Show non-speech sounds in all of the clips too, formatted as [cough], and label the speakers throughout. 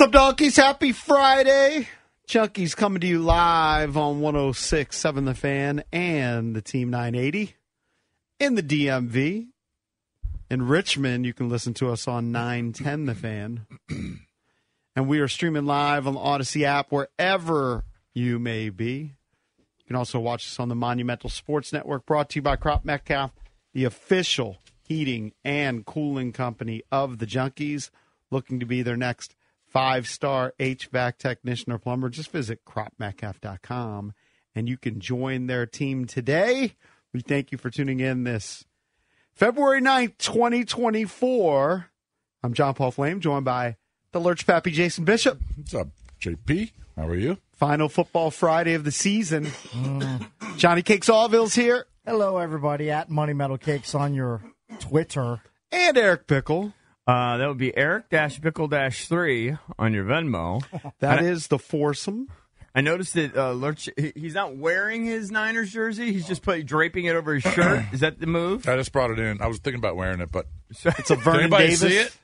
Speaker 1: What's up, donkeys? Happy Friday. Chunky's coming to you live on 106.7 The Fan and the Team 980 in the DMV. In Richmond, you can listen to us on 910 The Fan. And we are streaming live on the Odyssey app wherever you may be. You can also watch us on the Monumental Sports Network, brought to you by Crop Metcalf, the official heating and cooling company of the Junkies, looking to be their next five star HVAC technician or plumber. Just visit cropmetcalf.com and you can join their team today. We thank you for tuning in this February 9th, 2024. I'm John Paul Flame, joined by the Lurch Pappy Jason Bishop.
Speaker 2: What's up, JP? How are you?
Speaker 1: Final football Friday of the season. Johnny Cakes Allville's here,
Speaker 3: Hello, everybody at Money Metal Cakes on your Twitter.
Speaker 1: and Eric Pickle.
Speaker 4: Uh, that would be Eric Dash Bickle Dash Three on your Venmo.
Speaker 1: [laughs] That is the foursome.
Speaker 4: I noticed that uh, Lurch he- he's not wearing his Niners jersey. He's just put, draping
Speaker 1: [coughs]
Speaker 4: it over his shirt. Is that the move?
Speaker 2: I just brought it in. I was thinking about
Speaker 4: [laughs]
Speaker 2: wearing it, but
Speaker 1: It's a Vernon
Speaker 2: anybody
Speaker 1: Davis.
Speaker 2: see it?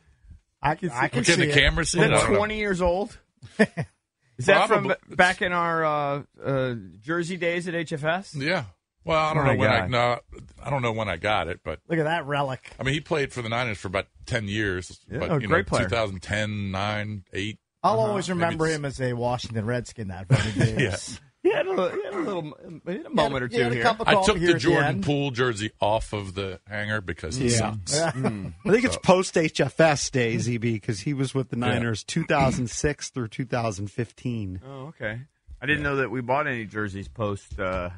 Speaker 3: I can see, I can
Speaker 2: can
Speaker 3: see
Speaker 2: the
Speaker 3: it.
Speaker 2: camera see it? I
Speaker 4: That's
Speaker 2: don't know.
Speaker 4: twenty
Speaker 1: [laughs]
Speaker 4: years old. Is that
Speaker 2: Probably.
Speaker 4: from b- back in our uh, uh, jersey days at HFS?
Speaker 2: Yeah. Well, I
Speaker 4: What
Speaker 2: don't
Speaker 4: a
Speaker 2: know when I
Speaker 4: guy.
Speaker 2: no, I don't know when I got it, but
Speaker 3: Look at that relic.
Speaker 2: I mean, he played for the Niners for about ten years. but,
Speaker 4: a
Speaker 2: you
Speaker 4: oh, great
Speaker 2: know,
Speaker 4: player.
Speaker 2: 2010, 9, 8.
Speaker 3: I'll always remember
Speaker 2: Maybe
Speaker 3: him as a Washington Redskin. That
Speaker 2: [laughs]
Speaker 3: Vernon Davis.
Speaker 4: He had a, he had a little he had [laughs] a moment or
Speaker 3: He had
Speaker 4: two
Speaker 3: a
Speaker 4: here.
Speaker 3: couple
Speaker 2: I
Speaker 3: calls
Speaker 2: took
Speaker 3: here
Speaker 2: the
Speaker 3: at
Speaker 2: Jordan
Speaker 3: end.
Speaker 2: Poole jersey off of the hanger because
Speaker 4: [laughs]
Speaker 2: he sucks.
Speaker 1: [laughs]
Speaker 4: Mm.
Speaker 2: Mm. Mm-hmm.
Speaker 1: I think it's post HFS days, EB, because he was with the Niners 2006 through 2015.
Speaker 4: Oh, okay. I didn't know that we bought any jerseys post. Uh,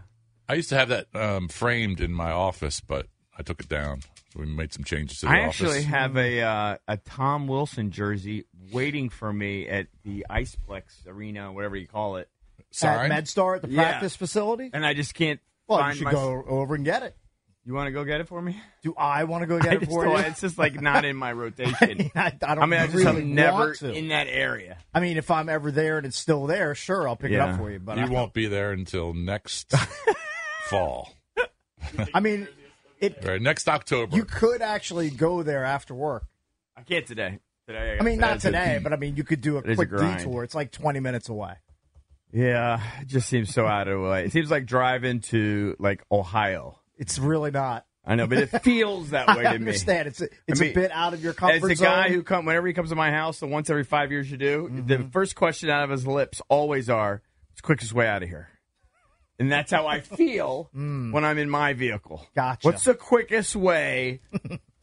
Speaker 2: I used to have that um, framed in my office, but I took it down. So we made some changes to the
Speaker 4: I
Speaker 2: office.
Speaker 4: actually have a uh, a Tom Wilson jersey waiting for me at the Iceplex Arena, whatever you call it,
Speaker 3: at
Speaker 2: Signed?
Speaker 3: MedStar at the
Speaker 4: Yeah.
Speaker 3: practice facility.
Speaker 4: and I just can't.
Speaker 3: Well, you
Speaker 4: find
Speaker 3: should
Speaker 4: my-
Speaker 3: go over and get it.
Speaker 4: You want to go get it for me?
Speaker 3: Do I want to go
Speaker 4: [laughs] I
Speaker 3: get it
Speaker 4: just
Speaker 3: for
Speaker 4: don't-
Speaker 3: you?
Speaker 4: It's just like not in my
Speaker 3: I,
Speaker 4: rotation.
Speaker 3: mean, I, I don't
Speaker 4: I mean, I just
Speaker 3: really
Speaker 4: have never
Speaker 3: want to.
Speaker 4: in that area.
Speaker 3: [laughs] I mean, if I'm ever there and it's still there, sure, I'll pick it
Speaker 4: Yeah.
Speaker 3: up for you. But
Speaker 2: you
Speaker 3: I,
Speaker 2: won't be there until
Speaker 3: [laughs]
Speaker 2: next fall,
Speaker 3: I mean, it.
Speaker 2: right? Next October.
Speaker 3: You could actually go there after work.
Speaker 4: I can't today. Today,
Speaker 3: I mean, not
Speaker 4: gotta do-
Speaker 3: today, but I mean, you could do a
Speaker 4: is a
Speaker 3: quick
Speaker 4: grind.
Speaker 3: detour. It's like 20 minutes away.
Speaker 4: Yeah, it just seems so out of the way. It seems like driving to like Ohio.
Speaker 3: It's really not.
Speaker 4: I know, but it feels that way
Speaker 3: [laughs] I
Speaker 4: to me.
Speaker 3: understand. It's a, it's
Speaker 4: mean,
Speaker 3: a bit out of your
Speaker 4: As
Speaker 3: comfort
Speaker 4: the
Speaker 3: zone. Mm-hmm.
Speaker 4: guy who come whenever he comes to my house, the once every five years you do, the first question out of his lips always are, "It's quickest way out of here," and that's how
Speaker 3: [laughs]
Speaker 4: I feel when I'm in my vehicle.
Speaker 3: Mm. Gotcha.
Speaker 4: What's the
Speaker 3: [laughs]
Speaker 4: quickest way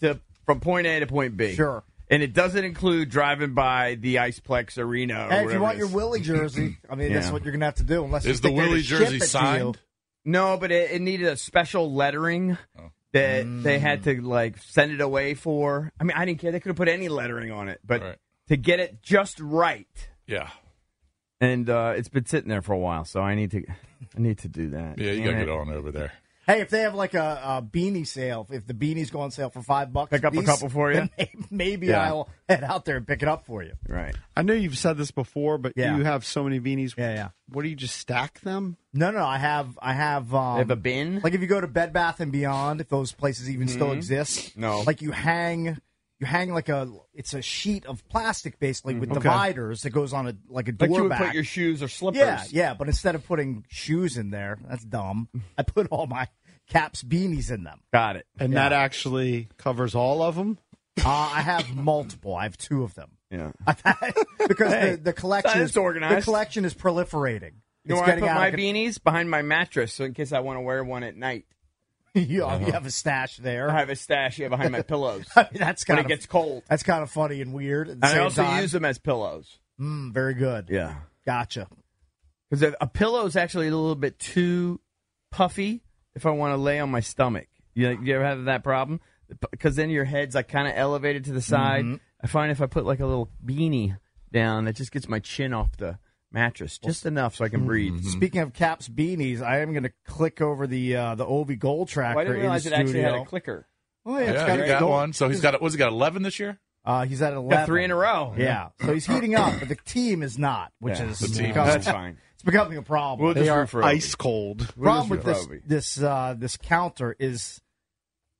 Speaker 4: to from point A to point B?
Speaker 3: Sure.
Speaker 4: And it doesn't include driving by the Iceplex Arena. Or
Speaker 3: Hey, if you
Speaker 4: wherever
Speaker 3: want
Speaker 4: it
Speaker 3: your
Speaker 4: is.
Speaker 3: Willie
Speaker 4: [clears throat]
Speaker 3: jersey, I mean, that's
Speaker 4: Yeah.
Speaker 3: what you're gonna have to do. Unless you
Speaker 2: Is the
Speaker 3: think they're gonna
Speaker 2: Willie
Speaker 3: ship
Speaker 2: jersey
Speaker 3: it to you.
Speaker 2: signed?
Speaker 4: no, but it, it needed a special lettering.
Speaker 2: Oh.
Speaker 4: That
Speaker 3: Mm.
Speaker 4: they had to like send it away for. I mean, I didn't care. They could have put any lettering on it, but
Speaker 2: Right.
Speaker 4: to get it just right,
Speaker 2: Yeah.
Speaker 4: and uh, it's been sitting there for a while. So I need to, I need to do that.
Speaker 2: Yeah, you
Speaker 4: Damn
Speaker 2: got to
Speaker 4: it.
Speaker 2: get on over there.
Speaker 3: Hey, if they have like a, a beanie sale, if the beanies go on sale for five bucks,
Speaker 4: Pick up a
Speaker 3: piece,
Speaker 4: couple
Speaker 3: [laughs]
Speaker 4: for you?
Speaker 3: then Maybe
Speaker 4: Yeah.
Speaker 3: I'll head out there and pick it up for you.
Speaker 4: Right.
Speaker 1: I know you've said this before, but
Speaker 3: Yeah.
Speaker 1: you have so many beanies.
Speaker 3: Yeah, yeah.
Speaker 1: What do you just stack them?
Speaker 3: No, no, I have, I have, um,
Speaker 4: They have a bin. Mm-hmm.
Speaker 3: like if you go to Bed Bath and Beyond, if those places even still exist,
Speaker 4: No.
Speaker 3: like you hang, you hang like a, it's a sheet of plastic basically with dividers that goes on a like a door
Speaker 4: Mm-hmm. like you would
Speaker 3: back.
Speaker 4: put your shoes or slippers.
Speaker 3: Yeah, yeah, but instead of putting shoes in there, that's dumb. I put all my caps beanies in them.
Speaker 4: Got it.
Speaker 1: And that actually covers all of them.
Speaker 3: Uh, I
Speaker 5: [laughs]
Speaker 3: have multiple. I have two of them
Speaker 5: Yeah.
Speaker 3: [laughs] because
Speaker 5: Hey,
Speaker 3: the, the collection
Speaker 5: it's
Speaker 3: is
Speaker 5: organized.
Speaker 3: The collection is proliferating.
Speaker 5: You
Speaker 3: it's
Speaker 5: know where I
Speaker 3: getting
Speaker 5: put
Speaker 3: out
Speaker 5: my
Speaker 3: of con-
Speaker 5: beanies? Behind my mattress, so in case I want to wear one at night.
Speaker 3: [laughs] you, you have a stash there.
Speaker 5: I have a stash yeah,
Speaker 3: [laughs]
Speaker 5: behind my pillows
Speaker 3: I mean, that's
Speaker 5: when
Speaker 3: kind
Speaker 5: it
Speaker 3: of
Speaker 5: gets cold.
Speaker 3: that's kind of funny and weird. At the
Speaker 5: And I
Speaker 3: same
Speaker 5: also
Speaker 3: time.
Speaker 5: use them as pillows.
Speaker 3: Mm, very good.
Speaker 5: Yeah.
Speaker 3: Gotcha.
Speaker 5: Because a, a pillow is actually a little bit too puffy if I want to lay on my stomach. You, you ever have that problem? Because then your head's like kind of elevated to the side. I find if I put like a little beanie down, that just gets my chin off the mattress just enough so I can breathe.
Speaker 3: Speaking of caps beanies, I am going to click over the uh, the Ovi goal tracker.
Speaker 5: Well, I didn't
Speaker 3: in
Speaker 5: realize
Speaker 3: the
Speaker 5: it actually had a
Speaker 3: studio.
Speaker 5: clicker.
Speaker 3: Oh, yeah, it's
Speaker 2: yeah,
Speaker 3: got
Speaker 2: you
Speaker 3: a
Speaker 2: got
Speaker 3: goal. [laughs]
Speaker 2: one. So he's got. What's he got? Eleven this year.
Speaker 3: Uh, he's at eleven.
Speaker 5: Got three in a row.
Speaker 3: Yeah, so he's heating up, but the team is not, which
Speaker 5: Yeah,
Speaker 3: is
Speaker 2: the team.
Speaker 3: becoming-
Speaker 5: That's fine.
Speaker 3: [laughs] it's becoming a problem.
Speaker 5: We'll just root for Obi.
Speaker 1: Ice cold.
Speaker 5: We'll
Speaker 3: problem
Speaker 5: just
Speaker 3: with
Speaker 5: root
Speaker 3: this
Speaker 5: for
Speaker 3: this
Speaker 5: Obi.
Speaker 3: uh, this counter is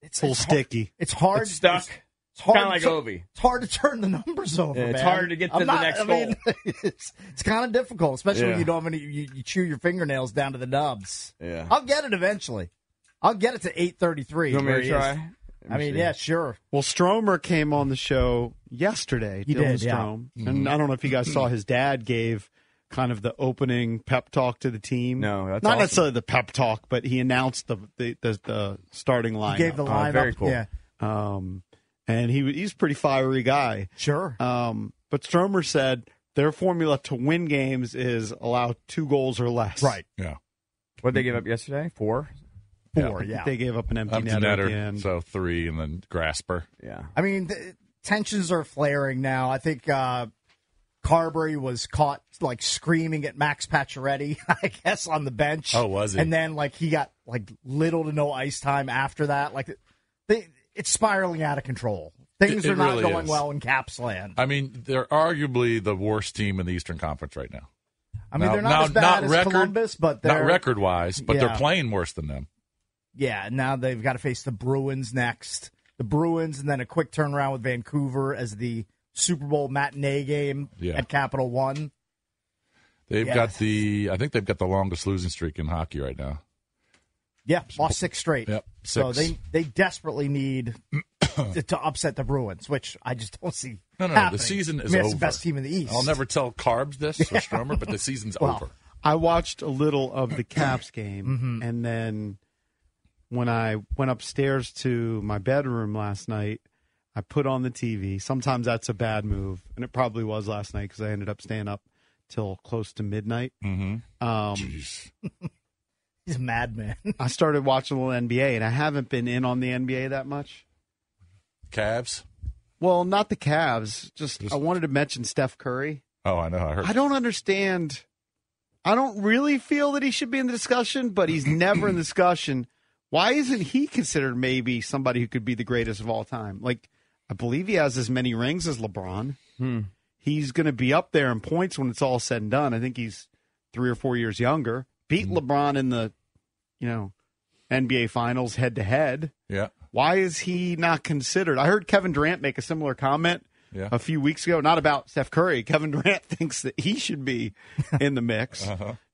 Speaker 1: It's a little
Speaker 3: hard-
Speaker 1: sticky.
Speaker 3: It's hard.
Speaker 5: It's stuck.
Speaker 3: It's hard.
Speaker 5: Kinda like
Speaker 3: to,
Speaker 5: Ovi.
Speaker 3: It's hard to turn the numbers over.
Speaker 5: Yeah, it's
Speaker 3: man.
Speaker 5: hard to get to
Speaker 3: I'm
Speaker 5: the
Speaker 3: not-
Speaker 5: next
Speaker 3: I mean, [laughs] it's it's kind of difficult, especially
Speaker 5: Yeah.
Speaker 3: when you don't have any. You, you chew your fingernails down to the nubs.
Speaker 5: Yeah.
Speaker 3: I'll get it eventually. I'll get it to eight thirty-three.
Speaker 5: You want me
Speaker 3: where
Speaker 5: to
Speaker 3: he is.
Speaker 5: try?
Speaker 3: I mean, yeah, sure.
Speaker 1: Well, Stromer came on the show yesterday.
Speaker 3: He
Speaker 1: Dylan
Speaker 3: did, yeah. Mm-hmm.
Speaker 1: Strom, and I don't know if you guys saw his dad gave kind of the opening pep talk to the team.
Speaker 5: No, that's
Speaker 1: not
Speaker 5: awesome.
Speaker 1: necessarily the pep talk, but he announced the the, the, the starting lineup.
Speaker 3: Gave the lineup.
Speaker 5: Oh, very cool.
Speaker 3: Yeah,
Speaker 1: um, and he he's a pretty fiery guy.
Speaker 3: sure.
Speaker 1: Um, but Stromer said their formula to win games is allow two goals or less.
Speaker 3: right.
Speaker 2: Yeah,
Speaker 5: What they give up yesterday? Four.
Speaker 3: Four.
Speaker 1: I think
Speaker 3: Yeah.
Speaker 1: They gave up an empty
Speaker 2: up to
Speaker 1: net at the
Speaker 2: netter.
Speaker 1: end.
Speaker 2: So three, and then Grasper.
Speaker 5: Yeah.
Speaker 3: I mean, the, tensions are flaring now. I think uh, Carberry was caught like screaming at Max Pacioretty, [laughs] I guess, on the bench.
Speaker 2: Oh, was he?
Speaker 3: And then like he got like little to no ice time after that. Like they, it's spiraling out of control. Things
Speaker 2: It- it
Speaker 3: are not
Speaker 2: really
Speaker 3: going
Speaker 2: is.
Speaker 3: well in Caps land.
Speaker 2: I mean, they're arguably the worst team in the Eastern Conference right now.
Speaker 3: I mean,
Speaker 2: Now-
Speaker 3: they're not
Speaker 2: now-
Speaker 3: as bad
Speaker 2: not
Speaker 3: as
Speaker 2: record-
Speaker 3: Columbus, but they're
Speaker 2: Not record wise, but
Speaker 3: Yeah.
Speaker 2: they're playing worse than them.
Speaker 3: Yeah, now they've got to face the Bruins next. The Bruins, and then a quick turnaround with Vancouver as the Super Bowl matinee game
Speaker 2: Yeah.
Speaker 3: at Capital One.
Speaker 2: They've
Speaker 3: Yeah.
Speaker 2: got the. I think they've got the longest losing streak in hockey right now.
Speaker 3: Yeah, lost six straight.
Speaker 2: Yep,
Speaker 3: So
Speaker 2: six.
Speaker 3: they they desperately need [clears throat] to, to upset the Bruins, which I just don't see.
Speaker 2: No, no, no, the
Speaker 3: happening.
Speaker 2: season
Speaker 3: I
Speaker 2: is
Speaker 3: mean, that's
Speaker 2: over.
Speaker 3: the best team in the East.
Speaker 2: I'll never tell Carbs this
Speaker 3: [laughs]
Speaker 2: or Stromer, but the season's
Speaker 3: Well,
Speaker 2: over.
Speaker 1: I watched a little of the Caps game, and then when I went upstairs to my bedroom last night, I put on the TV. Sometimes that's a bad move, and it probably was last night because I ended up staying up till close to midnight. Mm-hmm. Um,
Speaker 3: He's a madman.
Speaker 1: I started watching a little NBA, and I haven't been in on the NBA that much.
Speaker 2: Cavs.
Speaker 1: Well, not the Cavs. Just,
Speaker 2: Just-
Speaker 1: I wanted to mention Steph Curry.
Speaker 2: Oh, I know. I heard.
Speaker 1: I don't understand. I don't really feel that he should be in the discussion, but
Speaker 2: [clears throat]
Speaker 1: he's never in the discussion. Why isn't he considered maybe somebody who could be the greatest of all time? Like, I believe he has as many rings as LeBron.
Speaker 4: Hmm.
Speaker 3: Uh,
Speaker 1: He's going to be up there in points when it's all said and done. I think he's three or four years younger. Beat LeBron in the, you know, NBA Finals head to head.
Speaker 2: yeah.
Speaker 1: Why is he not considered? I heard Kevin Durant make a similar comment
Speaker 2: Yeah.
Speaker 3: Uh,
Speaker 1: a few weeks ago, not about Steph Curry. [laughs] Kevin Durant thinks that he should be in the mix.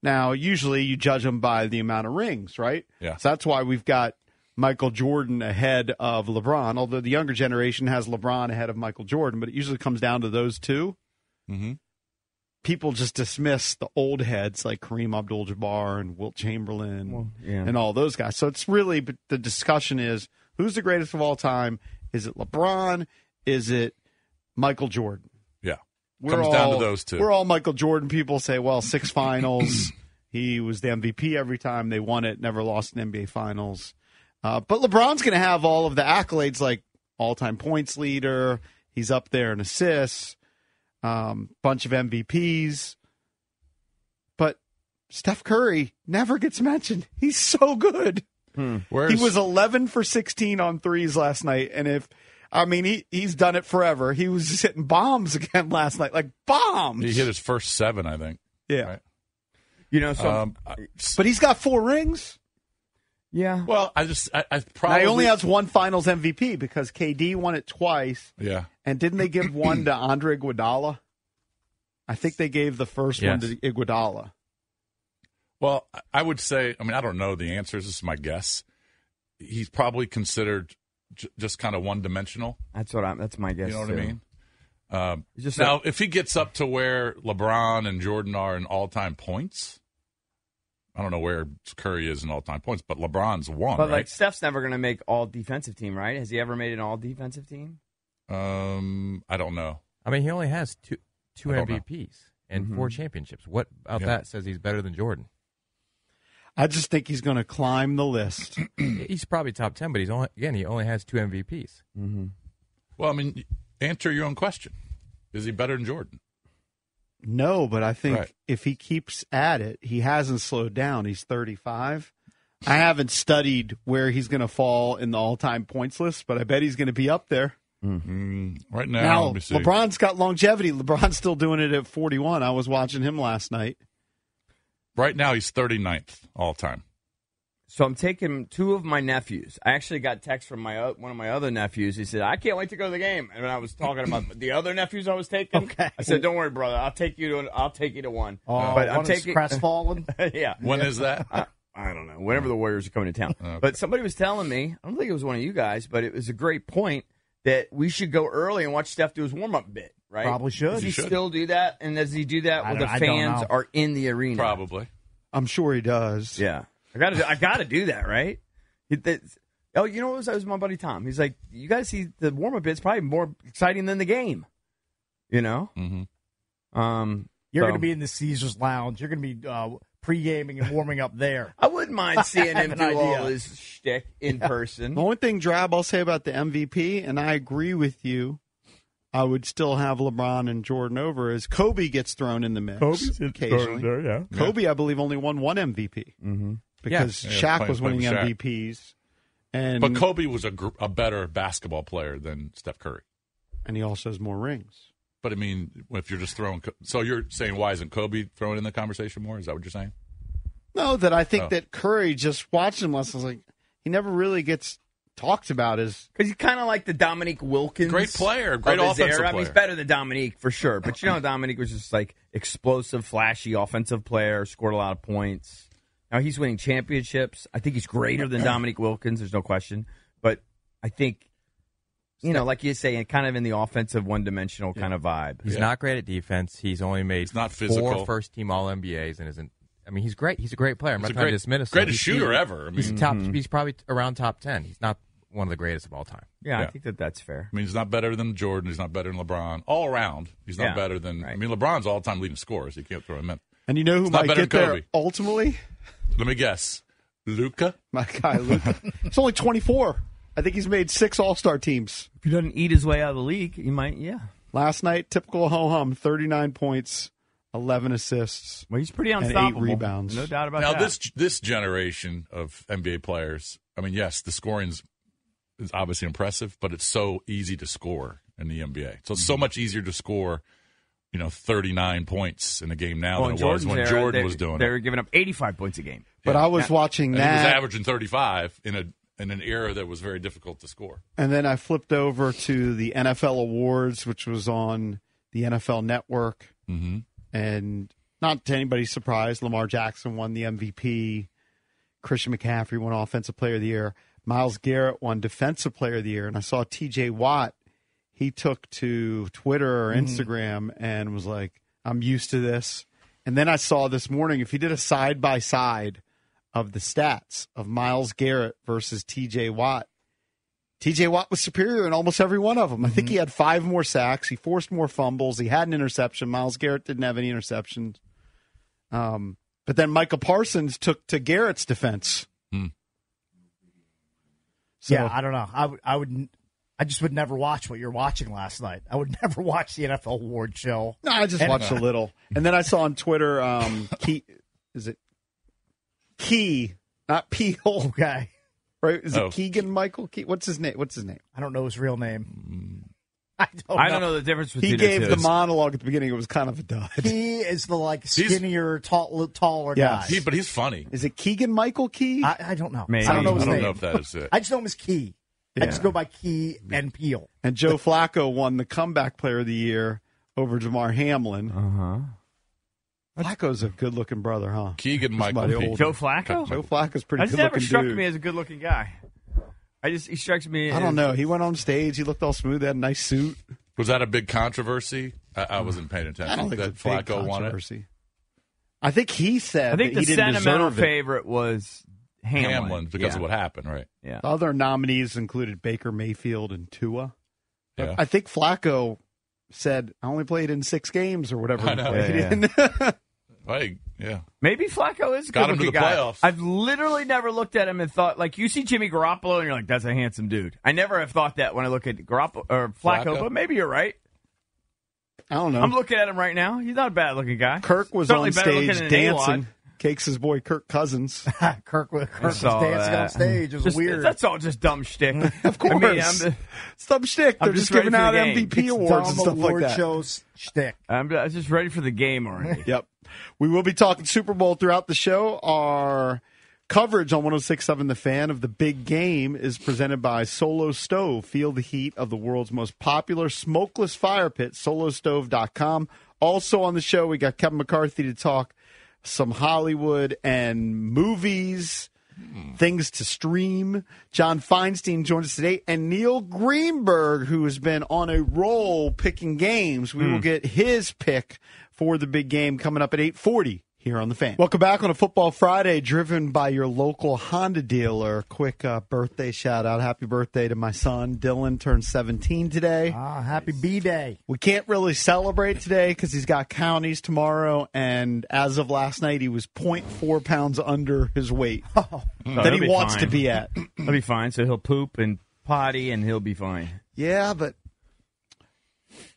Speaker 1: Now, usually you judge him by the amount of rings, right?
Speaker 2: Yeah.
Speaker 1: So that's why we've got Michael Jordan ahead of LeBron, although the younger generation has LeBron ahead of Michael Jordan, but it usually comes down to those 2
Speaker 2: Mhm.
Speaker 1: People just dismiss the old heads like Kareem Abdul Jabbar and Wilt Chamberlain
Speaker 5: Well, yeah.
Speaker 1: and all those guys. So it's really but the discussion is who's the greatest of all time? Is it LeBron? Is it Michael Jordan?
Speaker 2: Yeah. Comes down to those two.
Speaker 1: We're all Michael Jordan people say, well, six [coughs] finals. he was the MVP every time they won it, never lost an NBA finals. Uh, but LeBron's going to have all of the accolades like all time points leader. He's up there in assists, um, bunch of MVPs. But Steph Curry never gets mentioned. He's so good.
Speaker 2: Where's,
Speaker 1: He was 11 for 16 on threes last night. And if, I mean, he, he's done it forever. He was just hitting bombs [laughs] again last night, like bombs.
Speaker 2: He hit his first seven, I think.
Speaker 1: yeah.
Speaker 2: Right.
Speaker 5: You know, so
Speaker 2: Um, I-
Speaker 1: But he's got four rings.
Speaker 5: yeah.
Speaker 2: well, I just I, I
Speaker 1: Now,
Speaker 2: probably
Speaker 1: he only has one finals MVP because KD won it twice.
Speaker 2: yeah.
Speaker 1: And didn't they give one
Speaker 2: [clears throat]
Speaker 1: to Andre Iguodala? I think they gave the first one
Speaker 2: Yes.
Speaker 1: to Iguodala.
Speaker 2: Well, I- I would say, I mean, I don't know the answers. This is my guess. He's probably considered j- just kind of one dimensional.
Speaker 4: That's what I'm. That's my guess.
Speaker 2: You know what
Speaker 4: too.
Speaker 2: I mean?
Speaker 4: It's just
Speaker 2: Uh, Now,
Speaker 4: like-
Speaker 2: if he gets up to where LeBron and Jordan are in all time points, I don't know where Curry is in all time points, but LeBron's one,
Speaker 4: but like
Speaker 2: right?
Speaker 4: Steph's never going to make all defensive team, right? Has he ever made an all defensive team?
Speaker 2: um, I don't know.
Speaker 6: I mean, he only has two two
Speaker 2: I don't know.
Speaker 6: MVPs and
Speaker 1: Mm-hmm.
Speaker 6: four championships. What about
Speaker 2: Yeah.
Speaker 6: that says he's better than Jordan?
Speaker 1: I just think he's going to climb the list.
Speaker 6: [clears throat] he's probably top ten, but he's only again he only has two MVPs.
Speaker 1: Mm-hmm.
Speaker 2: Well, I mean, answer your own question. Is he better than Jordan?
Speaker 1: No, but I think
Speaker 2: Right.
Speaker 1: if he keeps at it, he hasn't slowed down. He's 35. I haven't studied where he's going to fall in the all-time points list, but I bet he's going to be up there.
Speaker 2: Mm, right now,
Speaker 1: Now,
Speaker 2: let me see.
Speaker 1: LeBron's got longevity. LeBron's still doing it at 41. I was watching him last night.
Speaker 2: Right now, he's 39th all time.
Speaker 4: So I'm taking two of my nephews. I actually got text from my o- one of my other nephews. He said, "I can't wait to go to the game." And when I was talking about [laughs] the other nephews I was taking,
Speaker 3: Okay.
Speaker 4: I said, "Don't worry, brother. I'll take you to an, I'll take you to one."
Speaker 3: Oh,
Speaker 4: but I'm
Speaker 3: one is
Speaker 4: taking [laughs]
Speaker 3: crestfallen.
Speaker 4: yeah.
Speaker 2: When is that?
Speaker 4: I, I don't know. Whenever the Warriors are coming to town. But somebody was telling me, I don't think it was one of you guys, but it was a great point that we should go early and watch Steph do his warm up bit, right?
Speaker 3: Probably should.
Speaker 4: Does he
Speaker 2: You should.
Speaker 4: still do that? And does he do that
Speaker 3: I
Speaker 4: when
Speaker 3: don't-
Speaker 4: the
Speaker 3: I don't
Speaker 4: fans
Speaker 3: know.
Speaker 4: are in the arena?
Speaker 2: Probably.
Speaker 1: I'm sure he does.
Speaker 4: Yeah. I gotta do, I gotta do that, right? It- that's- oh, you know what was that was my buddy Tom. He's like, You guys see the warm up bit's probably more exciting than the game. You know?
Speaker 2: Mhm.
Speaker 4: Um
Speaker 3: You're
Speaker 4: so-
Speaker 3: going to be in the Caesars Lounge. You're going to be uh, pre-gaming and warming up there.
Speaker 4: [laughs] I wouldn't
Speaker 3: [laughs]
Speaker 4: mind seeing
Speaker 3: I
Speaker 4: him
Speaker 3: have
Speaker 4: do
Speaker 3: an
Speaker 4: all
Speaker 3: idea.
Speaker 4: his shtick in person.
Speaker 1: The only thing, Drab, I'll say about the MVP, and I agree with you, I would still have LeBron and Jordan over, is Kobe gets thrown in the mix. occasionally.
Speaker 6: yeah.
Speaker 1: Kobe, I believe, only won one MVP because
Speaker 2: Mm-hmm. Yeah,
Speaker 1: Shaq
Speaker 2: playing-
Speaker 1: was winning
Speaker 2: playing with Shaq.
Speaker 1: MVPs, and
Speaker 2: But Kobe was a, gr- a better basketball player than Steph Curry.
Speaker 1: and he also has more rings.
Speaker 2: But I mean, if you're just throwing, Co- so you're saying why isn't Kobe thrown in the conversation more? Is that what you're saying?
Speaker 1: No, that I think
Speaker 2: Oh.
Speaker 1: that Curry just watching him last, I was like, he never really gets talked about as
Speaker 4: Because he's kind of like the Dominique Wilkins.
Speaker 2: Great player, great
Speaker 4: of his
Speaker 2: offensive
Speaker 4: era. I mean, he's
Speaker 2: player.
Speaker 4: better than Dominique for sure. But you know, Dominique was just like explosive, flashy offensive player, scored a lot of points. Now he's winning championships. I think he's greater than Dominique Wilkins. There's no question. But I think, you know, like you say, kind of in the offensive, one-dimensional kind of vibe.
Speaker 6: He's
Speaker 2: Yeah.
Speaker 6: not great at defense. He's only made
Speaker 2: He's not physical.
Speaker 6: four first team All NBAs and isn't. I mean, he's great. He's a great player. I'm
Speaker 2: He's
Speaker 6: not
Speaker 2: a
Speaker 6: trying
Speaker 2: great-
Speaker 6: to dismiss him.
Speaker 2: greatest
Speaker 6: He's-
Speaker 2: shooter
Speaker 6: he-
Speaker 2: ever. I
Speaker 6: He's
Speaker 2: mean-
Speaker 6: top.
Speaker 1: Mm-hmm.
Speaker 6: He's probably around top ten. He's not one of the greatest of all time.
Speaker 4: Yeah,
Speaker 2: Yeah.
Speaker 4: I think that that's fair.
Speaker 2: I mean, he's not better than Jordan. He's not better than LeBron. All around, he's not
Speaker 4: Yeah,
Speaker 2: better than. I
Speaker 4: right.
Speaker 2: mean, LeBron's all-time leading scorer. So you can't throw him in.
Speaker 1: and you know who
Speaker 2: It's not
Speaker 1: might
Speaker 2: better
Speaker 1: get
Speaker 2: than
Speaker 1: there
Speaker 2: Kobe.
Speaker 1: ultimately?
Speaker 2: Let me guess, Luca.
Speaker 1: My guy Luka. It's only twenty four. I think he's made six All Star teams.
Speaker 4: If he doesn't eat his way out of the league, you might, yeah.
Speaker 1: Last night, typical ho hum, thirty nine points, eleven assists.
Speaker 4: Well, he's pretty
Speaker 1: eight
Speaker 4: unstoppable.
Speaker 1: rebounds.
Speaker 4: no doubt about
Speaker 2: Now
Speaker 4: that.
Speaker 2: this this generation of NBA players. I mean, yes, the scoring's is obviously impressive, but it's so easy to score in the NBA. So it's
Speaker 4: Mm-hmm.
Speaker 2: so much easier to score, you know, thirty nine points in a game now
Speaker 4: Well,
Speaker 2: than
Speaker 4: in
Speaker 2: it was when
Speaker 4: Jordan's era,
Speaker 2: Jordan
Speaker 4: they-
Speaker 2: was doing
Speaker 4: They
Speaker 2: it.
Speaker 4: were giving up 85 points a game.
Speaker 1: But I was watching
Speaker 2: And he was
Speaker 1: that.
Speaker 2: averaging thirty five in a in an era that was very difficult to score.
Speaker 1: And then I flipped over to the NFL awards, which was on the NFL Network,
Speaker 2: Mm-hmm.
Speaker 1: and not to anybody's surprise, Lamar Jackson won the MVP. Christian McCaffrey won Offensive Player of the Year. Miles Garrett won Defensive Player of the Year, and I saw T.J. Watt. He took to Twitter or Instagram and was like, "I'm used to this." And then I saw this morning if he did a side by side of the stats of Miles Garrett versus T.J. Watt. TJ Watt was superior in almost every one of them. I think he had five more sacks. He forced more fumbles. He had an interception. Miles Garrett didn't have any interceptions. Um, but then Michael Parsons took to Garrett's defense.
Speaker 2: Hmm.
Speaker 1: So
Speaker 3: yeah, I don't know. I would, I would, n- I just would never watch what you're watching last night. I would [laughs] never watch the NFL award show.
Speaker 1: no, I just
Speaker 3: And-
Speaker 1: watched a little. And then I saw on Twitter, um,
Speaker 3: [laughs]
Speaker 1: Key, is it Key, not Peel,
Speaker 3: Okay,
Speaker 1: right? Is it
Speaker 2: Oh.
Speaker 1: Keegan Michael Key? What's his name? What's his name?
Speaker 3: I don't know his real name. I don't.
Speaker 4: I don't know the difference between
Speaker 1: he gave
Speaker 4: two.
Speaker 1: the monologue at the beginning. It was kind of a dud.
Speaker 3: He is the like skinnier, tall, taller
Speaker 1: Yes.
Speaker 3: guy.
Speaker 2: He, but he's funny.
Speaker 1: Is it Keegan Michael Key?
Speaker 3: I, I don't know.
Speaker 4: Maybe.
Speaker 3: I don't know
Speaker 2: I
Speaker 3: his
Speaker 2: don't
Speaker 3: name.
Speaker 2: know if that is it.
Speaker 3: I just know him as Key. I just
Speaker 1: Yeah.
Speaker 3: go by Key and Peel.
Speaker 1: And Joe Flacco won the comeback player of the year over Jamar Hamlin.
Speaker 4: Uh huh.
Speaker 1: Flacco's a good looking brother, huh?
Speaker 2: Keegan
Speaker 1: Somebody
Speaker 2: Michael.
Speaker 1: old.
Speaker 2: Pete.
Speaker 4: Joe Flacco?
Speaker 1: Joe Flacco's pretty
Speaker 4: That's
Speaker 1: good
Speaker 4: never
Speaker 1: looking
Speaker 4: struck
Speaker 1: dude.
Speaker 4: me as a good looking guy.
Speaker 5: I just he strikes me.
Speaker 1: I
Speaker 5: as-
Speaker 1: don't know. He went on stage. He looked all smooth. Had a nice suit.
Speaker 2: Was that a big controversy? I, I wasn't paying attention.
Speaker 1: Hmm. I don't think
Speaker 2: that
Speaker 1: it's a big
Speaker 2: Flacco won it.
Speaker 1: controversy. I think he said.
Speaker 5: I think
Speaker 1: that
Speaker 5: the
Speaker 1: he didn't
Speaker 5: sentimental
Speaker 1: deserve it.
Speaker 5: favorite was Hamlin,
Speaker 2: Hamlin because
Speaker 5: yeah.
Speaker 2: of what happened, right?
Speaker 5: Yeah.
Speaker 1: The other nominees included Baker Mayfield and Tua.
Speaker 2: Yeah.
Speaker 1: I think Flacco said, "I only played in six games or whatever."
Speaker 2: I
Speaker 1: he
Speaker 2: know.
Speaker 1: played
Speaker 5: Yeah,
Speaker 1: in."
Speaker 2: Like, yeah.
Speaker 5: Maybe Flacco is a
Speaker 2: Got
Speaker 5: good
Speaker 2: him to
Speaker 5: looking
Speaker 2: the
Speaker 5: guy.
Speaker 2: playoffs.
Speaker 5: I've literally never looked at him and thought like you see Jimmy Garoppolo and you're like that's a handsome dude. I never have thought that when I look at Garoppolo or Flacco,
Speaker 2: Flacco.
Speaker 5: but maybe you're right.
Speaker 1: [laughs] I don't know.
Speaker 5: I'm looking at him right now. He's not a bad looking guy.
Speaker 1: Kirk was
Speaker 5: Certainly
Speaker 1: on
Speaker 5: better looking
Speaker 1: stage
Speaker 5: than
Speaker 1: dancing.
Speaker 5: A-Lot.
Speaker 1: Cakes his boy Kirk Cousins.
Speaker 3: [laughs] Kirk, was- Kirk was
Speaker 5: saw
Speaker 3: dancing
Speaker 5: that.
Speaker 3: on stage. It was
Speaker 5: Just-
Speaker 3: weird.
Speaker 5: That's all just dumb shtick.
Speaker 1: [laughs] Of course,
Speaker 5: I mean, I'm, just-
Speaker 1: some shtick.
Speaker 5: I'm
Speaker 1: They're
Speaker 5: just
Speaker 1: just, giving out
Speaker 5: ready for the
Speaker 1: MVP
Speaker 5: game.
Speaker 3: It's
Speaker 1: awards and
Speaker 3: dumb
Speaker 1: stuff
Speaker 3: award
Speaker 1: like that.
Speaker 3: shows shtick.
Speaker 5: I'm I'm just ready for the game already.
Speaker 1: [laughs] Yep. We will be talking Super Bowl throughout the show. Our coverage on 1067 The Fan of the big game is presented by Solo Stove. Feel the heat of the world's most popular smokeless fire pit, solostove.com. Also on the show, we got Kevin McCarthy to talk some Hollywood and movies, things to stream. John Feinstein joins us today, and Neil Greenberg, who has been on a roll picking games. We will get his pick for the big game coming up at eight forty here on the fan. Welcome back on a Football Friday, driven by your local Honda dealer. Quick uh, birthday shout out! Happy birthday to my son Dylan, turned seventeen today.
Speaker 3: Ah, happy B day.
Speaker 1: We can't really celebrate today because he's got counties tomorrow, and as of last night, he was 0.4 pounds under his
Speaker 3: [laughs]
Speaker 1: weight
Speaker 3: Oh.
Speaker 5: No,
Speaker 1: that
Speaker 5: Oh, he'll
Speaker 1: he wants
Speaker 5: fine.
Speaker 1: to be at.
Speaker 5: [clears throat] He'll be fine. So he'll poop and potty, and he'll be fine.
Speaker 1: yeah, but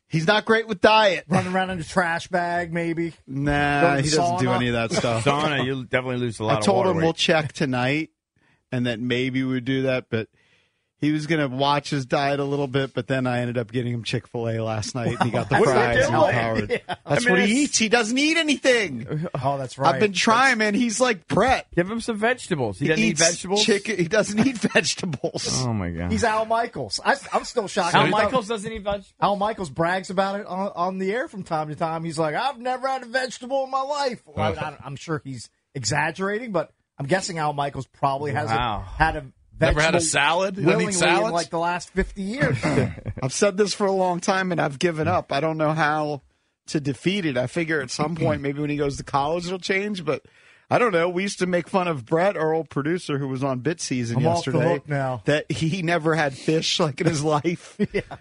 Speaker 1: he's not great with diet.
Speaker 3: Running around in a trash bag, maybe.
Speaker 1: Nah,
Speaker 3: Going
Speaker 1: he
Speaker 3: to
Speaker 1: doesn't do
Speaker 3: sauna.
Speaker 1: any of
Speaker 3: [laughs]
Speaker 1: that stuff.
Speaker 5: Donna, you'll definitely lose a lot
Speaker 1: I
Speaker 5: of
Speaker 1: told
Speaker 5: water
Speaker 1: him
Speaker 5: weight.
Speaker 1: we'll
Speaker 5: [laughs]
Speaker 1: check tonight, and that maybe we'd do that, but. He was going to watch his diet a little bit, but then I ended up getting him Chick fil A last night, and he got the
Speaker 5: What are they
Speaker 1: fries and
Speaker 5: doing?
Speaker 1: Howard. That's
Speaker 5: mean,
Speaker 1: what he
Speaker 5: it's-
Speaker 1: eats. He doesn't eat anything.
Speaker 3: Oh, that's right.
Speaker 1: I've been trying, man. He's like Brett.
Speaker 5: Give him some vegetables. He doesn't eat
Speaker 1: eats
Speaker 5: vegetables.
Speaker 1: Chicken. He doesn't eat [laughs] vegetables.
Speaker 5: Oh my god.
Speaker 3: He's Al Michaels. I, I'm still shocked.
Speaker 5: Al Michaels doesn't eat vegetables.
Speaker 3: Al Michaels brags about it on, on the air from time to time. He's like, I've never had a vegetable in my life. Well, I, I'm sure he's exaggerating, but I'm guessing Al Michaels probably hasn't
Speaker 5: Wow.
Speaker 3: had a
Speaker 2: Never
Speaker 3: vegetable
Speaker 2: had a salad? You don't eat
Speaker 3: willingly in
Speaker 2: salads?
Speaker 3: like the last 50
Speaker 5: [laughs]
Speaker 3: years.
Speaker 1: I've said this for a long time, and I've given up. I don't know how to defeat it. I figure at some point, maybe when he goes to college, it'll change. But I don't know. We used to make fun of Brett, our old producer, who was on Bit Season
Speaker 3: I'm off the
Speaker 1: yesterday. [laughs]
Speaker 3: hook now.
Speaker 1: That he never had fish like in his
Speaker 3: [laughs]
Speaker 1: life.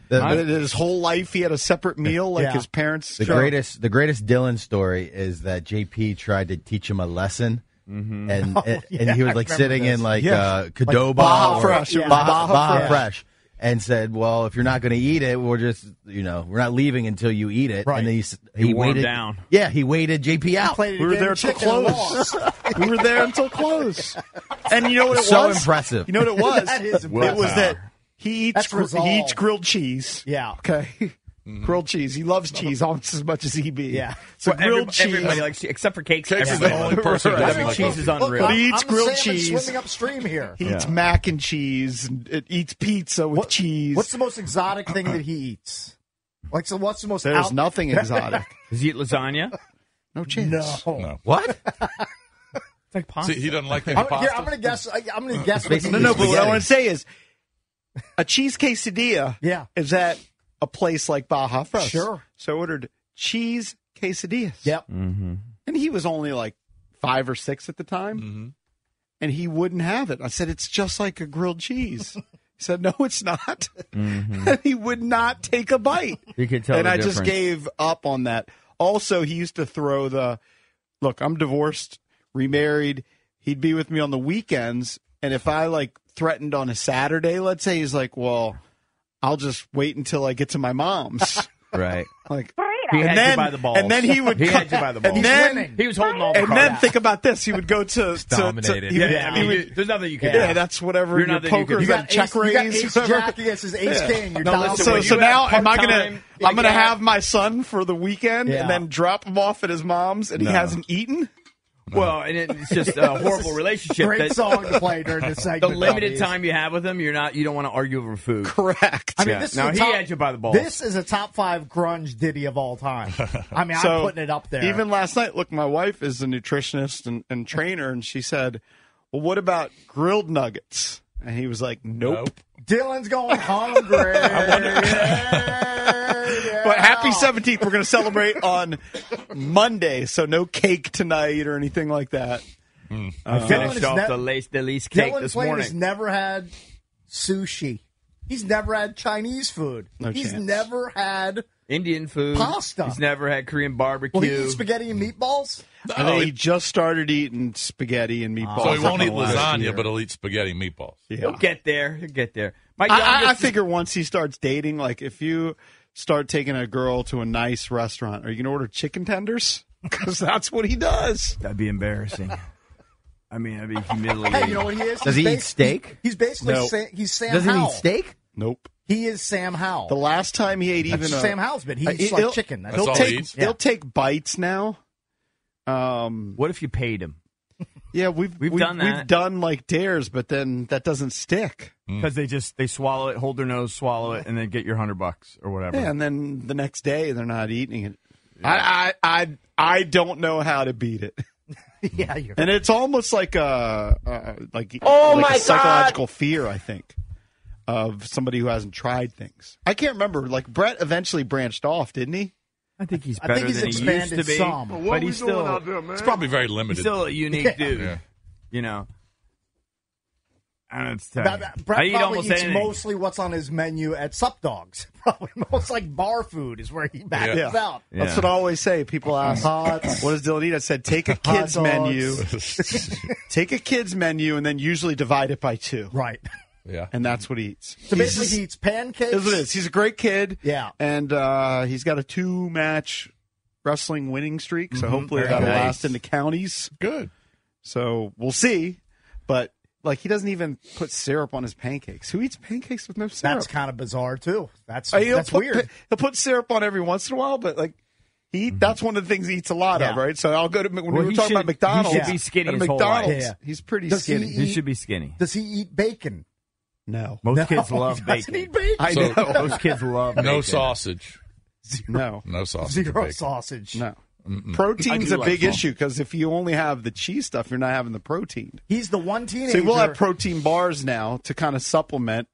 Speaker 1: That in his whole life, he had a separate meal like
Speaker 3: Yeah.
Speaker 1: his parents.
Speaker 7: The
Speaker 1: Sure. [laughs]
Speaker 7: greatest, the greatest Dylan story is that JP tried to teach him a lesson,
Speaker 1: Mm-hmm.
Speaker 7: and
Speaker 1: Oh,
Speaker 7: and, and he was like sitting in like
Speaker 1: Yeah.
Speaker 7: uh, Cadoba
Speaker 1: Baja
Speaker 7: or
Speaker 1: Fresh. It
Speaker 7: Baja,
Speaker 1: was Baja
Speaker 7: Baja
Speaker 1: Fresh.
Speaker 7: Fresh, and said, "Well, if you're not going to eat it, we're just you know we're not leaving until you eat it."
Speaker 3: Right.
Speaker 7: And then he s-
Speaker 5: He
Speaker 7: he,
Speaker 5: warmed
Speaker 7: waited
Speaker 5: down.
Speaker 7: Yeah, he waited JP out.
Speaker 3: Played it
Speaker 1: We were
Speaker 3: again,
Speaker 1: there till
Speaker 3: chicken and
Speaker 1: close. [laughs]
Speaker 3: lost.
Speaker 1: we were there until close. And [laughs] you know what it
Speaker 7: So
Speaker 1: was?
Speaker 7: impressive.
Speaker 1: You know what it was?
Speaker 3: [laughs] That is
Speaker 1: It was [laughs]
Speaker 3: impressive.
Speaker 1: that he eats
Speaker 3: That's
Speaker 1: gr- he
Speaker 3: resolve.
Speaker 1: eats grilled cheese.
Speaker 3: Yeah. Mm-hmm.
Speaker 1: Okay. [laughs] Grilled cheese. He loves
Speaker 3: [laughs]
Speaker 1: cheese almost as much as he be.
Speaker 3: Yeah.
Speaker 1: So
Speaker 5: Every-
Speaker 1: grilled cheese.
Speaker 5: Everybody likes che- except for cakes.
Speaker 2: Cakes is
Speaker 5: everybody
Speaker 2: the only
Speaker 5: likes-
Speaker 2: person who
Speaker 5: Every
Speaker 2: doesn't like
Speaker 5: cheese is
Speaker 3: Look,
Speaker 5: unreal.
Speaker 3: I'm-
Speaker 1: He eats
Speaker 3: I'm
Speaker 1: grilled
Speaker 3: salmon
Speaker 1: cheese.
Speaker 3: swimming upstream here.
Speaker 1: he eats mac and chees and it eats pizza with cheese.
Speaker 3: What's the most exotic thing that he eats? Like, so what's the most
Speaker 1: There's
Speaker 3: out-
Speaker 1: nothing exotic.
Speaker 5: Does he eat lasagna? It's
Speaker 1: No chance.
Speaker 3: No.
Speaker 2: No.
Speaker 7: What?
Speaker 5: like pasta.
Speaker 2: See, he doesn't like any
Speaker 3: I'm,
Speaker 2: pasta.
Speaker 3: here, I'm [laughs] gonna guess. I, I'm gonna guess. what he
Speaker 1: No, no,
Speaker 3: eats.
Speaker 1: but what I
Speaker 7: Spaghetti.
Speaker 1: want to say is a cheese quesadilla
Speaker 3: Yeah.
Speaker 1: is at a place like Baja Fresh.
Speaker 3: Sure.
Speaker 1: So I ordered cheese quesadillas.
Speaker 3: Yep.
Speaker 8: Mm-hmm.
Speaker 1: And he was only like five or six at the time. And he wouldn't have it. I said, it's just like a grilled cheese. [laughs] he said, no, it's not. [laughs] and he would not take a bite.
Speaker 5: Mm-hmm. You could tell
Speaker 1: and
Speaker 5: the
Speaker 1: I just
Speaker 5: difference.
Speaker 1: gave up on that. Also, he used to throw the look, I'm divorced, remarried. He'd be with me on the weekends. And if I like threatened on a Saturday, let's say, he's like, well, I'll just wait until I get to my mom's.
Speaker 5: [laughs] right.
Speaker 1: like,
Speaker 5: He had
Speaker 1: and then,
Speaker 5: you by the balls.
Speaker 1: and then he would
Speaker 5: He
Speaker 1: come-
Speaker 5: had you by the balls.
Speaker 1: and then
Speaker 3: winning.
Speaker 5: he was holding all the
Speaker 1: and
Speaker 5: cards.
Speaker 1: then think about this. He would go to, to, to
Speaker 6: Dominated.
Speaker 1: he
Speaker 5: yeah,
Speaker 1: would-
Speaker 5: yeah, I
Speaker 1: he
Speaker 5: mean,
Speaker 1: would-
Speaker 5: you- there's nothing you can.
Speaker 1: yeah,
Speaker 5: do.
Speaker 1: that's whatever
Speaker 5: You're
Speaker 1: your
Speaker 5: nothing you
Speaker 1: poker
Speaker 5: could
Speaker 1: is
Speaker 5: do.
Speaker 1: that check
Speaker 3: ace,
Speaker 1: raise.
Speaker 3: You got ace
Speaker 1: whatever.
Speaker 3: jack against his ace
Speaker 1: Yeah.
Speaker 3: king. You're
Speaker 5: No,
Speaker 3: down.
Speaker 5: listen,
Speaker 1: so
Speaker 5: when
Speaker 1: so
Speaker 5: you
Speaker 1: now
Speaker 5: have
Speaker 1: am I gonna
Speaker 5: part-time,
Speaker 1: I'm gonna
Speaker 5: like,
Speaker 1: have my son for the weekend
Speaker 3: Yeah.
Speaker 1: and then drop him off at his mom's and he hasn't eaten?
Speaker 5: Well, and it- it's just a
Speaker 1: [laughs]
Speaker 5: horrible relationship.
Speaker 3: Great
Speaker 5: that
Speaker 3: song to play
Speaker 5: [laughs]
Speaker 3: during this segment.
Speaker 5: the limited
Speaker 3: Bobby.
Speaker 5: time you have with him, you're not. You don't want to argue over food.
Speaker 1: Correct.
Speaker 3: I mean,
Speaker 5: Yeah.
Speaker 3: this
Speaker 5: No,
Speaker 3: is
Speaker 5: he
Speaker 3: a top,
Speaker 5: had you by the balls.
Speaker 3: This is a top five grunge ditty of all
Speaker 5: [laughs]
Speaker 3: time. I mean, I'm putting it up there.
Speaker 1: Even last night, look, my wife is a nutritionist and, and trainer, and she said, Well, what about grilled nuggets? And he was like, nope.
Speaker 3: Dylan's going hungry.
Speaker 1: [laughs]
Speaker 3: Yeah,
Speaker 1: But happy
Speaker 3: yeah.
Speaker 1: 17th. We're going to celebrate on Monday, so no cake tonight or anything like that.
Speaker 2: Mm.
Speaker 5: I finished
Speaker 3: Dylan
Speaker 5: off
Speaker 3: is
Speaker 5: the
Speaker 3: ne-
Speaker 5: lace delise cake
Speaker 3: Dylan
Speaker 5: this
Speaker 3: Plain has
Speaker 5: morning.
Speaker 3: never had sushi. He's never had Chinese food.
Speaker 1: No
Speaker 3: He's
Speaker 1: chance.
Speaker 3: never had.
Speaker 5: Indian food,
Speaker 3: Pasta.
Speaker 5: He's never had Korean
Speaker 3: Well,
Speaker 5: barbecue.
Speaker 3: he eats spaghetti and meatballs. Oh,
Speaker 1: And then he just started eating spaghetti and meatballs.
Speaker 2: So he won't
Speaker 1: for
Speaker 2: eat
Speaker 1: the last year.
Speaker 2: lasagna, but he'll eat spaghetti and meatballs.
Speaker 5: He'll get there. He'll get there. My
Speaker 1: I, I, I
Speaker 5: youngest-
Speaker 1: figure once he starts dating, like if you start taking a girl to a nice restaurant, are you going to order chicken tenders? [laughs] Because that's what he does.
Speaker 5: That'd be embarrassing. I mean, that'd be
Speaker 3: Hey, you
Speaker 5: humiliating.
Speaker 3: know what he is?
Speaker 7: Does
Speaker 3: He's
Speaker 7: he eat
Speaker 3: bas-
Speaker 7: steak?
Speaker 3: He's basically
Speaker 1: No.
Speaker 3: Sa- he's Sam
Speaker 7: Doesn't he
Speaker 3: Howell.
Speaker 7: eat steak?
Speaker 1: Nope.
Speaker 3: He is Sam Howell.
Speaker 1: The last time he ate
Speaker 3: That's
Speaker 1: even a,
Speaker 3: Sam Howell's bit. He
Speaker 1: Uh,
Speaker 3: eats
Speaker 1: it-
Speaker 3: like
Speaker 1: it'll-
Speaker 3: chicken. That's
Speaker 2: That's
Speaker 1: he'll
Speaker 2: all
Speaker 3: all.
Speaker 2: he
Speaker 1: take
Speaker 2: eats?
Speaker 1: he'll take bites now. Um.
Speaker 5: what if you paid him?
Speaker 1: Yeah, we've
Speaker 5: We've done
Speaker 1: We've
Speaker 5: that.
Speaker 1: done like dares, but then that doesn't stick.
Speaker 3: Mm.
Speaker 5: Because they just they swallow it, hold their nose, swallow it, and then get your hundred bucks or whatever.
Speaker 1: Yeah, and then the next day they're not eating it. I, I I I don't know how to beat it.
Speaker 3: [laughs]
Speaker 1: [laughs]
Speaker 3: yeah, you're
Speaker 1: and it's almost like a uh, like oh my psychological fear. I think of somebody who hasn't tried things. I can't remember. Like Brett eventually branched off, didn't he?
Speaker 5: I think he's
Speaker 3: I
Speaker 5: better
Speaker 3: think he's
Speaker 5: than he used
Speaker 3: expanded
Speaker 5: to be.
Speaker 3: some. What
Speaker 5: but he's still
Speaker 2: It's probably very
Speaker 5: he's
Speaker 2: limited.
Speaker 5: still a unique
Speaker 3: Yeah.
Speaker 5: dude.
Speaker 2: Yeah.
Speaker 5: You know. I don't know what to tell
Speaker 3: Brett,
Speaker 5: you.
Speaker 3: Brett
Speaker 5: I eat
Speaker 3: probably
Speaker 5: almost
Speaker 3: eats
Speaker 5: anything.
Speaker 3: mostly what's on his menu at Sup Dogs. [laughs] Probably most like bar food is where he balances
Speaker 1: Yeah.
Speaker 3: out.
Speaker 1: That's what I always say. People ask,
Speaker 3: Pots.
Speaker 1: "What does Dylan eat?" I said, "Take
Speaker 3: [laughs]
Speaker 1: a kids
Speaker 3: dogs.
Speaker 1: menu, [laughs]
Speaker 3: [laughs]
Speaker 1: take a kids menu, and then usually divide it by two,
Speaker 3: Right.
Speaker 2: yeah.
Speaker 1: and that's what he eats."
Speaker 3: So
Speaker 1: He's
Speaker 3: basically, he eats pancakes.
Speaker 1: is what it is. He's a great kid.
Speaker 3: Yeah.
Speaker 1: And uh, he's got a two match wrestling winning streak. So hopefully that'll
Speaker 2: Mm-hmm. Nice.
Speaker 1: last into counties.
Speaker 2: Good.
Speaker 1: So we'll see. But like he doesn't even put syrup on his pancakes. Who eats pancakes with no syrup?
Speaker 3: That's kind of bizarre too. That's
Speaker 1: Uh, he'll
Speaker 3: that's
Speaker 1: put,
Speaker 3: weird.
Speaker 1: He'll put syrup on every once in a while, but like he that's one of the things he eats a lot of,
Speaker 3: Yeah.
Speaker 1: right? So I'll go to Mc- when
Speaker 5: Mm-hmm. Well,
Speaker 1: we were
Speaker 5: he
Speaker 1: talking
Speaker 5: should-
Speaker 1: about McDonald's.
Speaker 5: he should be skinny
Speaker 1: at
Speaker 5: his whole
Speaker 1: McDonald's,
Speaker 3: life. Yeah.
Speaker 1: he's pretty
Speaker 3: Does he
Speaker 1: skinny.
Speaker 3: eat-
Speaker 5: He should be skinny.
Speaker 3: Does he eat bacon?
Speaker 1: no,
Speaker 5: Most
Speaker 3: No, [laughs]
Speaker 5: kids love
Speaker 3: he doesn't
Speaker 5: bacon.
Speaker 3: eat bacon.
Speaker 1: I
Speaker 2: So-
Speaker 1: know.
Speaker 5: Most
Speaker 3: [laughs]
Speaker 5: kids love
Speaker 2: No
Speaker 5: bacon.
Speaker 2: sausage.
Speaker 1: no,
Speaker 2: No sausage. or
Speaker 3: Zero
Speaker 2: bacon.
Speaker 3: sausage.
Speaker 1: no. Protein's
Speaker 5: I
Speaker 1: a
Speaker 5: do like
Speaker 1: big
Speaker 5: salt.
Speaker 1: issue because if you only have the cheese stuff, you're not having the protein.
Speaker 3: He's the one teenager.
Speaker 1: So we'll have protein bars now to kind of supplement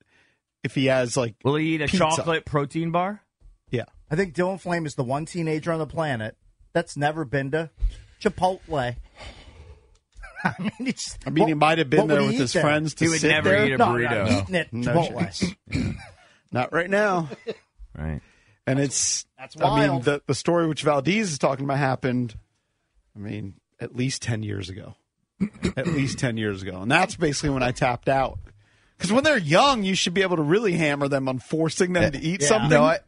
Speaker 1: if he has like
Speaker 5: Will he eat a
Speaker 1: Pizza.
Speaker 5: chocolate protein bar?
Speaker 1: yeah.
Speaker 3: I think Dylan Flame is the one teenager on the planet that's never been to Chipotle. [laughs] I mean, it's,
Speaker 1: I mean, he might have been there with his friends to
Speaker 5: He would
Speaker 1: sit
Speaker 5: never
Speaker 1: there.
Speaker 5: eat a
Speaker 3: No,
Speaker 5: burrito.
Speaker 3: no, eating at
Speaker 1: No
Speaker 3: Chipotle. [laughs]
Speaker 1: Not right now.
Speaker 5: Right.
Speaker 1: And it's
Speaker 3: that's
Speaker 1: I mean
Speaker 3: wild.
Speaker 1: the the story which Valdez is talking about happened. I mean, at least ten years ago. at least ten years ago, and that's basically when I tapped out. Because when they're young, you should be able to really hammer them on forcing them to eat
Speaker 3: Yeah.
Speaker 1: something.
Speaker 7: No, I,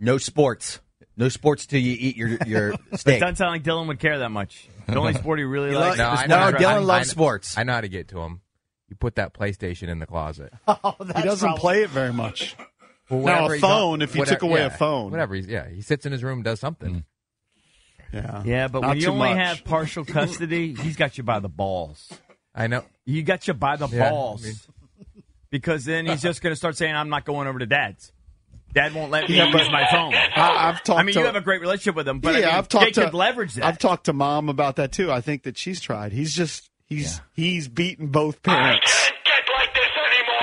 Speaker 7: no sports. No sports till you eat your
Speaker 1: [laughs]
Speaker 7: your steak.
Speaker 5: Doesn't sound like Dylan would care that much. The only sport
Speaker 7: [laughs]
Speaker 5: he really likes.
Speaker 7: No,
Speaker 5: is
Speaker 7: I
Speaker 5: one-
Speaker 7: know. Dylan loves
Speaker 6: I-
Speaker 7: sports.
Speaker 6: I know how to get to him. You put that PlayStation in the closet.
Speaker 3: [laughs] Oh, that's
Speaker 1: he doesn't
Speaker 3: probably-
Speaker 1: play it very much.
Speaker 6: Well,
Speaker 1: Now, a
Speaker 6: whatever he's on-
Speaker 1: phone, if you took away a
Speaker 6: yeah,
Speaker 1: phone. Mm.
Speaker 6: Whatever. He's, yeah, he sits in his room, and does something.
Speaker 1: Yeah,
Speaker 5: Yeah, but
Speaker 1: Not
Speaker 5: when you
Speaker 1: too
Speaker 5: only
Speaker 1: much. [laughs]
Speaker 5: have partial custody, he's got you by the balls.
Speaker 6: I know.
Speaker 5: You got you by the
Speaker 6: Yeah,
Speaker 5: balls.
Speaker 6: I mean-
Speaker 5: Because then he's just going to start saying, I'm not going over to dad's. Dad won't let me
Speaker 1: Yeah,
Speaker 5: use
Speaker 1: but-
Speaker 5: my phone.
Speaker 1: I, I've talked.
Speaker 5: I mean,
Speaker 1: to,
Speaker 5: you have a great relationship with him, but I
Speaker 1: yeah,
Speaker 5: mean,
Speaker 1: I've talked
Speaker 5: they
Speaker 1: to
Speaker 5: could leverage that.
Speaker 1: I've talked to mom about that too. I think that she's tried. He's just he's he's beaten both parents.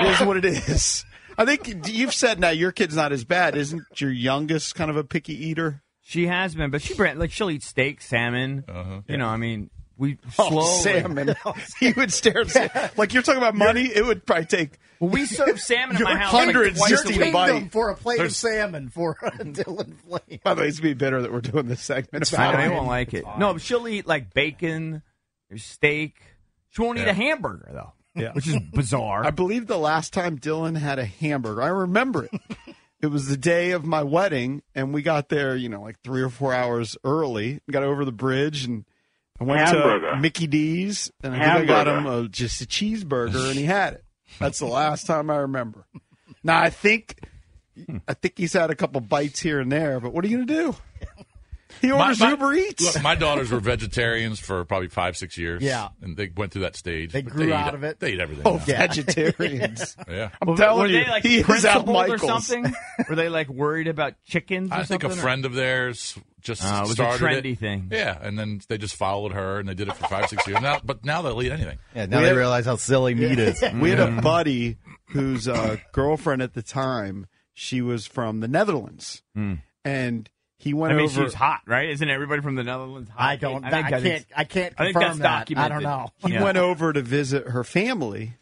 Speaker 1: Is what it is. I think you've said now your kid's not as bad, isn't your youngest kind of a picky eater?
Speaker 5: she has been, but she brand like she'll eat steak, salmon. You know, I mean, we slowly.
Speaker 1: Uh-huh. Oh,
Speaker 5: [laughs]
Speaker 1: salmon. he would stare at salmon. like you're talking about money. It would probably take
Speaker 5: Well, we serve salmon
Speaker 1: [laughs]
Speaker 5: in
Speaker 1: Your
Speaker 5: my house
Speaker 1: hundreds
Speaker 5: like
Speaker 3: Your
Speaker 1: just
Speaker 5: twice a
Speaker 1: eat
Speaker 5: week.
Speaker 3: kingdom
Speaker 1: bite.
Speaker 3: for a plate of salmon for [laughs] Dylan Flame.
Speaker 1: By the way, it's be bitter that we're doing this segment.
Speaker 5: I
Speaker 1: about
Speaker 5: know,
Speaker 1: it.
Speaker 5: he won't like it. No, but she'll eat like bacon, or steak. She won't eat a hamburger though,
Speaker 1: Yeah.
Speaker 5: which is bizarre.
Speaker 1: I believe the last time Dylan had a hamburger, I remember it. it was the day of my wedding, and we got there, you know, like three or four hours early. Got over the bridge, and I went to
Speaker 9: Hamburger.
Speaker 1: Mickey D's, and I, think I got him a, just a cheeseburger, and he had it. That's the last time I remember. Now I think, I think he's had a couple bites here and there, but what are you gonna do? He
Speaker 2: My-
Speaker 1: orders
Speaker 2: my-
Speaker 1: Uber Eats.
Speaker 2: Look, my daughters were vegetarians for probably five, six years.
Speaker 3: Yeah.
Speaker 2: and they went through that stage.
Speaker 3: They
Speaker 2: but
Speaker 3: grew
Speaker 2: eat-
Speaker 3: out of it.
Speaker 2: They eat everything.
Speaker 1: oh,
Speaker 2: now.
Speaker 3: [laughs]
Speaker 1: vegetarians.
Speaker 2: [laughs] yeah.
Speaker 1: I'm
Speaker 4: Were-
Speaker 1: telling
Speaker 4: were
Speaker 1: you,
Speaker 4: they like
Speaker 1: he is out
Speaker 4: principled or
Speaker 1: Michaels.
Speaker 3: [laughs]
Speaker 4: something? were they like worried about chickens? Or
Speaker 2: I think a
Speaker 4: something?
Speaker 2: friend of theirs just
Speaker 4: Uh, it was a
Speaker 2: started
Speaker 4: trendy
Speaker 2: it.
Speaker 4: thing.
Speaker 2: Yeah, and then they just followed her, and they did it for five, six years. Now, but now they'll eat anything.
Speaker 7: Yeah, now they realize how silly meat is. Mm.
Speaker 1: We had a buddy whose uh, girlfriend at the time she was from the Netherlands,
Speaker 7: Hmm.
Speaker 1: and he
Speaker 4: I
Speaker 1: went
Speaker 4: mean,
Speaker 1: over.
Speaker 4: she's hot, right? Isn't everybody from the Netherlands hot?
Speaker 3: I don't. I,
Speaker 4: that is-
Speaker 3: can't. I can't
Speaker 4: I think
Speaker 3: confirm
Speaker 4: that's
Speaker 3: that. I
Speaker 4: documented.
Speaker 3: don't know.
Speaker 1: he
Speaker 4: Yeah.
Speaker 1: went over to visit her family,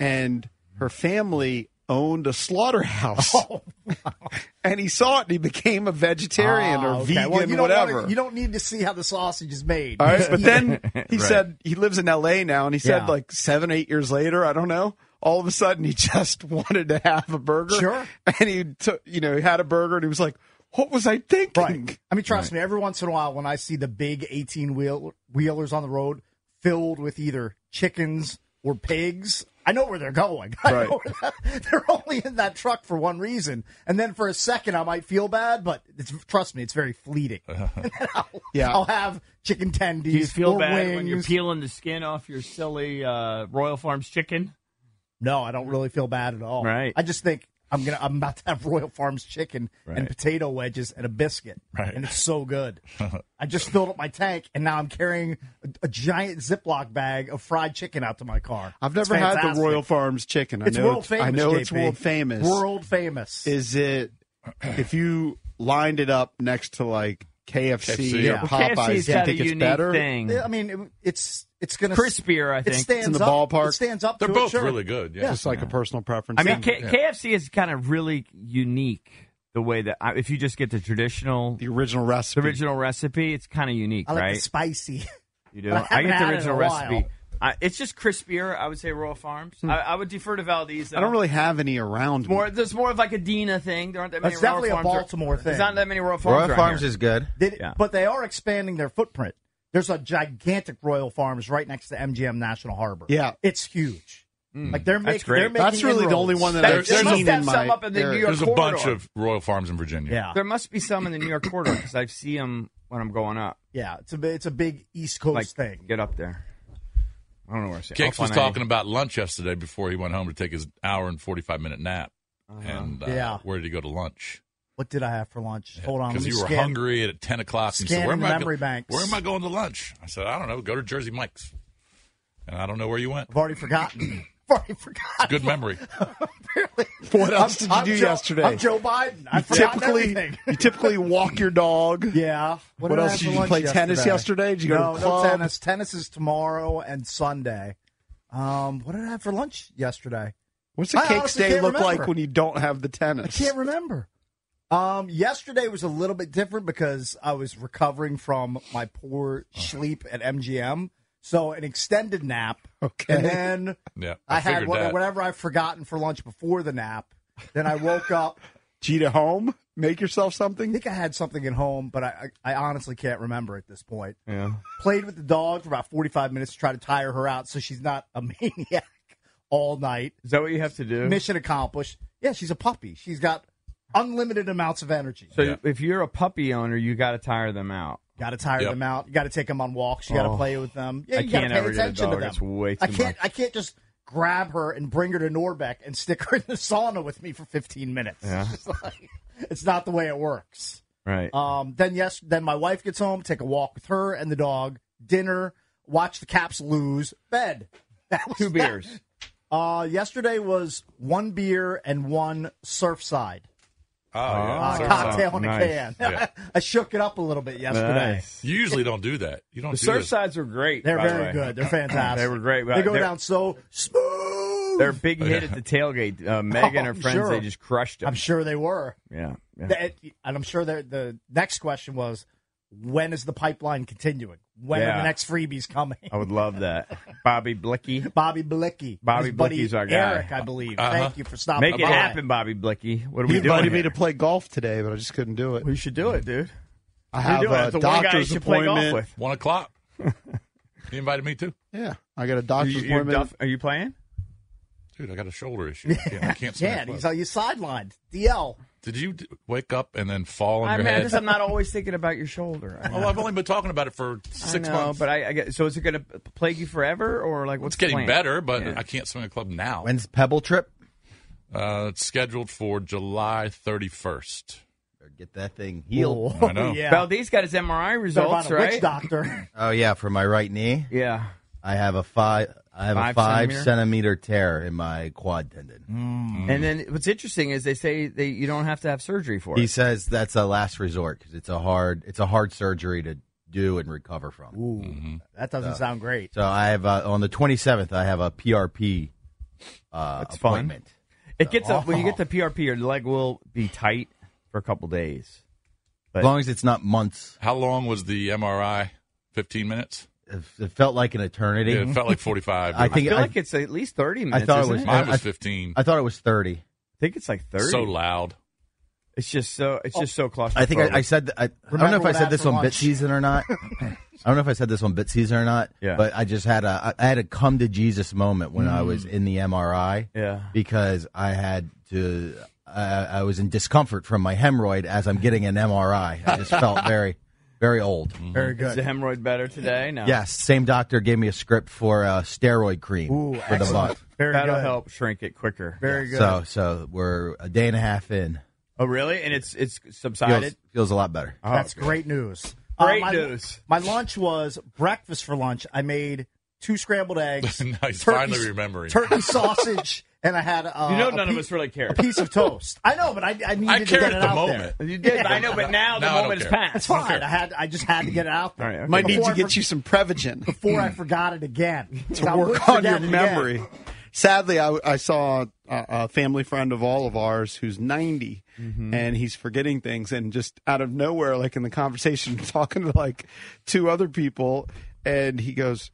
Speaker 1: and her family owned a slaughterhouse.
Speaker 3: Oh,
Speaker 1: [laughs] and he saw it, and he became a vegetarian
Speaker 3: Ah,
Speaker 1: or
Speaker 3: okay.
Speaker 1: vegan,
Speaker 3: Well, you don't
Speaker 1: whatever.
Speaker 3: wanna- you don't need to see how the sausage is made.
Speaker 1: All right, but
Speaker 3: Yeah. [laughs]
Speaker 1: then he said he lives in L.A. now, and he said
Speaker 3: Yeah.
Speaker 1: like seven, eight years later, I don't know. All of a sudden, he [laughs] just wanted to have a burger.
Speaker 3: Sure.
Speaker 1: and he took, you know, he had a burger, and he was like, "What was I thinking?"
Speaker 3: Right. I mean, trust me. Every once in a while, when I see the big eighteen wheel wheelers on the road filled with either chickens or pigs, I know where they're going. [laughs] I
Speaker 1: Right.
Speaker 3: know where that, they're only in that truck for one reason, and then for a second, I might feel bad, but it's, trust me, it's very
Speaker 1: [laughs]
Speaker 3: fleeting. [laughs] And then I'll,
Speaker 1: Yeah.
Speaker 3: I'll have chicken tendies.
Speaker 4: Do you feel
Speaker 3: or
Speaker 4: bad
Speaker 3: wings.
Speaker 4: when you're peeling the skin off your silly uh, Royal Farms chicken?
Speaker 3: No, I don't really feel bad at all.
Speaker 4: Right.
Speaker 3: I just think I'm gonna I'm about to have Royal Farms chicken and potato wedges and a biscuit.
Speaker 2: Right.
Speaker 3: And it's so good. I just filled up my tank and now I'm carrying a, a giant Ziploc bag of fried chicken out to my car.
Speaker 1: I've
Speaker 3: It's
Speaker 1: never had the
Speaker 3: fantastic.
Speaker 1: Royal Farms chicken. I
Speaker 3: It's
Speaker 1: know
Speaker 3: world famous.
Speaker 1: I know it's
Speaker 3: JP.
Speaker 1: world famous.
Speaker 3: World famous.
Speaker 1: Is it if you lined it up next to like KFC,
Speaker 2: KFC.
Speaker 1: or
Speaker 3: Yeah. Well,
Speaker 1: Popeyes?
Speaker 4: KFC's
Speaker 1: do you
Speaker 4: got a
Speaker 1: think it's
Speaker 4: unique
Speaker 1: better?
Speaker 4: thing.
Speaker 3: I mean, it, it's it's gonna
Speaker 4: Crispier, I
Speaker 3: it
Speaker 4: think.
Speaker 3: stands
Speaker 1: in the
Speaker 3: up-
Speaker 1: ballpark.
Speaker 3: It stands up.
Speaker 2: They're
Speaker 3: to it,
Speaker 2: both
Speaker 3: sure.
Speaker 2: really good. Yeah.
Speaker 1: Just like a personal preference.
Speaker 4: I mean,
Speaker 1: thing.
Speaker 4: K- KFC is kind of really unique the way that I, if you just get the traditional
Speaker 1: the original
Speaker 4: the
Speaker 1: recipe.
Speaker 4: original recipe, it's kind of unique,
Speaker 3: I like the
Speaker 4: right?
Speaker 3: spicy.
Speaker 4: [laughs] You do.
Speaker 3: I haven't
Speaker 4: I get the
Speaker 3: had it in
Speaker 4: original
Speaker 3: a while. Hmm.
Speaker 4: recipe. I, it's just crispier. I would say Royal Farms. I, I would defer to Valdez. though.
Speaker 1: I don't really have any around. me.
Speaker 4: More, there's more of like a Dina thing. There aren't that many.
Speaker 3: That's
Speaker 4: Royal
Speaker 3: definitely a
Speaker 4: Farms or-
Speaker 3: Baltimore
Speaker 4: There's
Speaker 3: thing.
Speaker 4: not that many Royal Farms.
Speaker 7: Royal
Speaker 4: around
Speaker 7: Farms
Speaker 4: here.
Speaker 7: is good.
Speaker 3: They-
Speaker 4: [laughs] Yeah.
Speaker 3: But they are expanding their footprint. There's a gigantic Royal Farms right next to MGM National Harbor.
Speaker 1: Yeah.
Speaker 3: it's huge.
Speaker 2: Mm.
Speaker 3: Like they're making.
Speaker 4: great.
Speaker 3: They're making
Speaker 1: That's really the
Speaker 3: inroads.
Speaker 1: only one that
Speaker 4: There-
Speaker 1: I've
Speaker 4: there must
Speaker 1: seen
Speaker 4: have
Speaker 1: in
Speaker 4: some
Speaker 1: my.
Speaker 4: up in the New
Speaker 1: area.
Speaker 4: York
Speaker 2: There's a
Speaker 4: corridor.
Speaker 2: bunch of Royal Farms in Virginia.
Speaker 3: Yeah,
Speaker 4: There must be some in the New York corridor because I see them when I'm going up.
Speaker 3: yeah. It's a bi- it's a big East Coast
Speaker 4: Like,
Speaker 3: thing.
Speaker 4: get up there. I don't know where I see.
Speaker 2: Cakes was talking about lunch yesterday before he went home to take his hour and 45 minute nap.
Speaker 4: Uh-huh.
Speaker 2: And uh,
Speaker 3: Yeah. Um,
Speaker 2: where did he go to lunch?
Speaker 3: What did I have for lunch? Hold on, let
Speaker 2: Because
Speaker 3: me
Speaker 2: you were
Speaker 3: scan.
Speaker 2: hungry at 10 o'clock. and you said,
Speaker 3: Scanning
Speaker 2: where am
Speaker 3: the
Speaker 2: I
Speaker 3: memory banks.
Speaker 2: Where am I going to lunch? I said, I don't know. Go to Jersey Mike's. And I don't know where you went.
Speaker 3: I've already forgotten. [clears throat] I've already forgotten. [laughs]
Speaker 2: Good memory.
Speaker 3: Really. [laughs]
Speaker 1: What else did you
Speaker 3: I'm
Speaker 1: do
Speaker 3: Joe-
Speaker 1: yesterday?
Speaker 3: I'm Joe Biden. I
Speaker 1: You typically,
Speaker 3: everything.
Speaker 1: you typically walk your dog.
Speaker 3: Yeah.
Speaker 1: What
Speaker 3: did I
Speaker 1: else
Speaker 3: have
Speaker 1: did
Speaker 3: for
Speaker 1: you
Speaker 3: lunch
Speaker 1: play tennis yesterday? Did you go
Speaker 3: no,
Speaker 1: to the club?
Speaker 3: no tennis. Tennis is tomorrow and Sunday. Um, what did I have for lunch yesterday?
Speaker 1: What's a
Speaker 3: I
Speaker 1: cakes
Speaker 3: honestly
Speaker 1: day
Speaker 3: can't
Speaker 1: look like
Speaker 3: remember.
Speaker 1: when you don't have the
Speaker 3: I
Speaker 1: tennis?
Speaker 3: can't remember. Um, yesterday was a little bit different because I was recovering from my poor
Speaker 1: Uh-huh.
Speaker 3: sleep at MGM, so an extended nap.
Speaker 1: Okay.
Speaker 3: and then
Speaker 2: Yeah, I
Speaker 3: I, had
Speaker 2: figured
Speaker 3: what,
Speaker 2: that.
Speaker 3: whatever I've forgotten for lunch before the nap. Then I
Speaker 1: [laughs]
Speaker 3: woke up.
Speaker 1: Did you eat at home? Make yourself
Speaker 3: I
Speaker 1: something?
Speaker 3: think I had something at home, but I, I, I honestly can't remember at this point.
Speaker 4: Yeah.
Speaker 3: Played with the dog for about forty five minutes to try to tire her out, so she's not a [laughs] maniac all night.
Speaker 4: Is that what you have to do?
Speaker 3: Mission accomplished. Yeah, she's a puppy. She's got unlimited amounts of energy.
Speaker 4: So if you're a puppy owner, you got to tire them out.
Speaker 3: Got to tire
Speaker 2: Yep.
Speaker 3: them out. You got to take them on walks. You got to
Speaker 4: Oh.
Speaker 3: play with them. Yeah,
Speaker 4: I
Speaker 3: you got to
Speaker 4: can't
Speaker 3: pay
Speaker 4: ever get a
Speaker 3: attention to
Speaker 4: dog.
Speaker 3: them.
Speaker 4: It's way
Speaker 3: I
Speaker 4: too
Speaker 3: can't.
Speaker 4: much.
Speaker 3: I can't just grab her and bring her to Norbeck and stick her in the sauna with me for 15 minutes. [laughs] It's, just like- it's not the way it works.
Speaker 4: Right.
Speaker 3: Um, then yes, then my wife gets home, take a walk with her and the dog, dinner, watch the Caps lose, bed. [laughs] That was
Speaker 4: Two beers.
Speaker 3: Uh, yesterday was one beer and one Surfside
Speaker 2: Oh, yeah.
Speaker 4: Ah,
Speaker 3: uh,
Speaker 2: Surfside.
Speaker 3: cocktail in a
Speaker 4: nice.
Speaker 3: can.
Speaker 4: [laughs]
Speaker 2: Yeah.
Speaker 3: [laughs] I shook it up a little bit yesterday.
Speaker 2: You usually don't do that. You don't
Speaker 4: The
Speaker 2: do this.
Speaker 4: Surfsides were great.
Speaker 3: They're
Speaker 4: by the
Speaker 3: very
Speaker 4: way.
Speaker 3: good. They're fantastic.
Speaker 4: [laughs] They were great.
Speaker 3: They go
Speaker 4: They're-
Speaker 3: down so smooth.
Speaker 4: Their big
Speaker 2: Oh,
Speaker 4: hit
Speaker 3: [laughs]
Speaker 4: at the tailgate. Uh, Meg and her
Speaker 3: Oh, I'm
Speaker 4: friends,
Speaker 3: sure.
Speaker 4: they just crushed it.
Speaker 3: I'm sure they were.
Speaker 4: yeah. yeah.
Speaker 3: That- And I'm sure the, the next question was, when is the pipeline continuing? When are
Speaker 4: Yeah.
Speaker 3: the next freebies coming?
Speaker 4: I would
Speaker 3: [laughs]
Speaker 4: love that. Bobby Blicky.
Speaker 3: Bobby Blicky.
Speaker 4: Bobby
Speaker 3: His buddy
Speaker 4: Blicky's our guy. Uh-huh.
Speaker 3: Eric, I believe. Thank you for stopping
Speaker 4: Make
Speaker 3: by.
Speaker 4: it happen, Bobby Blicky. What are we
Speaker 1: He
Speaker 4: doing?
Speaker 1: invited me
Speaker 4: here?
Speaker 1: to play golf today, but I just couldn't do it.
Speaker 4: We should do it, dude.
Speaker 1: I
Speaker 4: What are
Speaker 1: have
Speaker 4: you doing?
Speaker 1: a
Speaker 4: It's the one guy you
Speaker 1: doctor's
Speaker 4: should play golf
Speaker 1: appointment.
Speaker 4: with.
Speaker 1: [laughs]
Speaker 2: One o'clock. he invited me too.
Speaker 1: Yeah, I got a
Speaker 4: You,
Speaker 1: doctor's
Speaker 4: you're
Speaker 1: appointment.
Speaker 4: duff- are you playing? [laughs]
Speaker 2: Dude, I got a shoulder issue. I can't, I can't swing
Speaker 3: Jan,
Speaker 2: a
Speaker 3: he's
Speaker 2: club.
Speaker 3: like, you sidelined. DL.
Speaker 2: Did you d- wake up and then fall on
Speaker 4: I
Speaker 2: your
Speaker 4: mean, I
Speaker 2: head?
Speaker 4: just, I'm
Speaker 2: [laughs]
Speaker 4: not always thinking about your shoulder. I know.
Speaker 2: Oh, I've only been talking about it for six
Speaker 4: I know,
Speaker 2: months.
Speaker 4: But I, I get, so is it going to plague you forever, or like what's
Speaker 2: it's getting
Speaker 4: the plan?
Speaker 2: better, but
Speaker 4: Yeah.
Speaker 2: I can't swing a club now.
Speaker 7: When's Pebble Trip?
Speaker 2: Uh, it's scheduled for July 31st.
Speaker 7: Get that thing healed.
Speaker 2: I know.
Speaker 3: [laughs] Yeah.
Speaker 4: Valdez got his MRI
Speaker 3: Better find
Speaker 4: results,
Speaker 3: a witch
Speaker 4: right?
Speaker 3: doctor.
Speaker 7: Oh yeah, for my right knee,
Speaker 4: Yeah.
Speaker 7: I have a five. I have a
Speaker 4: Five
Speaker 7: five
Speaker 4: centimeter? Mm.
Speaker 7: centimeter? tear in my quad tendon.
Speaker 4: [laughs] And then what's interesting is they say they you don't have to have surgery for
Speaker 7: He
Speaker 4: it.
Speaker 7: says that's a last resort because it's a hard it's a hard surgery to do and recover from.
Speaker 3: Ooh, that doesn't sound great.
Speaker 7: So I have uh, on the 27th I have a PRP uh,
Speaker 4: fun.
Speaker 7: appointment.
Speaker 4: It gets up when
Speaker 7: [laughs]
Speaker 4: you get the PRP, your leg will be tight for a couple days.
Speaker 7: As long as it's not months,
Speaker 2: How long was the MRI? 15 minutes?
Speaker 7: it it felt like an eternity.
Speaker 2: Yeah, it felt like 45.
Speaker 7: I
Speaker 4: I
Speaker 7: think
Speaker 4: feel
Speaker 7: I,
Speaker 4: like it's at least thirty minutes.
Speaker 7: thought it
Speaker 4: isn't
Speaker 7: was-
Speaker 4: I
Speaker 2: Mine was 15.
Speaker 7: I thought it was 30.
Speaker 4: think it's like thirty.
Speaker 2: So loud.
Speaker 4: It's just so it's just so claustrophobic.
Speaker 7: Oh, I think I, I said th- I, I don't know
Speaker 3: Remember
Speaker 7: if I
Speaker 3: what
Speaker 7: said this
Speaker 3: happened
Speaker 7: on Bit
Speaker 3: once.
Speaker 7: Season or
Speaker 3: [laughs]
Speaker 7: not. I don't know if I said this on Bit Season or not.
Speaker 4: Yeah.
Speaker 7: But I just had a I I had a come to Jesus moment when I
Speaker 3: Mm.
Speaker 7: was in the MRI.
Speaker 4: Yeah.
Speaker 7: Because I had to. I I was in discomfort from my hemorrhoid as I'm getting an MRI. I just
Speaker 3: [laughs]
Speaker 7: felt very, very old.
Speaker 3: Very
Speaker 4: Mm-hmm. Is the hemorrhoid better today? No.
Speaker 7: Yes, same doctor gave me a script for uh, steroid cream
Speaker 3: Ooh,
Speaker 7: for the
Speaker 3: excellent.
Speaker 7: month.
Speaker 3: Very
Speaker 4: That'll
Speaker 3: good.
Speaker 4: help shrink it quicker.
Speaker 3: Very good.
Speaker 7: So, so we're a day and a half in.
Speaker 4: Oh, really? And it's it's
Speaker 7: Feels,
Speaker 4: subsided.
Speaker 7: feels a lot better.
Speaker 3: That's great news. Uh,
Speaker 4: Great
Speaker 3: my,
Speaker 4: news.
Speaker 3: My lunch was breakfast for lunch. I made two scrambled eggs.
Speaker 2: Nice, finally remembering.
Speaker 3: Turkey sausage, and I had. Uh,
Speaker 4: you know,
Speaker 3: a
Speaker 4: none of
Speaker 3: pe-
Speaker 4: us
Speaker 3: [laughs]
Speaker 4: really
Speaker 3: A
Speaker 4: cared.
Speaker 3: piece of toast. I know, but I, I needed
Speaker 2: I
Speaker 3: to
Speaker 2: cared
Speaker 3: get it
Speaker 2: at the
Speaker 3: out
Speaker 2: moment.
Speaker 3: there.
Speaker 4: You did, I know, but now the
Speaker 2: Now I don't
Speaker 4: moment is
Speaker 2: care.
Speaker 4: past.
Speaker 3: It's fine. I had. I just had to get it out there.
Speaker 4: All right, okay.
Speaker 3: My
Speaker 1: Might need to get you some Prevagen.
Speaker 3: before I forgot it again.
Speaker 1: [laughs]
Speaker 3: I
Speaker 1: to
Speaker 3: would
Speaker 1: work on
Speaker 3: forget
Speaker 1: your
Speaker 3: it again.
Speaker 1: memory. Sadly, I, I saw a, a family friend of all of ours who's 90 and he's forgetting things. And just out of nowhere, like in the conversation, [laughs] talking to like two other people, and he goes,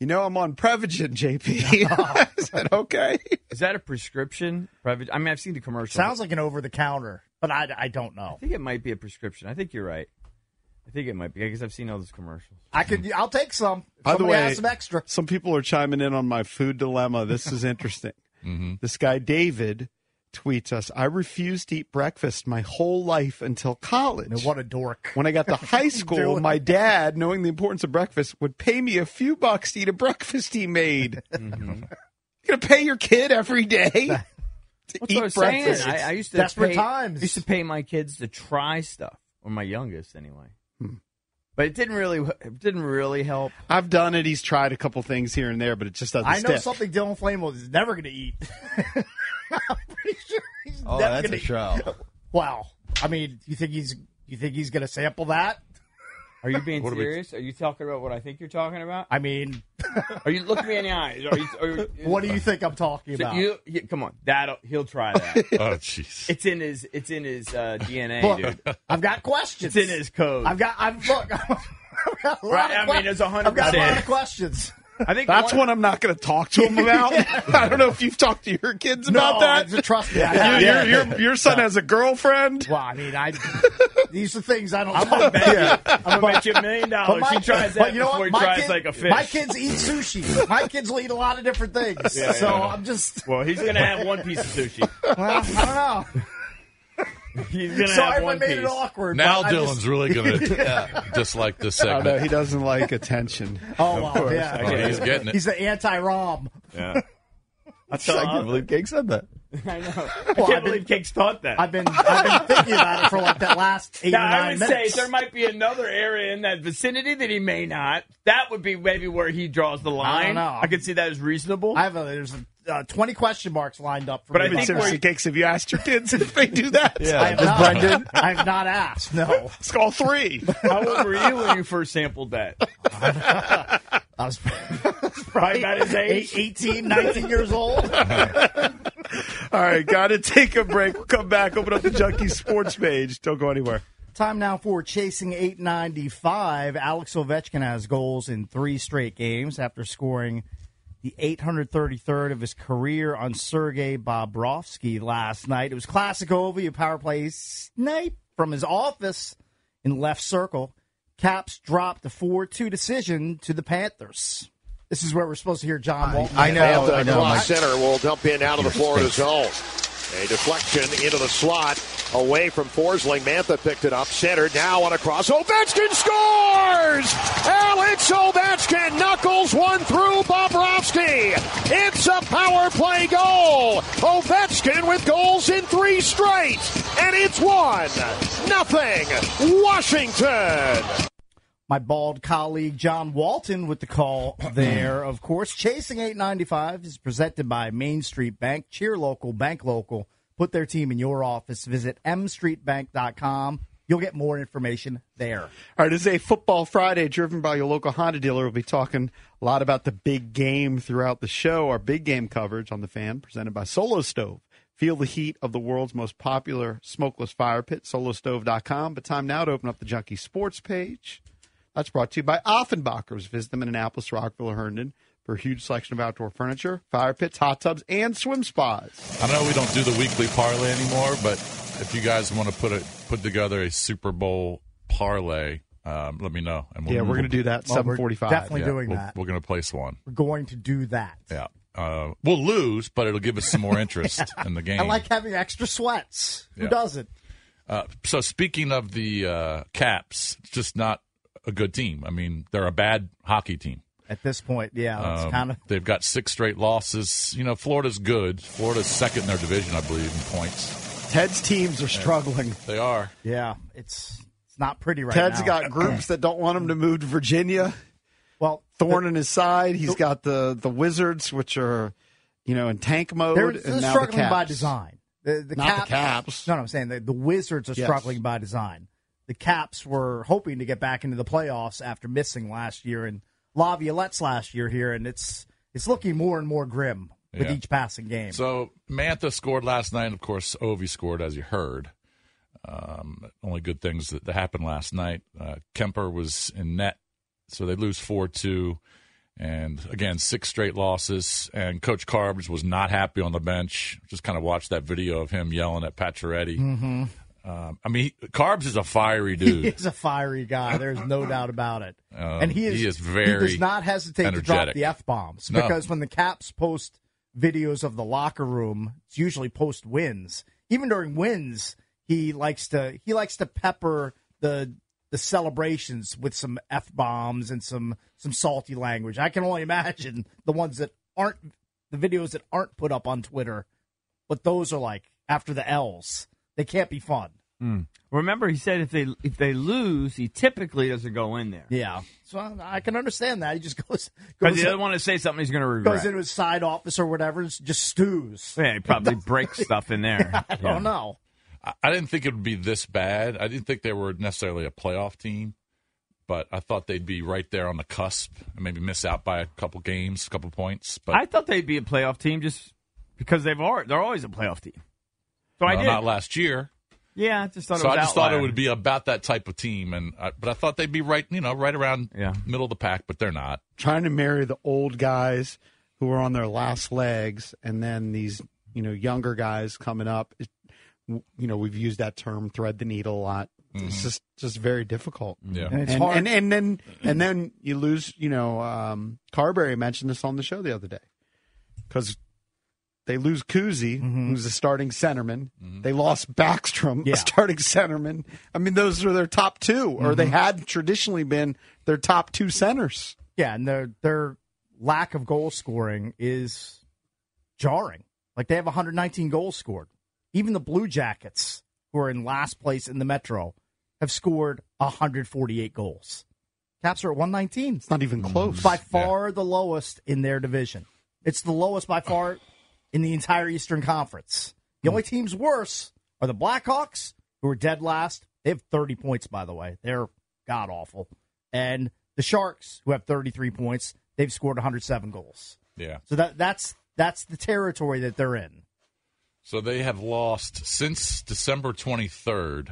Speaker 1: You know, I'm on Prevagen, JP. I said, Okay.
Speaker 4: Is that a prescription? Private? I mean, I've seen the commercial.
Speaker 3: Sounds like an over the counter, but I, I don't know.
Speaker 4: I think it might be a prescription. I think you're right. I think it might be. I guess I've seen all those commercials.
Speaker 3: I could. I'll take some. If
Speaker 1: By the
Speaker 3: somebody
Speaker 1: way-
Speaker 3: has some extra.
Speaker 1: Some people are chiming in on my food dilemma. This is
Speaker 4: [laughs]
Speaker 1: interesting.
Speaker 4: Mm-hmm.
Speaker 1: This guy, David, tweets us I refused to eat breakfast my whole life until college.
Speaker 3: What a dork.
Speaker 1: [laughs] When I got to
Speaker 3: [laughs]
Speaker 1: high school,
Speaker 3: doing?
Speaker 1: my dad, knowing the importance of breakfast, would pay me a few bucks to eat a breakfast he
Speaker 3: [laughs]
Speaker 1: made.
Speaker 3: Mm-hmm.
Speaker 1: You're gonna pay your kid every day [laughs] to
Speaker 4: That's
Speaker 1: eat
Speaker 4: what I was
Speaker 1: breakfast.
Speaker 4: saying. I, I used to
Speaker 3: Desperate
Speaker 4: pay,
Speaker 3: times.
Speaker 4: Used to pay my kids to try stuff, or my youngest anyway.
Speaker 2: Hmm.
Speaker 4: But it didn't really. It didn't really help.
Speaker 1: I've done it. He's tried a couple things here and there, but it just doesn't.
Speaker 3: I know
Speaker 1: stick.
Speaker 3: something Dylan Flammable is never going to eat. [laughs] I'm pretty sure he's
Speaker 7: Oh,
Speaker 3: never
Speaker 7: that's
Speaker 3: going
Speaker 7: a
Speaker 3: to
Speaker 7: show.
Speaker 3: [laughs] Wow. I mean, you think he's you think he's going to sample that?
Speaker 4: [laughs] Are you being
Speaker 2: What are we-
Speaker 4: serious? Are, you talking about what I think you're talking about?
Speaker 3: I
Speaker 4: [laughs]
Speaker 3: mean,
Speaker 4: Are you looking me in the eyes? Are you, are you,
Speaker 3: [laughs] what do you think I'm talking
Speaker 4: So
Speaker 3: about?
Speaker 4: you, yeah, come on, that'll he'll try that.
Speaker 2: [laughs] Oh, jeez.
Speaker 4: it's in his. It's in his
Speaker 2: [laughs]
Speaker 4: uh, DNA,
Speaker 3: Look,
Speaker 4: dude.
Speaker 3: I've got questions.
Speaker 4: It's in his code.
Speaker 3: I've got. I've look. [laughs] I've got a lot
Speaker 4: Right,
Speaker 3: of
Speaker 4: I mean,
Speaker 3: que-
Speaker 4: it's 100%.
Speaker 3: I've got a lot of questions.
Speaker 4: I think
Speaker 1: That's
Speaker 4: one-
Speaker 1: what I'm not going to talk to him
Speaker 3: [laughs]
Speaker 1: about. I don't know if you've talked to your kids about
Speaker 3: no,
Speaker 1: that.
Speaker 3: I- trust me. I
Speaker 1: [laughs] Your-
Speaker 3: have.
Speaker 1: your, your, your son has a girlfriend.
Speaker 3: Well, I mean, I. [laughs] These are things I don't.
Speaker 4: I'm gonna bet you. I'm gonna bet you a million dollars. She tries that
Speaker 3: but you know
Speaker 4: before
Speaker 3: what?
Speaker 4: he
Speaker 3: My
Speaker 4: tries
Speaker 3: kid-
Speaker 4: like a fish.
Speaker 3: My kids eat sushi. My kids will eat a lot of different things.
Speaker 4: Yeah,
Speaker 3: so
Speaker 4: yeah.
Speaker 3: I'm just.
Speaker 4: [laughs] Well, he's gonna have one piece of sushi.
Speaker 3: Well, I
Speaker 4: [laughs]
Speaker 3: don't know.
Speaker 4: He's gonna
Speaker 3: Sorry
Speaker 4: have
Speaker 3: if I
Speaker 4: one
Speaker 3: made
Speaker 4: piece.
Speaker 3: it awkward.
Speaker 2: Now
Speaker 3: but I
Speaker 2: Dylan's
Speaker 3: just-
Speaker 2: really
Speaker 3: [laughs]
Speaker 2: going to dislike this
Speaker 1: [laughs] I know he
Speaker 2: segment.
Speaker 1: doesn't like attention.
Speaker 3: oh, well, yeah.
Speaker 2: Oh, he's getting it.
Speaker 3: He's the anti-Rom.
Speaker 4: That's all. I,
Speaker 7: believe King said that.
Speaker 4: know. [laughs] I
Speaker 3: Well,
Speaker 4: can't
Speaker 3: I've
Speaker 4: believe
Speaker 3: been-
Speaker 4: Cakes thought that.
Speaker 3: I've been I've been thinking about it for like that last
Speaker 4: [laughs]
Speaker 3: eight
Speaker 4: now,
Speaker 3: or
Speaker 4: I
Speaker 3: nine
Speaker 4: would
Speaker 3: minutes.
Speaker 4: say there might be another area in that vicinity that he may not. That would be maybe where he draws the line.
Speaker 3: know.
Speaker 4: I could see that as reasonable.
Speaker 3: I have a, there's uh, 20 question marks lined up for
Speaker 4: But
Speaker 3: me.
Speaker 4: I
Speaker 1: I mean,
Speaker 3: about
Speaker 4: think
Speaker 3: that.
Speaker 1: seriously, Cakes, have you asked your kids if they do that?
Speaker 3: I have
Speaker 7: Does
Speaker 3: not,
Speaker 7: Brendan-
Speaker 3: I have not asked. [laughs] No,
Speaker 1: It's all three.
Speaker 4: How old were you when you first sampled that?
Speaker 3: [laughs] I was
Speaker 4: Probably about his
Speaker 3: eight,
Speaker 4: age.
Speaker 3: 18, 19
Speaker 7: [laughs]
Speaker 3: years old.
Speaker 1: All right, got to take a break. We'll come back, open up the Junkie Sports page. Don't go anywhere.
Speaker 3: Time now for chasing 895. Alex Ovechkin has goals in three straight games after scoring the 833rd of his career on Sergei Bobrovsky last night. It was classic Ovi, a power play snipe from his office in left circle. Caps dropped a 4 2 decision to the Panthers. This is where we're supposed to hear John Walton.
Speaker 7: I know. I
Speaker 10: Panther
Speaker 7: know.
Speaker 10: across
Speaker 7: My-
Speaker 10: center will dump in out of the Florida zone. A deflection into the slot.
Speaker 9: away from Forsling. Mantha picked it up. Center now on a cross. Ovechkin scores! Alex Ovechkin knuckles one through Bobrovsky. It's a power play goal. Ovechkin with goals in three straight. And it's one, nothing, Washington.
Speaker 3: my bald colleague John Walton with the
Speaker 2: [clears throat]
Speaker 3: call there, of course. Chasing 895 is presented by Main Street Bank. Cheer local, bank local. Put their team in your office. Visit mstreetbank.com. You'll get more information there.
Speaker 1: All right, this is a Football Friday driven by your local Honda dealer. We'll be talking a lot about the big game throughout the show. Our big game coverage on the fan presented by Solo Stove. Feel the heat of the world's most popular smokeless fire pit, solostove.com. But time now to open up the Junkie Sports page. That's brought to you by Offenbachers. Visit them in Annapolis, Rockville, or Herndon for a huge selection of outdoor furniture, fire pits, hot tubs, and swim spas.
Speaker 2: I know we don't do the weekly parlay anymore, but if you guys want to put a put together a Super Bowl parlay, um, let me know. And
Speaker 1: Yeah, we're going to do that
Speaker 3: Well, we're
Speaker 1: 745.
Speaker 3: definitely doing
Speaker 2: we'll-
Speaker 3: that.
Speaker 2: We're going to place one.
Speaker 3: We're going to do that.
Speaker 2: Yeah, uh, we'll lose, but it'll give us some more interest in the game.
Speaker 3: I like having extra sweats. Who
Speaker 2: Yeah.
Speaker 3: doesn't?
Speaker 2: Uh, so speaking of the uh, Caps, it's just not a good team. I mean, they're a bad hockey team.
Speaker 3: At this point, yeah, Oh, it's
Speaker 2: Um,
Speaker 3: kind of
Speaker 2: They've got six straight losses. You know, Florida's good. Florida's second in their division, I believe, in points.
Speaker 1: Ted's teams are struggling.
Speaker 2: They are.
Speaker 3: yeah, it's it's not pretty right
Speaker 1: Ted's
Speaker 3: now.
Speaker 1: got groups that don't want him to move to Virginia.
Speaker 3: well
Speaker 1: thorn in his side. He's got the the Wizards, which are you know in tank mode,
Speaker 3: They're,
Speaker 1: and
Speaker 3: they're
Speaker 1: now
Speaker 3: struggling
Speaker 1: the Caps.
Speaker 3: by design. The, the,
Speaker 1: Not the
Speaker 3: Caps,
Speaker 1: Caps.
Speaker 3: No, no, I'm saying the, the Wizards are
Speaker 1: Yes.
Speaker 3: struggling by design. The Caps were hoping to get back into the playoffs after missing last year and Laviolette's last year here, and it's it's looking more and more grim with
Speaker 2: Yeah.
Speaker 3: each passing game.
Speaker 2: So Mantha scored last night. Of course, Ovi scored, as you heard. Um, only good things that, that happened last night. Uh, Kemper was in net, so they lose 4 2. And again, six straight losses. And Coach Carbs was not happy on the bench. Just kind of watched that video of him yelling at Pacioretty.
Speaker 3: Hmm. Mm-hmm.
Speaker 2: Um, I mean, he- Carbs is a fiery
Speaker 3: [laughs] he
Speaker 2: dude.
Speaker 3: is a fiery guy. There's no doubt about it.
Speaker 2: Um,
Speaker 3: and he is
Speaker 2: he is very
Speaker 3: does not hesitate to drop
Speaker 2: energetic.
Speaker 3: the f bombs
Speaker 2: No.
Speaker 3: because when the Caps post videos of the locker room, it's usually post wins. Even during wins, he likes to he likes to pepper the the celebrations with some f bombs and some some salty language. I can only imagine the ones that aren't the videos that aren't put up on Twitter, what those are like after the L's. They can't be fun.
Speaker 5: Hmm. Remember, he said if they if they lose, he typically doesn't go in there
Speaker 3: Yeah. So I, I can understand that. He just [laughs] goes
Speaker 5: because
Speaker 3: goes,
Speaker 5: he doesn't want to say something he's going to regret.
Speaker 3: goes into his side office or whatever, and just stews.
Speaker 5: yeah,
Speaker 3: [laughs]
Speaker 5: he probably breaks stuff in there.
Speaker 3: I don't know.
Speaker 2: I- I didn't think it would be this bad. I didn't think they were necessarily a playoff team, but I thought they'd be right there on the cusp and maybe miss out by a couple games, a couple points. But
Speaker 5: I thought they'd be a playoff team just because they've are they're always a playoff team. So I
Speaker 2: Well,
Speaker 5: did.
Speaker 2: not last year.
Speaker 5: yeah, I just thought
Speaker 2: So
Speaker 5: it was
Speaker 2: I just thought
Speaker 5: outlier.
Speaker 2: it would be about that type of team, and I, but I thought they'd be right, you know, right around
Speaker 5: Yeah.
Speaker 2: middle of the pack, but they're not.
Speaker 1: trying to marry the old guys who are on their last legs, and then these you know younger guys coming up. It, you know, we've used that term "thread the needle" a lot.
Speaker 3: Mm-hmm.
Speaker 1: It's just just very difficult.
Speaker 2: Yeah.
Speaker 3: And it's
Speaker 1: and,
Speaker 3: hard.
Speaker 1: and and then and then you lose. You know, um, Carberry mentioned this on the show the other day because they lose Kuzi, who's a starting centerman.
Speaker 2: Mm-hmm.
Speaker 1: They lost Backstrom,
Speaker 3: Mm-hmm. Yeah.
Speaker 1: a starting centerman. I mean, those were their top 2 or
Speaker 3: Mm-hmm.
Speaker 1: they had traditionally been their top two centers.
Speaker 3: yeah, and their their lack of goal scoring is jarring. Like they have 119 goals scored. Even the Blue Jackets, who are in last place in the Metro, have scored 148 goals. Caps are at 119.
Speaker 1: It's not even close.
Speaker 3: by far the lowest in their division. It's the lowest by far in the entire Eastern Conference. The only teams worse are the Blackhawks, who are dead last. They have 30 points, by the way. They're god awful. And the Sharks, who have 33 points, they've scored 107 goals.
Speaker 2: Yeah.
Speaker 3: So that that's that's the territory that they're in.
Speaker 2: So they have lost since December 23rd.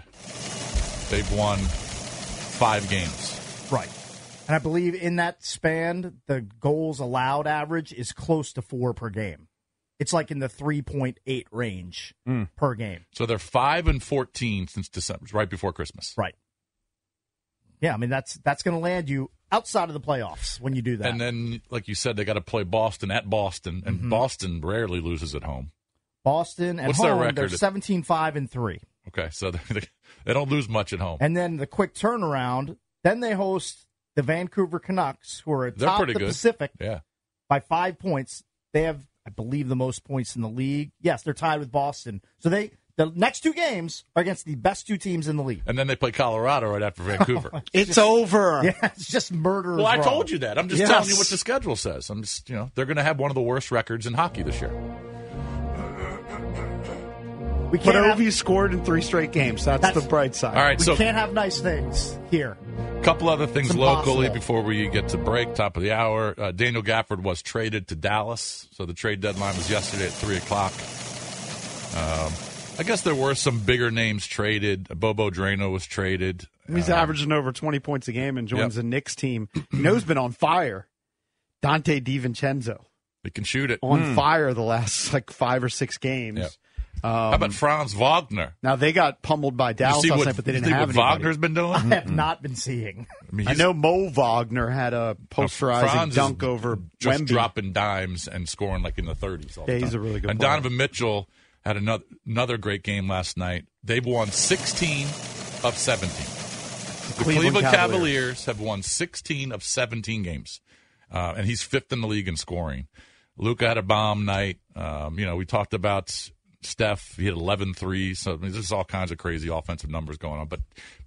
Speaker 2: They've won five games.
Speaker 3: Right. And I believe in that span, the goals allowed average is close to four per game. It's like in the 3.8 range
Speaker 2: Hmm.
Speaker 3: per game.
Speaker 2: So they're five and 14 since December, right before Christmas.
Speaker 3: Right. Yeah, I mean that's that's going to land you outside of the playoffs when you do that. Mm-hmm.
Speaker 2: And then, like you said, they got to play Boston at Boston, and Boston rarely loses at home.
Speaker 3: Boston at
Speaker 2: What's
Speaker 3: home,
Speaker 2: their
Speaker 3: they're
Speaker 2: record?
Speaker 3: 17 5 and 3.
Speaker 2: Okay, so [laughs] they, they don't lose much at home.
Speaker 3: And then the quick turnaround. Then they host the Vancouver Canucks, who are
Speaker 2: They're
Speaker 3: atop
Speaker 2: pretty
Speaker 3: the
Speaker 2: good.
Speaker 3: Pacific
Speaker 2: yeah,
Speaker 3: by five points. They have, I believe, the most points in the league. Yes, they're tied with Boston. So they the next two games are against the best two teams in the league.
Speaker 2: and then they play Colorado
Speaker 3: [laughs]
Speaker 2: right after Vancouver.
Speaker 1: It's over.
Speaker 3: Yeah, it's just murder.
Speaker 2: well, I told you that. I'm just telling you
Speaker 1: Yes.
Speaker 2: what the schedule says. I'm just, you know, they're going to have one of the worst records in hockey this year.
Speaker 3: we
Speaker 1: But
Speaker 3: can't have,
Speaker 1: OV scored in three straight games. That's,
Speaker 3: That's-
Speaker 1: the bright side.
Speaker 2: All right,
Speaker 3: we
Speaker 2: so
Speaker 3: can't have nice things here.
Speaker 2: couple other things
Speaker 3: It's
Speaker 2: locally
Speaker 3: impossible.
Speaker 2: before we get to break. Top of the hour. Uh, Daniel Gafford was traded to Dallas, so the trade deadline was yesterday at three o'clock. Um, I guess there were some bigger names traded. Bobo Drano was traded.
Speaker 1: He's averaging over 20 points a game and joins
Speaker 2: Uh, Yep.
Speaker 1: the Knicks team. You know who's been on fire? Dante DiVincenzo.
Speaker 2: They can shoot it. Hmm.
Speaker 1: On fire the last like five or six games. Um,
Speaker 2: Yep. How
Speaker 3: Um,
Speaker 2: about Franz Wagner?
Speaker 1: Now they got pummeled by
Speaker 2: You
Speaker 1: Dallas
Speaker 2: see
Speaker 1: last
Speaker 2: what,
Speaker 1: night, but they
Speaker 2: you
Speaker 1: didn't
Speaker 2: see
Speaker 1: have
Speaker 2: what
Speaker 1: anybody.
Speaker 2: Wagner's been doing.
Speaker 3: I have not been seeing.
Speaker 2: mean,
Speaker 1: I
Speaker 2: he's
Speaker 1: know Mo Wagner had a posterizing
Speaker 2: Franz is
Speaker 1: dunk over
Speaker 2: just
Speaker 1: Wemby.
Speaker 2: dropping dimes and scoring like in the 30s. All the
Speaker 1: Yeah, he's
Speaker 2: time.
Speaker 1: a really good
Speaker 2: And
Speaker 1: player.
Speaker 2: Donovan Mitchell had another another great game last night. They've won 16 of 17. The Cleveland,
Speaker 1: Cleveland
Speaker 2: Cavaliers.
Speaker 1: Cavaliers
Speaker 2: have won 16 of 17 games, uh, and he's fifth in the league in scoring. Luca had a bomb night. Um, you know, we talked about Steph. He had 11 threes. So I mean, there's all kinds of crazy offensive numbers going on. But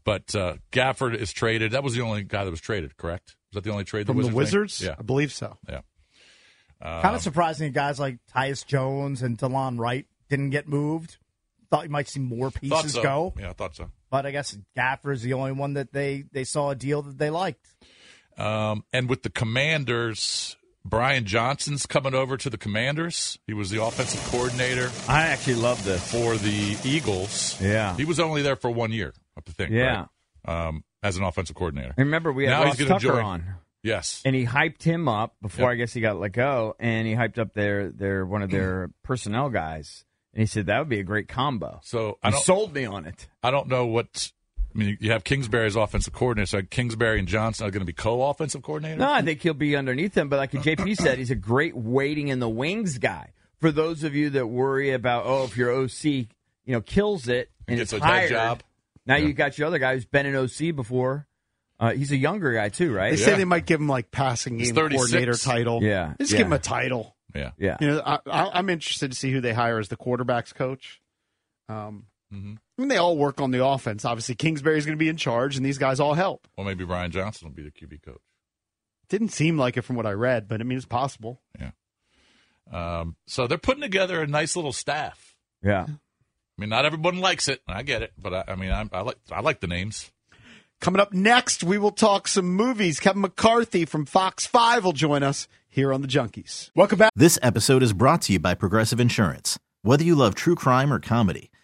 Speaker 2: but uh, Gafford is traded. That was the only guy that was traded, correct? Was that the only trade
Speaker 1: from
Speaker 2: the
Speaker 1: the Wizards.
Speaker 2: made? Yeah. Um,
Speaker 1: I believe so.
Speaker 2: Uh-huh.
Speaker 3: kind of surprising that guys like Tyus Jones and Delon Wright didn't get moved. Thought you might see more
Speaker 2: Thought
Speaker 3: pieces
Speaker 2: so.
Speaker 3: go,
Speaker 2: Yeah, I thought so.
Speaker 3: but I guess Gaffer is the only one that they they saw a deal that they liked.
Speaker 2: Um, and with the Commanders, Brian Johnson's coming over to the Commanders. He was the offensive coordinator
Speaker 4: I actually love this.
Speaker 2: for the Eagles.
Speaker 4: Yeah.
Speaker 2: he was only there for one year, I think.
Speaker 4: Yeah.
Speaker 2: right? um, as an offensive coordinator.
Speaker 4: I remember we had
Speaker 2: Now he's
Speaker 4: Ross
Speaker 2: gonna
Speaker 4: Tucker
Speaker 2: join-
Speaker 4: on.
Speaker 2: Yes,
Speaker 4: and he hyped him up before
Speaker 2: Yep.
Speaker 4: I guess he got let go, and he hyped up their their one of their personnel guys, and he said that would be a great combo.
Speaker 2: so I
Speaker 4: He
Speaker 2: don't.
Speaker 4: sold me on it.
Speaker 2: I don't know what. I mean, you have Kingsbury as offensive coordinator. So Kingsbury and Johnson are going to be co-offensive coordinators.
Speaker 4: No, I think he'll be underneath him, but like JP said, he's a great waiting in the wings guy. For those of you that worry about oh, if your OC you know kills it and
Speaker 2: Gets
Speaker 4: is
Speaker 2: a head
Speaker 4: hired,
Speaker 2: job.
Speaker 4: now you got your other guy who's been an OC before. Uh, he's a younger guy too,
Speaker 1: They
Speaker 4: right?
Speaker 2: Yeah.
Speaker 1: say
Speaker 4: [laughs]
Speaker 1: they might give him like passing
Speaker 2: He's
Speaker 1: game
Speaker 2: 36.
Speaker 1: coordinator title.
Speaker 4: Yeah,
Speaker 1: just
Speaker 4: yeah.
Speaker 1: give him a title.
Speaker 2: Yeah,
Speaker 4: Yeah,
Speaker 1: You know, I, I, I'm interested to see who they hire as the quarterbacks coach. Um,
Speaker 4: Mm-hmm.
Speaker 2: Mhm.
Speaker 1: I mean, they all work on the offense. Obviously, Kingsbury's going to be in charge, and these guys all help.
Speaker 2: Well, maybe Brian Johnson will be the QB coach.
Speaker 1: Didn't seem like it from what I read, but I mean, it's possible.
Speaker 2: Um, so they're putting together a nice little staff.
Speaker 4: yeah.
Speaker 2: I mean, not everyone likes it. I get it, but I, I mean, I, I like I like the names.
Speaker 1: Coming up next, we will talk some movies. Kevin McCarthy from Fox 5 will join us here on The Junkies. Welcome back.
Speaker 11: This episode is brought to you by Progressive Insurance. Whether you love true crime or comedy,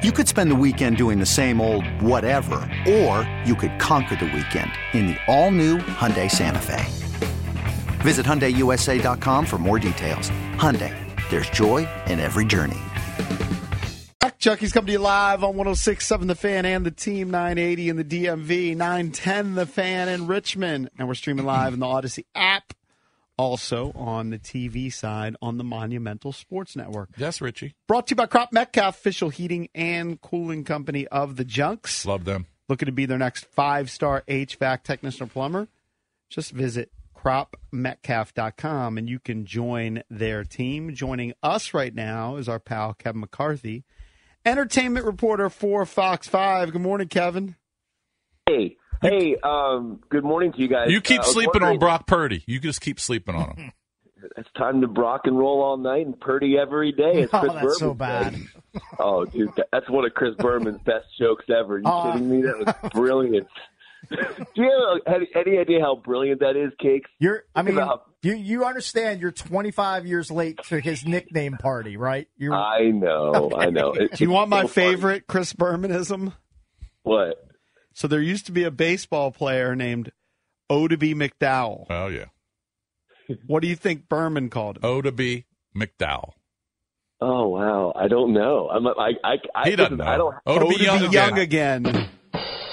Speaker 7: You could spend the weekend doing the same old whatever, or you could conquer the weekend in the all-new Hyundai Santa Fe. Visit HyundaiUSA.com for more details. Hyundai, there's joy in every journey.
Speaker 1: Back. Junkies coming to you live on 1067 The Fan and the Team, 980 in the DMV, 910 The Fan in Richmond. And we're streaming live in the Odyssey app, also on the TV side on the Monumental Sports Network.
Speaker 2: Yes, Richie,
Speaker 1: Brought to you by Crop Metcalf, official heating and cooling company of the Junks.
Speaker 2: love them.
Speaker 1: looking to be their next five star HVAC technician or plumber, just visit cropmetcalf.com and you can join their team. Joining us right now is our pal Kevin McCarthy. entertainment reporter for Fox 5. Good morning, Kevin.
Speaker 12: Hey, hey, um, good morning to you guys.
Speaker 2: You keep
Speaker 12: Uh, I was
Speaker 2: sleeping on
Speaker 12: wondering-
Speaker 2: Brock Purdy. You just keep sleeping on
Speaker 5: [laughs]
Speaker 2: him.
Speaker 12: It's time to Brock and roll all night and Purdy every day. It's
Speaker 2: [laughs] Oh,
Speaker 12: Chris
Speaker 2: that's so
Speaker 12: Berman's day. [laughs] oh, dude, that- that's one of Chris
Speaker 2: [laughs]
Speaker 12: Berman's best jokes ever. you
Speaker 11: Oh.
Speaker 12: kidding me? That was brilliant. [laughs] Do you have uh, any, any idea how brilliant that is, Cakes?
Speaker 3: You're, I mean,
Speaker 12: About-
Speaker 3: you you understand you're 25 years late to his nickname party, right? You're,
Speaker 12: I know, I know. It-
Speaker 3: You want my
Speaker 12: it's so funny.
Speaker 1: Favorite Chris Bermanism?
Speaker 12: What?
Speaker 1: So there used to be a baseball player named O to B McDowell.
Speaker 2: Oh yeah.
Speaker 1: What do you think Berman called him?
Speaker 2: O to B McDowell.
Speaker 12: Oh wow, I don't know. I'm I I I,
Speaker 2: He doesn't
Speaker 12: listen,
Speaker 2: know.
Speaker 12: I don't.
Speaker 2: Oh, to be young again.
Speaker 1: again.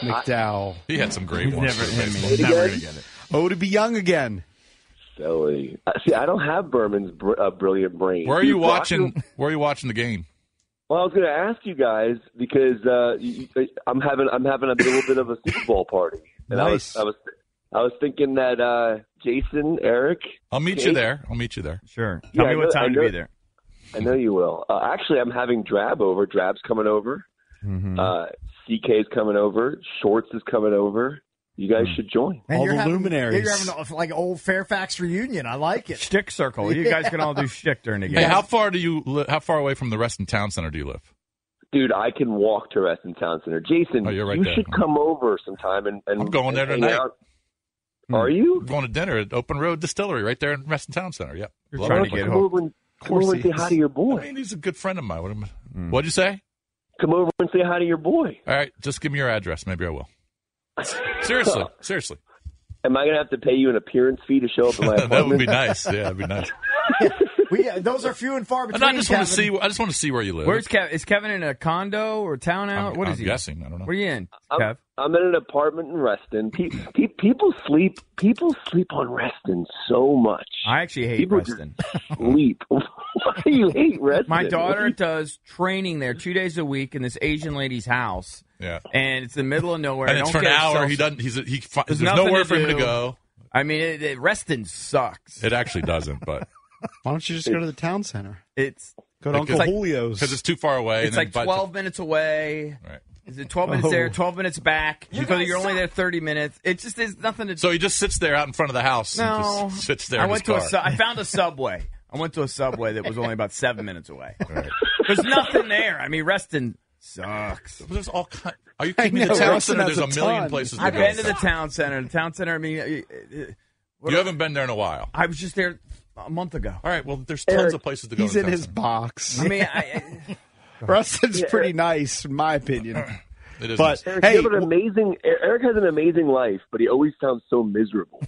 Speaker 1: McDowell.
Speaker 2: He had some great ones. for baseball.
Speaker 1: Oh, to be young again.
Speaker 12: Silly. Uh, See, I don't have Berman's br- uh, brilliant brain.
Speaker 2: Where are you
Speaker 12: Dude, Brock-
Speaker 2: watching? Where are you watching the game?
Speaker 12: Well, I was going to ask you guys because uh, you, you- I'm having I'm having a little bit of a Super Bowl party, and
Speaker 2: Nice.
Speaker 12: I was I was I was thinking that uh, Jason, Eric,
Speaker 2: I'll meet you
Speaker 12: Jake-
Speaker 2: there. I'll meet you there.
Speaker 5: Sure.
Speaker 12: Yeah, I know- I know- I know you will. Uh, actually, I'm having Drab over. Drab's coming over.
Speaker 2: Mm-hmm.
Speaker 12: Uh, CK's coming over. Shorts is coming over. You guys
Speaker 2: Mm.
Speaker 12: should join.
Speaker 3: Man, you're having- You're having a, like old Fairfax reunion. I like it.
Speaker 5: Stick circle. You guys can all
Speaker 3: [laughs]
Speaker 5: do shtick during the game.
Speaker 2: Hey, how far do you? Li- how far away from the Reston Town Center do you live?
Speaker 12: Dude, I can walk to Reston Town Center. Jason,
Speaker 2: Oh, you're right
Speaker 12: you
Speaker 2: there.
Speaker 12: should come over sometime and, and
Speaker 2: I'm going there
Speaker 12: and hang
Speaker 2: tonight.
Speaker 12: out. Are you
Speaker 2: I'm Hmm. going to dinner at Open Road Distillery right there in Reston Town Center? Yep.
Speaker 5: You're
Speaker 2: Love
Speaker 5: trying
Speaker 2: it.
Speaker 5: to get
Speaker 2: Come
Speaker 5: hooked.
Speaker 2: over and-
Speaker 12: Come over and say
Speaker 2: he
Speaker 12: hi
Speaker 2: is.
Speaker 12: to your boy.
Speaker 2: I mean, he's a good friend of mine. What am, What'd you say?
Speaker 12: Come over and say hi to your boy.
Speaker 2: All right, just give me your address. Maybe
Speaker 12: [laughs]
Speaker 2: I will. Seriously, seriously.
Speaker 12: Am I going to have to pay you an appearance fee to show up at my apartment?
Speaker 2: [laughs] that would be nice. Yeah, that'd be nice.
Speaker 3: We, uh, those are few and far
Speaker 2: And
Speaker 3: between.
Speaker 2: I just want to
Speaker 3: Kevin.
Speaker 2: see. I just want to see where you live.
Speaker 5: Where's Kevin? Is Kevin in a condo or town out?
Speaker 2: I'm-
Speaker 5: What is
Speaker 2: I'm
Speaker 5: he?
Speaker 2: guessing. I don't know.
Speaker 5: What are you in,
Speaker 12: I'm,
Speaker 5: Kev?
Speaker 12: I'm in an apartment in Reston. Pe- pe- people sleep. People sleep on Reston so much.
Speaker 5: I actually hate
Speaker 12: People
Speaker 5: Preston.
Speaker 12: just sleep. [laughs] Why do you hate Reston?
Speaker 5: My daughter
Speaker 12: What
Speaker 5: does training there two days a week in this Asian lady's house.
Speaker 2: Yeah.
Speaker 5: And it's the middle of nowhere.
Speaker 2: And
Speaker 5: I
Speaker 2: it's for
Speaker 5: don't
Speaker 2: an
Speaker 5: care if
Speaker 2: hour.
Speaker 5: self-
Speaker 2: He doesn't. He's. He. fi- There's,
Speaker 5: nothing
Speaker 2: nowhere for him to
Speaker 5: do.
Speaker 2: go.
Speaker 5: I mean, it, it, Reston sucks.
Speaker 2: It actually doesn't.
Speaker 5: [laughs]
Speaker 2: But
Speaker 1: Why don't you just go to the town center?
Speaker 5: It's
Speaker 1: Go to Uncle
Speaker 2: Because-
Speaker 1: Julio's.
Speaker 2: because it's too far away. and
Speaker 5: it's like
Speaker 2: then by the-
Speaker 5: twelve minutes away.
Speaker 2: Right.
Speaker 5: Is it twelve minutes there?
Speaker 2: Oh.
Speaker 5: Twelve minutes back? You go, you're only there thirty minutes. It just is nothing to.
Speaker 2: So he just sits there out in front of the house.
Speaker 5: no,
Speaker 2: And just sits there.
Speaker 5: I
Speaker 2: in
Speaker 5: went
Speaker 2: his
Speaker 5: to a. Su-
Speaker 2: car.
Speaker 5: I found a subway. I went to a subway that was only about seven
Speaker 2: [laughs]
Speaker 5: minutes away. There's nothing there. I mean, Reston sucks.
Speaker 2: There's all kind. Are you
Speaker 5: I
Speaker 2: kidding me? The
Speaker 5: know,
Speaker 2: town
Speaker 5: Reston
Speaker 2: center.
Speaker 5: has
Speaker 2: There's a,
Speaker 5: a
Speaker 2: million
Speaker 5: ton.
Speaker 2: places. To
Speaker 5: I've
Speaker 2: go.
Speaker 5: been to the town center. The town center. I mean, uh, uh,
Speaker 2: You haven't been there in a while.
Speaker 5: I was just there a month ago.
Speaker 2: All right. Well, there's tons of places to go.
Speaker 1: He's
Speaker 2: to
Speaker 1: in
Speaker 2: the
Speaker 1: his
Speaker 2: town
Speaker 1: box.
Speaker 5: I
Speaker 1: [laughs]
Speaker 5: mean, I,
Speaker 1: Rustin's
Speaker 12: Yeah.
Speaker 1: pretty nice, in my opinion.
Speaker 2: It is
Speaker 1: But
Speaker 2: nice.
Speaker 12: Eric,
Speaker 1: hey,
Speaker 12: you have an amazing. Eric has an amazing life, but he always sounds so miserable.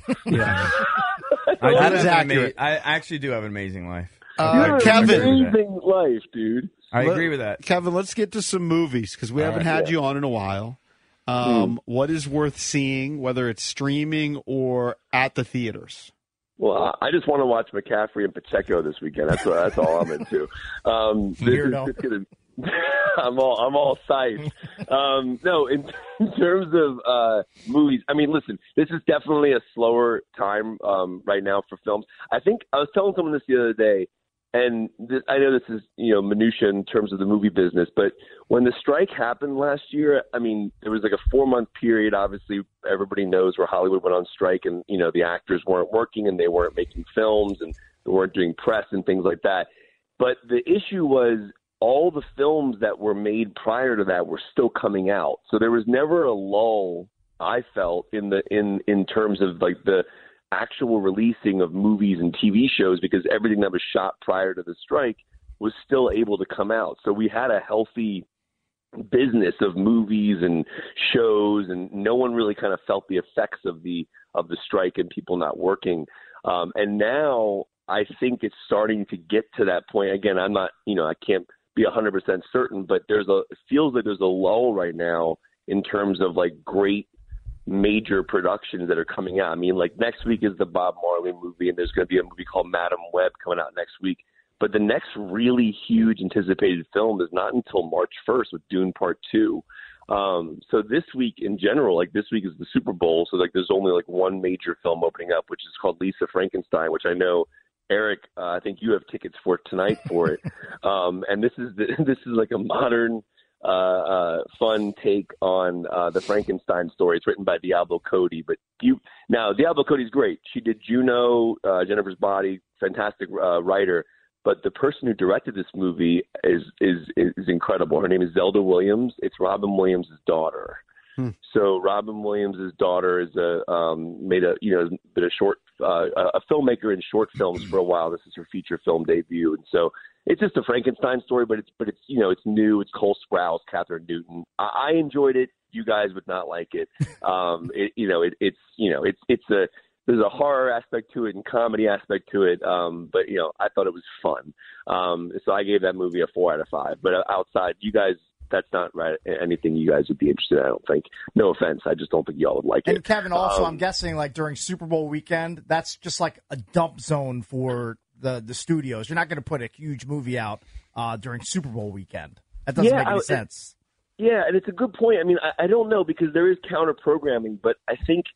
Speaker 5: I,
Speaker 1: That
Speaker 5: do
Speaker 1: is
Speaker 5: have an
Speaker 1: accurate.
Speaker 5: ama- I actually do have an amazing life.
Speaker 12: you
Speaker 1: uh,
Speaker 12: have
Speaker 1: Kevin,
Speaker 12: an amazing life, dude.
Speaker 5: I
Speaker 1: Let-
Speaker 5: agree with that.
Speaker 1: Kevin, let's get to some movies because we haven't had you on in a while.
Speaker 5: Hmm.
Speaker 1: Um, What is worth seeing, whether it's streaming or at the theaters?
Speaker 12: Well, I I just want to watch McCaffrey and Pacheco this weekend. That's what, that's all I'm into. Um, this is
Speaker 3: Weirdo.
Speaker 12: just gonna, [laughs] I'm all I'm all psyched. Um, no, in, [laughs] in terms of uh, movies, I mean, listen, this is definitely a slower time um, right now for films. I think I was telling someone this the other day, and this, I know this is you know minutia in terms of the movie business, but when the strike happened last year, I mean, there was like a four month period. Obviously, everybody knows where Hollywood went on strike, and you know the actors weren't working, and they weren't making films, and they weren't doing press and things like that. But the issue was all the films that were made prior to that were still coming out. So there was never a lull I felt in the in in terms of like the actual releasing of movies and TV shows because everything that was shot prior to the strike was still able to come out. So we had a healthy business of movies and shows and no one really kind of felt the effects of the of the strike and people not working um and now i think it's starting to get to that point again i'm not you know i can't be 100% certain but there's a it feels like there's a lull right now in terms of like great major productions that are coming out i mean like next week is the bob marley movie and there's going to be a movie called madam web coming out next week but the next really huge anticipated film is not until March 1st with Dune Part 2. Um, so this week in general, like this week is the Super Bowl, so like there's only like one major film opening up, which is called Lisa Frankenstein, which I know Eric, [laughs] uh, I think you have tickets for tonight for it. um, and this is the, this is like a modern uh, uh, fun take on uh, the Frankenstein story. It's written by Diablo Cody, but you now Diablo Cody's great. She did Juno, uh, Jennifer's Body, fantastic uh, writer. But the person who directed this movie is is is incredible. Her name is Zelda Williams. It's Robin Williams' daughter.
Speaker 11: Hmm.
Speaker 12: So Robin Williams' daughter is a um, made a you know been a short uh, a filmmaker in short films for a while. This is her feature film debut, and so it's just a Frankenstein story, but it's but it's you know it's new. It's Cole Sprouse, Catherine Newton. I, I enjoyed it. You guys would not like it. Um, it you know it, it's you know it's it's a there's a horror aspect to it and comedy aspect to it. Um, but you know I thought it was fun. Um, so I gave that movie a four out of five. But uh, outside, you guys. That's not right. Anything you guys would be interested in, I don't think. No offense. I just don't think y'all would like it.
Speaker 3: And Kevin, also,
Speaker 12: Um,
Speaker 3: I'm guessing like during Super Bowl weekend, that's just like a dump zone for the the studios. You're not going to put a huge movie out uh, during Super Bowl weekend. That doesn't
Speaker 12: Yeah,
Speaker 3: make any
Speaker 12: I-
Speaker 3: sense.
Speaker 12: Yeah, and it's a good point. I mean, I, I don't know because there is counter programming, [laughs] but I think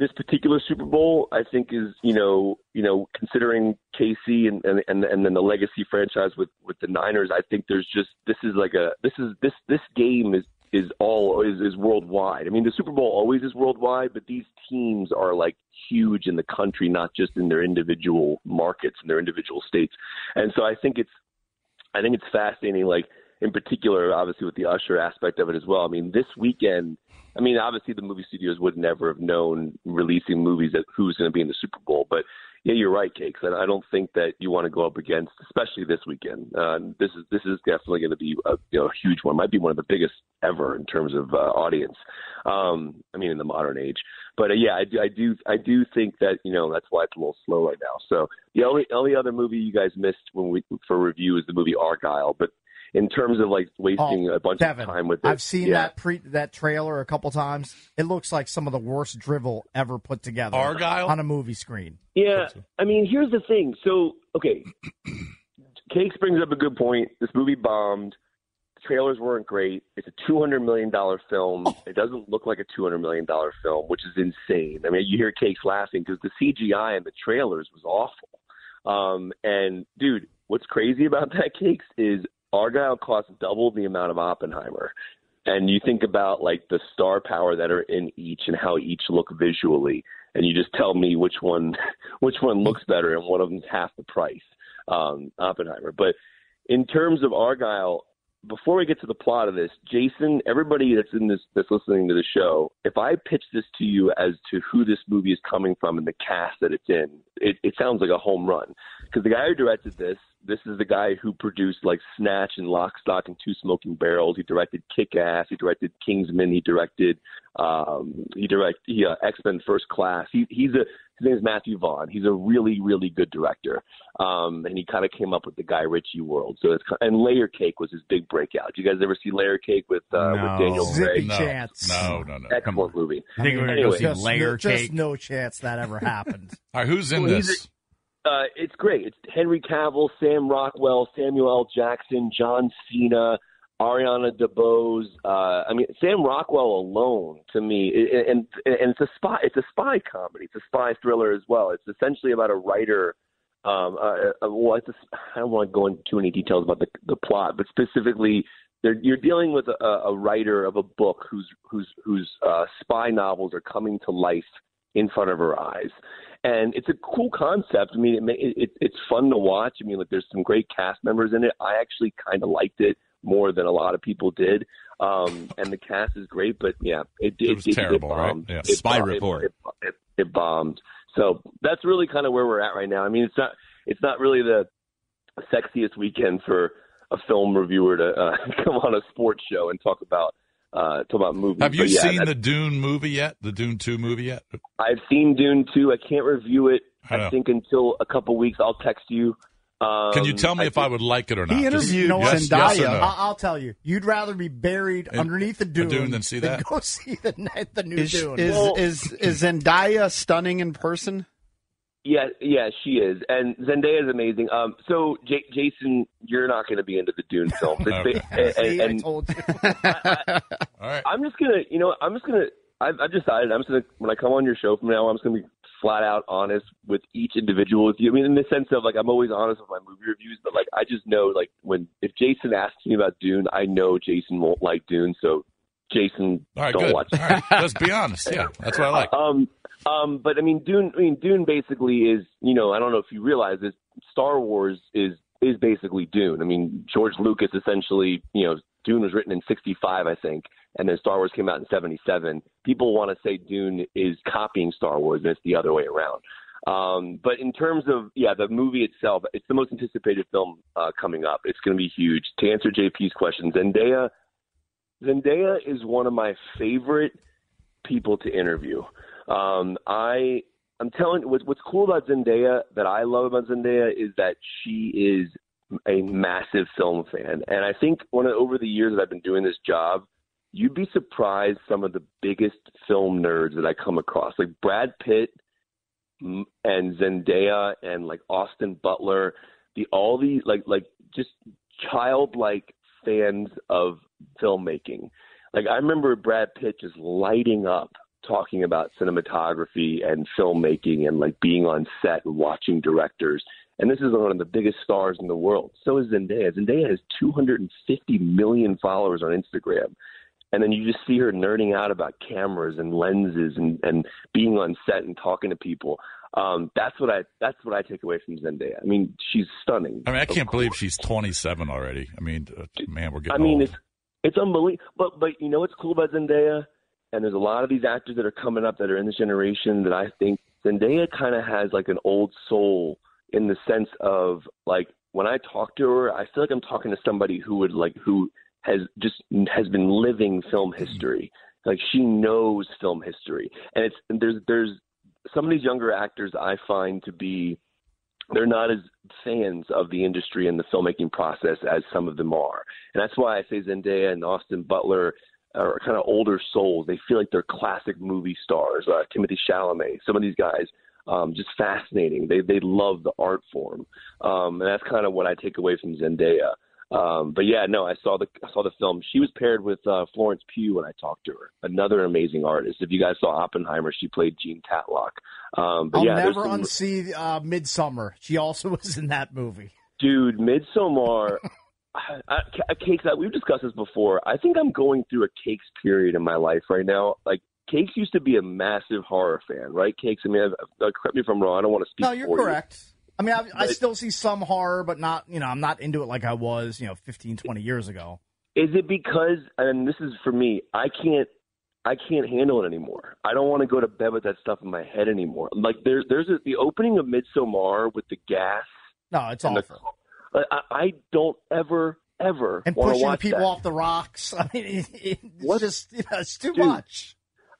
Speaker 12: this particular Super Bowl, I think is you know you know considering KC and and and, and then the legacy franchise with with the Niners, I think there's just this is like a this is this this game is is all is, is worldwide. I mean, the Super Bowl always is worldwide, but these teams are like huge in the country, not just in their individual markets and their individual states. And so I think it's I think it's fascinating. Like in particular, obviously with the Usher aspect of it as well. I mean, this weekend, I mean, obviously the movie studios would never have known releasing movies that who's going to be in the Super Bowl, but yeah, you're right, Cakes. And I don't think that you want to go up against, especially this weekend. Uh, this is this is definitely going to be a you know, a huge one. Might be one of the biggest ever in terms of uh, audience. Um, I mean, in the modern age. But uh, yeah, I do, I do I do think that you know that's why it's a little slow right now. So the only only other movie you guys missed when we for review is the movie Argyle, but in terms of like wasting
Speaker 3: Oh,
Speaker 12: a bunch
Speaker 3: Devin,
Speaker 12: of time with it.
Speaker 3: I've seen
Speaker 12: yeah.
Speaker 3: that pre that trailer a couple times. It looks like some of the worst drivel ever put together.
Speaker 12: Argyle?
Speaker 3: on a movie screen.
Speaker 12: Yeah, I mean, here's the thing. So, okay, Cakes brings up a good point. This movie bombed. The trailers weren't great. It's a two hundred million dollar film. It doesn't look like a two hundred million dollar film, which is insane. I mean, you hear Cakes laughing because the CGI in the trailers was awful. Um, and dude, what's crazy about [laughs] that Cakes is Argyle cost double the amount of Oppenheimer. And you think about like the star power that are in each and how each look visually, and you just tell me which one [laughs] which one looks better, and one of them's half the price. Um, Oppenheimer, but in terms of Argyle, before we get to the plot of this, Jason, everybody that's in this that's listening to the show, if I pitch this to you as to who this movie is coming from and the cast that it's in, it, it sounds like a home run. Because the guy who directed this, this is the guy who produced like Snatch and Lock, Stock, and Two Smoking Barrels. He directed Kick Ass. He directed Kingsman. He directed um, he direct he, uh, X Men First Class. He, he's a his name is Matthew Vaughn. He's a really really good director, um, and he kind of came up with the Guy Ritchie world. So it's ki- and Layer Cake was his big breakout. Did you guys ever see Layer Cake with uh,
Speaker 3: No.
Speaker 12: with Daniel
Speaker 3: Zippy
Speaker 12: Craig?
Speaker 3: chance. No,
Speaker 2: no, no.
Speaker 12: Excellent movie.
Speaker 3: I mean,
Speaker 12: Anyway.
Speaker 3: just, no, just no chance that ever happened.
Speaker 2: [laughs] All right, who's in
Speaker 12: Well, he's
Speaker 2: this?
Speaker 12: Uh, it's great. It's Henry Cavill, Sam Rockwell, Samuel L. Jackson, John Cena, Ariana DeBose. Uh, I mean, Sam Rockwell alone to me, i- and and it's a spy. It's a spy comedy. It's a spy thriller as well. It's essentially about a writer. Um, uh, uh, well, it's a, I don't want to go into any details about the the plot, but specifically, they're, you're dealing with a, a writer of a book whose whose whose uh, spy novels are coming to life in front of her eyes and it's a cool concept. I mean, it, ma- it, it it's fun to watch. I mean, like there's some great cast members in it. I actually kind of liked it more than a lot of people did. Um, and the cast is great, but yeah, it did.
Speaker 2: It was terrible, right?
Speaker 12: bombed.
Speaker 2: Yeah.
Speaker 12: It
Speaker 2: Spy
Speaker 12: bo- it-
Speaker 2: Report.
Speaker 12: It, it, it bombed. So that's really kind of where we're at right now. I mean, it's not it's not really the sexiest weekend for a film reviewer to uh, [laughs] come on a sports show and talk about uh, talk about movies.
Speaker 2: Have you
Speaker 12: But yeah,
Speaker 2: seen
Speaker 12: that-
Speaker 2: the Dune movie yet? The Dune Two movie yet?
Speaker 12: I've seen Dune 2. I can't review it.
Speaker 2: I
Speaker 12: I,
Speaker 2: know.
Speaker 12: think until a couple weeks. I'll text you. Um,
Speaker 2: Can you tell me if I
Speaker 12: think-
Speaker 2: would like it or not?
Speaker 3: He
Speaker 2: Just-
Speaker 3: interviewed Noah
Speaker 2: yes, yes or no?
Speaker 3: I- I'll tell you, you'd rather be buried
Speaker 2: In-
Speaker 3: underneath the
Speaker 2: the
Speaker 3: dune,
Speaker 2: dune than see that?
Speaker 3: [laughs] Go see the n- the new
Speaker 1: Is,
Speaker 3: dune.
Speaker 1: is, is, is Zendaya stunning in person?
Speaker 12: Yeah, yeah, she is, and Zendaya is amazing. Um, so J- Jason, you're not going to be into the Dune
Speaker 2: [laughs]
Speaker 12: film.
Speaker 11: Okay.
Speaker 12: and,
Speaker 11: See, I
Speaker 12: and-
Speaker 3: told you.
Speaker 2: All right.
Speaker 12: I'm just gonna, you know, I'm just gonna. I've, I've decided. I'm just gonna when I come on your show from now, on, I'm just gonna be flat out honest with each individual with you. I mean, in the sense of like, I'm always honest with my movie reviews, but like, I just know like when if Jason asks me about Dune, I know Jason won't like Dune, so Jason
Speaker 2: All right,
Speaker 12: don't
Speaker 2: good.
Speaker 12: watch.
Speaker 2: All right, [laughs] let's be honest. Yeah, that's what I like.
Speaker 12: Um, um, but I mean, Dune. I mean, Dune basically is. You know, I don't know if you realize this. Star Wars is is basically Dune. I mean, George Lucas essentially. You know, Dune was written in '65, I think, and then Star Wars came out in '77. People want to say Dune is copying Star Wars, and it's the other way around. Um, but in terms of yeah, the movie itself, it's the most anticipated film uh, coming up. It's going to be huge. To answer JP's question,
Speaker 1: [laughs]
Speaker 12: Zendaya. Zendaya is one of my favorite people to interview. Um, I I'm telling what, what's cool about Zendaya that I love about Zendaya is that she is a massive film fan, and I think one of, over the years that I've been doing this job, you'd be surprised some of the biggest film nerds that I come across, like Brad Pitt m- and Zendaya and like Austin Butler, the all the like like just childlike fans of filmmaking. Like I remember Brad Pitt just lighting up talking about cinematography and filmmaking and like being on set and watching directors. And this is one of the biggest stars in the world. So is Zendaya. Zendaya has 250 million followers on Instagram. And then you just see her nerding out about cameras and lenses and, and being on set and talking to people. Um, that's what I that's what I take away from Zendaya. I mean, she's stunning.
Speaker 2: I mean, I can't believe she's 27 already. I mean, uh, man, we're getting
Speaker 12: I mean,
Speaker 2: old.
Speaker 12: it's it's unbelievable. But but you know what's cool about Zendaya, and there's a lot of these actors that are coming up that are in this generation that I think Zendaya kind of has like an old soul in the sense of like when I talk to her, I feel like I'm talking to somebody who would like who has just has been living film history. Like she knows film history, and it's and there's there's some of these younger actors I find to be they're not as fans of the industry and the filmmaking process as some of them are. And that's why I say Zendaya and Austin Butler are kind of older souls. They feel like they're classic movie stars. Uh, Timothy Chalamet, some of these guys, um, just fascinating. They they love the art form, um, and that's kind of what I take away from Zendaya. Um, but yeah, no, I saw the I saw the film. She was paired with uh, Florence Pugh when I talked to her. Another amazing artist. If you guys saw Oppenheimer, she played Jean Tatlock. Um, but
Speaker 3: I'll
Speaker 12: [laughs] yeah, there's
Speaker 3: never
Speaker 12: some-
Speaker 3: unsee uh, Midsummer. She also [laughs] was in that movie. [laughs]
Speaker 12: dude, Midsommar. I, I, cakes. I, we've discussed this before. I think I'm going through a cakes period in my life right now. Like cakes used to be a massive horror fan, right? Cakes. I mean, I've, I've, correct me if I'm wrong. I don't want to speak.
Speaker 3: No, you're
Speaker 12: for you.
Speaker 3: correct. I mean, I, I
Speaker 12: But-
Speaker 3: still see some horror, but not, you know, I'm not into it like I was, you know, 15, 20 years ago.
Speaker 12: Is it because, and this is for me, I can't, I can't handle it anymore. I don't want to go to bed with that stuff in my head anymore. Like there, there's a, the opening of Midsommar with the gas.
Speaker 3: No, it's
Speaker 12: and the-
Speaker 3: awful.
Speaker 12: Like, I, I don't ever, ever
Speaker 3: and
Speaker 12: want to
Speaker 3: pushing
Speaker 12: watch
Speaker 3: people
Speaker 12: that.
Speaker 3: off the rocks. [laughs] I mean, it, it's just, you know, it's too
Speaker 12: Dude,
Speaker 3: much.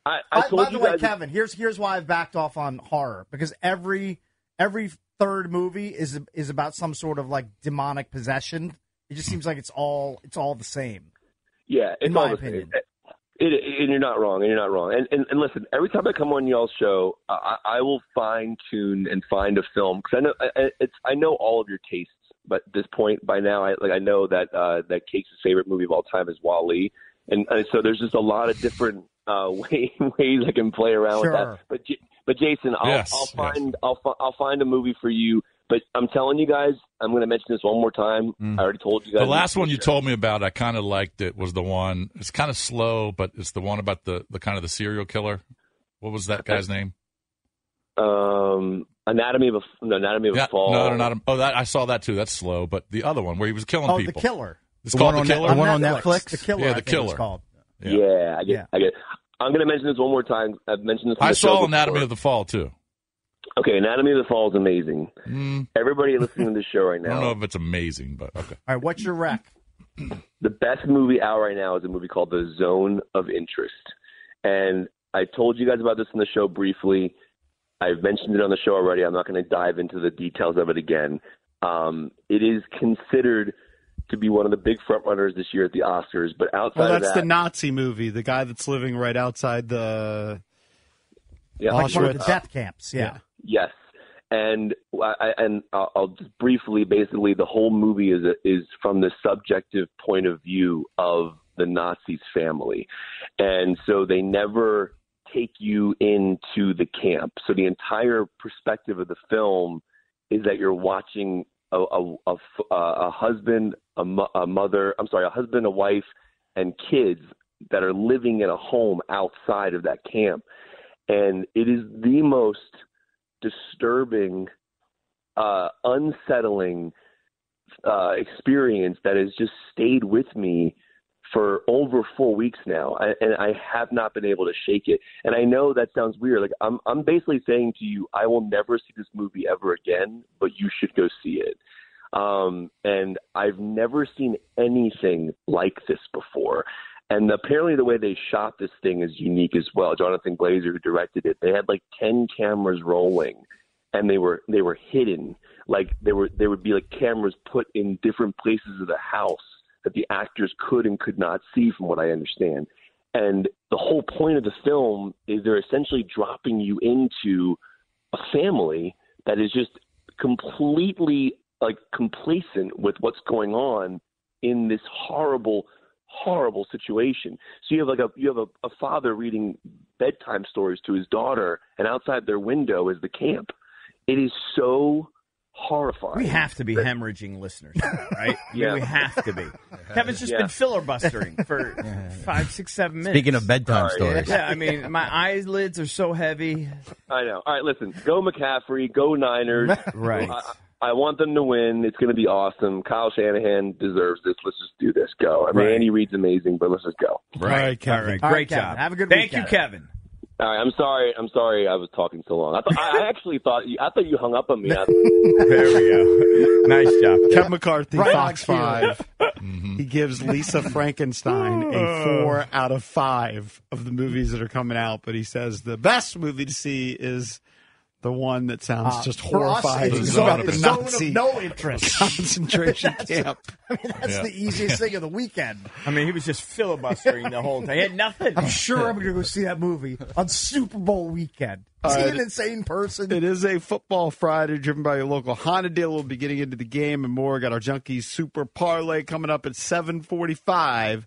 Speaker 12: I, I
Speaker 3: By-
Speaker 12: told
Speaker 3: by
Speaker 12: you
Speaker 3: the way,
Speaker 12: guys-
Speaker 3: Kevin, here's here's why I've backed off on horror because every every third movie is is about some sort of like demonic possession. It just seems like it's all it's all the same.
Speaker 12: Yeah,
Speaker 3: in
Speaker 12: it's
Speaker 3: my
Speaker 12: all the same.
Speaker 3: opinion.
Speaker 12: It, it- and you're not wrong. And you're not wrong. And, and, and listen, every time I come on y'all's show, I, I I will fine tune and find a film because I know I, I- it's I know all of your tastes. But at this point, by now, I like I know that uh, that Cake's favorite movie of all time is Wally, and, and so there's just a lot of different uh, [laughs] way, ways I can play around with
Speaker 9: Sure.
Speaker 12: that. But J- but Jason, I'll,
Speaker 9: Yes,
Speaker 12: I'll
Speaker 9: yes.
Speaker 12: find I'll fi- I'll find a movie for you. But I'm telling you guys, I'm going to mention this one more time. I already told you guys
Speaker 2: The last one you told me about, I kind of liked it. Was the one? It's kind of slow, but it's the one about the the kind of the serial killer. What was that guy's name?
Speaker 12: um, Anatomy of a no, Anatomy of
Speaker 2: Yeah,
Speaker 12: a Fall.
Speaker 2: No, no, not him. Oh, that, I saw that too. That's slow, but the other one where he was killing
Speaker 3: Oh,
Speaker 2: people.
Speaker 3: the killer.
Speaker 2: It's called the killer.
Speaker 3: The killer.
Speaker 2: Yeah,
Speaker 3: I
Speaker 2: the
Speaker 3: think it's
Speaker 2: killer.
Speaker 3: called.
Speaker 12: Yeah, I get. I get. I'm going to mention this one more time. I've mentioned this. on
Speaker 2: I
Speaker 12: the show
Speaker 2: saw
Speaker 12: before.
Speaker 2: Anatomy of the Fall too.
Speaker 12: Okay, Anatomy of the Fall is amazing.
Speaker 2: Mm,
Speaker 12: Everybody listening to this show right
Speaker 2: I don't
Speaker 12: now,
Speaker 2: know if it's amazing, but okay.
Speaker 3: All right, what's your rec?
Speaker 12: [laughs] the best movie out right now is a movie called The Zone of Interest, and I told you guys about this in the show briefly. I've mentioned it on the show already. I'm not going to dive into the details of it again. Um, it is considered to be one of the big frontrunners this year at the Oscars, but outside
Speaker 1: Well,
Speaker 12: of
Speaker 1: that's
Speaker 12: that,
Speaker 1: the Nazi movie. The guy that's living right outside the
Speaker 12: Yeah.
Speaker 3: Like one of the
Speaker 12: Auschwitz.
Speaker 3: death camps. Yeah.
Speaker 12: Yes, and I, I- and I'll I'll just briefly, basically, the whole movie is is from the subjective point of view of the Nazis' family, and so they never take you into the camp. So the entire perspective of the film is that you're watching a, a, a f- a- a husband, a, mo- a mother, I'm sorry, a husband, a wife, and kids that are living in a home outside of that camp. And it is the most disturbing, uh, unsettling uh, experience that has just stayed with me for over four weeks now, I, and I have not been able to shake it. And I know that sounds weird. Like I'm, I'm basically saying to you, I will never see this movie ever again, but you should go see it. Um, and I've never seen anything like this before. And apparently, the way they shot this thing is unique as well. Jonathan Glazer, who directed it, they had like ten cameras rolling, and they were they were hidden. Like they were there would be like cameras put in different places of the house that the actors could and could not see, from what I understand. And the whole point of the film is they're essentially dropping you into a family that is just completely like complacent with what's going on in this horrible, horrible situation. So you have like a you have a, a father reading bedtime stories to his daughter, and outside their window is the camp. It is so horrifying.
Speaker 5: We have to be hemorrhaging
Speaker 12: [laughs]
Speaker 5: listeners, now, right?
Speaker 12: Yeah.
Speaker 5: we have to be. Kevin's just
Speaker 12: Yeah.
Speaker 5: been filibustering
Speaker 12: [laughs]
Speaker 5: for five, six, seven minutes.
Speaker 7: Speaking of bedtime
Speaker 12: Sorry.
Speaker 7: stories,
Speaker 5: yeah, I mean, my eyelids are so heavy.
Speaker 12: I know. All right, listen. Go McCaffrey. Go Niners.
Speaker 5: Right.
Speaker 12: I, I want them to win. It's going to be awesome. Kyle Shanahan deserves this. Let's just do this. Go. I mean,
Speaker 5: Right.
Speaker 12: Andy Reid's amazing, but let's just go.
Speaker 1: All right, Kevin.
Speaker 5: Great
Speaker 3: All right, Kevin.
Speaker 5: job.
Speaker 3: Have a good
Speaker 5: Thank
Speaker 3: week,
Speaker 5: you, Kevin.
Speaker 12: All right. I'm sorry. I'm sorry. I was talking so long. I, thought I I actually thought you. I thought you hung up on me.
Speaker 1: [laughs]
Speaker 12: I,
Speaker 5: There we go. nice job.
Speaker 1: Kevin McCarthy,
Speaker 3: Right
Speaker 1: Fox
Speaker 3: on cue. [laughs] Mm-hmm.
Speaker 1: 5. He gives Lisa Frankenstein a four out of five of the movies that are coming out, but he says the best movie to see is the one that sounds
Speaker 3: Uh,
Speaker 1: just
Speaker 3: for us,
Speaker 1: horrifying.
Speaker 3: it's
Speaker 1: It's
Speaker 3: zone-
Speaker 1: about the
Speaker 3: it's zone
Speaker 1: Nazi
Speaker 3: of no
Speaker 1: [laughs]
Speaker 3: interest. [laughs]
Speaker 1: concentration camp.
Speaker 3: I mean, that's
Speaker 2: Yeah.
Speaker 3: the
Speaker 1: [laughs]
Speaker 3: easiest thing of the weekend.
Speaker 5: I mean, he was just filibustering the whole time. He had nothing.
Speaker 3: I'm sure I'm going to go see that movie on Super Bowl weekend. Is he
Speaker 1: right.
Speaker 3: an insane person?
Speaker 1: It is a football Friday driven by your local Honda dealer. We'll be getting into the game and more. Got our junkies super parlay coming up at 745.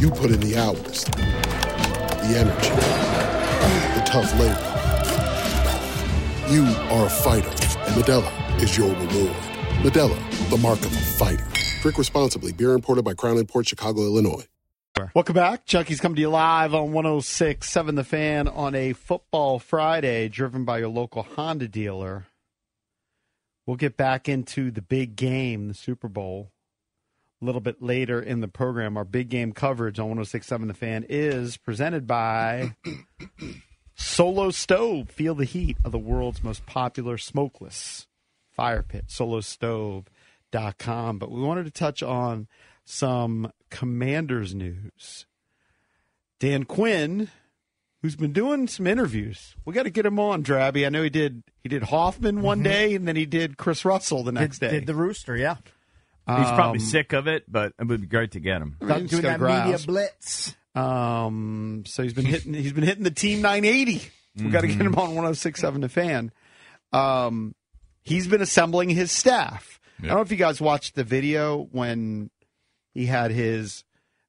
Speaker 13: You put in the hours, the energy, the tough labor. You are a fighter, and Medella is your reward. Medella, the mark of a fighter. Drink responsibly. Beer imported by Crown Port Chicago, Illinois.
Speaker 1: Welcome back. Chucky's coming to you live on 1067 The Fan on a football Friday driven by your local Honda dealer. We'll get back into the big game, the Super Bowl, a little bit later in the program. Our big game coverage on 1067 The Fan is presented by Solo Stove. Feel the heat of the world's most popular smokeless fire pit, solostove.com. But we wanted to touch on some commanders news. Dan Quinn, who's been doing some interviews. We got to get him on, Drabby. I know he did he did Hoffman one day and then he did Chris Russell the next
Speaker 3: Mm-hmm. did,
Speaker 1: day.
Speaker 3: did the rooster, yeah.
Speaker 5: He's probably
Speaker 1: Um,
Speaker 5: sick of it, but it would be great to get him.
Speaker 1: I mean,
Speaker 3: Doing
Speaker 1: he's got
Speaker 3: that
Speaker 1: grasp.
Speaker 3: media blitz.
Speaker 1: Um, so he's been hitting he's been hitting the team 980. We got to get him on 1067 to fan. Um, he's been assembling his staff. I don't know if you guys watched the video when he had his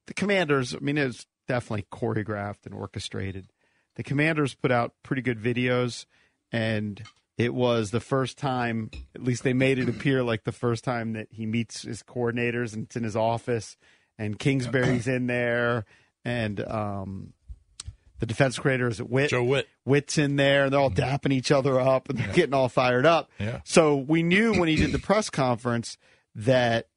Speaker 1: the commanders. I mean, it was definitely choreographed and orchestrated. the Commanders put out pretty good videos, and it was the first time, at least they made it appear like the first time that he meets his coordinators and it's in his office, and Kingsbury's in there, and um, the defense coordinator is at Witt. Joe Witt. Mm-hmm. Witt's in there, and they're all dapping each other up, and they're getting all fired up.
Speaker 2: Yeah.
Speaker 1: So we knew when he did the press conference that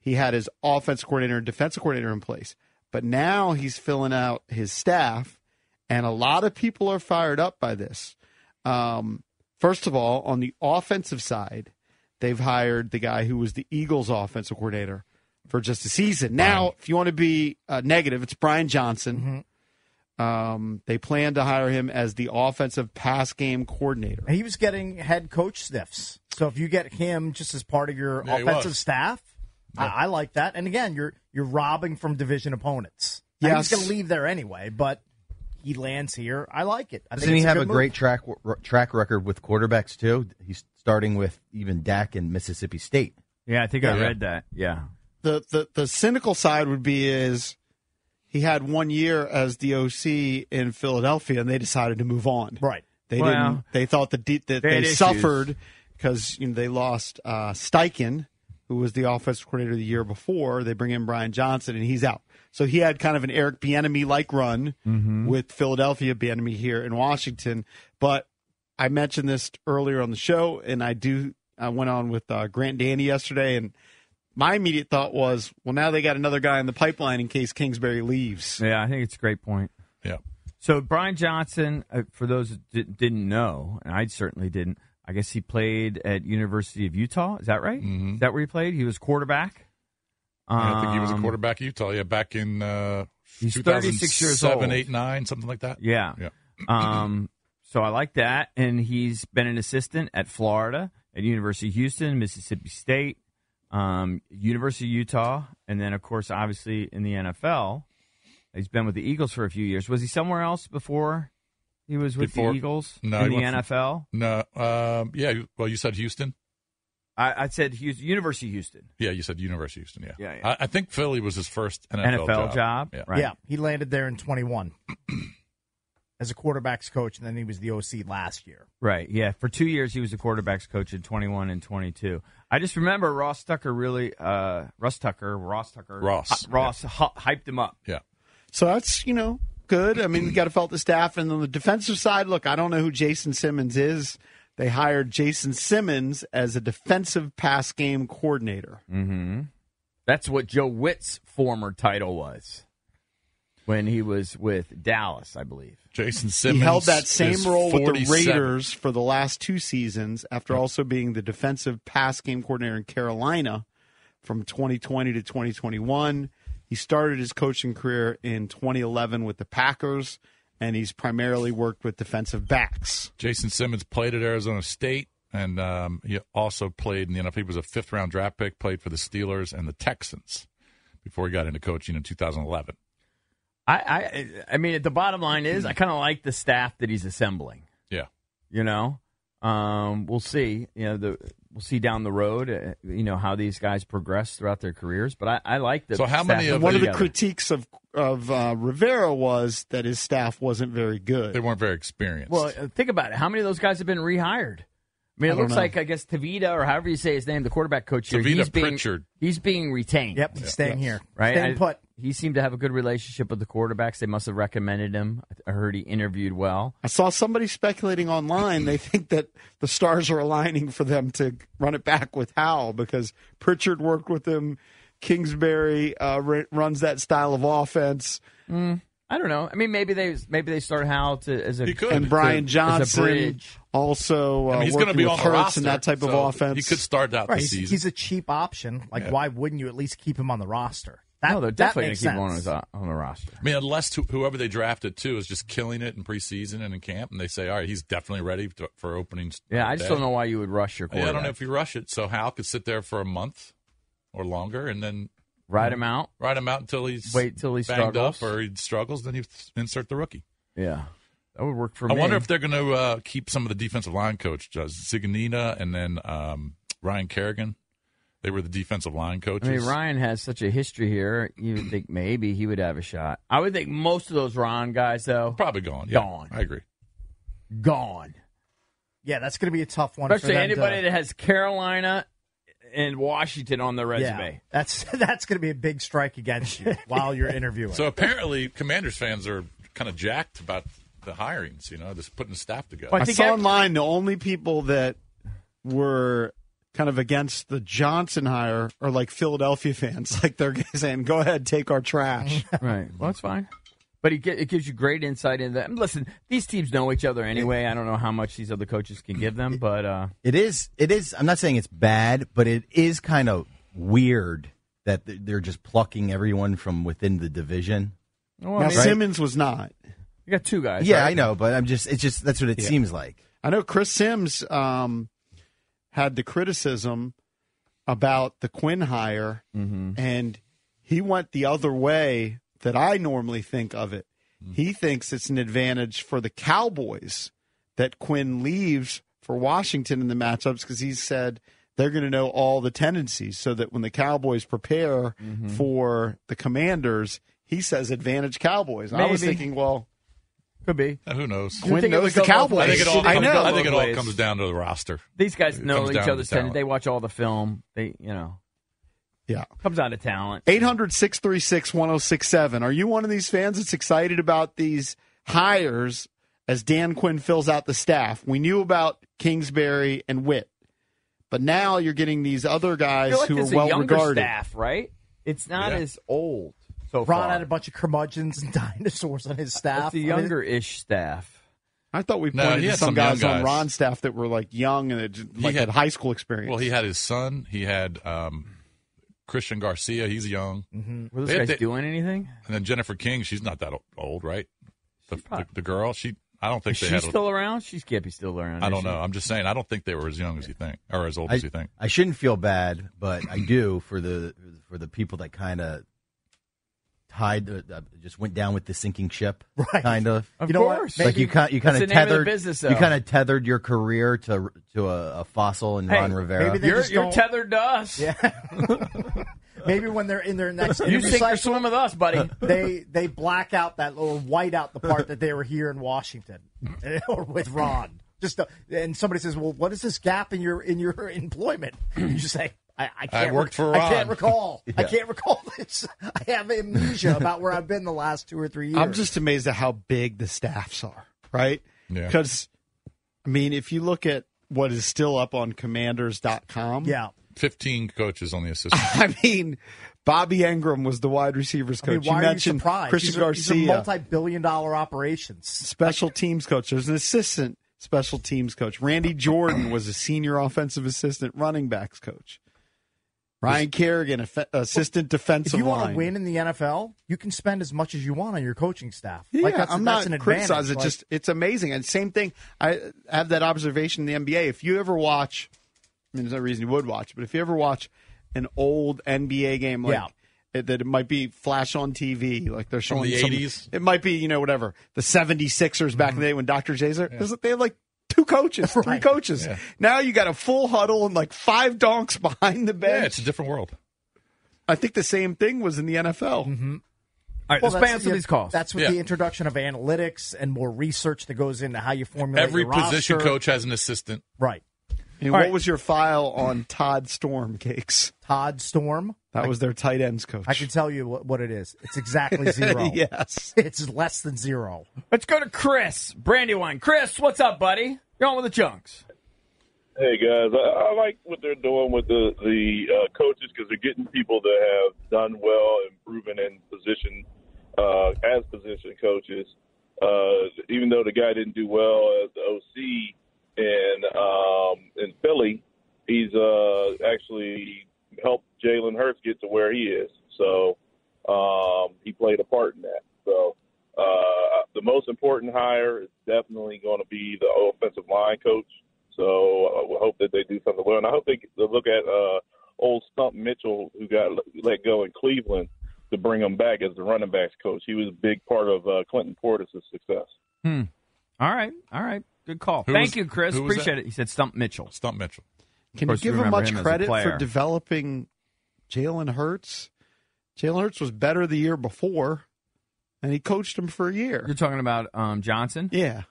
Speaker 1: he had his offense coordinator and defensive coordinator in place. But now he's filling out his staff, and a lot of people are fired up by this. Um, first of all, on the offensive side, they've hired the guy who was the Eagles' offensive coordinator for just a season. Now, if you want to be uh, negative, it's Brian Johnson. Um, they plan to hire him as the offensive pass game coordinator.
Speaker 3: He was getting head coach sniffs. So if you get him just as part of your
Speaker 1: Yeah, he
Speaker 3: offensive
Speaker 1: was.
Speaker 3: staff, I, I like that. And again, you're you're robbing from division opponents. Yeah,
Speaker 7: Yes.
Speaker 3: he's going to leave there anyway, but he lands here. I like it. I
Speaker 7: Doesn't
Speaker 3: think
Speaker 7: he
Speaker 3: it's
Speaker 7: have
Speaker 3: good
Speaker 7: a
Speaker 3: move.
Speaker 7: great track r- track record with quarterbacks too? He's starting with even Dak in Mississippi State.
Speaker 4: Yeah, I think I
Speaker 7: Yeah.
Speaker 4: read that. Yeah.
Speaker 1: the, the the cynical side would be is he had one year as the OC in Philadelphia, and they decided to move on. Right. They
Speaker 4: Well,
Speaker 1: didn't. They thought that de- that
Speaker 4: they
Speaker 1: they
Speaker 4: had issues.
Speaker 1: suffered because you know they lost uh, Steichen, who was the offensive coordinator the year before. They bring in Brian Johnson, and he's out. So he had kind of an Eric Bieniemy like run
Speaker 14: Mhm.
Speaker 1: with Philadelphia Bieniemy here in Washington. But I mentioned this earlier on the show, and I do. I went on with uh, Grant Danny yesterday, and my immediate thought was, well, now they got another guy in the pipeline in case Kingsbury leaves.
Speaker 4: Yeah, I think it's a great point.
Speaker 2: Yeah.
Speaker 4: So Brian Johnson, uh, for those that di- didn't know, and I certainly didn't. I guess he played at University of Utah. Is that right? Is that where he played? He was quarterback.
Speaker 2: Mm-hmm. I think he was a
Speaker 4: Um,
Speaker 2: quarterback at Utah. Yeah, back in uh,
Speaker 4: He's 36 years old.
Speaker 2: 2007, 8, 9, something like that.
Speaker 4: Yeah. um, so I like that. And he's been an assistant at Florida, at University of Houston, Mississippi State, um, University of Utah, and then, of course, obviously in the NFL. He's been with the Eagles for a few years. Was he somewhere else before he was with
Speaker 2: Before-
Speaker 4: the Eagles
Speaker 2: No,
Speaker 4: in
Speaker 2: he
Speaker 4: the
Speaker 2: went from-
Speaker 4: NFL?
Speaker 2: No. Um, yeah. Well, you said Houston.
Speaker 4: I, I said Houston, University of Houston.
Speaker 2: Yeah, you said University of Houston. Yeah.
Speaker 4: Yeah,
Speaker 2: I, I think Philly was his first NFL,
Speaker 4: NFL job,
Speaker 2: Yeah.
Speaker 3: Yeah, he landed there in 21 [clears throat] as a quarterbacks coach, and then he was the OC last year.
Speaker 4: Right. Yeah. For two years, he was the quarterbacks coach in 21 and 22. I just remember Ross Tucker really, uh, Russ Tucker, Ross Tucker,
Speaker 2: Ross.
Speaker 4: Hy- Ross hy- hyped him up.
Speaker 2: Yeah.
Speaker 1: So that's, you know, good. I mean, you got to felt the staff. And on the defensive side, look, I don't know who Jason Simmons is. They hired Jason Simmons as a defensive pass game coordinator.
Speaker 4: Mm-hmm. That's what Joe Witt's former title was when he was with Dallas, I believe.
Speaker 2: Jason
Speaker 1: he held that same role with the Raiders for the last two seasons after also being the defensive pass game coordinator in Carolina from 2020 to 2021. He started his coaching career in 2011 with the Packers, and he's primarily worked with defensive backs.
Speaker 2: Jason Simmons played at Arizona State, and um, he also played in the NFL. He was a fifth round draft pick, played for the Steelers and the Texans before he got into coaching in 2011.
Speaker 4: I, I, I mean, the bottom line is, I kind of like the staff that he's assembling.
Speaker 2: Yeah.
Speaker 4: you know um, we'll see you know the we'll see down the road uh, you know how these guys progress throughout their careers but i, I like the staff
Speaker 1: one of the
Speaker 4: together.
Speaker 1: critiques of of uh, Rivera was that his staff wasn't very good. They
Speaker 2: weren't very experienced.
Speaker 4: well uh, think about it how many of those guys have been rehired I mean,
Speaker 1: I
Speaker 4: it
Speaker 1: don't
Speaker 4: looks
Speaker 1: know.
Speaker 4: like I guess Tavita or however you say his name, the quarterback coach here.
Speaker 2: Tavita
Speaker 4: he's being,
Speaker 2: Pritchard.
Speaker 4: He's being retained.
Speaker 3: Yep, he's staying here.
Speaker 4: Right,
Speaker 3: Staying
Speaker 4: I-
Speaker 3: put.
Speaker 4: He seemed to have a good relationship with the quarterbacks. They must have recommended him. I heard he interviewed well.
Speaker 1: I saw somebody speculating online. They think that the stars are aligning for them to run it back with Howell because Pritchard worked with him. Kingsbury uh, r- runs that style of offense.
Speaker 2: Mm.
Speaker 4: I don't know. I mean, maybe they maybe they start Hal to as a
Speaker 1: And Brian
Speaker 4: to- as a
Speaker 1: Johnson
Speaker 4: bridge.
Speaker 1: also uh,
Speaker 2: I mean, he's
Speaker 1: working
Speaker 2: gonna be
Speaker 1: with
Speaker 2: on the
Speaker 1: Hurts
Speaker 2: roster,
Speaker 1: and that type of
Speaker 2: so
Speaker 1: offense.
Speaker 2: he could start out the
Speaker 3: Right, he's,
Speaker 2: season.
Speaker 3: he's a cheap option. Like,
Speaker 2: Yeah.
Speaker 3: why wouldn't you at least keep him on the roster? That,
Speaker 4: no, they're
Speaker 3: that
Speaker 4: definitely going
Speaker 3: makes
Speaker 4: to keep him
Speaker 3: sense.
Speaker 4: on, his, uh, on the roster.
Speaker 2: I mean, unless who- whoever they drafted too is just killing it in preseason and in camp, and they say, all right, he's definitely ready to, for opening.
Speaker 4: Yeah, I just
Speaker 2: day."
Speaker 4: don't know why you would rush your
Speaker 2: Yeah, I
Speaker 4: quarterback.
Speaker 2: don't know if you rush it. So Hal could sit there for a month or longer, and then
Speaker 4: Ride him out.
Speaker 2: Ride him out until he's
Speaker 4: Wait till he
Speaker 2: banged
Speaker 4: struggles.
Speaker 2: up or he struggles. Then you insert the rookie.
Speaker 4: Yeah, that would work for
Speaker 2: I
Speaker 4: me.
Speaker 2: wonder if they're going to uh, keep some of the defensive line coach uh, Ziganina and then um, Ryan Kerrigan. They were the defensive line
Speaker 4: I
Speaker 2: coaches.
Speaker 4: mean, Ryan has such a history here. You would think maybe he would have a shot. I would think most of those Ron guys, though,
Speaker 2: probably gone.
Speaker 3: yeah.
Speaker 4: gone.
Speaker 2: I agree.
Speaker 3: Gone. Yeah, that's going to be a tough one. for
Speaker 4: Especially
Speaker 3: them
Speaker 4: anybody
Speaker 3: to,
Speaker 4: that has Carolina and Washington on their resume.
Speaker 3: Yeah, that's [laughs] that's going to be a big strike against
Speaker 4: [laughs]
Speaker 3: you while you're interviewing.
Speaker 2: So apparently, Commanders fans are kind of jacked about the hirings. You know, just putting the staff together.
Speaker 1: I, saw online the only people that were kind of against the Johnson hire are like Philadelphia fans. [laughs] Like they're saying, "Go ahead, take our trash."
Speaker 4: [laughs] right. Well, that's fine. But it, ge- it gives you great insight into that. And Listen, these teams know each other anyway. I don't know how much these other coaches can give them, but uh,
Speaker 7: It is. It is. I'm not saying it's bad, but it is kind of weird that th- they're just plucking everyone from within the division.
Speaker 1: now Simmons was not.
Speaker 4: You got two guys.
Speaker 7: Yeah, I know, but I'm just. It's just that's what it
Speaker 1: Yeah.
Speaker 7: seems like.
Speaker 1: I know Chris Sims um, had the criticism about the Quinn hire, and he went the other way that I normally think of it. He thinks it's an advantage for the Cowboys that Quinn leaves for Washington in the matchups because he said they're going to know all the tendencies so that when the Cowboys prepare for the Commanders, he says advantage Cowboys. And I was
Speaker 4: Maybe.
Speaker 1: thinking, well,
Speaker 4: could be.
Speaker 2: Uh, Who knows?
Speaker 1: Quinn knows the Cowboys.
Speaker 2: I think it all
Speaker 1: I
Speaker 2: comes,
Speaker 1: know.
Speaker 2: I think it all comes down to the roster.
Speaker 4: These guys
Speaker 2: It
Speaker 4: know
Speaker 2: comes
Speaker 4: each
Speaker 2: down to
Speaker 4: other's
Speaker 2: talent.
Speaker 4: tendencies. They watch all the film. They, you know,
Speaker 1: Yeah.
Speaker 4: comes down to talent.
Speaker 1: 800 636 1067. Are you one of these fans that's excited about these hires as Dan Quinn fills out the staff? We knew about Kingsbury and Witt, but now you're getting these other
Speaker 4: I
Speaker 1: guys
Speaker 4: feel like
Speaker 1: who
Speaker 4: there's
Speaker 1: are
Speaker 4: a
Speaker 1: well
Speaker 4: younger
Speaker 1: regarded.
Speaker 4: staff, right? It's not
Speaker 1: Yeah.
Speaker 4: as old. So
Speaker 3: Ron
Speaker 4: far.
Speaker 3: had a bunch of curmudgeons and [laughs] dinosaurs on his staff.
Speaker 4: It's a younger-ish staff.
Speaker 1: I thought we
Speaker 2: No,
Speaker 1: pointed
Speaker 2: he
Speaker 1: to
Speaker 2: had
Speaker 1: some,
Speaker 2: some young
Speaker 1: guys, on
Speaker 2: guys.
Speaker 1: Ron's staff that were like young and had,
Speaker 2: He
Speaker 1: like had,
Speaker 2: had-
Speaker 1: high school experience.
Speaker 2: Well, he had his son. He had um, Christian Garcia. He's young.
Speaker 4: Mm-hmm. Were those
Speaker 2: They-
Speaker 4: guys
Speaker 2: they-
Speaker 4: doing anything?
Speaker 2: And then Jennifer King. She's not that o- old, right? The, the, the girl. She. I don't think
Speaker 4: Is
Speaker 2: they
Speaker 4: she
Speaker 2: had.
Speaker 4: still around? She can't be still around.
Speaker 2: I
Speaker 4: is
Speaker 2: don't
Speaker 4: she?
Speaker 2: know. I'm just saying. I don't think they were as young as you think, or as old
Speaker 7: I,
Speaker 2: as you think.
Speaker 7: I shouldn't feel bad, but I do for the for the people that kind of tied, uh, just went down with the sinking ship, right? Kind of.
Speaker 4: Of
Speaker 7: you know
Speaker 4: course.
Speaker 7: What? Like you kind you
Speaker 4: That's
Speaker 7: kind of
Speaker 4: the name of the
Speaker 7: tethered
Speaker 4: business, though.
Speaker 7: You kind of tethered your career to to a, a fossil and
Speaker 4: Hey,
Speaker 7: Ron Rivera.
Speaker 3: maybe they
Speaker 4: You're,
Speaker 3: just
Speaker 4: you're
Speaker 3: don't-
Speaker 4: tethered to us.
Speaker 3: [laughs] Maybe when they're in their next
Speaker 4: You
Speaker 3: interview
Speaker 4: sink or
Speaker 3: cycle,
Speaker 4: swim with us, buddy.
Speaker 3: [laughs] they they black out that or white out the part that they were here in Washington [laughs] or with Ron. Just to, and somebody says, "Well, what is this gap in your in your employment?" You just say, "I, I can't.
Speaker 2: worked for
Speaker 3: I can't
Speaker 1: [laughs]
Speaker 2: Ron."
Speaker 3: recall. I
Speaker 2: Yeah.
Speaker 3: can't recall this. I have amnesia about where I've been the last two or three years."
Speaker 1: I'm just amazed at how big the staffs are, right?
Speaker 2: Yeah.
Speaker 1: Because, I mean, if you look at what is still up on commanders.com.
Speaker 3: Yeah.
Speaker 2: Fifteen coaches on the assistant.
Speaker 1: [laughs] I mean, Bobby Engram was the wide receivers
Speaker 3: I mean,
Speaker 1: coach.
Speaker 3: why
Speaker 1: you
Speaker 3: are you
Speaker 1: mentioned
Speaker 3: surprised?
Speaker 1: Christian
Speaker 3: these are,
Speaker 1: Garcia,
Speaker 3: These are multi-billion-dollar operations.
Speaker 1: special teams coach. There's an assistant special teams coach. Randy Jordan was a senior offensive assistant running backs coach. Ryan Kerrigan, aff- assistant defensive
Speaker 3: If you want
Speaker 1: line.
Speaker 3: to win in the NFL, you can spend as much as you want on your coaching staff.
Speaker 1: Yeah,
Speaker 3: like that's,
Speaker 1: I'm
Speaker 3: that's
Speaker 1: not
Speaker 3: an
Speaker 1: criticizing
Speaker 3: advantage.
Speaker 1: it. Just it's amazing. And same thing, I have that observation in the NBA. If you ever watch, I mean, there's no reason you would watch, but if you ever watch an old NBA game, like it, that, it might be flash on TV, like they're
Speaker 2: From
Speaker 1: showing
Speaker 2: the
Speaker 1: some-
Speaker 2: 80s?
Speaker 1: It might be you know whatever the 76ers back in
Speaker 3: Mm-hmm.
Speaker 1: the day when Dr. J's there. there's- They have like two
Speaker 3: [laughs]
Speaker 1: coaches, three coaches. Now you got a full huddle and like five donks [laughs] behind the bench.
Speaker 2: Yeah, it's a different world.
Speaker 1: I think the same thing was in the NFL.
Speaker 3: Mm-hmm.
Speaker 1: All right,
Speaker 3: Well,
Speaker 1: let's
Speaker 3: that's-
Speaker 1: pay some of
Speaker 3: yeah,
Speaker 1: these calls.
Speaker 3: That's with
Speaker 2: Yeah.
Speaker 3: the introduction of analytics and more research that goes into how you formulate
Speaker 2: Every
Speaker 3: your
Speaker 2: position
Speaker 3: roster.
Speaker 2: coach has an assistant.
Speaker 3: Right.
Speaker 1: And
Speaker 3: All
Speaker 1: what
Speaker 3: right.
Speaker 1: was your file on Todd Storm cakes?
Speaker 3: Todd Storm.
Speaker 1: That was their tight ends coach.
Speaker 3: I can tell you what, what it is.
Speaker 1: [laughs]
Speaker 3: It's
Speaker 2: [laughs]
Speaker 3: exactly zero.
Speaker 1: yes.
Speaker 3: It's less than zero.
Speaker 4: Let's go to Chris Brandywine. Chris, what's up, buddy? You're on with the Junks.
Speaker 5: Hey guys, I, I like what they're doing with the the uh, coaches because they're getting people that have done well and proven in position uh, as position coaches. Uh, even though the guy didn't do well as the OC in um, in Philly, he's uh, actually helped Jalen Hurts get to where he is. So um, he played a part in that. So uh, the most important hire is definitely going to be the offensive line coach. So I hope that they do something well, and I hope they they look at uh, old Stump Mitchell, who got let go in Cleveland, to bring him back as the running backs coach. He was a big part of uh, Clinton Portis' success.
Speaker 4: Hmm. All right. All right. Good call.
Speaker 5: Who
Speaker 4: Thank
Speaker 5: was-
Speaker 4: you, Chris.
Speaker 5: who was
Speaker 4: Appreciate
Speaker 5: that?
Speaker 4: it. He said Stump Mitchell.
Speaker 2: Stump Mitchell.
Speaker 1: Can you
Speaker 4: course,
Speaker 1: give him
Speaker 4: remember
Speaker 1: much
Speaker 4: him as a
Speaker 1: credit for
Speaker 4: player.
Speaker 1: developing Jalen Hurts? Jalen Hurts was better the year before, and he coached him for a year.
Speaker 4: You're talking about um, Johnson?
Speaker 1: Yeah.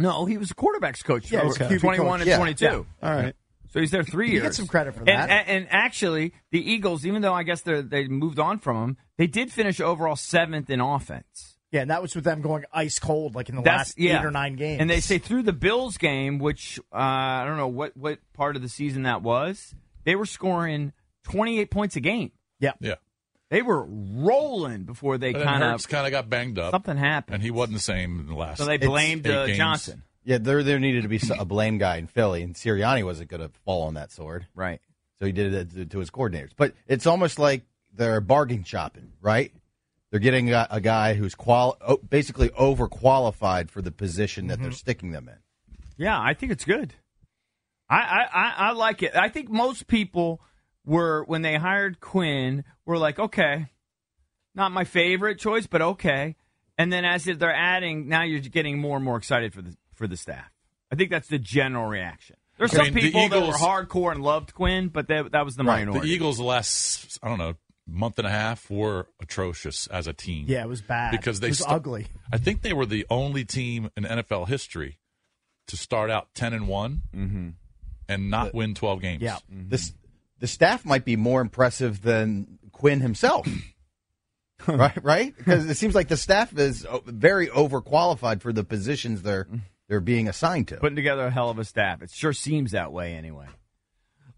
Speaker 4: No, he was a quarterback's coach.
Speaker 1: Yeah,
Speaker 4: for
Speaker 1: he's a QB
Speaker 4: 21
Speaker 1: coach.
Speaker 4: and
Speaker 1: Yeah.
Speaker 4: 22.
Speaker 1: Yeah. All right.
Speaker 4: So he's there three
Speaker 3: You
Speaker 4: years.
Speaker 3: get some credit for
Speaker 4: And-
Speaker 3: that.
Speaker 4: And, and actually, the Eagles, even though I guess they they moved on from him, they did finish overall seventh in offense.
Speaker 3: Yeah, and that was with them going ice cold, like in the
Speaker 4: That's-
Speaker 3: last eight or nine games.
Speaker 4: And they say through the Bills game, which uh, I don't know what, what part of the season that was, they were scoring 28 points a game.
Speaker 3: Yeah.
Speaker 2: Yeah.
Speaker 4: They were rolling before they
Speaker 2: And
Speaker 4: kind
Speaker 2: Hurts
Speaker 4: of.
Speaker 2: kind of got banged up.
Speaker 4: Something happened.
Speaker 2: And he wasn't the same in the last.
Speaker 4: So they blamed
Speaker 2: eight
Speaker 4: uh,
Speaker 2: games.
Speaker 4: Johnson.
Speaker 7: Yeah, there there needed to be a blame guy in Philly, and Sirianni wasn't going to fall on that sword.
Speaker 4: Right.
Speaker 7: So he did it to, to his coordinators. But it's almost like they're bargain shopping, right? They're getting a, a guy who's quali- o- basically overqualified for the position that
Speaker 4: Mm-hmm.
Speaker 7: they're sticking them in.
Speaker 4: Yeah, I think it's good. I, I, I, I like it. I think most people were when they hired Quinn were like, okay, not my favorite choice, but okay. And then as they're adding, now you're getting more and more excited for the for the staff. I think that's the general reaction. There's some
Speaker 2: I mean, the
Speaker 4: people
Speaker 2: Eagles-
Speaker 4: that were hardcore and loved Quinn, but that that was the
Speaker 2: The E-
Speaker 4: minority.
Speaker 2: Eagles, the last, I don't know, month and a half were atrocious as a team.
Speaker 3: Yeah, it was bad.
Speaker 2: Because they
Speaker 3: It was
Speaker 2: sta-
Speaker 3: ugly.
Speaker 2: I think they were the only team in NFL history to start out 10 and 1
Speaker 3: Mm-hmm.
Speaker 2: and not win 12 games.
Speaker 7: Yeah.
Speaker 4: Mm-hmm.
Speaker 7: This the staff might be more impressive than Quinn
Speaker 4: [laughs]
Speaker 7: himself. right, right? Because it seems like the staff is o- very overqualified for the positions they're they're being assigned to.
Speaker 4: Putting together a hell of a staff. It sure seems that way anyway.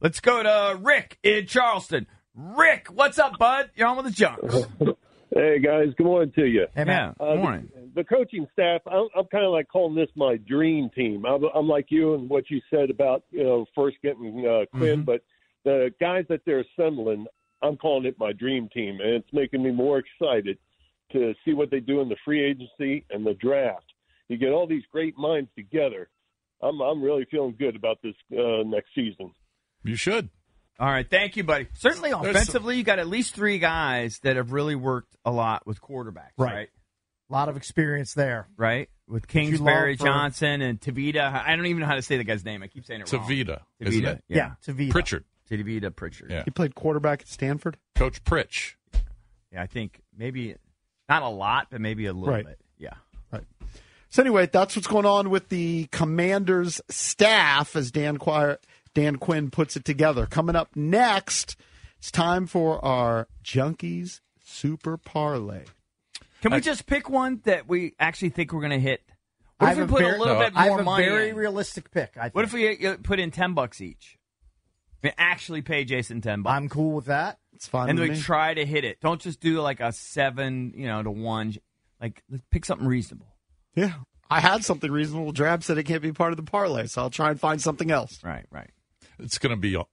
Speaker 4: Let's go to Rick in Charleston. Rick, what's up, bud? You're on with the junk.
Speaker 15: [laughs] Hey guys, good morning to you.
Speaker 4: Hey, man.
Speaker 15: Uh,
Speaker 4: Good morning.
Speaker 15: The, the coaching staff, I'm, I'm kind of like calling this my dream team. I'm, I'm like you and what you said about you know first getting uh,
Speaker 3: Mm-hmm.
Speaker 15: Quinn, but the guys that they're assembling, I'm calling it my dream team, and it's making me more excited to see what they do in the free agency and the draft. You get all these great minds together. I'm I'm really feeling good about this uh, next season.
Speaker 2: You should.
Speaker 4: All right, thank you, buddy. Certainly offensively, you got at least three guys that have really worked a lot with quarterbacks, right? Right,
Speaker 3: a lot of experience there.
Speaker 4: with
Speaker 3: That you
Speaker 4: Kingsbury,
Speaker 3: love for-
Speaker 4: Johnson, and Tavita. I don't even know how to say the guy's name. I keep saying it wrong.
Speaker 2: Tavita,
Speaker 4: Tavita,
Speaker 2: isn't it?
Speaker 4: yeah.
Speaker 3: Yeah, Tavita.
Speaker 2: Pritchard.
Speaker 4: Tavita Pritchard.
Speaker 2: Yeah.
Speaker 1: He played quarterback at Stanford.
Speaker 2: Coach Pritch.
Speaker 4: Yeah, I think maybe not a lot, but maybe a little
Speaker 1: Right.
Speaker 4: bit. Yeah.
Speaker 1: So anyway, that's what's going on with the Commanders staff as Dan Quire, Dan Quinn puts it together. Coming up next, it's time for our Junkies Super Parlay.
Speaker 4: Can we just pick one that we actually think we're going to hit? What if we
Speaker 3: have
Speaker 4: put
Speaker 3: ver-
Speaker 4: a little bit
Speaker 3: I have
Speaker 4: more
Speaker 3: a
Speaker 4: money?
Speaker 3: Very
Speaker 4: in?
Speaker 3: realistic pick. I think.
Speaker 4: What if we uh, put in ten bucks each? I mean, actually, pay Jason ten bucks.
Speaker 3: I'm cool with that.
Speaker 1: It's fine.
Speaker 4: and
Speaker 3: with
Speaker 4: we
Speaker 3: me.
Speaker 4: try to hit it. Don't just do like a seven, you know, to one. Like let's pick something reasonable.
Speaker 1: Yeah, I had something reasonable. Drab said it can't be part of the parlay, so I'll try and find something else.
Speaker 4: Right, right.
Speaker 2: It's going to be uh,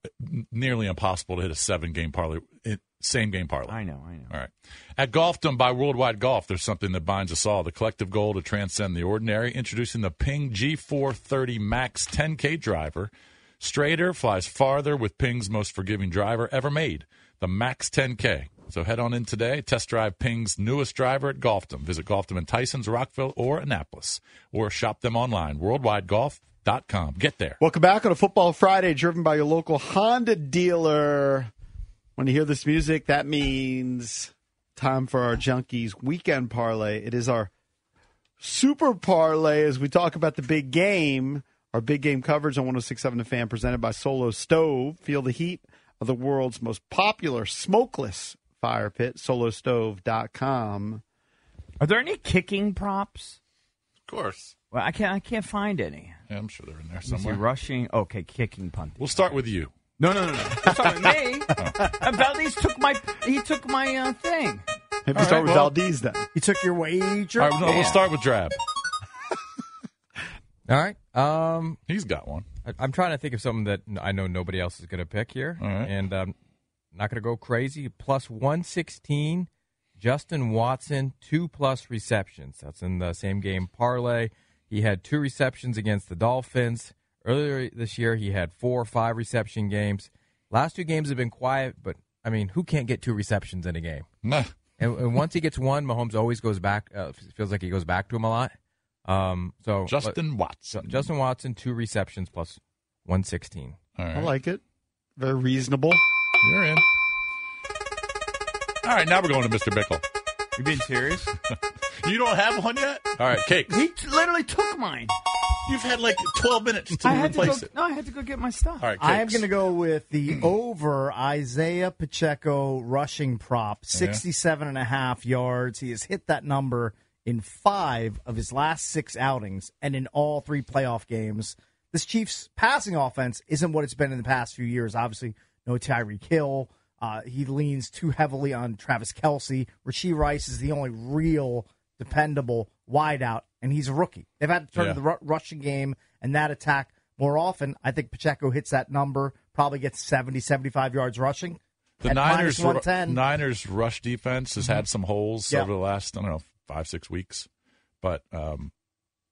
Speaker 2: nearly impossible to hit a seven game parlay, it, same game parlay. I
Speaker 4: know, I know.
Speaker 2: All right. At Golfdom by Worldwide Golf, there's something that binds us all the collective goal to transcend the ordinary. Introducing the Ping G430 Max 10K driver. Straighter flies farther with Ping's most forgiving driver ever made, the Max 10K. So head on in today, test drive Ping's newest driver at Golfdom. Visit Golfdom in Tysons, Rockville, or Annapolis, or shop them online, worldwidegolf.com. Get there.
Speaker 1: Welcome back on a Football Friday, driven by your local Honda dealer. When you hear this music, that means time for our Junkies weekend parlay. It is our super parlay as we talk about the big game. Our big game coverage on 1067 The Fan, presented by Solo Stove. Feel the heat of the world's most popular smokeless fire pit, solostove.com.
Speaker 4: Are there any kicking props?
Speaker 2: Of course.
Speaker 4: Well, I can't. I can't find any.
Speaker 2: Yeah, I'm sure they're in there
Speaker 4: Let me see,
Speaker 2: somewhere.
Speaker 4: rushing. Okay, kicking punting.
Speaker 2: We'll start with you. Oh.
Speaker 4: No, no, no, no. Don't start
Speaker 2: [laughs]
Speaker 4: with me. Valdez took my. He took my uh, thing.
Speaker 1: Maybe
Speaker 4: All
Speaker 1: start
Speaker 4: right,
Speaker 1: with
Speaker 4: well-
Speaker 1: Valdez then.
Speaker 3: You took your wager.
Speaker 2: All right, no,
Speaker 3: Yeah.
Speaker 2: we'll start with Drab.
Speaker 6: All right. Um,
Speaker 2: He's got one.
Speaker 6: I, I'm trying to think of something that I know nobody else is going to pick here,
Speaker 2: All right.
Speaker 6: and um, not going to go crazy. Plus one sixteen, Justin Watson two plus receptions. That's in the same game parlay. He had two receptions against the Dolphins earlier this year. He had four or five reception games. Last two games have been quiet, but I mean, who can't get two receptions in a game?
Speaker 2: Nah.
Speaker 6: [laughs] And, and once he gets one, Mahomes always goes back. Uh, feels like he goes back to him a lot. Um, so
Speaker 2: Justin Watson.
Speaker 4: Mm-hmm.
Speaker 6: Justin Watson, two receptions plus one sixteen.
Speaker 1: I like it. Very reasonable.
Speaker 2: You're in. All right, now we're going to Mr. Bickle.
Speaker 4: You being serious?
Speaker 2: [laughs] you don't have one yet? All right, cakes.
Speaker 4: He t- literally took mine.
Speaker 2: You've had like 12 minutes
Speaker 4: I had to
Speaker 2: replace
Speaker 4: go,
Speaker 2: it.
Speaker 4: No, I had to go get my stuff.
Speaker 2: All right,
Speaker 3: I am going to go with
Speaker 2: [clears throat]
Speaker 3: the over Isaiah Pacheco rushing prop, 67 and a half yards. He has hit that number in five of his last six outings and in all three playoff games. This Chiefs passing offense isn't what it's been in the past few years. Obviously, no Tyreek Hill. Uh, he leans too heavily on Travis Kelsey. Rasheed Rice is the only real dependable wideout, and he's a rookie. They've had to turn
Speaker 16: Yeah.
Speaker 3: to the ru- rushing game and that attack more often. I think Pacheco hits that number, probably gets 70, 75 yards rushing.
Speaker 2: The
Speaker 3: At minus
Speaker 2: Niners,
Speaker 3: 110.
Speaker 2: Niners rush defense has had some holes
Speaker 3: Yeah.
Speaker 2: over the last, I don't know, five, six weeks. But um,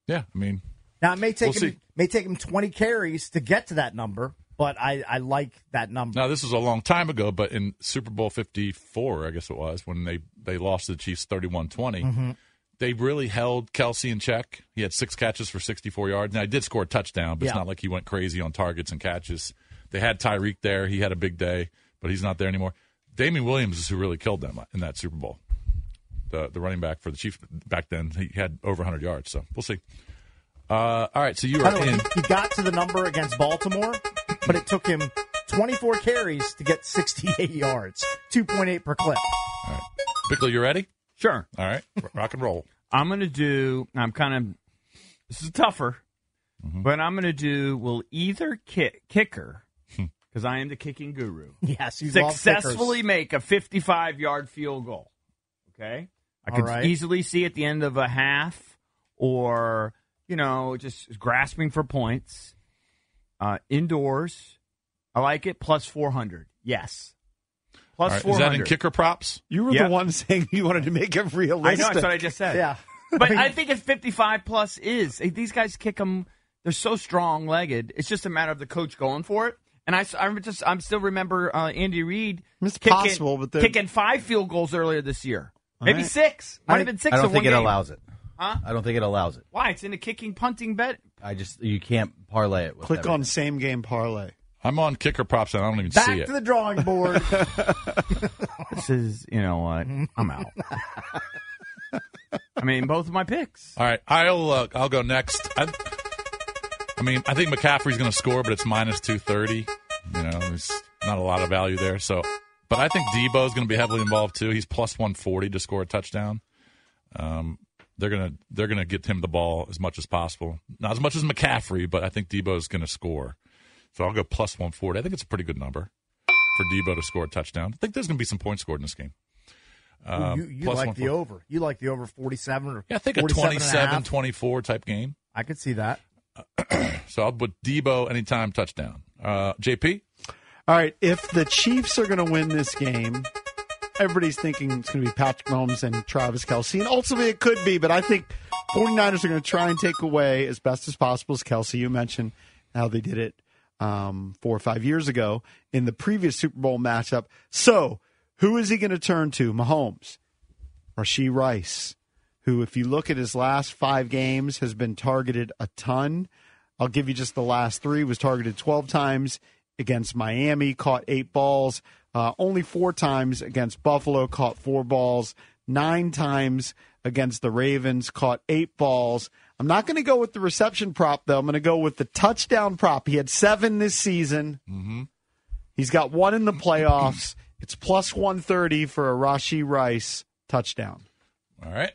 Speaker 2: yeah, I mean,
Speaker 3: now, it may take,
Speaker 2: We'll see.
Speaker 3: him, may take him 20 carries to get to that number, but I, I like that number.
Speaker 2: Now this was a long time ago, but in Super Bowl Fifty Four, I guess it was when they they lost to the Chiefs 31 20
Speaker 3: Mhm.
Speaker 2: They really held Kelsey in check. He had six catches for sixty four yards. Now he did score a touchdown, but it's
Speaker 3: Yeah.
Speaker 2: not like he went crazy on targets and catches. They had Tyreek there. He had a big day, but he's not there anymore. Damien Williams is who really killed them in that Super Bowl. The the running back for the Chiefs back then, he had over 100 yards. So we'll see. Uh, all right, so you
Speaker 3: By
Speaker 2: are
Speaker 3: the way,
Speaker 2: in.
Speaker 3: he got to the number against Baltimore, but it took him 24 carries to get 68 yards, 2.8 per clip.
Speaker 2: Pickle, you ready?
Speaker 4: Sure. [laughs]
Speaker 2: All right. Rock and roll.
Speaker 4: I'm going to do, I'm kind of, this is tougher,
Speaker 2: Mm-hmm.
Speaker 4: but I'm going to do, will either kick, kicker,
Speaker 2: Hmm.
Speaker 4: because I am the kicking guru,
Speaker 3: [laughs] Yes, you love
Speaker 4: successfully make a 55 yard field goal? Okay. I
Speaker 3: All
Speaker 4: could
Speaker 3: right.
Speaker 4: easily see at the end of a half or, you know, just grasping for points. Uh, indoors. I like it. Plus 400. Yes. Plus
Speaker 2: All right,
Speaker 4: 400.
Speaker 2: Is that in kicker props?
Speaker 1: You were
Speaker 4: Yep.
Speaker 1: the one [laughs] saying you wanted to make it
Speaker 4: I
Speaker 1: realistic.
Speaker 4: know. That's what I just said.
Speaker 1: Yeah.
Speaker 4: [laughs]
Speaker 1: [laughs]
Speaker 4: But I think it's 55 plus is. These guys kick them. They're so strong legged. It's just a matter of the coach going for it. And I, s- I'm just, I'm still remember uh, Andy Reid
Speaker 1: It's
Speaker 4: kicking,
Speaker 1: possible, but they're-
Speaker 4: kicking five field goals earlier this year.
Speaker 7: All
Speaker 4: Maybe
Speaker 7: right.
Speaker 4: six. Might
Speaker 7: I-
Speaker 4: have been six.
Speaker 7: I don't
Speaker 4: in
Speaker 7: think
Speaker 4: one
Speaker 7: it
Speaker 4: game.
Speaker 7: allows it.
Speaker 4: Huh?
Speaker 7: I don't think it allows it.
Speaker 4: Why? It's in a kicking punting bet.
Speaker 7: I just you can't parlay it. With
Speaker 1: Click
Speaker 7: everything.
Speaker 1: on same game parlay.
Speaker 2: I'm on kicker props and I don't even
Speaker 3: Back
Speaker 2: see it.
Speaker 3: to the drawing board.
Speaker 4: [laughs] This is, you know what?
Speaker 3: [laughs]
Speaker 4: I'm out. I mean, both of my picks.
Speaker 2: All right, I'll uh, I'll go next. I, I mean, I think McCaffrey's going to score, but it's minus two thirty. You know, there's not a lot of value there. So, but I think Debo's going to be heavily involved too. He's plus one forty to score a touchdown. Um, they're gonna they're gonna get him the ball as much as possible. Not as much as McCaffrey, but I think Debo's going to score. So I'll go plus one forty. I think it's a pretty good number for Debo to score a touchdown. I think there's going to be some points scored in this game. Um,
Speaker 3: you you
Speaker 2: plus
Speaker 3: like the
Speaker 2: 140.
Speaker 3: over. You like the over 47 or
Speaker 2: I think a
Speaker 3: 47 and a
Speaker 2: 27
Speaker 3: half.
Speaker 2: 24 type game.
Speaker 3: I could see that.
Speaker 2: [clears throat] So I'll put Debo anytime touchdown. Uh, JP,
Speaker 1: All right, if the Chiefs are going to win this game, everybody's thinking it's going to be Patrick Mahomes and Travis Kelsey, and ultimately it could be, but I think 49ers are going to try and take away as best as possible as Kelsey. You mentioned how they did it um, four or five years ago in the previous Super Bowl matchup. So who is he going to turn to? Mahomes, Rasheed Rice, who, if you look at his last five games, has been targeted a ton. I'll give you just the last three. Was targeted 12 times against Miami, caught eight balls. Uh, only four times against Buffalo, caught four balls. Nine times against the Ravens, caught eight balls. I'm not going to go with the reception prop, though. I'm going to go with the touchdown prop. He had seven this season. Mm-hmm. He's got one in the playoffs. It's plus 130 for a Rashi Rice touchdown.
Speaker 2: all right.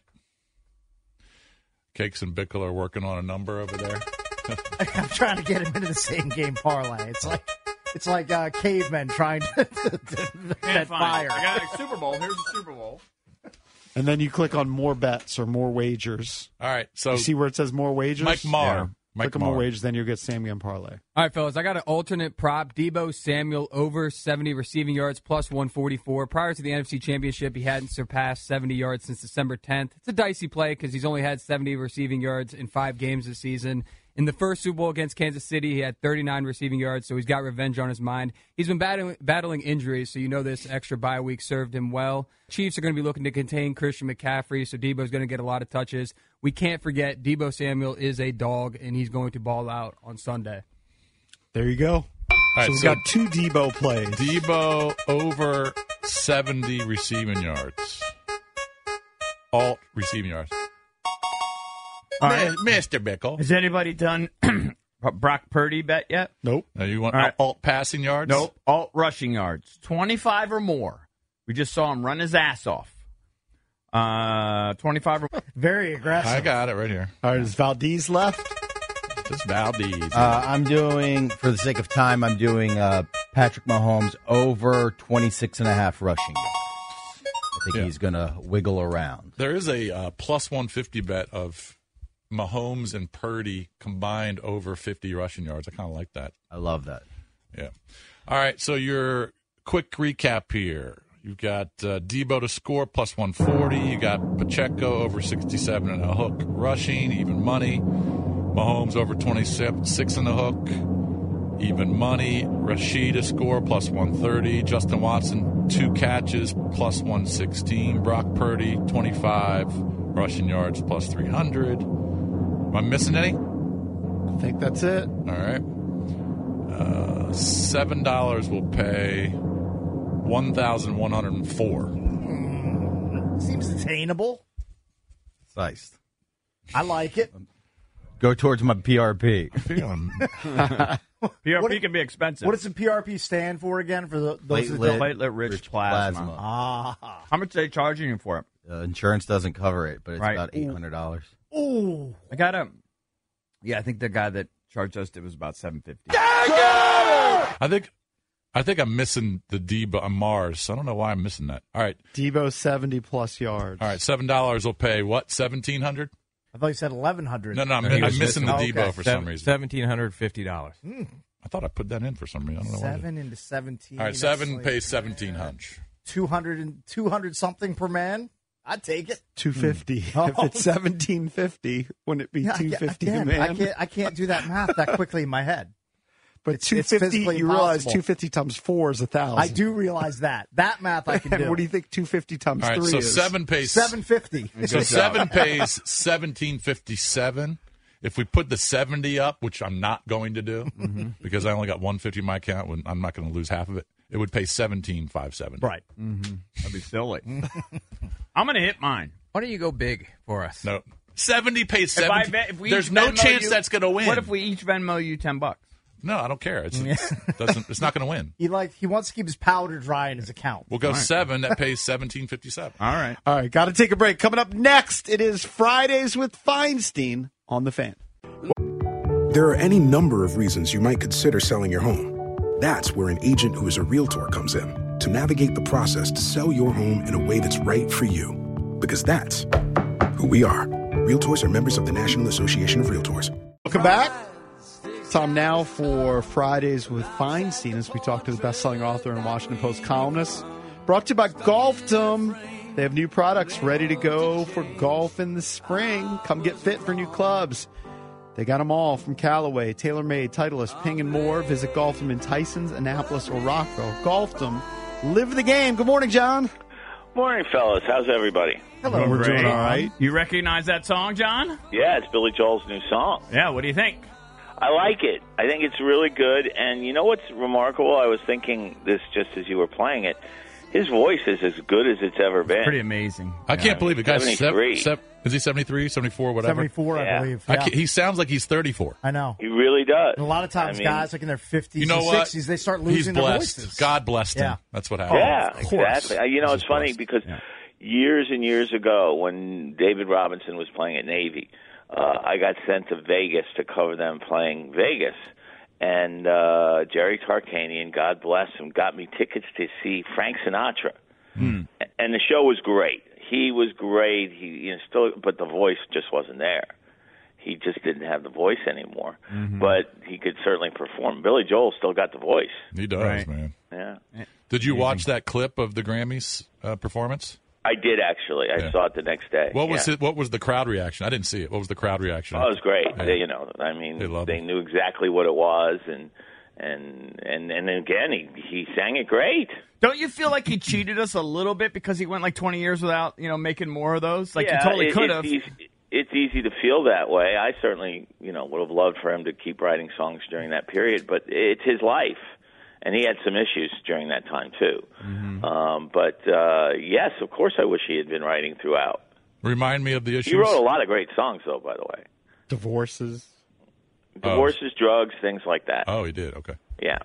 Speaker 2: Cakes and Bickle are working on a number over there.
Speaker 3: I'm trying to get him into the same game parlay. It's like it's like uh, cavemen trying to, to, [laughs] to
Speaker 4: Can't
Speaker 3: bet
Speaker 4: find
Speaker 3: fire.
Speaker 4: it. I got a Super Bowl. Here's the Super Bowl.
Speaker 1: And then you click on more bets or more wagers.
Speaker 2: All right, so
Speaker 1: you see where it says more wagers?
Speaker 9: Mike Marr. Mike
Speaker 1: click on more
Speaker 9: Marr.
Speaker 1: wagers, then you'll get same game parlay.
Speaker 9: All right, fellas, I got an alternate prop. Debo Samuel over 70 receiving yards plus 144. Prior to the NFC Championship, he hadn't surpassed 70 yards since December 10th. It's a dicey play because he's only had 70 receiving yards in five games this season. In the first Super Bowl against Kansas City, he had 39 receiving yards, so he's got revenge on his mind. He's been battling, battling injuries, so you know this extra bye week served him well. Chiefs are going to be looking to contain Christian McCaffrey, so Debo's going to get a lot of touches. We can't forget Debo Samuel is a dog, and he's going to ball out on Sunday.
Speaker 1: There you go.
Speaker 2: right,
Speaker 17: so we've
Speaker 2: so-
Speaker 17: got
Speaker 9: [laughs]
Speaker 17: two Debo plays.
Speaker 2: [laughs] Debo over 70 receiving yards. Alt receiving yards.
Speaker 5: All
Speaker 2: Man, Mr. Bickle.
Speaker 5: Has anybody done [clears throat] Brock Purdy bet yet?
Speaker 2: Nope. Now you want
Speaker 5: All right.
Speaker 2: alt passing yards?
Speaker 5: Nope. Alt rushing yards. 25 or more. We just saw him run his ass off. Uh, 25 or
Speaker 3: Very aggressive.
Speaker 2: I got it right here.
Speaker 17: All right, is Valdez left?
Speaker 2: Just Valdez.
Speaker 7: Uh, I'm doing, for the sake of time, I'm doing uh, Patrick Mahomes over 26 and a half rushing yards. I think
Speaker 2: Yeah.
Speaker 7: he's going to wiggle around.
Speaker 2: There is a uh, plus 150 bet of Mahomes and Purdy combined over 50 rushing yards. I kind of like that.
Speaker 7: I love that.
Speaker 2: Yeah. All right. So your quick recap here. You've got uh, Debo to score plus 140. You got Pacheco over 67 and a hook rushing, even money. Mahomes over 26 and a hook, even money. Rashid to score plus 130. Justin Watson, two catches plus 116. Brock Purdy, 25 rushing yards plus 300. Am I missing any?
Speaker 1: I think that's it.
Speaker 2: All right. Uh, Seven dollars will pay one thousand one hundred and four.
Speaker 3: Seems attainable.
Speaker 7: Sliced.
Speaker 3: I like
Speaker 5: [laughs]
Speaker 3: it.
Speaker 7: Go towards my PRP. [laughs]
Speaker 5: PRP can be expensive.
Speaker 3: What does the PRP stand for again? For the, those that
Speaker 5: platelet,
Speaker 3: don't-
Speaker 5: rich, plasma.
Speaker 7: plasma.
Speaker 3: Ah.
Speaker 5: How much are they charging you for it?
Speaker 7: Uh, insurance doesn't cover it, but it's
Speaker 5: Right.
Speaker 7: about
Speaker 5: Ooh.
Speaker 7: $800.
Speaker 3: Ooh.
Speaker 5: I got a. Yeah, I think the guy that charged us it was about seven fifty.
Speaker 2: I think, I think I'm missing the Debo on Mars. I don't know why I'm missing that. All right,
Speaker 1: Debo seventy plus yards.
Speaker 2: all right. Seven dollars will pay what seventeen hundred?
Speaker 3: I thought you said 1100
Speaker 2: No, no, I'm, I'm missing the
Speaker 3: Oh,
Speaker 2: Debo
Speaker 3: okay.
Speaker 2: for some reason.
Speaker 6: Seventeen hundred fifty dollars.
Speaker 2: I thought I put that in for some reason. I don't know why. I did.
Speaker 3: Seven into 17.
Speaker 2: All right,
Speaker 3: that's
Speaker 2: seven
Speaker 3: like
Speaker 2: pays seventeen hundred.
Speaker 3: 200, and, 200 something per man. I'd take it.
Speaker 1: Two fifty.
Speaker 3: Oh.
Speaker 1: If it's seventeen fifty, wouldn't it be
Speaker 3: Hmm. Yeah, I
Speaker 1: two
Speaker 3: ca-
Speaker 1: fifty
Speaker 3: again,
Speaker 1: man?
Speaker 3: I can't, I can't do that math that quickly in my head.
Speaker 1: but
Speaker 3: it's-
Speaker 1: two
Speaker 3: it's
Speaker 1: fifty,
Speaker 3: physically
Speaker 1: you realize
Speaker 3: impossible.
Speaker 1: two fifty times four is a thousand.
Speaker 3: I do realize that. That math I
Speaker 1: [laughs]
Speaker 3: can
Speaker 1: And
Speaker 3: do.
Speaker 1: what do you think two fifty times
Speaker 2: All right,
Speaker 1: three
Speaker 2: so
Speaker 1: is?
Speaker 2: seven pays
Speaker 3: 750.
Speaker 2: So seven pays seventeen fifty seven. If we put the seventy up, which I'm not going to do
Speaker 5: Mm-hmm.
Speaker 2: because I only got one fifty in my account, when I'm not going to lose half of it. It would pay seventeen five seventy.
Speaker 3: Right.
Speaker 5: That'd be silly. I'm gonna hit mine.
Speaker 6: Why don't you go big for us?
Speaker 2: No, seventy pays
Speaker 5: If I
Speaker 2: seventy.
Speaker 5: ve- if we
Speaker 2: There's
Speaker 5: each
Speaker 2: no
Speaker 5: Venmo
Speaker 2: chance
Speaker 5: you-
Speaker 2: that's going to win.
Speaker 5: What if we each Venmo you ten bucks?
Speaker 2: No, I don't
Speaker 5: [laughs]
Speaker 2: care. It's, it's- doesn't. It's not going to win.
Speaker 3: He like he wants to keep his powder dry in his account.
Speaker 2: [laughs] We'll go seven. That pays seventeen fifty seven.
Speaker 5: All right.
Speaker 1: All right, got to take a break. Coming up next, it is Fridays with Feinstein on the fan.
Speaker 18: There are any number of reasons you might consider selling your home. That's where an agent who is a realtor comes in to navigate the process to sell your home in a way that's right for you. Because that's who we are. Realtors are members of the National Association of Realtors.
Speaker 1: Welcome back. Time now for Fridays with Feinstein as we talk to the best selling author and Washington Post columnist. Brought to you by Golfdom. They have new products ready to go for golf in the spring. Come get fit for new clubs. They got them all from Callaway, TaylorMade, Titleist, Ping, and more. Visit Golfdom in Tysons, Annapolis, or Rockville. Golfdom, live the game. Good morning, John.
Speaker 19: Morning, fellas. How's everybody?
Speaker 1: Hello, we're doing all right.
Speaker 5: You recognize that song, John?
Speaker 19: Yeah, it's Billy Joel's new song.
Speaker 5: Yeah. What do you think?
Speaker 19: I like it. I think it's really good. And you know what's remarkable? I was thinking this just as you were playing it. His voice is as good as it's ever been.
Speaker 5: Pretty amazing.
Speaker 2: I can't believe it, guys.
Speaker 19: 73.
Speaker 2: Sev- sev- is he 73, 74, whatever?
Speaker 3: 74, I
Speaker 19: Yeah.
Speaker 3: believe.
Speaker 2: I
Speaker 3: Yeah.
Speaker 2: can't- he sounds like he's 34.
Speaker 3: I know.
Speaker 19: He really does.
Speaker 3: And a lot of times,
Speaker 19: I mean,
Speaker 3: guys like in their fifties
Speaker 2: You know
Speaker 3: and
Speaker 2: what?
Speaker 3: sixties, they start
Speaker 2: he's
Speaker 3: losing their
Speaker 2: blessed.
Speaker 3: voices.
Speaker 2: God blessed him.
Speaker 3: Yeah.
Speaker 2: That's what happened.
Speaker 19: Yeah,
Speaker 3: of course.
Speaker 19: exactly. I- You know, it's funny because years and years ago, when David Robinson was playing at Navy, uh, I got sent to Vegas to cover them playing Vegas. And uh, Jerry Tarkanian, God bless him, got me tickets to see Frank Sinatra.
Speaker 2: Hmm.
Speaker 19: And the show was great. He was great. He you know, still, but the voice just wasn't there. He just didn't have the voice anymore.
Speaker 2: Mm-hmm.
Speaker 19: But he could certainly perform. Billy Joel still got the voice.
Speaker 2: He does, man.
Speaker 19: Yeah.
Speaker 2: Did you watch that clip of the Grammys uh, performance?
Speaker 19: I did actually. I
Speaker 2: Yeah.
Speaker 19: saw it the next day.
Speaker 2: What was
Speaker 19: yeah.
Speaker 2: it? What was the crowd reaction? I didn't see it. What was the crowd reaction?
Speaker 19: Oh, it was great.
Speaker 2: Yeah.
Speaker 19: They, you know, I mean,
Speaker 2: They love
Speaker 19: they
Speaker 2: him.
Speaker 19: knew exactly what it was, and and and and again, he he sang it great.
Speaker 5: Don't you feel like he cheated us a little bit because he went like 20 years without, you know, making more of those? Like
Speaker 19: yeah,
Speaker 5: he totally
Speaker 19: it-
Speaker 5: could
Speaker 19: it's
Speaker 5: have.
Speaker 19: easy- It's easy to feel that way. I certainly, you know, would have loved for him to keep writing songs during that period, but it's his life. and he had some issues during that time too.
Speaker 2: Mm-hmm.
Speaker 19: Um, but uh, yes, of course, I wish he had been writing throughout.
Speaker 2: Remind me of the issues.
Speaker 19: He wrote a lot of great songs, though. By the way,
Speaker 2: Divorces.
Speaker 19: divorces, drugs, things like that.
Speaker 2: Oh, he did. Okay.
Speaker 19: Yeah,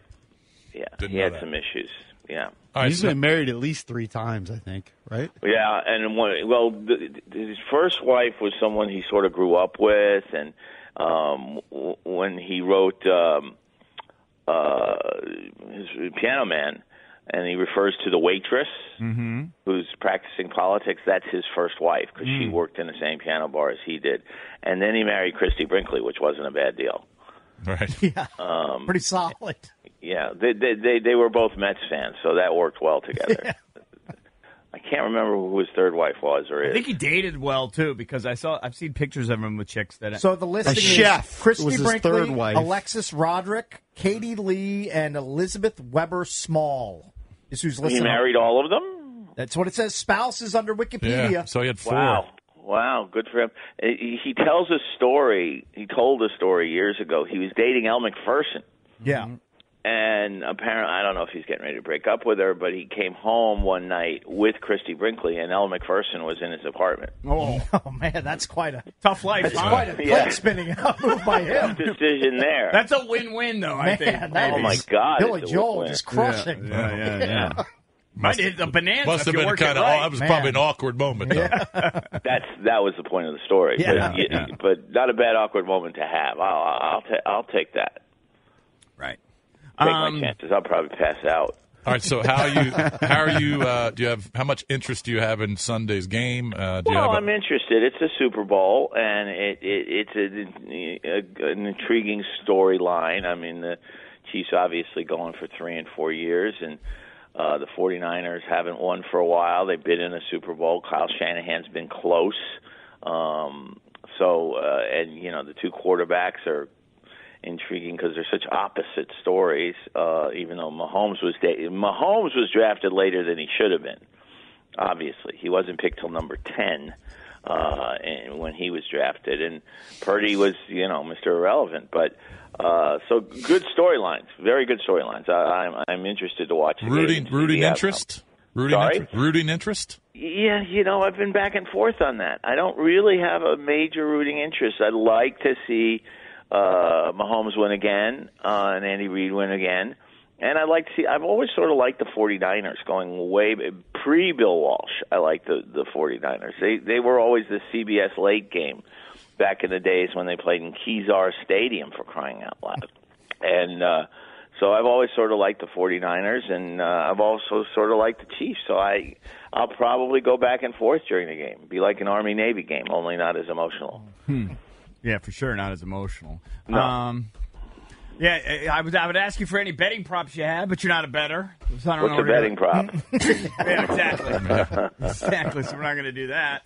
Speaker 19: yeah. he had some issues. Yeah.
Speaker 1: He's been married at least three times, I think, right?
Speaker 19: Yeah, and one, well, th th his first wife was someone he sort of grew up with, and um, w- when he wrote um, uh, his Piano Man, and he refers to the waitress
Speaker 4: Mm-hmm.
Speaker 19: who's practicing politics. That's his first wife because she
Speaker 4: Mm.
Speaker 19: worked in the same piano bar as he did, and then he married Christy Brinkley, which wasn't a bad deal.
Speaker 2: [laughs] Right.
Speaker 3: [laughs] Yeah.
Speaker 19: Um,
Speaker 3: Pretty solid.
Speaker 19: yeah, they, they they they were both Mets fans, so that worked well together. I can't remember who his third wife was or
Speaker 5: I
Speaker 19: is.
Speaker 5: think he dated well too because I saw I've seen pictures of him with chicks that
Speaker 3: So the listing is Christy Brinkley, Alexis Roderick, Katie Lee, and Elizabeth Weber Small is who's
Speaker 19: he
Speaker 3: listed.
Speaker 19: married all of them.
Speaker 3: That's what it says. Spouses under Wikipedia.
Speaker 19: Wow. Wow, good for him. Uh, He he tells a story. He told a story years ago. He was dating Elle McPherson,
Speaker 3: Yeah.
Speaker 5: Mm-hmm.
Speaker 19: and apparently, I don't know if he's getting ready to break up with her, but he came home one night with Christy Brinkley, and Elle McPherson was in his apartment.
Speaker 3: [laughs] Oh. man, that's quite a
Speaker 5: tough life.
Speaker 3: That's
Speaker 5: huh?
Speaker 3: quite a plate
Speaker 19: Yeah.
Speaker 3: spinning out [laughs] move by him.
Speaker 19: Decision there.
Speaker 5: That's a win-win though. I
Speaker 3: Man,
Speaker 5: think.
Speaker 3: that
Speaker 5: maybe.
Speaker 19: oh my God,
Speaker 3: Billy
Speaker 19: it's a
Speaker 3: Joel
Speaker 19: win-win.
Speaker 3: just crushing.
Speaker 2: Yeah, yeah,
Speaker 5: [laughs]
Speaker 2: yeah.
Speaker 5: Might hit the bonanza.
Speaker 2: Must
Speaker 5: if
Speaker 2: have
Speaker 5: you
Speaker 2: been
Speaker 5: work it
Speaker 2: kinda-
Speaker 5: right.
Speaker 2: that was probably an awkward moment. Though.
Speaker 19: That's that was the point of the story.
Speaker 2: Yeah.
Speaker 19: but,
Speaker 2: Yeah,
Speaker 19: y-
Speaker 2: yeah.
Speaker 19: but not a bad awkward moment to have. I'll I'll, ta- I'll take that.
Speaker 5: Right.
Speaker 19: Take
Speaker 2: Um,
Speaker 19: my chances. I'll probably pass out.
Speaker 2: All right. So how are
Speaker 5: [laughs]
Speaker 2: you? How are you? Uh, do you have how much interest do you have in Sunday's game? Uh, do you
Speaker 19: well,
Speaker 2: have a-
Speaker 19: I'm interested. It's a Super Bowl, and it, it it's a, a, an intriguing storyline. I mean, the Chiefs obviously going for three and four years, and uh, the 49ers haven't won for a while. They've been in a Super Bowl. Kyle Shanahan's been close. Um, so, uh, and you know, the two quarterbacks are intriguing because they're such opposite stories. Uh, even though Mahomes was da- Mahomes was drafted later than he should have been. Obviously, he wasn't picked till number ten uh, and when he was drafted, and Purdy was you know Mr. Irrelevant. But uh, so good storylines, very good storylines. I, I'm I'm interested to watch. the
Speaker 2: rooting
Speaker 19: game.
Speaker 2: rooting
Speaker 19: Yeah.
Speaker 2: interest? Rooting
Speaker 19: Sorry?
Speaker 2: interest? Rooting interest?
Speaker 19: Yeah, you know, I've been back and forth on that. I don't really have a major rooting interest. I'd like to see uh Mahomes win again, uh, and Andy Reid win again. And I like to see I've always sort of liked the 49ers going way pre Bill Walsh. I like the the 49ers. They they were always the CBS late game back in the days when they played in Kezar Stadium for crying out loud. And uh so I've always sort of liked the 49ers and uh, I've also sort of liked the Chiefs. So I I'll probably go back and forth during the game. Be like an Army Navy game, only not as emotional.
Speaker 5: Hmm. Yeah, for sure, not as emotional.
Speaker 19: No.
Speaker 5: Um, yeah, I- I would I would ask you for any betting props you had, but you're not a better. So I don't
Speaker 19: What's
Speaker 5: know
Speaker 19: a betting
Speaker 5: really-
Speaker 19: prop?
Speaker 5: [laughs] yeah, exactly. [laughs] exactly. So we're not going to do that.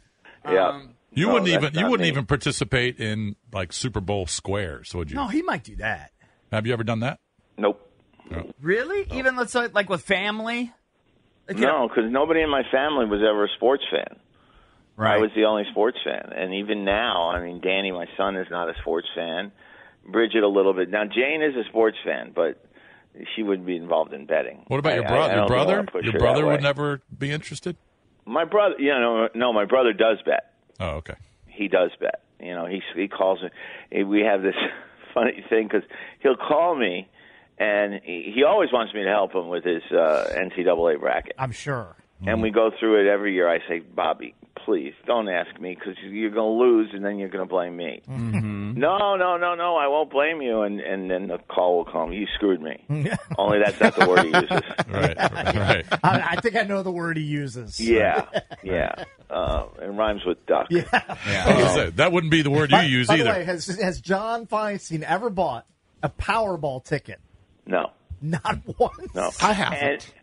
Speaker 5: Um,
Speaker 19: yeah.
Speaker 2: You
Speaker 19: No,
Speaker 2: wouldn't
Speaker 19: that's
Speaker 2: even you
Speaker 19: not
Speaker 2: wouldn't
Speaker 19: me.
Speaker 2: even participate in like Super Bowl squares, would you?
Speaker 5: [laughs] No, he might do that.
Speaker 2: Have you ever done that?
Speaker 19: Nope.
Speaker 5: Really? Even let's say like with family.
Speaker 19: No, because nobody in my family was ever a sports fan.
Speaker 5: Right.
Speaker 19: I was the only sports fan, and even now, I mean, Danny, my son, is not a sports fan. Bridget, a little bit. Now, Jane is a sports fan, but she wouldn't be involved in betting.
Speaker 2: What about
Speaker 19: I-
Speaker 2: your
Speaker 19: I- I
Speaker 2: brother?
Speaker 19: don't
Speaker 2: Your
Speaker 19: think I wanna
Speaker 2: brother?
Speaker 19: push
Speaker 2: Your
Speaker 19: her
Speaker 2: brother
Speaker 19: that way.
Speaker 2: would never be interested.
Speaker 19: My brother, you know, no, my brother does bet.
Speaker 2: Oh, okay.
Speaker 19: He does bet. You know, he he calls me. eh, We have this [laughs] funny thing because he'll call me, and he, he always wants me to help him with his uh, NCAA bracket.
Speaker 3: I'm sure.
Speaker 19: And
Speaker 2: Mm-hmm.
Speaker 19: we go through it every year. I say, Bobby, please don't ask me because you're going to lose, and then you're going to blame me.
Speaker 2: Mm-hmm.
Speaker 19: No, no, no, no. I won't blame you. And and then the call will come. You screwed
Speaker 2: [laughs]
Speaker 19: me. Only that's not the word he uses.
Speaker 2: right, right.
Speaker 3: [laughs] I, I think I know the word he uses. [laughs]
Speaker 19: Yeah, yeah. Uh, it rhymes with duck. Yeah.
Speaker 2: Like I said, that wouldn't be the word you
Speaker 3: By-
Speaker 2: use
Speaker 3: by
Speaker 2: either.
Speaker 3: the way, has, has John Feinstein ever bought a Powerball ticket?
Speaker 19: No.
Speaker 3: Not once.
Speaker 19: No,
Speaker 3: I haven't.
Speaker 19: And,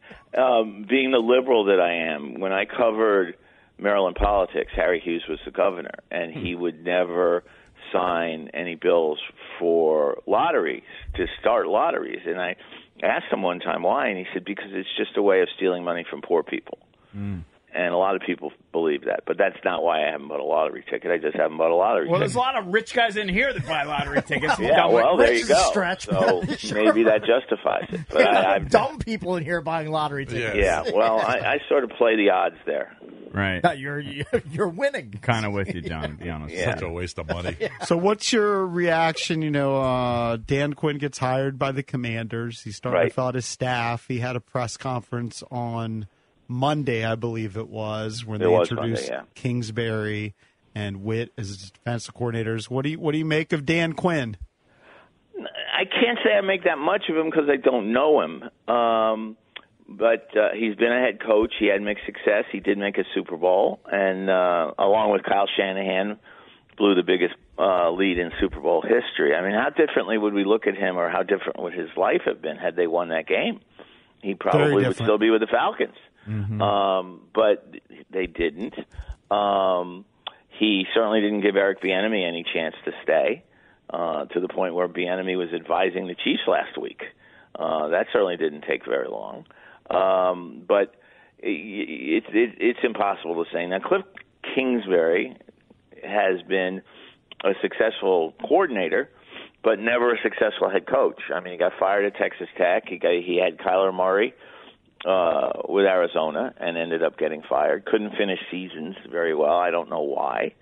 Speaker 19: um, being the liberal that I am, when I covered Maryland politics, Harry Hughes was the governor, and he
Speaker 3: Hmm.
Speaker 19: would never sign any bills for lotteries to start lotteries. And I
Speaker 3: Hmm.
Speaker 19: asked him one time why, and he said because it's just a way of stealing money from poor people. and a lot of people believe that. But that's not why I haven't bought a lottery ticket. I just haven't bought a lottery
Speaker 4: Well, there's
Speaker 19: ticket.
Speaker 4: a lot of rich guys in here that buy
Speaker 19: [laughs]
Speaker 4: lottery tickets.
Speaker 19: yeah,
Speaker 4: Dumb
Speaker 19: well,
Speaker 4: rich
Speaker 19: there
Speaker 4: is
Speaker 19: you
Speaker 4: a
Speaker 19: go.
Speaker 4: stretch,
Speaker 19: So
Speaker 4: but- sure.
Speaker 19: maybe that justifies it.
Speaker 3: [laughs]
Speaker 19: But I, I'm,
Speaker 3: dumb people in here buying lottery
Speaker 19: Uh, yeah.
Speaker 3: tickets. [laughs]
Speaker 19: well, I, I sort of play the odds there.
Speaker 4: Right.
Speaker 3: you're you're winning.
Speaker 4: Kind of with
Speaker 19: [laughs]
Speaker 4: you, John. To be honest,
Speaker 19: Yeah.
Speaker 2: such a waste of money.
Speaker 1: So, what's your reaction? You know, uh, Dan Quinn gets hired by the Commanders. He's starting to
Speaker 19: Right.
Speaker 1: fill out his staff. He had a press conference on Monday, I believe it was, when
Speaker 19: It
Speaker 1: they
Speaker 19: was Monday,
Speaker 1: introduced
Speaker 19: yeah.
Speaker 1: Kingsbury and Witt as his defensive coordinators. What do you What do you make of Dan Quinn?
Speaker 19: I can't say I make that much of him because I don't know him. Um, but uh, he's been a head coach. He had mixed success. He did make a Super Bowl, and uh, along with Kyle Shanahan, blew the biggest uh, lead in Super Bowl history. I mean, how differently would we look at him, or how different would his life have been had they won that game? He probably would
Speaker 20: different.
Speaker 19: still be with the Falcons. Um, but they didn't. Um, he certainly didn't give Eric Bieniemy any chance to stay. Uh, to the point where Bieniemy was advising the Chiefs last week. Uh, that certainly didn't take very long. Um, but it, it, it, it's impossible to say. Now, Cliff Kingsbury has been a successful coordinator, but never a successful head coach. I mean, he got fired at Texas Tech. He got, he had Kyler Murray uh, with Arizona and ended up getting fired. Couldn't finish seasons very well. I don't know why.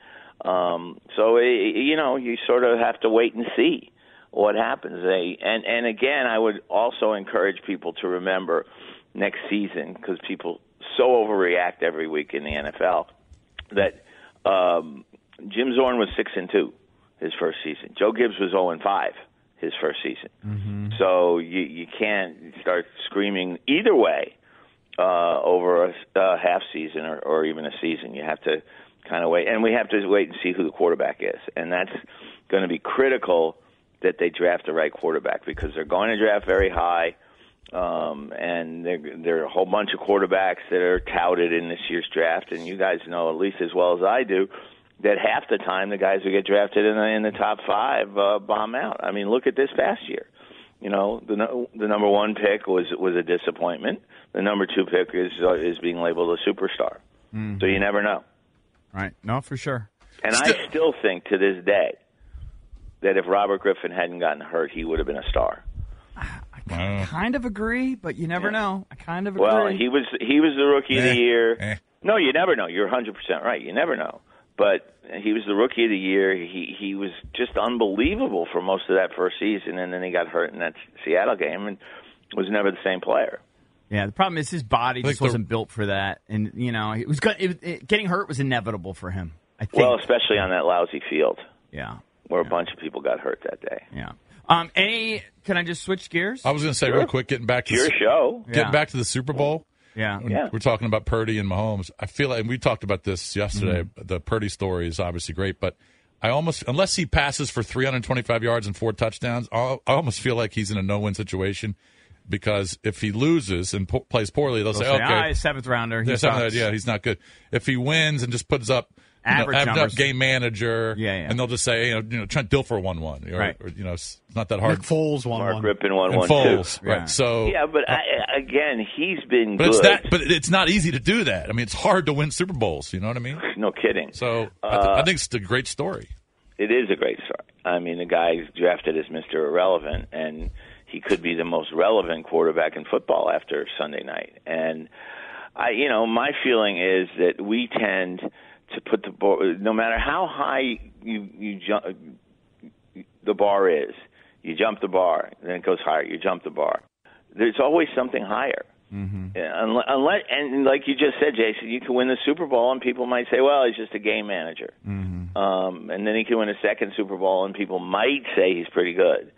Speaker 19: Um, so i i- you know, you sort of have to wait and see what happens. They and and again, I would also encourage people to remember next season because people so overreact every week in the NFL that um, Jim Zorn was six and two his first season. Joe Gibbs was zero and five his first season. So you you can't start screaming either way uh, over a uh, half season or, or even a season. You have to kind of wait, and we have to wait and see who the quarterback is, and that's going to be critical that they draft the right quarterback because they're going to draft very high. Um, and there, there are a whole bunch of quarterbacks that are touted in this year's draft, and you guys know at least as well as I do that half the time the guys who get drafted in the, in the top five uh, bomb out. I mean, look at this past year. You know, the no- the number one pick was was a disappointment. The number two pick is uh, is being labeled a superstar.
Speaker 4: Mhm.
Speaker 19: So you never know.
Speaker 4: Right. No, for sure.
Speaker 19: And I still think to this day that if Robert Griffin hadn't gotten hurt, he would have been a star.
Speaker 4: Kind of agree, but you never know. I kind of agree.
Speaker 19: Mm. Well, he was he was the rookie of the year. No, you never know. You're 100 percent right. You never know. But he was the rookie of the year. He he was just unbelievable for most of that first season, and then he got hurt in that Seattle game and was never the same player.
Speaker 4: Yeah, the problem is his body
Speaker 19: Like
Speaker 4: just
Speaker 19: the-
Speaker 4: wasn't built for that, and you know it was go- it, it, getting hurt was inevitable for him. I think.
Speaker 19: Well, especially on that lousy field.
Speaker 4: Yeah.
Speaker 19: Where a bunch of people got hurt that day.
Speaker 4: Yeah. um, any? Can I just switch gears?
Speaker 2: I was going to say real quick, getting back to
Speaker 19: Your
Speaker 2: the-
Speaker 19: show.
Speaker 2: getting
Speaker 4: Yeah.
Speaker 2: back to the Super Bowl.
Speaker 4: Yeah.
Speaker 2: When
Speaker 4: Yeah.
Speaker 2: we're talking about Purdy and Mahomes. I feel like and we talked about this yesterday.
Speaker 4: Mm-hmm.
Speaker 2: The Purdy story is obviously great, but I almost unless he passes for 325 yards and four touchdowns, I I almost feel like he's in a no-win situation because if he loses and po- plays poorly, they'll,
Speaker 4: They'll
Speaker 2: say,
Speaker 4: say,
Speaker 2: "Okay,
Speaker 4: "Ah, he's seventh rounder. He
Speaker 2: Yeah, seventh
Speaker 4: sucks."
Speaker 2: rounder, yeah, he's not good." If he wins and just puts up you know,
Speaker 4: Average
Speaker 2: average
Speaker 4: numbers.
Speaker 2: up game manager,
Speaker 4: Yeah, yeah.
Speaker 2: and they'll just say, you know, you know Trent Dilfer won one, or,
Speaker 4: Right.
Speaker 2: or, you know, it's not that hard.
Speaker 1: Nick Foles won one.
Speaker 19: Griffin won
Speaker 2: And
Speaker 19: one
Speaker 2: Foles,
Speaker 19: too.
Speaker 2: right. So-
Speaker 19: yeah, but I, again, he's been
Speaker 2: But
Speaker 19: good.
Speaker 2: it's that. But it's not easy to do that. I mean, it's hard to win Super Bowls. You know what I mean?
Speaker 19: [laughs] No kidding.
Speaker 2: So I, th-
Speaker 19: Uh,
Speaker 2: I think it's a great story.
Speaker 19: it is a great story. I mean, the guy is drafted as Mr. Irrelevant, and he could be the most relevant quarterback in football after Sunday night. And I, you know, my feeling is that we tend to put the ball, no matter how high you you jump, the bar is, you jump the bar, then it goes higher. You jump the bar. There's always something higher. Yeah, unle- unless, and like you just said, Jason, you can win the Super Bowl, and people might say, "Well, he's just a game manager." Um, and then he can win a second Super Bowl, and people might say he's pretty good.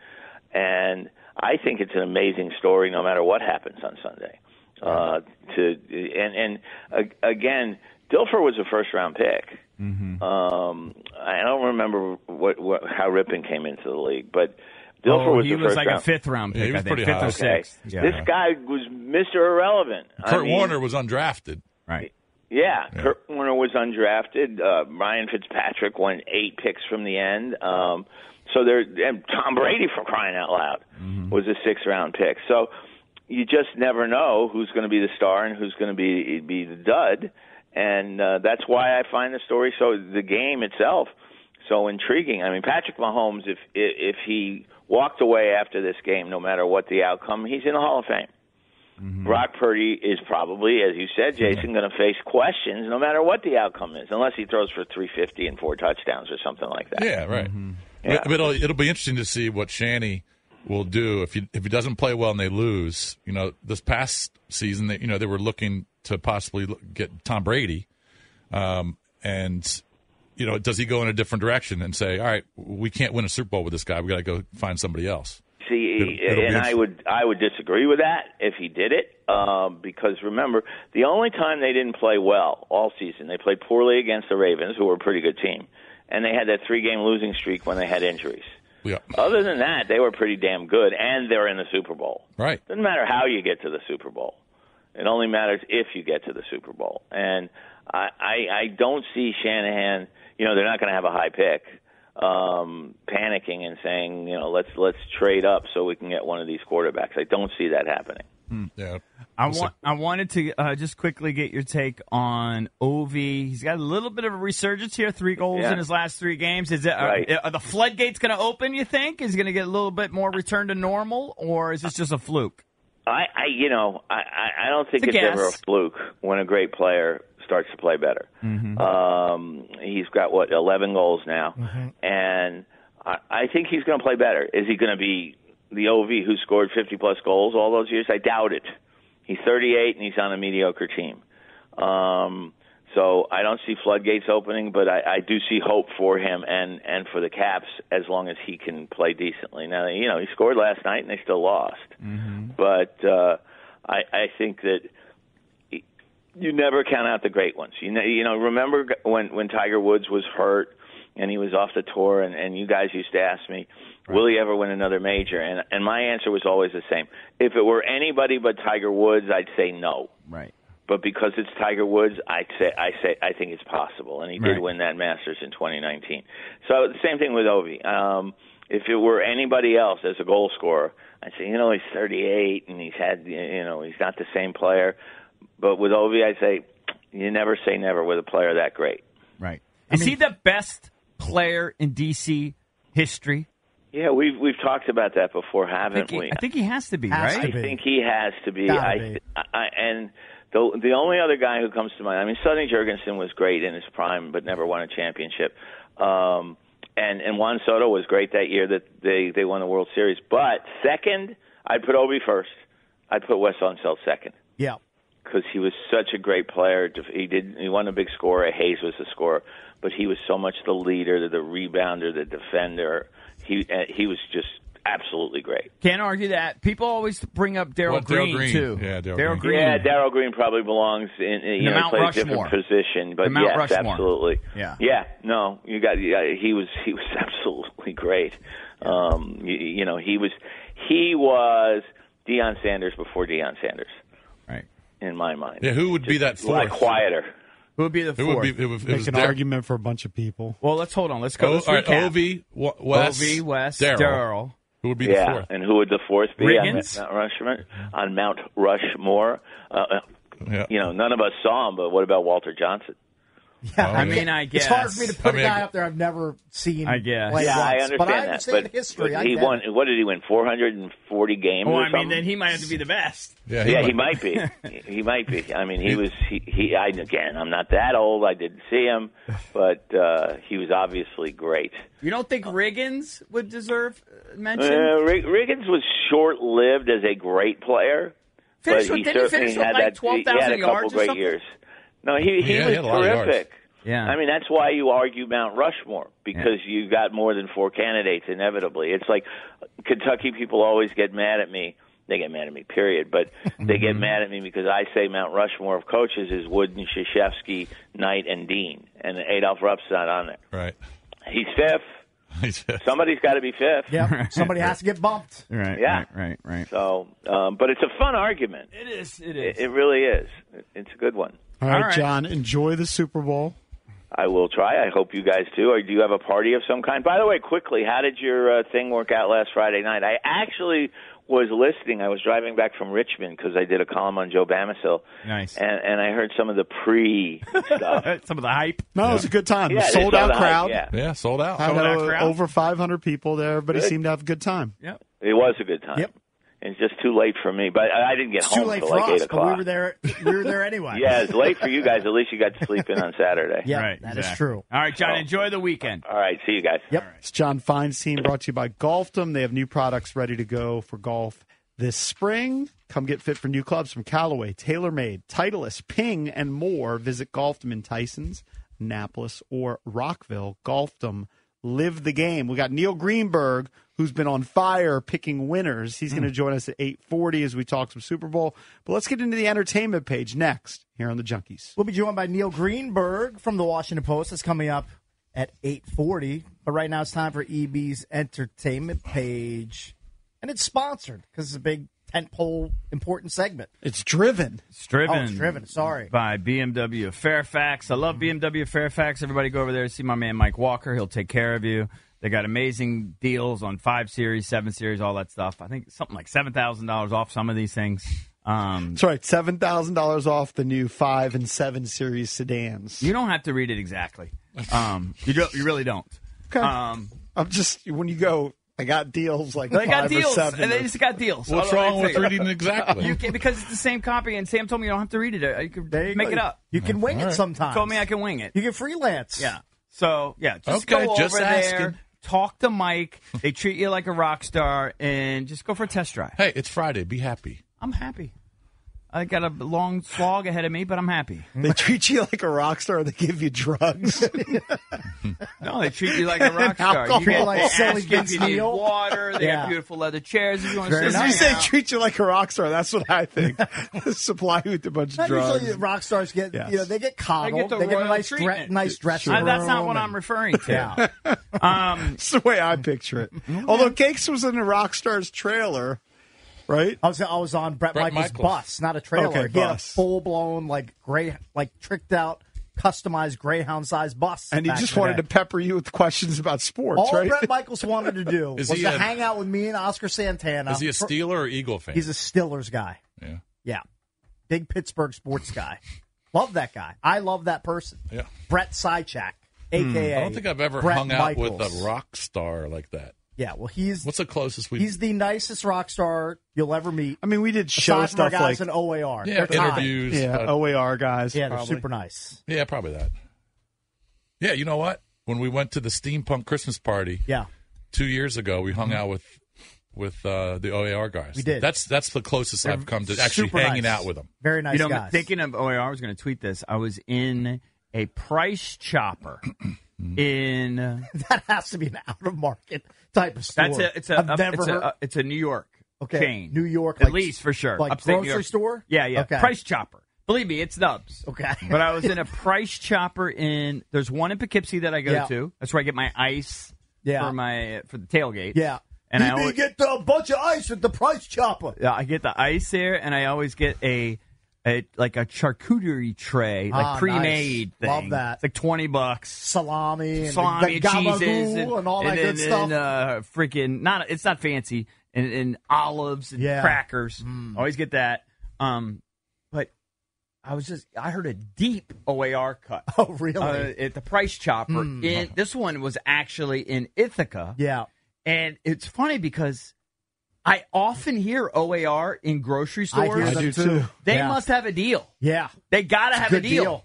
Speaker 19: And I think it's an amazing story, no matter what happens on Sunday. Uh, to and and uh, again, Dilfer was a first round pick. Um, I don't remember what, what how Rippon came into the league, but Dilfer
Speaker 4: Oh,
Speaker 19: was
Speaker 4: he
Speaker 19: the
Speaker 4: was
Speaker 19: first
Speaker 4: like a
Speaker 19: round-
Speaker 4: fifth-round Yeah, pick, he was I think, pretty fifth high. or sixth. Yeah.
Speaker 19: This guy was Mr. Irrelevant. I
Speaker 2: Kurt
Speaker 19: mean,
Speaker 2: Warner was undrafted.
Speaker 4: Right.
Speaker 19: yeah, Kurt Warner was undrafted. Uh, Ryan Fitzpatrick went eight picks from the end. Um, so there, and Tom Brady, for crying out loud,
Speaker 2: Mm-hmm.
Speaker 19: was a sixth round pick. So you just never know who's going to be the star and who's going to be be the dud. and uh, that's why I find the story so the game itself so intriguing. I mean, Patrick Mahomes, if if he walked away after this game, no matter what the outcome, he's in the Hall of Fame.
Speaker 2: Mm-hmm.
Speaker 19: Brock Purdy is probably, as you said, Jason, going to face questions no matter what the outcome is, unless he throws for 350 and four touchdowns or something like that.
Speaker 2: Yeah, right.
Speaker 19: Yeah.
Speaker 2: But, but it'll, it'll be interesting to see what Shanny will do if he if he doesn't play well and they lose. You know, this past season, they, you know, they were looking to possibly look- get Tom Brady, um, and you know, does he go in a different direction and say, "All right, we can't win a Super Bowl with this guy. We got to go find somebody else."
Speaker 19: See,
Speaker 2: It'll- it'll be
Speaker 19: and I
Speaker 2: interesting.
Speaker 19: would I would disagree with that if he did it, um, because remember the only time they didn't play well all season, they played poorly against the Ravens, who were a pretty good team, and they had that three game losing streak when they had injuries.
Speaker 2: Yeah.
Speaker 19: Other than that, they were pretty damn good, and they're in the Super Bowl.
Speaker 2: Right.
Speaker 19: Doesn't matter how you get to the Super Bowl. It only matters if you get to the Super Bowl. And I, I, I don't see Shanahan. You know, they're not going to have a high pick. Um, panicking and saying, you know, let's let's trade up so we can get one of these quarterbacks. I don't see that happening.
Speaker 2: Yeah.
Speaker 4: I want. I wanted to uh, just quickly get your take on Ov. He's got a little bit of a resurgence here. Three goals
Speaker 5: Yeah.
Speaker 4: in his last three games. Is it are-
Speaker 5: Right.
Speaker 4: are, the floodgates going to open? You think is he going to get a little bit more return to normal, or is this just a fluke?
Speaker 19: I, I you know, I, I, I don't think
Speaker 4: It's
Speaker 19: it's,
Speaker 4: a
Speaker 19: ever a
Speaker 4: guess.
Speaker 19: fluke when a great player starts to play better.
Speaker 4: Mm-hmm.
Speaker 19: Um, he's got what eleven goals now,
Speaker 4: Mm-hmm.
Speaker 19: and I, I think he's going to play better. Is he going to be the OV who scored fifty plus goals all those years? I doubt it. He's thirty eight and he's on a mediocre team. Um, so I don't see floodgates opening, but I, I do see hope for him and and for the Caps as long as he can play decently. Now you know he scored last night and they still lost but uh, I, I think that you never count out the great ones. You know, you know. Remember g- when when Tiger Woods was hurt and he was off the tour, and, and you guys used to ask me, "Will he ever win another major?" And and my answer was always the same. If it were anybody but Tiger Woods, I'd say no.
Speaker 4: Right.
Speaker 19: But because it's Tiger Woods, I say I say I think it's possible, and he
Speaker 8: Right.
Speaker 19: did win that Masters in 2019. So the same thing with Ovi. Um, if it were anybody else as a goal scorer, I'd say you know he's 38 and he's had you know he's not the same player. But with Ovi, I say you never say never with a player that great.
Speaker 4: Right. Is he the best player in DC history?
Speaker 19: Yeah, we've we've talked about that before, haven't
Speaker 4: I think
Speaker 19: we?
Speaker 4: he, I think he has to be right.
Speaker 19: I think he has to be.
Speaker 4: Gotta
Speaker 19: I,
Speaker 4: be.
Speaker 19: I and the the only other guy who comes to mind. I mean, Sonny Jurgensen was great in his prime, but never won a championship. Um, and and Juan Soto was great that year that they they won the World Series. But second, I'd put Obi first. I'd put Wes Unseld second
Speaker 3: Yeah.
Speaker 19: because he was such a great player. He did he won a big scorer. Hayes was the scorer, but he was so much the leader, the rebounder, the defender. He uh, he was just absolutely great.
Speaker 4: Can't argue that. People always bring up Daryl
Speaker 19: Well, Daryl
Speaker 4: Green,
Speaker 19: Green.
Speaker 4: too.
Speaker 19: Yeah,
Speaker 4: Daryl Green.
Speaker 19: Yeah, Daryl Green probably belongs in, in
Speaker 4: the
Speaker 19: you know, he
Speaker 4: Mount
Speaker 19: plays
Speaker 4: Rushmore.
Speaker 19: different position,
Speaker 4: The
Speaker 19: but
Speaker 4: Mount
Speaker 19: yes,
Speaker 4: Rushmore.
Speaker 19: absolutely.
Speaker 4: Yeah.
Speaker 19: Yeah, no, you got yeah, he was he was [laughs] absolutely great. Um you, you know, he was he was Deion Sanders before Deion Sanders.
Speaker 4: Right.
Speaker 19: In my mind.
Speaker 2: Yeah, who would be that
Speaker 19: Just a lot
Speaker 2: fourth?
Speaker 19: quieter.
Speaker 4: Who would be the
Speaker 2: Who would be- it was- it
Speaker 1: Make
Speaker 2: was
Speaker 1: an
Speaker 2: there.
Speaker 1: argument for a bunch of people.
Speaker 4: Well, let's hold on. Let's
Speaker 2: Oh, all right, Ovi, Wa- Wes,
Speaker 4: Ovi, Wes,
Speaker 2: Daryl.
Speaker 4: Daryl.
Speaker 2: Who would be
Speaker 19: yeah,
Speaker 2: the fourth?
Speaker 19: and who would the fourth be
Speaker 2: Riggins?
Speaker 19: on Mount Rushmore? On Mount Rushmore, uh, uh,
Speaker 2: Yeah.
Speaker 19: you know, none of us saw him, but what about Walter Johnson?
Speaker 2: [laughs]
Speaker 3: Yeah,
Speaker 4: I mean, I guess.
Speaker 3: It's hard for me to put
Speaker 19: I mean,
Speaker 3: a guy up there I've never seen.
Speaker 4: I guess.
Speaker 3: Play
Speaker 19: yeah,
Speaker 3: once.
Speaker 19: I understand
Speaker 3: but I
Speaker 19: that.
Speaker 3: understand
Speaker 19: but,
Speaker 3: history.
Speaker 19: but
Speaker 3: I
Speaker 19: he
Speaker 3: get
Speaker 19: won.
Speaker 3: it.
Speaker 19: What did he win? Four hundred and forty games.
Speaker 4: Well,
Speaker 19: or
Speaker 4: Oh, I mean,
Speaker 19: something?
Speaker 4: then he might have to be the best.
Speaker 19: yeah, he, might be. he might be. I mean, he was. He, he. I again, I'm not that old. I didn't
Speaker 4: [laughs]
Speaker 19: see him, but uh, he was obviously great.
Speaker 4: [laughs] You don't think Riggins would deserve uh,
Speaker 19: Uh,
Speaker 4: mention?
Speaker 19: Rig- Riggins was short-lived as a great player,
Speaker 4: Finished
Speaker 19: but
Speaker 4: with-
Speaker 19: he
Speaker 4: didn't he
Speaker 19: certainly
Speaker 4: finish with
Speaker 19: had
Speaker 4: like
Speaker 19: that. he
Speaker 4: 12,000
Speaker 19: had a couple
Speaker 4: yards or
Speaker 19: great
Speaker 4: something?
Speaker 19: years. No, he
Speaker 4: Yeah,
Speaker 19: he
Speaker 4: he
Speaker 19: was
Speaker 4: had a lot of yards.
Speaker 19: terrific.
Speaker 4: Yeah.
Speaker 19: I mean that's why you argue Mount Rushmore because you've got more than four candidates inevitably. It's like Kentucky people always get mad at me. They get mad at me, period. But they get mad at me because I say Mount Rushmore of coaches is Wooden, Shashevsky, Knight, and Dean, and Adolph Rupp's not on there.
Speaker 2: Right.
Speaker 19: He's fifth. Somebody's got to be
Speaker 4: [laughs]
Speaker 19: fifth.
Speaker 3: Yeah, somebody has to get bumped.
Speaker 4: Right.
Speaker 19: Yeah.
Speaker 4: Right. Right. right.
Speaker 19: So, um, but it's a fun argument.
Speaker 4: It is. It
Speaker 19: is. It, really is. It- It's a good one.
Speaker 1: All right, John, enjoy the Super Bowl.
Speaker 19: I will try. I hope you guys do. Or do you have a party of some kind? By the way, quickly, how did your uh, thing work out last Friday night? I actually was listening. I was driving back from Richmond because I did a column on Joe Bamisil,
Speaker 4: Nice.
Speaker 19: and and I heard some of the pre
Speaker 4: [laughs] Some of the hype.
Speaker 1: No, it was a good time.
Speaker 19: Yeah, they
Speaker 1: sold out
Speaker 19: sold out,
Speaker 1: crowd.
Speaker 19: yeah.
Speaker 2: Yeah, sold out.
Speaker 1: I
Speaker 19: Sold
Speaker 1: know
Speaker 19: out crowd.
Speaker 1: over 500 people there. Everybody seemed to have a good time.
Speaker 4: Yep.
Speaker 19: It was a good time.
Speaker 1: Yep.
Speaker 19: It's just too late for me, but I I didn't get
Speaker 3: It's
Speaker 19: home
Speaker 3: too late
Speaker 19: till
Speaker 3: for
Speaker 19: like
Speaker 3: us,
Speaker 19: eight
Speaker 3: but
Speaker 19: o'clock.
Speaker 3: we were there. We were there anyway.
Speaker 19: Yeah, it's late for
Speaker 3: [laughs]
Speaker 19: you guys. At least you got to sleep in on Saturday.
Speaker 3: Yeah, that is true.
Speaker 4: All right, John, enjoy the weekend.
Speaker 19: All right, see you guys.
Speaker 3: Yep.
Speaker 1: It's John Feinstein brought to you by Golfdom. They have new products ready to go for golf this spring. Come get fit for new clubs from Callaway, TaylorMade, Titleist, Ping, and more. Visit Golfdom in Tysons, Annapolis, or Rockville. Golfdom, live the game. We got Neil Greenberg, who's been on fire picking winners. He's going
Speaker 19: Hmm.
Speaker 1: to join us at 840 as we talk some Super Bowl. But let's get into the entertainment page next here on the Junkies.
Speaker 3: We'll be joined by Neil Greenberg from the Washington Post. That's coming up at eight forty. But right now it's time for EB's entertainment page, and it's sponsored because it's a big tentpole important segment.
Speaker 1: It's driven. Mm-hmm.
Speaker 4: It's driven.
Speaker 3: Oh, it's driven. Sorry.
Speaker 4: By BMW of Fairfax. I love BMW of Fairfax. Everybody go over there and see my man Mike Walker. He'll take care of you. They got amazing deals on five series, seven series, all that stuff. I think something like seven thousand dollars off some of these things. Um,
Speaker 1: That's right, seven thousand dollars off the new five and seven series sedans.
Speaker 4: you don't have to read it exactly. Um, you do, you really don't.
Speaker 1: Okay.
Speaker 4: Um,
Speaker 1: I'm just when you go, I got deals like
Speaker 4: they got
Speaker 1: five or
Speaker 4: deals.
Speaker 1: seven
Speaker 4: and
Speaker 1: or-
Speaker 4: They just got deals.
Speaker 2: What's
Speaker 4: I don't know
Speaker 2: wrong
Speaker 4: what
Speaker 2: with
Speaker 4: to say.
Speaker 2: reading exactly?
Speaker 4: [laughs] You can, because it's the same copy, and Sam told me you don't have to read it. Uh, You can
Speaker 3: There you
Speaker 4: make
Speaker 3: go.
Speaker 4: it up.
Speaker 3: You can wing it sometimes.
Speaker 4: Told me I can wing it.
Speaker 3: You can freelance.
Speaker 4: Yeah. So yeah, just
Speaker 2: Okay,
Speaker 4: go
Speaker 2: just
Speaker 4: over
Speaker 2: asking.
Speaker 4: there, talk to Mike. They treat you like a rock star, and just go for a test drive.
Speaker 2: Hey, it's Friday. Be happy.
Speaker 4: I'm happy. I got a long slog ahead of me, but I'm happy.
Speaker 1: they treat you like a rock star. They give you drugs.
Speaker 4: [laughs] No, they treat you
Speaker 3: [laughs]
Speaker 4: like
Speaker 1: [laughs]
Speaker 4: a rock star.
Speaker 1: Alcohol.
Speaker 4: You get,
Speaker 1: Like
Speaker 4: they ask
Speaker 3: Sally
Speaker 4: you if you
Speaker 3: Vince
Speaker 4: need
Speaker 3: Neil.
Speaker 4: water. They
Speaker 3: Yeah.
Speaker 4: have beautiful leather chairs if you want
Speaker 3: Very
Speaker 4: to sit
Speaker 1: As
Speaker 4: down.
Speaker 1: you say, treat you like a rock star. That's what I
Speaker 4: [laughs]
Speaker 1: think. [laughs] Supply you with a bunch of
Speaker 3: Not usually
Speaker 1: drugs.
Speaker 3: rock stars get
Speaker 1: Yes.
Speaker 3: you know they get
Speaker 4: I
Speaker 3: coddled.
Speaker 4: get the
Speaker 3: they get a
Speaker 4: royal
Speaker 3: nice dre-
Speaker 4: treatment.
Speaker 3: nice dressing
Speaker 4: Uh,
Speaker 3: room.
Speaker 4: that's not what
Speaker 3: and-
Speaker 4: I'm referring to.
Speaker 3: Yeah.
Speaker 4: [laughs]
Speaker 1: [laughs]
Speaker 4: Um,
Speaker 1: That's the way I picture
Speaker 4: [laughs]
Speaker 1: it. Although Cakes was in a rock star's trailer, right?
Speaker 3: I was I was on Brett,
Speaker 2: Bret
Speaker 3: Michaels'
Speaker 2: Michaels.
Speaker 3: bus, not a trailer.
Speaker 1: Okay,
Speaker 3: he had a
Speaker 1: bus.
Speaker 3: full blown like gray like tricked out customized greyhound sized bus.
Speaker 1: And he
Speaker 3: back
Speaker 1: just
Speaker 3: in the
Speaker 1: wanted
Speaker 3: day.
Speaker 1: to pepper you with questions about sports,
Speaker 3: all
Speaker 1: right? [laughs]
Speaker 3: Brett Michaels wanted to do
Speaker 2: Is
Speaker 3: was
Speaker 2: he
Speaker 3: to
Speaker 2: a-
Speaker 3: hang out with me and Oscar Santana.
Speaker 2: Is he a
Speaker 3: For-
Speaker 2: Steeler or Eagle fan?
Speaker 3: He's a Stillers guy.
Speaker 2: yeah.
Speaker 3: Yeah. Big Pittsburgh sports
Speaker 2: [laughs]
Speaker 3: guy. love that guy. I love that person.
Speaker 2: Yeah. Hmm.
Speaker 3: Brett Sychak, aka
Speaker 2: I don't think I've ever
Speaker 3: Brett
Speaker 2: hung out with
Speaker 3: Michaels.
Speaker 2: a rock star like that.
Speaker 3: Yeah, well he's
Speaker 2: What's the closest we?
Speaker 3: he's the nicest rock star you'll ever meet.
Speaker 1: I mean, we did show
Speaker 3: Aside from our
Speaker 1: stuff
Speaker 3: guys
Speaker 1: like
Speaker 3: in OAR.
Speaker 2: yeah,
Speaker 3: They're top.
Speaker 2: interviews.
Speaker 1: yeah,
Speaker 2: uh,
Speaker 1: OAR guys.
Speaker 3: Yeah, they're
Speaker 1: probably.
Speaker 3: super nice.
Speaker 2: Yeah, probably that. Yeah, you know what? When we went to the steampunk Christmas party
Speaker 3: Yeah. Mm-hmm.
Speaker 2: two years ago, we hung out with with uh, the OAR guys.
Speaker 3: We did.
Speaker 2: That's that's the closest I've come to actually
Speaker 3: super
Speaker 2: hanging
Speaker 3: nice.
Speaker 2: out with them.
Speaker 3: Very nice
Speaker 4: you know,
Speaker 3: guys.
Speaker 4: thinking of OAR, I was going to tweet this. I was in a price
Speaker 2: [clears throat]
Speaker 4: chopper in
Speaker 3: [laughs] that has to be an out of market type of store.
Speaker 4: That's a, it's a,
Speaker 3: I've
Speaker 4: up-
Speaker 3: never
Speaker 4: it's,
Speaker 3: heard.
Speaker 4: a, uh, it's a New York
Speaker 3: Okay,
Speaker 4: chain.
Speaker 3: New York,
Speaker 4: at
Speaker 3: like-
Speaker 4: least for sure.
Speaker 3: like
Speaker 4: Upstate New
Speaker 3: grocery
Speaker 4: York.
Speaker 3: store?
Speaker 4: Yeah, yeah.
Speaker 3: Okay.
Speaker 4: Price Chopper. Believe me, it's nubs.
Speaker 3: Okay. [laughs]
Speaker 4: but I was in a Price Chopper in. There's one in Poughkeepsie that I go
Speaker 3: Yeah.
Speaker 4: to. That's where I get my ice
Speaker 3: Yeah.
Speaker 4: for my for the tailgate.
Speaker 3: yeah.
Speaker 4: and
Speaker 3: you
Speaker 4: I
Speaker 3: need
Speaker 4: always,
Speaker 3: to get a bunch of ice at the price chopper.
Speaker 4: yeah, I get the ice there, and I always get a. A, like a charcuterie tray, like
Speaker 3: Ah, nice.
Speaker 4: pre-made thing.
Speaker 3: Love that.
Speaker 4: It's like twenty bucks
Speaker 3: Salami and
Speaker 4: salami,
Speaker 3: the, the gabagool
Speaker 4: cheeses,
Speaker 3: and, all that
Speaker 4: and,
Speaker 3: good
Speaker 4: and,
Speaker 3: stuff.
Speaker 4: uh, freaking not, it's not fancy, and, and olives and
Speaker 3: Yeah. Mm.
Speaker 4: crackers. Always get that. Um, but I was just, I heard a deep OAR cut
Speaker 3: [laughs] oh, really? Hmm.
Speaker 4: uh, at the Price Chopper. In this one was actually in Ithaca,
Speaker 3: yeah.
Speaker 4: and it's funny because I often hear OAR in grocery
Speaker 3: I hear
Speaker 4: stores.
Speaker 3: them
Speaker 1: do
Speaker 3: too.
Speaker 1: too.
Speaker 4: They
Speaker 3: yeah.
Speaker 4: must have a deal.
Speaker 3: Yeah.
Speaker 4: They gotta have a
Speaker 3: Good
Speaker 4: deal,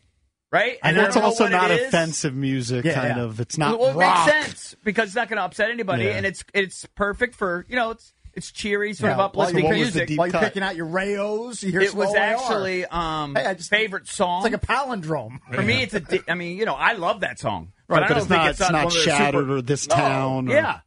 Speaker 4: right?
Speaker 1: And
Speaker 4: I
Speaker 1: that's
Speaker 4: don't know
Speaker 1: also
Speaker 4: what it
Speaker 1: not
Speaker 4: is.
Speaker 1: offensive music,
Speaker 3: Yeah,
Speaker 1: kind
Speaker 3: yeah.
Speaker 1: of. It's not
Speaker 4: Well, it
Speaker 1: rock.
Speaker 4: makes sense because it's not going to upset anybody,
Speaker 1: Yeah.
Speaker 4: and it's it's perfect for you know it's it's cheery sort
Speaker 3: Yeah,
Speaker 4: of
Speaker 3: while
Speaker 4: uplifting
Speaker 3: you're-
Speaker 1: what was the
Speaker 4: music.
Speaker 1: deep
Speaker 3: While you're
Speaker 1: cut?
Speaker 3: picking out your rayos, you hear
Speaker 4: it
Speaker 3: some
Speaker 4: was
Speaker 3: OAR.
Speaker 4: actually um
Speaker 3: Hey, I just-
Speaker 4: favorite song.
Speaker 3: it's like a palindrome.
Speaker 4: for me, it's a. di- I mean, you know, I love that song,
Speaker 1: Right, but
Speaker 4: I don't
Speaker 1: it's
Speaker 4: think
Speaker 1: not-
Speaker 4: it's,
Speaker 1: it's
Speaker 4: on
Speaker 1: not
Speaker 4: one of their
Speaker 1: Shattered
Speaker 4: super-
Speaker 1: or This
Speaker 4: No,
Speaker 1: Town or-
Speaker 4: yeah,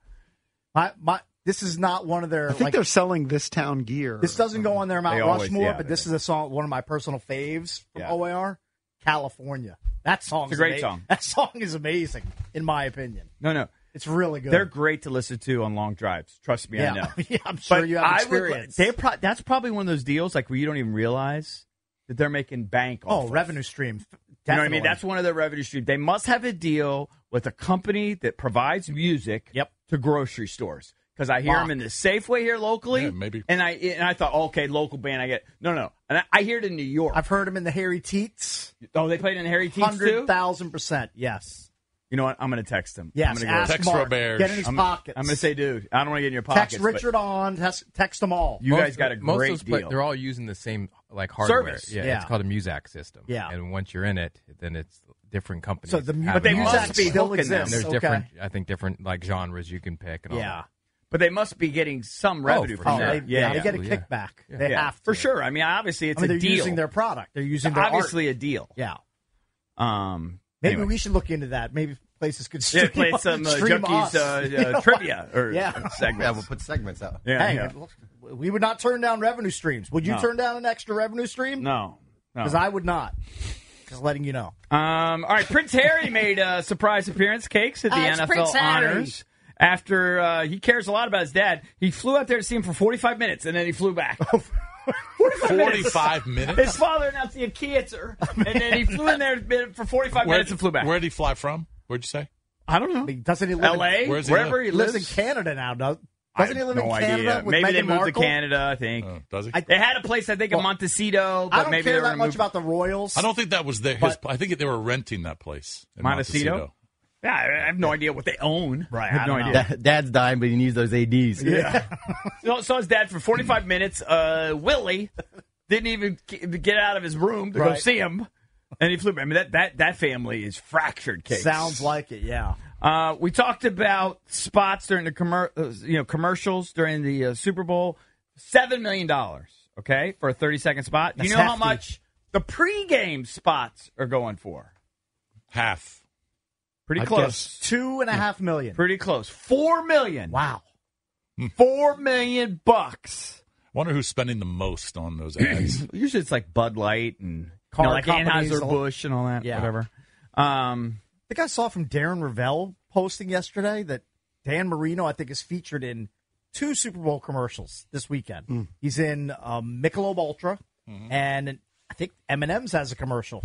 Speaker 3: My, my, this is not one of their.
Speaker 1: I think
Speaker 3: like,
Speaker 1: they're selling this town gear.
Speaker 3: This doesn't go on their Mount
Speaker 4: They always-
Speaker 3: Rushmore,
Speaker 4: yeah,
Speaker 3: but
Speaker 4: they
Speaker 3: this is a song, one of my personal faves from
Speaker 4: Yeah.
Speaker 3: OAR, California. That song
Speaker 4: It's a
Speaker 3: is
Speaker 4: great
Speaker 3: ama-
Speaker 4: song.
Speaker 3: That song is amazing, in my opinion.
Speaker 4: no, no,
Speaker 3: It's really good.
Speaker 4: they're great to listen to on long drives. Trust me,
Speaker 1: [laughs]
Speaker 3: yeah,
Speaker 4: I know.
Speaker 3: [laughs] yeah, I'm sure you have
Speaker 4: I would-
Speaker 3: experience.
Speaker 4: they're pro- that's probably one of those deals like where you don't even realize that they're making bank.
Speaker 3: oh,
Speaker 4: off of.
Speaker 3: revenue stream.
Speaker 4: You know what I mean?
Speaker 3: Definitely.
Speaker 4: That's one of their revenue streams. They must have a deal with a company that provides music
Speaker 3: Yep.
Speaker 4: to grocery stores. because I hear
Speaker 5: Lock.
Speaker 4: them in the Safeway here locally. maybe. And I and I thought, okay, local band. I get no, no. And I, I hear it in New York. I've
Speaker 3: heard them in the Harry Teats.
Speaker 4: Oh, they played in Harry Teats too.
Speaker 3: Hundred thousand percent, yes.
Speaker 4: You know what? I'm going to text him.
Speaker 3: Yes,
Speaker 4: I'm gonna
Speaker 3: ask Text Mark. Robert. Get in his
Speaker 4: I'm,
Speaker 3: pockets.
Speaker 4: I'm going to say, dude, I don't want to get in your pockets.
Speaker 3: text
Speaker 4: but
Speaker 3: Richard on. Text, text them all.
Speaker 4: You guys got a
Speaker 6: most
Speaker 4: great
Speaker 6: of those pla-
Speaker 4: deal.
Speaker 6: they're all using the same like hardware.
Speaker 4: Service.
Speaker 6: Yeah, it's
Speaker 4: Yeah.
Speaker 6: called a Muzak system.
Speaker 3: Yeah.
Speaker 6: and once you're in it, then it's different companies.
Speaker 3: So the mu-
Speaker 6: have
Speaker 3: but
Speaker 6: it
Speaker 3: they
Speaker 6: all
Speaker 3: must
Speaker 6: over the
Speaker 3: be
Speaker 6: place.
Speaker 3: still exists.
Speaker 6: There's
Speaker 3: Okay.
Speaker 6: different, I think, different like genres you can pick. And all
Speaker 4: Yeah.
Speaker 6: that.
Speaker 4: but they must be getting some
Speaker 6: Oh,
Speaker 4: revenue
Speaker 6: for
Speaker 4: from
Speaker 6: sure.
Speaker 4: that.
Speaker 6: Yeah, they get a
Speaker 4: absolutely,
Speaker 6: kickback.
Speaker 3: Yeah. They have
Speaker 4: for sure. I mean, obviously, it's
Speaker 3: I mean,
Speaker 4: a
Speaker 3: they're
Speaker 4: deal.
Speaker 3: using their product. They're using
Speaker 4: It's
Speaker 3: their
Speaker 4: obviously a deal.
Speaker 3: Yeah.
Speaker 4: Um.
Speaker 3: Maybe
Speaker 4: anyway.
Speaker 3: we should look into that. Maybe places could
Speaker 4: Yeah,
Speaker 3: stream,
Speaker 4: play some uh,
Speaker 3: stream
Speaker 4: junkies
Speaker 3: us. [laughs] You
Speaker 4: uh,
Speaker 3: know?
Speaker 4: uh, trivia or
Speaker 3: yeah.
Speaker 7: [laughs]
Speaker 4: segments.
Speaker 7: Yeah, we'll put segments out.
Speaker 4: Yeah,
Speaker 3: hey,
Speaker 4: yeah.
Speaker 3: we would not turn down revenue streams. Would you
Speaker 4: No.
Speaker 3: turn down an extra revenue stream?
Speaker 4: No, no.
Speaker 3: because I would not. Just letting you know.
Speaker 4: Oh. Um, all right, Prince Harry made a surprise appearance, cakes at the
Speaker 3: Ah, it's
Speaker 4: NFL
Speaker 3: Prince Harry.
Speaker 4: honors. After uh, he cares a lot about his dad, he flew out there to see him for 45 minutes, and then he flew back.
Speaker 2: 45 minutes?
Speaker 4: His father announced he had cancer, and then he flew in there for 45 minutes and flew back.
Speaker 2: Where did he fly from? Where'd you say?
Speaker 4: I don't know.
Speaker 3: Doesn't [laughs] he live
Speaker 4: L.A.
Speaker 3: In,
Speaker 4: Where's he Wherever live? he
Speaker 3: lives
Speaker 4: lives.
Speaker 3: in Canada now, does
Speaker 4: I
Speaker 3: doesn't he
Speaker 4: have
Speaker 3: live
Speaker 4: no
Speaker 3: in Canada
Speaker 4: idea.
Speaker 3: with
Speaker 4: Maybe
Speaker 3: Meghan
Speaker 4: they moved
Speaker 3: Markle?
Speaker 4: to [laughs] Canada, I think.
Speaker 2: Oh, does he?
Speaker 4: they had a place, I think, in
Speaker 3: Well,
Speaker 4: Montecito, but
Speaker 3: I don't
Speaker 4: maybe
Speaker 3: care
Speaker 4: they were
Speaker 3: that
Speaker 4: gonna
Speaker 3: much
Speaker 4: move-
Speaker 3: about the Royals.
Speaker 2: I don't think that was there. His, I think they were renting that place. in
Speaker 4: Montecito? Yeah, I have no idea what they own. Right, I have no idea.
Speaker 7: Da- Dad's dying, but he needs those ads.
Speaker 4: Yeah. [laughs] so, saw his dad for 45 minutes. Uh, Willie didn't even g- get out of his room to go
Speaker 3: Right.
Speaker 4: see him, and he flew. back. I mean, that that that family is fractured. Case
Speaker 3: Sounds like it. Yeah.
Speaker 4: Uh, we talked about spots during the commer- uh, you know commercials during the uh, Super Bowl. Seven million dollars, okay, for a 30 second spot. Do you
Speaker 3: That's
Speaker 4: know how
Speaker 3: hefty.
Speaker 4: much the pregame spots are going for?
Speaker 2: Half.
Speaker 4: Pretty
Speaker 3: I
Speaker 4: close.
Speaker 3: guess Two and a half million.
Speaker 4: Pretty close. Four million.
Speaker 3: Wow.
Speaker 4: Four million bucks.
Speaker 2: Wonder who's spending the most on those ads.
Speaker 4: Usually it's like Bud Light and
Speaker 3: Car
Speaker 4: you know, like
Speaker 3: companies,
Speaker 4: Anheuser
Speaker 3: all-
Speaker 4: Busch and all that.
Speaker 3: Yeah.
Speaker 4: Whatever. Um,
Speaker 3: I think I saw from Darren Ravel posting yesterday that Dan Marino, I think, is featured in two Super Bowl commercials this weekend. He's in um, Michelob Ultra, and I think M&M's has a commercial.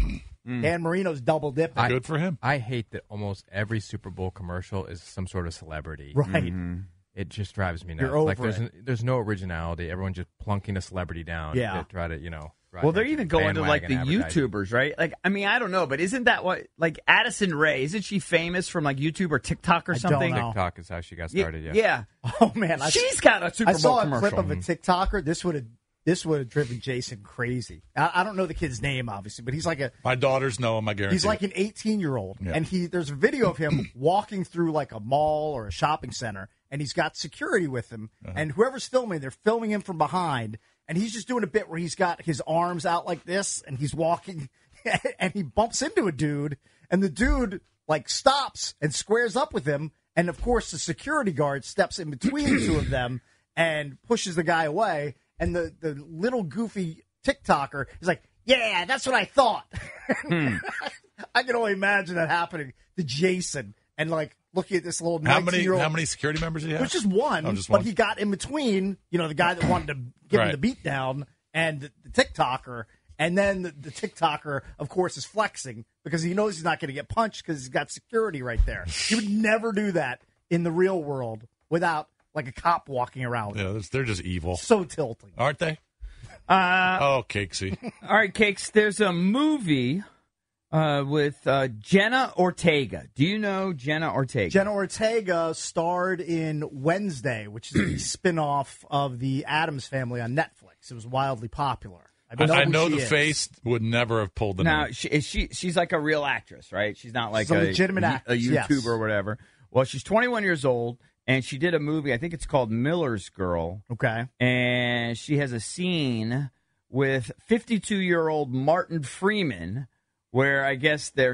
Speaker 3: Dan Marino's double dipping.
Speaker 6: I-
Speaker 2: him.
Speaker 6: I hate that almost every Super Bowl commercial is some sort of celebrity.
Speaker 3: Right.
Speaker 4: Mm-hmm.
Speaker 6: It just drives me nuts.
Speaker 3: You're
Speaker 6: like
Speaker 3: over
Speaker 6: there's
Speaker 3: it.
Speaker 6: n- there's no originality. Everyone just plunking a celebrity down.
Speaker 4: Yeah.
Speaker 6: To try to you know. ride
Speaker 4: well, they're
Speaker 6: the
Speaker 4: even going to like the
Speaker 6: bandwagon advertising.
Speaker 4: YouTubers, right? Like, I mean, I don't know, but isn't that what like Addison Ray? Isn't she famous from like YouTube or TikTok or something?
Speaker 6: TikTok is how she got
Speaker 4: Ye-
Speaker 6: started. Yeah.
Speaker 4: yeah.
Speaker 3: Oh man, I,
Speaker 4: She's got a Super
Speaker 3: I saw
Speaker 4: Bowl
Speaker 3: a
Speaker 4: commercial.
Speaker 3: clip of a TikToker. This would have this would have driven Jason crazy. I, I don't know the kid's name, obviously, but he's like a
Speaker 2: My daughters know him, I guarantee.
Speaker 3: He's like an 18 year old,
Speaker 2: Yeah.
Speaker 3: and he there's a video of
Speaker 2: [laughs]
Speaker 3: him walking through like a mall or a shopping center, and he's got security with him,
Speaker 2: Uh-huh.
Speaker 3: and whoever's filming, they're filming him from behind, and he's just doing a bit where he's got his arms out like this, and he's walking, [laughs] and he bumps into a dude, and the dude like stops and squares up with him, and of course the security guard steps in between the two of them and pushes the guy away, and the the little goofy TikToker is like. Yeah, that's what I thought. [laughs]
Speaker 2: Hmm.
Speaker 3: I can only imagine that happening to Jason and like looking at this little
Speaker 2: how
Speaker 3: 19
Speaker 2: many
Speaker 3: year old.
Speaker 2: how many security members did he
Speaker 3: It
Speaker 2: have?
Speaker 3: was just one,
Speaker 2: Oh, just
Speaker 3: but
Speaker 2: one.
Speaker 3: he got in between, you know, the guy that wanted to give
Speaker 2: Right.
Speaker 3: him the beatdown and the, the TikToker. And then the, the TikToker, of course, is flexing because he knows he's not going to get punched because he's got security right there. He would never do that in the real world without like a cop walking around.
Speaker 2: yeah, they're- they're just evil,
Speaker 3: So tilting.
Speaker 2: aren't they?
Speaker 4: Uh,
Speaker 2: Oh, Cakesy.
Speaker 4: all right, cakes. There's a movie uh, with uh, Jenna Ortega. Do you know Jenna Ortega?
Speaker 3: Jenna Ortega starred in Wednesday, which is
Speaker 4: [clears throat]
Speaker 3: the spin-off of the Adams Family on Netflix. It was wildly popular.
Speaker 2: I know,
Speaker 3: who she
Speaker 2: the
Speaker 3: is.
Speaker 2: face would never have pulled the
Speaker 4: Now
Speaker 2: name.
Speaker 4: she, [laughs] is she she's like a real actress, right? She's not like
Speaker 3: She's a legitimate actress,
Speaker 4: a YouTuber
Speaker 3: yes.
Speaker 4: or whatever. Well, she's 21 years old, and she did a movie. I think it's called Miller's Girl,
Speaker 3: Okay.
Speaker 4: and she has a scene with 52 year old Martin Freeman. Where I guess they're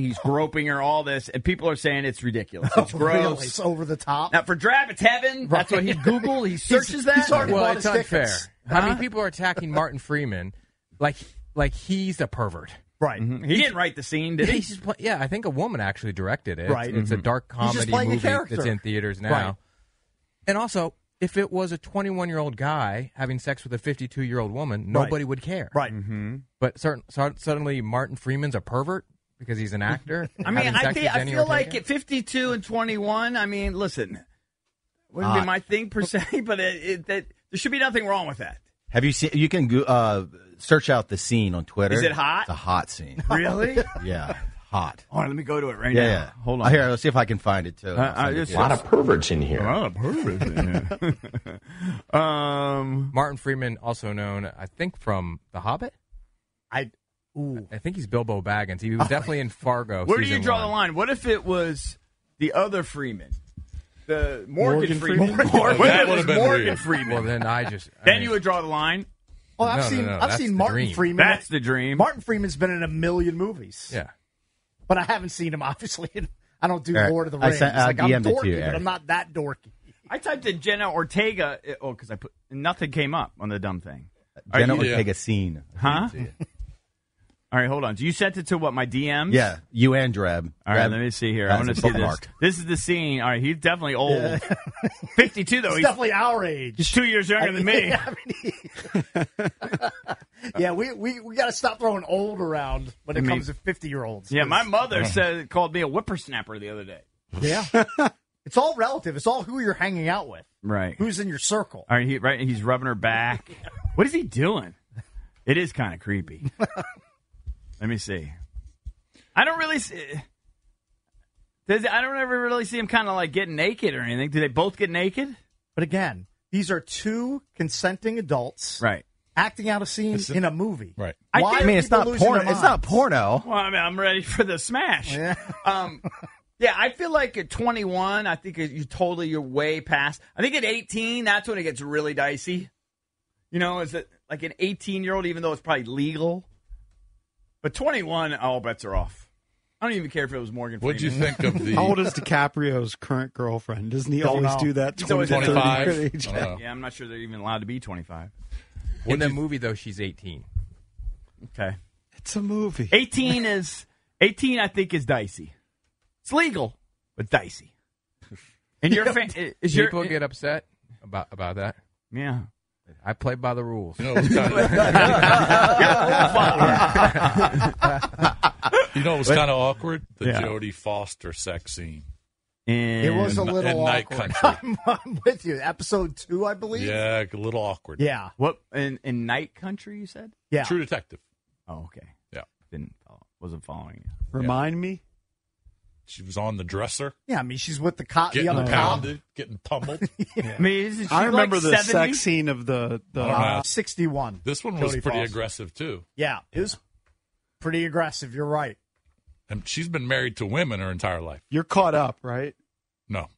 Speaker 3: [gasps]
Speaker 4: he's groping her, all this, and people are saying it's ridiculous. It's gross.
Speaker 3: Oh, Really? It's over the top.
Speaker 4: Now for Drab, it's heaven. That's what he Googled. He searches that.
Speaker 3: he's already
Speaker 6: Well,
Speaker 3: bought
Speaker 6: it's
Speaker 3: his
Speaker 6: unfair.
Speaker 3: tickets.
Speaker 6: I mean, people are attacking Martin Freeman, like like he's a pervert.
Speaker 3: Right.
Speaker 6: Mm-hmm.
Speaker 4: He didn't write the scene, did he?
Speaker 6: He's just play- yeah, I think a woman actually directed it. It's-
Speaker 3: Right.
Speaker 6: It's, a dark
Speaker 3: He's just
Speaker 6: comedy
Speaker 3: playing a
Speaker 6: movie
Speaker 3: character.
Speaker 6: that's in theaters now.
Speaker 3: Right.
Speaker 6: And also, if it was a 21 year old guy having sex with a 52 year old woman, nobody would care.
Speaker 3: Right.
Speaker 6: But certain, so- suddenly, Martin Freeman's a pervert because he's an
Speaker 4: [laughs]
Speaker 6: actor.
Speaker 4: I mean, I, thi- I feel like at 52 and 21, I mean, listen, Wouldn't
Speaker 6: Uh,
Speaker 7: Ah.
Speaker 4: be my thing per se, [laughs] but it, it, that, there should be nothing wrong with that.
Speaker 7: Have you seen? You can go, uh, search out the scene on Twitter.
Speaker 4: Is it hot?
Speaker 7: It's a hot scene.
Speaker 4: Really?
Speaker 7: Yeah, hot.
Speaker 4: [laughs] All right, let me go to it right
Speaker 7: yeah,
Speaker 4: now.
Speaker 7: yeah. Hold on. Here, let's see if I can find it too.
Speaker 4: Uh, uh, it's-
Speaker 6: perverts in
Speaker 4: A lot of perverts in here.
Speaker 6: um, Martin Freeman, also known, I think, from The Hobbit.
Speaker 3: I,
Speaker 6: I think he's Bilbo Baggins. He was definitely in Fargo.
Speaker 4: Oh, Where do you
Speaker 6: Oh, season
Speaker 4: draw
Speaker 6: one.
Speaker 4: the line? What if it was the other Freeman? The Morgan,
Speaker 6: Morgan
Speaker 4: Freeman.
Speaker 6: Freeman? That
Speaker 4: Morgan, [laughs] What if
Speaker 6: would've
Speaker 4: it was
Speaker 6: been
Speaker 4: Morgan
Speaker 6: weird.
Speaker 4: Freeman.
Speaker 6: Well, then I just.
Speaker 4: then you would draw the line.
Speaker 3: Well, Oh, I've seen I've seen Martin Freeman.
Speaker 4: That's the dream.
Speaker 3: Martin Freeman's been in a million movies.
Speaker 6: Yeah.
Speaker 3: But I haven't seen him [laughs] obviously. I don't do
Speaker 7: All right.
Speaker 3: Lord of the
Speaker 7: I
Speaker 3: Rings.
Speaker 7: sent- I
Speaker 3: like, I'm
Speaker 7: DM'd it to
Speaker 3: dorky,
Speaker 7: you,
Speaker 3: but
Speaker 7: Eric.
Speaker 3: I'm not that dorky.
Speaker 4: I typed in Jenna Ortega. eh, Oh, because I put nothing came up on the dumb thing.
Speaker 7: [laughs]
Speaker 4: Are
Speaker 7: Jenna
Speaker 4: you-
Speaker 7: Ortega scene.
Speaker 4: Huh? [laughs] All right, hold on. You sent it to what? My DMs?
Speaker 7: Yeah, you and Drab.
Speaker 4: All right, let me see here. I want to see this. This is the scene. All right, he's definitely old. [laughs] 52 though.
Speaker 3: He's
Speaker 4: He's,
Speaker 3: definitely our age.
Speaker 4: he's two years younger
Speaker 3: [laughs]
Speaker 4: than me.
Speaker 3: I mean, yeah, we, we, we got to stop throwing old around when it
Speaker 4: I mean-
Speaker 3: comes to 50 year olds.
Speaker 4: Yeah, my
Speaker 7: [laughs]
Speaker 4: mother said called me a whippersnapper the other day.
Speaker 3: Yeah. it's all relative. It's all who you're hanging out with,
Speaker 4: Right.
Speaker 3: who's in your circle.
Speaker 4: All right, he, right. He's rubbing
Speaker 3: [laughs]
Speaker 4: her back. What is he doing? It is kind
Speaker 3: [laughs]
Speaker 4: of creepy. Let me see. I don't really see. Does, I don't ever really see him kind of like getting naked or anything. Do they both get naked?
Speaker 3: But again, these are two consenting adults
Speaker 4: Right.
Speaker 3: acting out a scene in a movie.
Speaker 2: Right.
Speaker 3: Why
Speaker 7: I
Speaker 3: are
Speaker 7: mean, it's
Speaker 3: people
Speaker 7: not
Speaker 3: losing their
Speaker 7: porno. It's not
Speaker 3: minds?
Speaker 7: porno.
Speaker 4: Well, I mean, I'm ready for the smash. Yeah. [laughs] Um, yeah, I feel like at 21, I think you totally you're way past. I think at 18, that's when it gets really dicey. You know, is it like an 18 year old, even though it's probably legal? But 21, all bets are off. I don't even care if it was Morgan.
Speaker 2: What'd you
Speaker 4: Freeman.
Speaker 2: think
Speaker 4: [laughs]
Speaker 2: of the?
Speaker 1: How old is DiCaprio's current girlfriend? Doesn't he
Speaker 4: Don't
Speaker 1: always
Speaker 4: know.
Speaker 1: do that?
Speaker 4: He's always
Speaker 1: 20,
Speaker 2: 25.
Speaker 1: 30 [laughs] age?
Speaker 2: I don't know.
Speaker 4: Yeah, I'm not sure they're even allowed to be 25.
Speaker 6: In the movie, though, she's 18.
Speaker 4: Okay.
Speaker 1: It's a movie. [laughs]
Speaker 4: 18 is 18 I think is dicey. It's legal, but dicey. And [laughs] your fa- is your eh,
Speaker 6: People get upset about about that.
Speaker 4: Yeah.
Speaker 6: I play by the rules.
Speaker 2: You know, it
Speaker 6: [laughs]
Speaker 2: was
Speaker 6: [laughs]
Speaker 2: kind of, [laughs] you know, it was kind of awkward. The
Speaker 4: Yeah.
Speaker 2: Jodie Foster sex scene.
Speaker 3: It was a
Speaker 2: In-
Speaker 3: little
Speaker 2: in Night
Speaker 3: awkward.
Speaker 2: Country.
Speaker 3: [laughs] I'm, I'm with you. Episode two, I believe.
Speaker 2: Yeah, a little awkward.
Speaker 3: Yeah.
Speaker 4: What in, in night country you said?
Speaker 3: Yeah.
Speaker 2: True Detective.
Speaker 4: Oh, okay.
Speaker 2: Yeah,
Speaker 4: Didn't follow, wasn't following you.
Speaker 1: Remind me.
Speaker 2: she was on the dresser,
Speaker 3: Yeah, I mean, she's with the cop. Uh, The
Speaker 2: getting
Speaker 3: other cop. [laughs]
Speaker 2: pounded, getting pummeled.
Speaker 4: I mean, is she
Speaker 1: I remember
Speaker 4: like
Speaker 1: the
Speaker 4: 70?
Speaker 1: sex scene of the the.
Speaker 2: I don't know.
Speaker 3: Uh, 61.
Speaker 2: This one was
Speaker 3: Jodie
Speaker 2: pretty
Speaker 3: Foster.
Speaker 2: aggressive too,
Speaker 3: Yeah, it was pretty aggressive. You're right.
Speaker 2: and she's been married to women her entire life.
Speaker 1: You're caught up, right?
Speaker 2: No,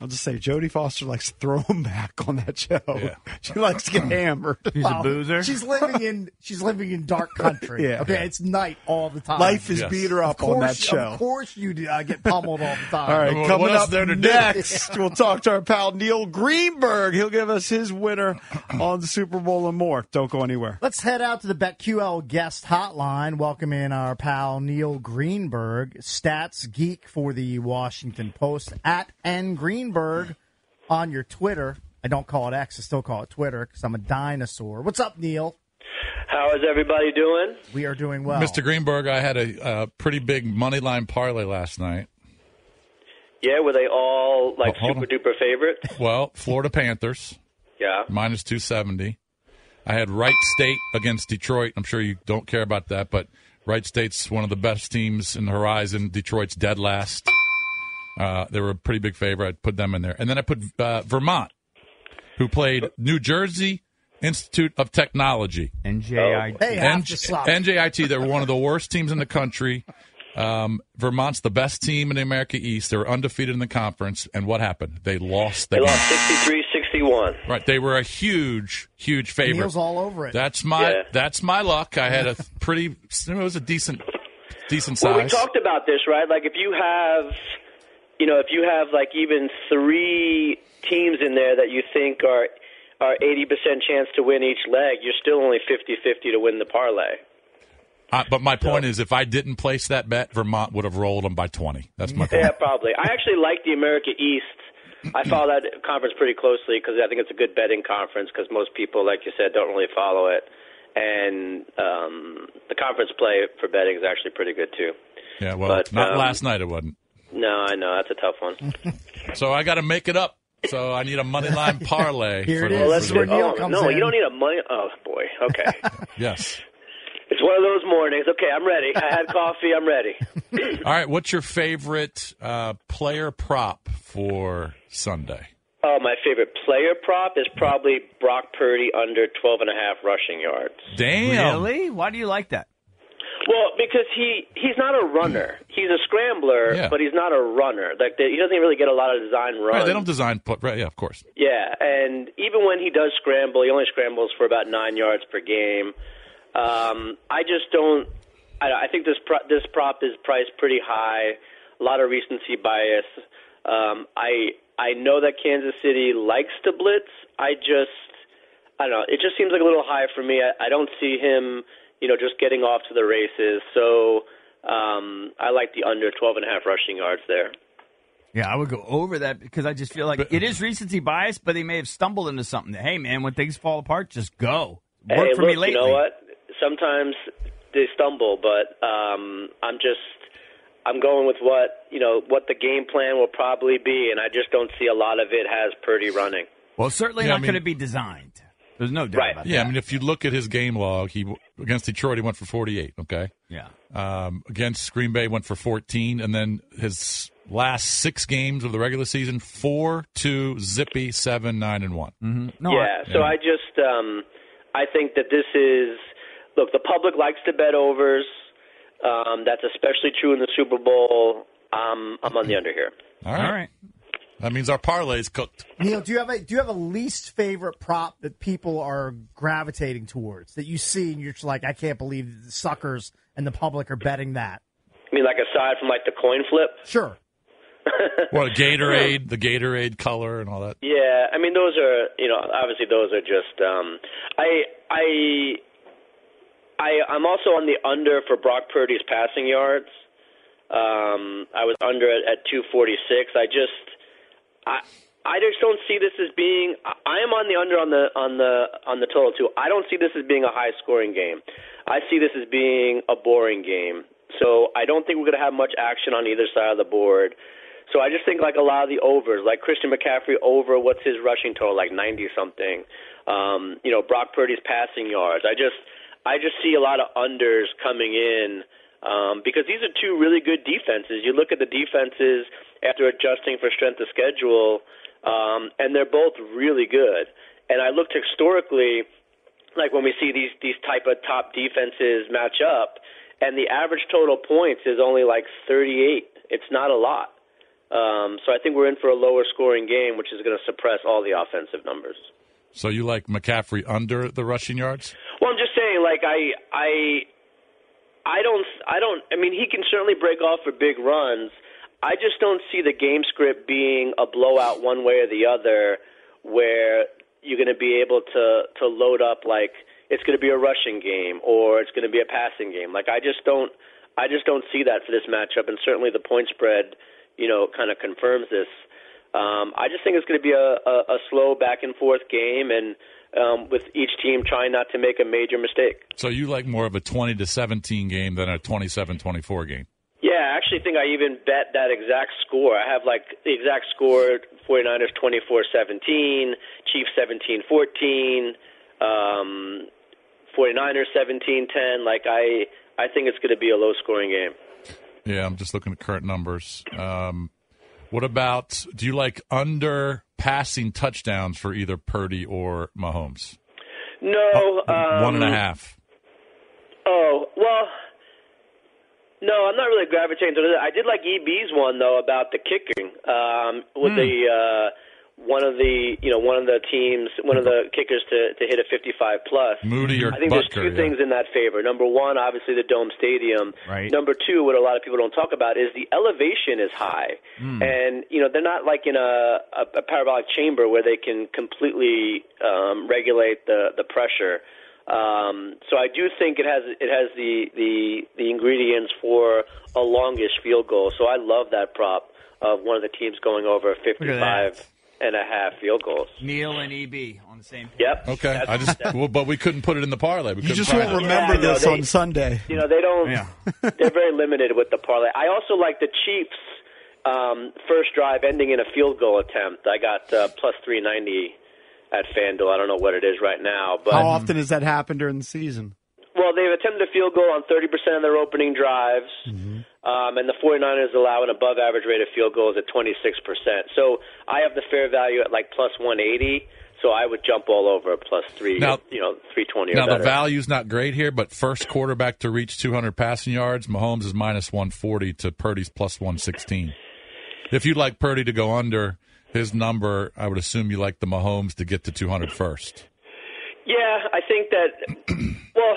Speaker 1: I'll just say Jodie Foster likes to throw [laughs] him back on that show.
Speaker 2: Yeah.
Speaker 1: she likes to
Speaker 2: [laughs]
Speaker 1: get hammered.
Speaker 3: [laughs]
Speaker 4: She's a boozer.
Speaker 3: She's
Speaker 4: [laughs]
Speaker 3: living in she's living in dark
Speaker 1: [laughs]
Speaker 3: country.
Speaker 1: Yeah.
Speaker 3: Okay, it's night all the time.
Speaker 1: Life is
Speaker 2: Yes.
Speaker 1: beat her up
Speaker 3: of
Speaker 1: on
Speaker 3: course,
Speaker 1: that show.
Speaker 3: Of course, you do, uh, get pummeled all the time.
Speaker 1: All right,
Speaker 2: What
Speaker 1: coming
Speaker 2: else
Speaker 1: up
Speaker 2: there to do?
Speaker 1: next, we'll talk to our pal Neil Greenberg. He'll give us his
Speaker 2: [clears throat]
Speaker 1: winner on Super Bowl and more. Don't go anywhere.
Speaker 3: [laughs] Let's head out to the BetQL guest hotline. Welcome in our pal Neil Greenberg, stats geek for the Washington Post at N Greenberg on your Twitter. I don't call it X, I still call it Twitter because I'm a dinosaur. What's up, Neil?
Speaker 8: How is everybody doing?
Speaker 3: We are doing well.
Speaker 2: Mr. Greenberg, I had a uh, pretty big money line parlay last night.
Speaker 8: Yeah, were they all like
Speaker 2: Oh, hold
Speaker 8: super
Speaker 2: on.
Speaker 8: duper favorite?
Speaker 2: Well, Florida Panthers
Speaker 8: Yeah.
Speaker 2: minus two seventy. I had Wright State against Detroit. I'm sure you don't care about that, but Wright State's one of the best teams in the horizon. Detroit's dead last. Uh, they were a pretty big favorite. I put them in there, and then I put uh, Vermont, who played New Jersey Institute of Technology.
Speaker 4: NJI.
Speaker 3: They have
Speaker 2: N-
Speaker 3: to slop.
Speaker 2: NJIT, they're one of the worst teams in the country. Um, Vermont's the best team in the America East. They were undefeated in the conference. And what happened? They lost the
Speaker 8: They
Speaker 2: game.
Speaker 8: lost 63 61.
Speaker 2: Right. They were a huge, huge favorite.
Speaker 3: Neil's all over it.
Speaker 2: That's my
Speaker 8: Yeah.
Speaker 2: that's my luck. I had a pretty it was a decent decent
Speaker 8: Well, we
Speaker 2: size.
Speaker 8: talked about this, right? Like, if you have, you know, if you have like even three teams in there that you think are are 80% chance to win each leg, you're still only 50 50 to win the parlay.
Speaker 2: Uh, but my point is if I didn't place that bet, Vermont would have rolled them by 20. That's my point.
Speaker 8: Yeah, probably. I actually like the America East. I follow that conference pretty closely because I think it's a good betting conference because most people, like you said, don't really follow it. And um, the conference play for betting is actually pretty good too.
Speaker 2: Yeah, well,
Speaker 8: But,
Speaker 2: not
Speaker 8: um,
Speaker 2: last night it wasn't.
Speaker 8: No, I know that's a tough one.
Speaker 2: So I got to make it up So I need a money
Speaker 8: [laughs]
Speaker 2: line parlay.
Speaker 8: Here
Speaker 2: for
Speaker 8: it
Speaker 2: the-
Speaker 8: is.
Speaker 2: for
Speaker 8: Well, that's
Speaker 2: the- Oh,
Speaker 8: where Neil comes Oh, No, you in. don't need a money. Oh boy. [laughs] Okay.
Speaker 2: Yes.
Speaker 8: it's one of those mornings. Okay, I'm ready. I had coffee. I'm ready.
Speaker 2: All right. What's your favorite uh, player prop for Sunday?
Speaker 8: Oh, my favorite player prop is probably Brock Purdy under 12 and a half rushing yards.
Speaker 2: Damn.
Speaker 4: Really? Why do you like that?
Speaker 8: Well, because he he's not a runner. He's a scrambler,
Speaker 2: Yeah.
Speaker 8: but he's not a runner. Like the, he doesn't really get a lot of design runs.
Speaker 2: Right, they don't design put. Right, yeah, of course.
Speaker 8: Yeah, and even when he does scramble, he only scrambles for about nine yards per game. Um, I just don't. I, I think this pro- this prop is priced pretty high. A lot of recency bias. Um, I I know that Kansas City likes to blitz. I just I don't know. It just seems like a little high for me. I, I don't see him, you know, just getting off to the races. So um, I like the under twelve and a half rushing yards there.
Speaker 4: Yeah, I would go over that because I just feel like it is recency bias, but they may have stumbled into something. That, hey, man, when things fall apart, just go. Work
Speaker 8: hey,
Speaker 4: for
Speaker 8: look,
Speaker 4: me lately.
Speaker 8: You know what? Sometimes they stumble, but um, I'm just I'm going with what you know what the game plan will probably be, and I just don't see a lot of it has Purdy running.
Speaker 4: Well, certainly
Speaker 2: Yeah,
Speaker 4: not
Speaker 2: I mean-
Speaker 4: going to be designed. There's no doubt about
Speaker 2: Yeah, I
Speaker 4: that.
Speaker 2: mean, if you look at his game log, he against Detroit he went for 48. Okay.
Speaker 4: Yeah.
Speaker 2: Um, against Green Bay went for 14, and then his last six games of the regular season: four, two, zippy, seven, nine, and one. Mm-hmm.
Speaker 8: yeah, so I just um, I think that this is look the public likes to bet overs. Um, that's especially true in the Super Bowl. Um, I'm on the under here.
Speaker 2: All right. That means our parlay's cooked.
Speaker 3: Neil, do you have a do you have a least favorite prop that people are gravitating towards that you see and you're just like, I can't believe the suckers and the public are betting that.
Speaker 8: I mean, like aside from like the coin flip.
Speaker 3: Sure.
Speaker 4: [laughs]
Speaker 2: What a Gatorade, the Gatorade color, and all that.
Speaker 8: Yeah, I mean those are you know obviously those are just um, I I I I'm also on the under for Brock Purdy's passing yards. Um, I was under at, at 246. I just I I just don't see this as being I- I am on the under on the on the on the total too. I don't see this as being a high scoring game. I see this as being a boring game. So I don't think we're going to have much action on either side of the board. So I just think like a lot of the overs, like Christian McCaffrey over, what's his rushing total? Like ninety something. Um, you know, Brock Purdy's passing yards. I just I just see a lot of unders coming in. Um, because these are two really good defenses. You look at the defenses after adjusting for strength of schedule, um, and they're both really good. And I looked historically like when we see these these type of top defenses match up, and the average total points is only like 38. It's not a lot. Um, so I think we're in for a lower scoring game, which is going to suppress all the offensive numbers.
Speaker 2: So you like McCaffrey under the rushing yards?
Speaker 8: Well, I'm just saying, like I, I, I don't, I don't. I mean, he can certainly break off for big runs. I just don't see the game script being a blowout one way or the other, where you're going to be able to to load up like it's going to be a rushing game or it's going to be a passing game. Like I just don't, I just don't see that for this matchup, and certainly the point spread, you know, kind of confirms this. Um, I just think it's going to be a, a, a slow back and forth game, and um, with each team trying not to make a major mistake.
Speaker 2: So you like more of a 20 to 17 game than a 27-24 game?
Speaker 8: Yeah, I actually think I even bet that exact score. I have like the exact score 49ers 24 17, Chiefs 17 14, um, 49ers 17 10. Like, I, I think it's going to be a low scoring game.
Speaker 2: Yeah, I'm just looking at current numbers. Um, what about? Do you like under passing touchdowns for either Purdy or Mahomes?
Speaker 8: No. um,
Speaker 2: One and a half.
Speaker 8: Oh well, no, I'm not really gravitating to it. I did like EB's one though about the kicking um, with
Speaker 20: Hmm.
Speaker 8: the uh, one of the you know one of the teams one of the kickers to to hit a 55 plus.
Speaker 2: Moody or
Speaker 8: I think
Speaker 2: Butker,
Speaker 8: there's two
Speaker 2: yeah.
Speaker 8: things in that favor. Number one, obviously the dome stadium.
Speaker 4: Right.
Speaker 8: Number two, what a lot of people don't talk about is the elevation is high,
Speaker 4: Hmm.
Speaker 8: and you know they're not like in a, a, a parabolic chamber where they can completely um, regulate the the pressure. Um, so I do think it has it has the the the ingredients for a longish field goal. So I love that prop of one of the teams going over 55 and a half field goals.
Speaker 4: Neil and EB on the same page.
Speaker 8: Yep.
Speaker 2: Okay, I
Speaker 8: That's- [laughs]
Speaker 2: just.
Speaker 8: that's-
Speaker 2: well, but we couldn't put it in the parlay. We
Speaker 4: You
Speaker 2: couldn't
Speaker 4: just
Speaker 2: find
Speaker 4: won't
Speaker 2: it.
Speaker 4: remember
Speaker 8: Yeah, I know, this on they-
Speaker 1: Sunday.
Speaker 8: [laughs] You know, they don't.
Speaker 2: Yeah.
Speaker 8: they're very limited with the parlay. I also like the Chiefs um, first drive ending in a field goal attempt. I got uh, plus 390 at FanDuel. I don't know what it is right now, but
Speaker 1: How often does that happen during the season?
Speaker 8: well, they've attempted a field goal on 30% of their opening drives.
Speaker 1: Mm-hmm.
Speaker 8: Um, and the 49ers allow an above average rate of field goals at 26%. So I have the fair value at like plus 180. So I would jump all over plus three,
Speaker 2: Now-
Speaker 8: you know, 320
Speaker 2: Now
Speaker 8: or better.
Speaker 2: the value's not great here, but first quarterback to reach 200 passing yards, Mahomes is minus 140 to Purdy's plus 116. If you'd like Purdy to go under his number, I would assume you like the Mahomes to get to 200 first.
Speaker 8: Yeah, I think that. [clears throat] well,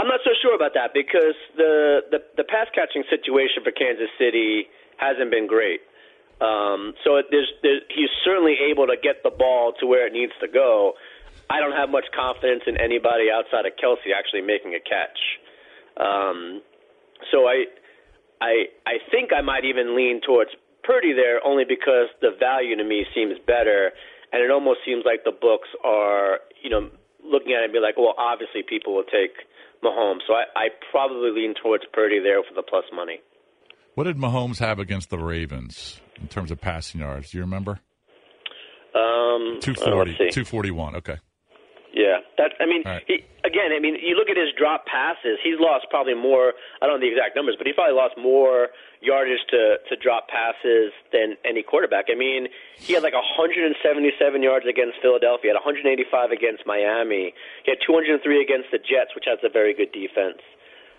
Speaker 8: I'm not so sure about that because the the, the pass catching situation for Kansas City hasn't been great. Um, so it, there's, there's, he's certainly able to get the ball to where it needs to go. I don't have much confidence in anybody outside of Kelsey actually making a catch. Um, so I, I, I think I might even lean towards Purdy there, only because the value to me seems better, and it almost seems like the books are, you know, looking at it and be like, well, obviously people will take Mahomes, so I, I probably lean towards Purdy there for the plus money.
Speaker 2: What did Mahomes have against the Ravens in terms of passing yards? Do you remember?
Speaker 8: Um, uh,
Speaker 2: 240,
Speaker 8: let's see.
Speaker 2: 241. Okay.
Speaker 8: Yeah, that. I mean,
Speaker 2: All right.
Speaker 8: he, again, I mean, you look at his drop passes. He's lost probably more. I don't know the exact numbers, but he probably lost more yardage to to drop passes than any quarterback. I mean, he had like 177 yards against Philadelphia, had 185 against Miami, he had 203 against the Jets, which has a very good defense.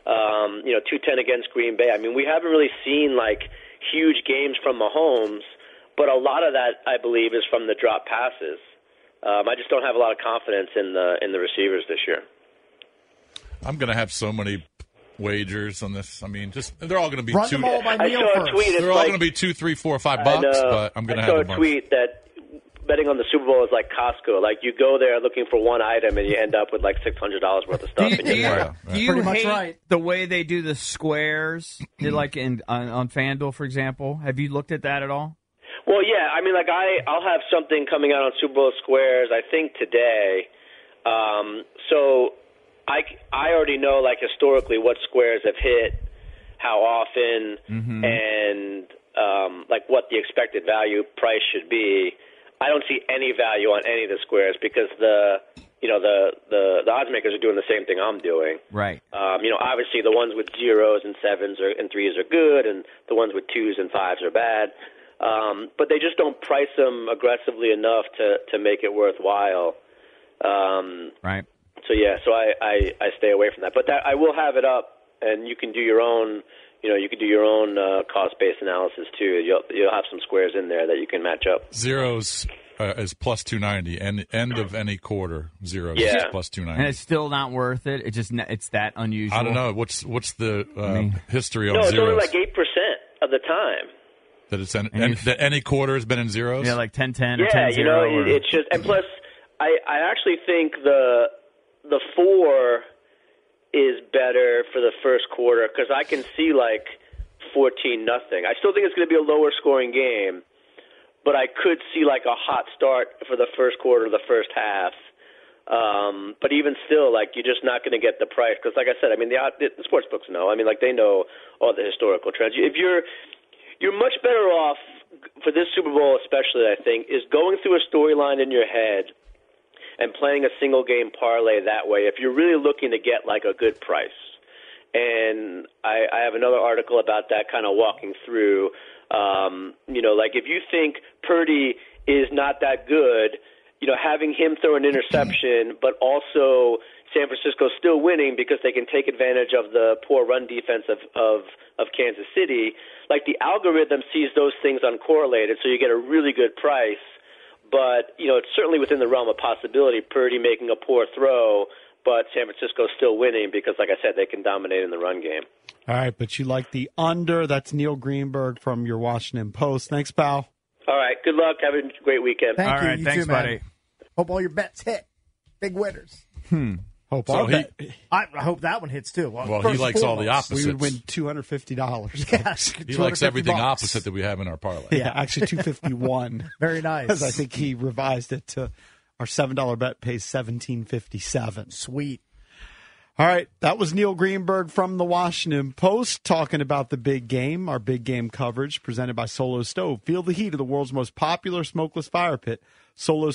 Speaker 8: Um, you know, 210 against Green Bay. I mean, we haven't really seen like huge games from Mahomes, but a lot of that, I believe, is from the drop passes. Um, I just don't have a lot of confidence in the in the receivers this year.
Speaker 2: I'm going to have so many wagers on this. I mean, just they're all going to be
Speaker 8: Run
Speaker 2: two.
Speaker 8: them all by I Neil saw a first. tweet, it's
Speaker 2: They're all
Speaker 8: like-
Speaker 2: going to be two, three, four, five
Speaker 8: I
Speaker 2: bucks.
Speaker 8: know.
Speaker 2: But I'm going to
Speaker 8: uh,
Speaker 2: have
Speaker 8: I saw
Speaker 2: a
Speaker 8: a
Speaker 2: bunch.
Speaker 8: tweet that betting on the Super Bowl is like Costco. Like you go there looking for one item and you end up with like six hundred dollars worth of stuff. in your cart.
Speaker 5: Do you hate the way they do
Speaker 4: [clears throat]
Speaker 5: the squares? They're like in on, on FanDuel, for example. Have you looked at that at all?
Speaker 8: Well, yeah. I mean, like I, I'll have something coming out on Super Bowl squares. I think today. Um, so I, c- I already know like historically what squares have hit, how often,
Speaker 20: Mhm.
Speaker 8: and um, like what the expected value price should be. I don't see any value on any of the squares because the, you know, the the the odds makers are doing the same thing I'm doing.
Speaker 5: Right.
Speaker 8: Um, you know, obviously the ones with zeros and sevens are, and threes are good, and the ones with twos and fives are bad. Um, but they just don't price them aggressively enough to to make it worthwhile. Um,
Speaker 5: Right.
Speaker 8: so yeah, so I, I I stay away from that. But that I will have it up, and you can do your own. You know, you can do your own uh, cost based analysis too. You'll you'll have some squares in there that you can match up.
Speaker 2: Zeros uh, is plus 290. And end of any quarter, zeros is
Speaker 5: Yeah.
Speaker 2: plus
Speaker 5: And
Speaker 2: 290.
Speaker 5: it's still not worth it. It just n- it's that unusual.
Speaker 2: I don't know. What's what's the
Speaker 5: I
Speaker 2: uh,
Speaker 5: mean-
Speaker 2: history on
Speaker 8: No, it's only
Speaker 2: zeros?
Speaker 8: like eight percent of the time.
Speaker 2: that, it's en- en- that any quarter has been in zeros? Yeah,
Speaker 5: like 10 10
Speaker 8: yeah, you know, it- it's just and plus, I I actually think the the four is better for the first quarter because I can see like fourteen nothing. I still think it's going to be a lower scoring game, but I could see like a hot start for the first quarter, the first half. Um, but even still, like you're just not going to get the price because, like I said, I mean the, odd- the the sports books know. I mean, like they know all the historical trends. If you're you're much better off for this Super Bowl, especially. I think is going through a storyline in your head and playing a single game parlay that way. If you're really looking to get like a good price, and I, I have another article about that, kind of walking through. Um, you know, like if you think Purdy is not that good, you know, having him throw an interception, [clears throat] but also San Francisco still winning because they can take advantage of the poor run defense of of, of Kansas City. Like the algorithm sees those things uncorrelated, so you get a really good price. But you know, it's certainly within the realm of possibility. Purdy making a poor throw, but San Francisco still winning because, like I said, they can dominate in the run game.
Speaker 1: All right, but you like the under. That's Neil Greenberg from your Washington Post. Thanks, pal.
Speaker 8: All right, good luck. Have a great weekend.
Speaker 1: Thank All you. right, You thanks, too, man. buddy.
Speaker 3: Hope all your bets hit. Big winners.
Speaker 1: Hmm. Hope
Speaker 3: So
Speaker 1: all
Speaker 3: he-
Speaker 1: that.
Speaker 3: I, I hope that one hits too. Well, first foremost.
Speaker 1: We would
Speaker 3: [laughs]
Speaker 1: win two hundred fifty dollars.
Speaker 2: He likes everything opposite that we have in our parlay.
Speaker 1: Yeah, actually two fifty [laughs] one.
Speaker 3: Very nice.
Speaker 1: I think he revised it to our seven dollar bet pays seventeen fifty seven.
Speaker 3: Sweet.
Speaker 1: All right, that was Neil Greenberg from the Washington Post talking about the big game, our big game coverage presented by Solo Stove. Feel the heat of the world's most popular smokeless fire pit,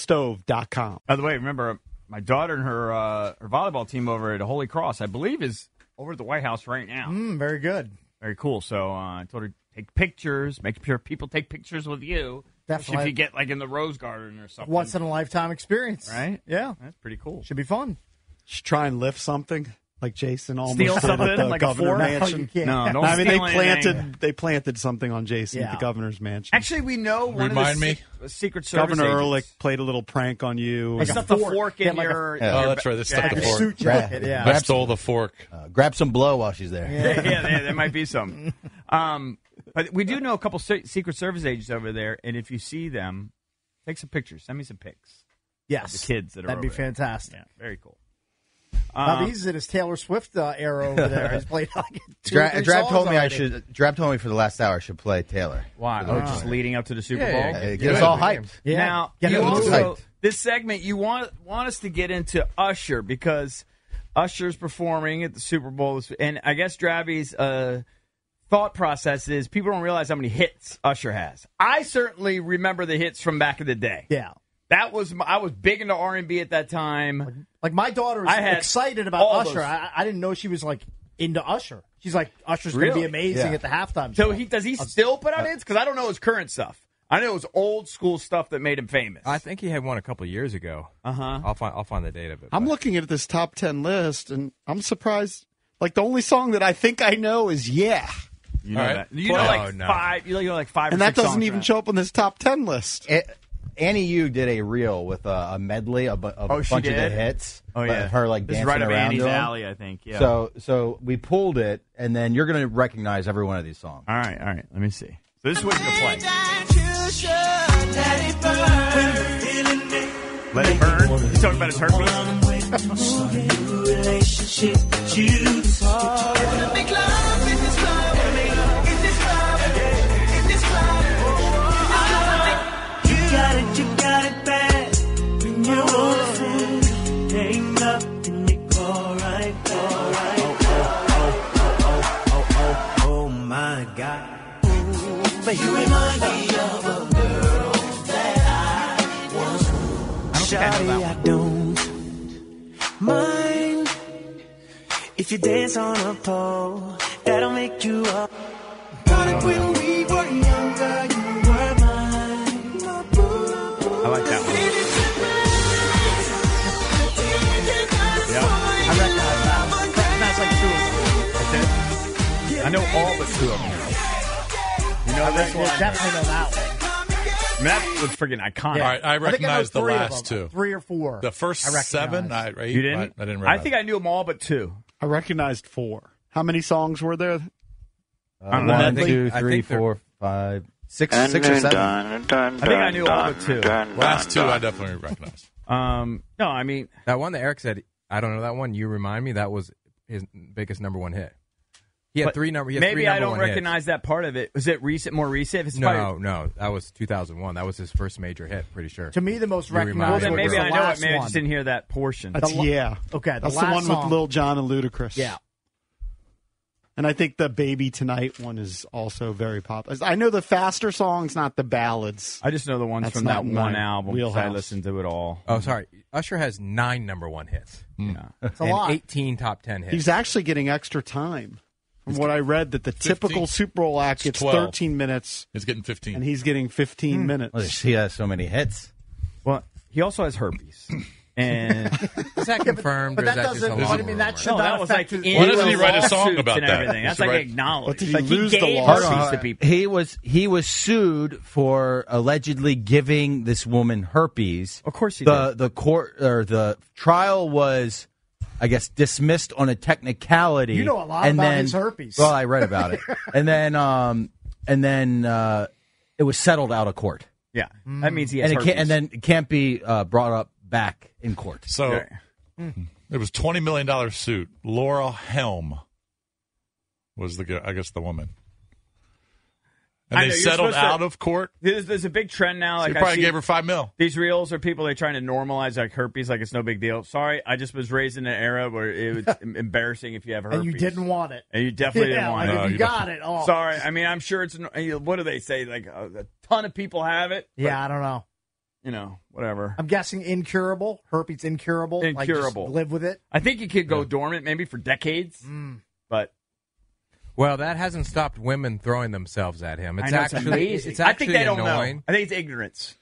Speaker 1: solostove.com.
Speaker 4: By the way, remember my daughter and her uh, her volleyball team over at Holy Cross, I believe, is over at the White House right now.
Speaker 3: Mm, very good,
Speaker 4: very cool. So uh, I told her take pictures, make sure people take pictures with you.
Speaker 3: Definitely.
Speaker 4: Especially If you get like in the Rose Garden or something,
Speaker 3: Once in a lifetime experience.
Speaker 4: right?
Speaker 3: Yeah.
Speaker 4: that's pretty cool.
Speaker 3: Should be fun.
Speaker 1: Should try and lift something like Jason almost
Speaker 4: Steal
Speaker 1: did
Speaker 4: something,
Speaker 1: at the
Speaker 4: like a
Speaker 1: governor
Speaker 4: fork? No, you
Speaker 1: mansion.
Speaker 4: can't. No, don't
Speaker 1: I mean they
Speaker 4: steal
Speaker 1: planted
Speaker 4: anything.
Speaker 1: they planted something on Jason at
Speaker 4: Yeah.
Speaker 1: the governor's mansion.
Speaker 4: Actually, we know one
Speaker 1: Remind
Speaker 4: of the
Speaker 1: me.
Speaker 4: sec- Secret Service
Speaker 1: Governor
Speaker 4: agents.
Speaker 1: Ehrlich played a little prank on you.
Speaker 4: They stuck the fork in
Speaker 1: Yeah, like a-
Speaker 4: your.
Speaker 1: Yeah.
Speaker 4: your
Speaker 2: Oh, that's right. They stuck
Speaker 4: jacket.
Speaker 2: the fork. I stole the fork.
Speaker 7: grab some blow while she's
Speaker 4: [laughs]
Speaker 7: there.
Speaker 4: yeah, yeah, there, there might
Speaker 3: [laughs]
Speaker 4: be some. Um, but we do know a couple se- Secret Service agents over there, and if you see them, take some pictures. Send me some pics.
Speaker 3: Yes,
Speaker 4: of the kids that are
Speaker 3: That'd be
Speaker 4: over there.
Speaker 3: fantastic.
Speaker 4: Yeah, very cool.
Speaker 3: How
Speaker 4: Um,
Speaker 3: easy is it? Is Taylor Swift uh, arrow over
Speaker 7: [laughs]
Speaker 3: there? He's played like two or
Speaker 7: Dra-
Speaker 3: three
Speaker 7: Drab
Speaker 3: songs
Speaker 7: told me
Speaker 3: already.
Speaker 7: I should. Drab told me for the last hour I should play Taylor.
Speaker 4: Why?
Speaker 7: For the
Speaker 4: Oh, just
Speaker 7: listener.
Speaker 4: leading up to the Super
Speaker 7: Yeah,
Speaker 4: Bowl.
Speaker 7: yeah, yeah. Get us all hyped. Yeah.
Speaker 4: Now,
Speaker 7: Get
Speaker 4: you
Speaker 7: us
Speaker 4: also
Speaker 7: hyped.
Speaker 4: this segment you want want us to get into Usher because Usher's performing at the Super Bowl, this- and I guess Dravi's uh, thought process is people don't realize how many hits Usher has. I certainly remember the hits from back in the day.
Speaker 3: Yeah.
Speaker 4: That was my, I was big into R and B at that time.
Speaker 3: Like my daughter was
Speaker 4: I had
Speaker 3: excited about
Speaker 4: all
Speaker 3: Usher.
Speaker 4: those-
Speaker 3: I, I didn't know she was like into Usher. She's like Usher's going
Speaker 4: Really?
Speaker 3: to be amazing
Speaker 4: Yeah.
Speaker 3: at the halftime.
Speaker 4: So
Speaker 3: show.
Speaker 4: he does he still put out hits? Because I don't know his current stuff. I know his old school stuff that made him famous.
Speaker 6: I think he had one a couple years ago. Uh
Speaker 4: Uh-huh.
Speaker 6: huh. I'll find. I'll find the date of it.
Speaker 1: I'm looking at this top 10 list and I'm surprised. Like, the only song that I think I know is Yeah.
Speaker 4: You know
Speaker 6: All right.
Speaker 4: that. You know
Speaker 6: Oh,
Speaker 4: like
Speaker 6: no.
Speaker 4: five. You know like five.
Speaker 1: And
Speaker 4: or
Speaker 1: that
Speaker 4: six
Speaker 1: doesn't
Speaker 4: songs
Speaker 1: even
Speaker 4: from
Speaker 1: show up on this top 10 list.
Speaker 7: A- Annie Yu did a reel with uh, a, a medley of, a- of
Speaker 4: Oh,
Speaker 7: a
Speaker 4: she
Speaker 7: bunch of the
Speaker 4: did?
Speaker 7: hits.
Speaker 4: Oh,
Speaker 7: but
Speaker 4: yeah.
Speaker 7: her like
Speaker 4: This is
Speaker 7: dancing
Speaker 4: right up
Speaker 7: around
Speaker 4: Annie's
Speaker 7: to 'em.
Speaker 4: alley, I think, yeah.
Speaker 7: So so we pulled it, and then you're going to recognize every one of these songs. Uh,
Speaker 4: All right, all right. Let me see. So this is what you're playing. Let it burn. You talking about his
Speaker 20: Shawty, I don't mind if you dance on a pole. That'll make you up. Thought it when we were younger, you were mine.
Speaker 4: I like that one.
Speaker 20: I recognize that. That's like two
Speaker 4: I know all but two of them. You know this
Speaker 3: We'll
Speaker 4: one?
Speaker 3: definitely know that one.
Speaker 4: That was freaking iconic.
Speaker 2: All right,
Speaker 3: I think I
Speaker 2: I
Speaker 3: know
Speaker 2: recognize the
Speaker 3: three of
Speaker 2: last
Speaker 3: them.
Speaker 2: two.
Speaker 3: Three or four.
Speaker 2: The first
Speaker 3: I recognize.
Speaker 2: seven, I, right?
Speaker 4: You didn't?
Speaker 2: I, I didn't.
Speaker 4: I think I knew them all but two.
Speaker 1: I recognized four. How many songs were there?
Speaker 4: I don't know.
Speaker 7: Uh, One,
Speaker 4: I think-
Speaker 7: two,
Speaker 4: I
Speaker 7: three,
Speaker 4: think they're-
Speaker 7: four, five, six, six or seven.
Speaker 4: I think I knew all but two.
Speaker 2: Last two, I definitely recognize.
Speaker 4: Um, no, I mean,
Speaker 6: That one that Eric said, I don't know that one. You remind me. That was his biggest number one hit. He had
Speaker 4: but
Speaker 6: three number. He had three
Speaker 4: maybe I
Speaker 6: number
Speaker 4: don't
Speaker 6: one hits.
Speaker 4: recognize that part of it. Was it recent, more recent? If it's
Speaker 6: No,
Speaker 4: probably-
Speaker 6: no, that was 2001. That was his first major hit. Pretty sure.
Speaker 3: To me, the most
Speaker 6: You remind
Speaker 3: recognizable.
Speaker 6: me
Speaker 4: Well, then
Speaker 6: of
Speaker 4: maybe
Speaker 3: was
Speaker 6: it.
Speaker 3: the
Speaker 4: I know it.
Speaker 3: last
Speaker 4: Maybe I
Speaker 3: one.
Speaker 4: just didn't hear that portion.
Speaker 1: That's
Speaker 3: The la-
Speaker 1: Yeah.
Speaker 3: Okay, the
Speaker 1: That's the
Speaker 3: last
Speaker 1: one
Speaker 3: song.
Speaker 1: with Lil Jon and Ludacris.
Speaker 3: Yeah.
Speaker 1: And I think the Baby Tonight one is also very popular. I know the faster songs, not the ballads.
Speaker 4: I just know the ones
Speaker 1: That's
Speaker 4: from that
Speaker 1: not my
Speaker 4: one album. 'cause I
Speaker 1: wheelhouse.
Speaker 4: listened to it all. Hmm.
Speaker 6: Oh, sorry. Usher has nine number one hits.
Speaker 3: It's a
Speaker 6: and
Speaker 3: lot.
Speaker 6: 18 top 10 hits.
Speaker 1: He's actually getting extra time. From what I read, that the typical
Speaker 2: 15.
Speaker 1: Super Bowl act gets
Speaker 2: 12.
Speaker 1: 13 minutes,
Speaker 2: He's getting fifteen.
Speaker 1: and he's getting 15 minutes.
Speaker 7: Hmm. Well, she has so many hits.
Speaker 4: Well, he also has
Speaker 7: [laughs]
Speaker 4: herpes. And
Speaker 6: is that confirmed?
Speaker 3: But
Speaker 6: or
Speaker 3: that
Speaker 6: is just a
Speaker 3: doesn't.
Speaker 6: rumor?
Speaker 3: I mean, that should
Speaker 4: no,
Speaker 3: not
Speaker 4: that was like
Speaker 3: affect his-
Speaker 4: in
Speaker 2: Why doesn't he
Speaker 4: the
Speaker 2: write a song
Speaker 4: lawsuits
Speaker 2: about
Speaker 4: and
Speaker 2: that?
Speaker 4: Everything.
Speaker 2: He
Speaker 4: That's
Speaker 2: should
Speaker 4: like
Speaker 2: write-
Speaker 4: acknowledged.
Speaker 1: But did he
Speaker 4: like
Speaker 1: lose the
Speaker 4: he gave
Speaker 1: lawsuit?
Speaker 4: herpes to people.
Speaker 7: He was he was sued for allegedly giving this woman herpes.
Speaker 4: Of course he
Speaker 7: the the court or the trial was, I guess, dismissed on a technicality.
Speaker 3: You know a lot
Speaker 7: and
Speaker 3: about
Speaker 7: then,
Speaker 3: his herpes.
Speaker 7: Well, I read about
Speaker 4: [laughs]
Speaker 7: it, and then um and then uh, it was settled out of court,
Speaker 4: Yeah, that means he has
Speaker 7: and it
Speaker 4: herpes.
Speaker 7: can't, and then it can't be uh, brought up back in court.
Speaker 2: So it was twenty million dollar suit. Laura Helm was the gu- I guess the woman.
Speaker 4: I
Speaker 2: And they
Speaker 4: know, you're
Speaker 2: settled
Speaker 4: supposed to-
Speaker 2: out of court.
Speaker 4: There's, there's a big trend now.
Speaker 2: So
Speaker 4: Like
Speaker 2: you probably
Speaker 4: I see,
Speaker 2: gave her five mil.
Speaker 4: These reels are people they're trying to normalize like herpes, like it's no big deal. Sorry, I just was raised in an era where it was [laughs] em- embarrassing if you have herpes.
Speaker 3: And you didn't want it.
Speaker 4: And you definitely
Speaker 3: Yeah,
Speaker 4: didn't
Speaker 3: like,
Speaker 4: want it.
Speaker 3: if No, you you got don't. it, oh.
Speaker 4: Sorry, I mean, I'm sure it's. What do they say? Like a, a ton of people have it. but,
Speaker 3: Yeah, I don't know.
Speaker 4: you know, whatever.
Speaker 3: I'm guessing incurable. Herpes incurable. Like, just
Speaker 4: Incurable.
Speaker 3: live with it. [laughs]
Speaker 4: I think it could go dormant maybe for decades,
Speaker 3: Mm.
Speaker 4: but
Speaker 6: Well, that hasn't stopped women throwing themselves at him. It's
Speaker 4: I know, it's
Speaker 6: actually
Speaker 4: amazing.
Speaker 6: it's
Speaker 4: I
Speaker 6: actually
Speaker 4: think they don't know.
Speaker 6: annoying.
Speaker 4: I think it's ignorance.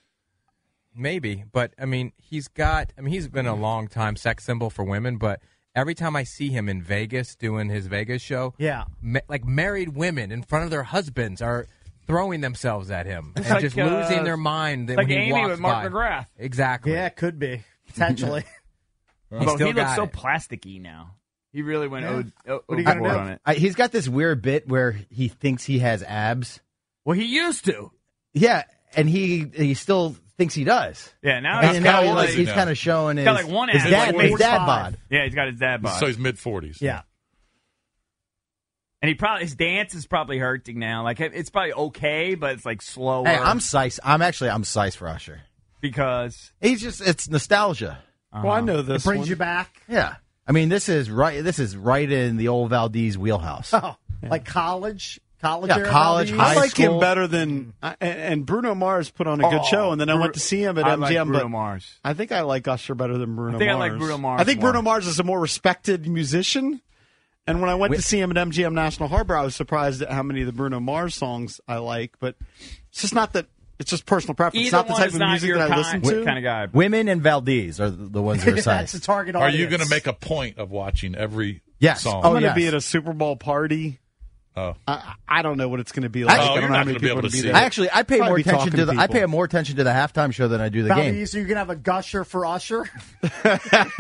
Speaker 6: Maybe, but I mean, he's got. I mean, he's been a
Speaker 3: Mm.
Speaker 6: long time sex symbol for women, but every time I see him in Vegas doing his Vegas show,
Speaker 3: Yeah.
Speaker 6: ma- like married women in front of their husbands are throwing themselves at him
Speaker 3: It's
Speaker 6: and
Speaker 3: like,
Speaker 6: just
Speaker 3: uh,
Speaker 6: losing their mind that
Speaker 3: like
Speaker 6: when he
Speaker 3: Amy
Speaker 6: walks
Speaker 3: with Mark
Speaker 6: by.
Speaker 4: McGrath.
Speaker 6: Exactly.
Speaker 3: Yeah, it could be
Speaker 4: [laughs]
Speaker 6: [laughs]
Speaker 3: potentially.
Speaker 6: He's
Speaker 4: Although
Speaker 6: still
Speaker 4: he looks
Speaker 6: got
Speaker 4: so
Speaker 6: it.
Speaker 4: plasticky now. He really went
Speaker 3: Yeah.
Speaker 4: yeah. o-
Speaker 3: What are you
Speaker 7: I-
Speaker 4: overboard Oh, on it.
Speaker 7: I- he's got this weird bit where he thinks he has abs.
Speaker 4: Well, he used to.
Speaker 7: Yeah, and he he still thinks he does.
Speaker 4: Yeah, now
Speaker 7: And
Speaker 4: he's
Speaker 7: now
Speaker 4: got
Speaker 7: he,
Speaker 4: all
Speaker 7: like,
Speaker 4: these-
Speaker 7: he's kind of showing
Speaker 4: He's
Speaker 7: his,
Speaker 4: got like one
Speaker 7: his
Speaker 4: ab,
Speaker 7: dad,
Speaker 4: like
Speaker 7: his dad
Speaker 4: 45.
Speaker 7: bod.
Speaker 4: Yeah, he's got his dad bod.
Speaker 2: So he's mid forties.
Speaker 3: Yeah.
Speaker 4: and he probably his dance is probably hurting now. Like it- it's probably okay, but it's like slower.
Speaker 7: Hey, I'm size. I'm actually I'm size Frosher.
Speaker 4: because Uh-huh.
Speaker 7: He's just it's nostalgia.
Speaker 1: Well, I know this.
Speaker 3: it brings
Speaker 1: one.
Speaker 3: you back.
Speaker 7: Yeah, I mean this is right. This is right in the old Valdez wheelhouse.
Speaker 3: Oh, like college, college,
Speaker 7: Yeah,
Speaker 3: era
Speaker 7: college,
Speaker 3: Valdez?
Speaker 7: high
Speaker 1: I like him
Speaker 7: school.
Speaker 1: better than I- and, and Bruno Mars put on a good
Speaker 4: Oh,
Speaker 1: show, and then I
Speaker 4: Bru-
Speaker 1: went to see him at
Speaker 4: I
Speaker 1: MGM.
Speaker 4: like Bruno
Speaker 1: but
Speaker 4: Mars.
Speaker 1: I think I like Usher better than Bruno.
Speaker 4: I think I
Speaker 1: Mars.
Speaker 4: like Bruno Mars
Speaker 1: I think
Speaker 4: more.
Speaker 1: Bruno Mars is a more respected musician. And when I went
Speaker 7: Wh-
Speaker 1: to see him at MGM National Harbor, I was surprised at how many of the Bruno Mars songs I like. But it's just not that. It's just personal preference. it's
Speaker 4: Either
Speaker 1: not the
Speaker 4: one
Speaker 1: type
Speaker 4: is
Speaker 1: of
Speaker 4: not
Speaker 1: music
Speaker 4: your
Speaker 1: that I
Speaker 4: kind-
Speaker 1: listen
Speaker 4: what
Speaker 1: to.
Speaker 4: kind of guy.
Speaker 7: Women and Valdez are the ones
Speaker 1: [laughs]
Speaker 7: that are
Speaker 3: That's
Speaker 7: size.
Speaker 3: the target
Speaker 2: Are
Speaker 3: audience.
Speaker 2: you going to make a point of watching every
Speaker 7: Yes.
Speaker 2: song?
Speaker 1: I'm
Speaker 7: Oh,
Speaker 1: going to
Speaker 7: yes.
Speaker 1: be at a Super Bowl party.
Speaker 2: Oh.
Speaker 1: I, I I don't know what it's going to be like.
Speaker 7: Actually,
Speaker 1: I
Speaker 7: you're
Speaker 1: don't know
Speaker 2: not
Speaker 1: how many
Speaker 2: gonna be
Speaker 1: people
Speaker 2: able
Speaker 1: will
Speaker 2: to
Speaker 1: be
Speaker 2: see
Speaker 1: there.
Speaker 2: it.
Speaker 7: I actually I pay
Speaker 1: Probably
Speaker 7: more
Speaker 1: be
Speaker 7: attention
Speaker 1: talking
Speaker 7: to the I
Speaker 1: people.
Speaker 7: pay more attention to the halftime show than I do the game.
Speaker 3: Valdez, are you going to have a gusher for
Speaker 2: [laughs]
Speaker 3: Usher? [laughs]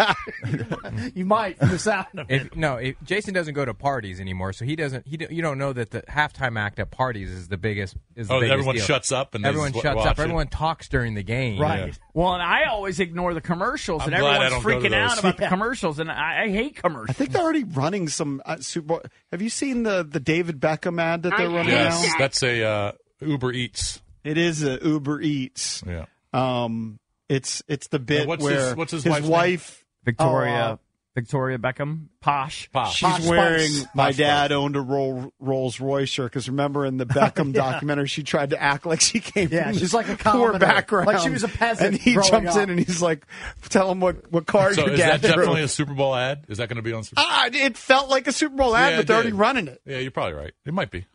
Speaker 3: you might, from [laughs] the sound of it.
Speaker 6: If, no, if, Jason doesn't go to parties anymore, so he doesn't. He don't- you don't know that the halftime act at parties is the biggest. Is the
Speaker 2: Oh,
Speaker 6: biggest
Speaker 2: everyone
Speaker 6: deal.
Speaker 2: shuts up and they
Speaker 6: everyone
Speaker 2: just wa-
Speaker 6: shuts
Speaker 2: watch
Speaker 6: up.
Speaker 2: it.
Speaker 6: Everyone [laughs] talks during the game.
Speaker 3: Right.
Speaker 4: Well, and I always ignore the commercials,
Speaker 2: I'm
Speaker 4: and
Speaker 2: glad I
Speaker 4: everyone's
Speaker 2: don't go to
Speaker 4: freaking out
Speaker 2: those.
Speaker 4: about the commercials, and I, I hate commercials.
Speaker 1: I think they're already running some uh, Super Bowl. Have you seen the the David Beckham ad that they're running
Speaker 2: Yes,
Speaker 1: now?
Speaker 2: that's a uh, Uber Eats.
Speaker 1: It is a Uber Eats.
Speaker 2: Yeah.
Speaker 1: Um, it's it's the bit
Speaker 2: And what's
Speaker 1: where
Speaker 2: his- what's his wife's
Speaker 1: wife,
Speaker 2: name?
Speaker 4: Victoria,
Speaker 3: Oh, uh,
Speaker 4: Victoria Beckham, posh,
Speaker 2: Posh.
Speaker 1: she's
Speaker 3: Posh Spice.
Speaker 1: wearing my
Speaker 3: Posh
Speaker 1: dad owned a Roll, Rolls Royce shirt because remember
Speaker 3: [laughs]
Speaker 1: in the Beckham
Speaker 3: Yeah.
Speaker 1: documentary she tried to act like she came
Speaker 3: Yeah,
Speaker 1: from
Speaker 3: she's
Speaker 1: this
Speaker 3: like
Speaker 1: [laughs]
Speaker 3: a
Speaker 1: poor
Speaker 3: commoner.
Speaker 1: background
Speaker 3: Like she was a peasant
Speaker 1: and he
Speaker 3: growing
Speaker 1: jumps
Speaker 3: up.
Speaker 1: in and he's like tell him what what car
Speaker 2: So
Speaker 1: your
Speaker 2: is that
Speaker 1: dad
Speaker 2: definitely
Speaker 1: drove.
Speaker 2: a Super Bowl ad? Is that going to be on? Super-
Speaker 1: Ah, it felt like a Super Bowl ad
Speaker 2: Yeah,
Speaker 1: but
Speaker 2: it
Speaker 1: they're already
Speaker 2: did.
Speaker 1: running it
Speaker 2: Yeah, you're probably right. It might be.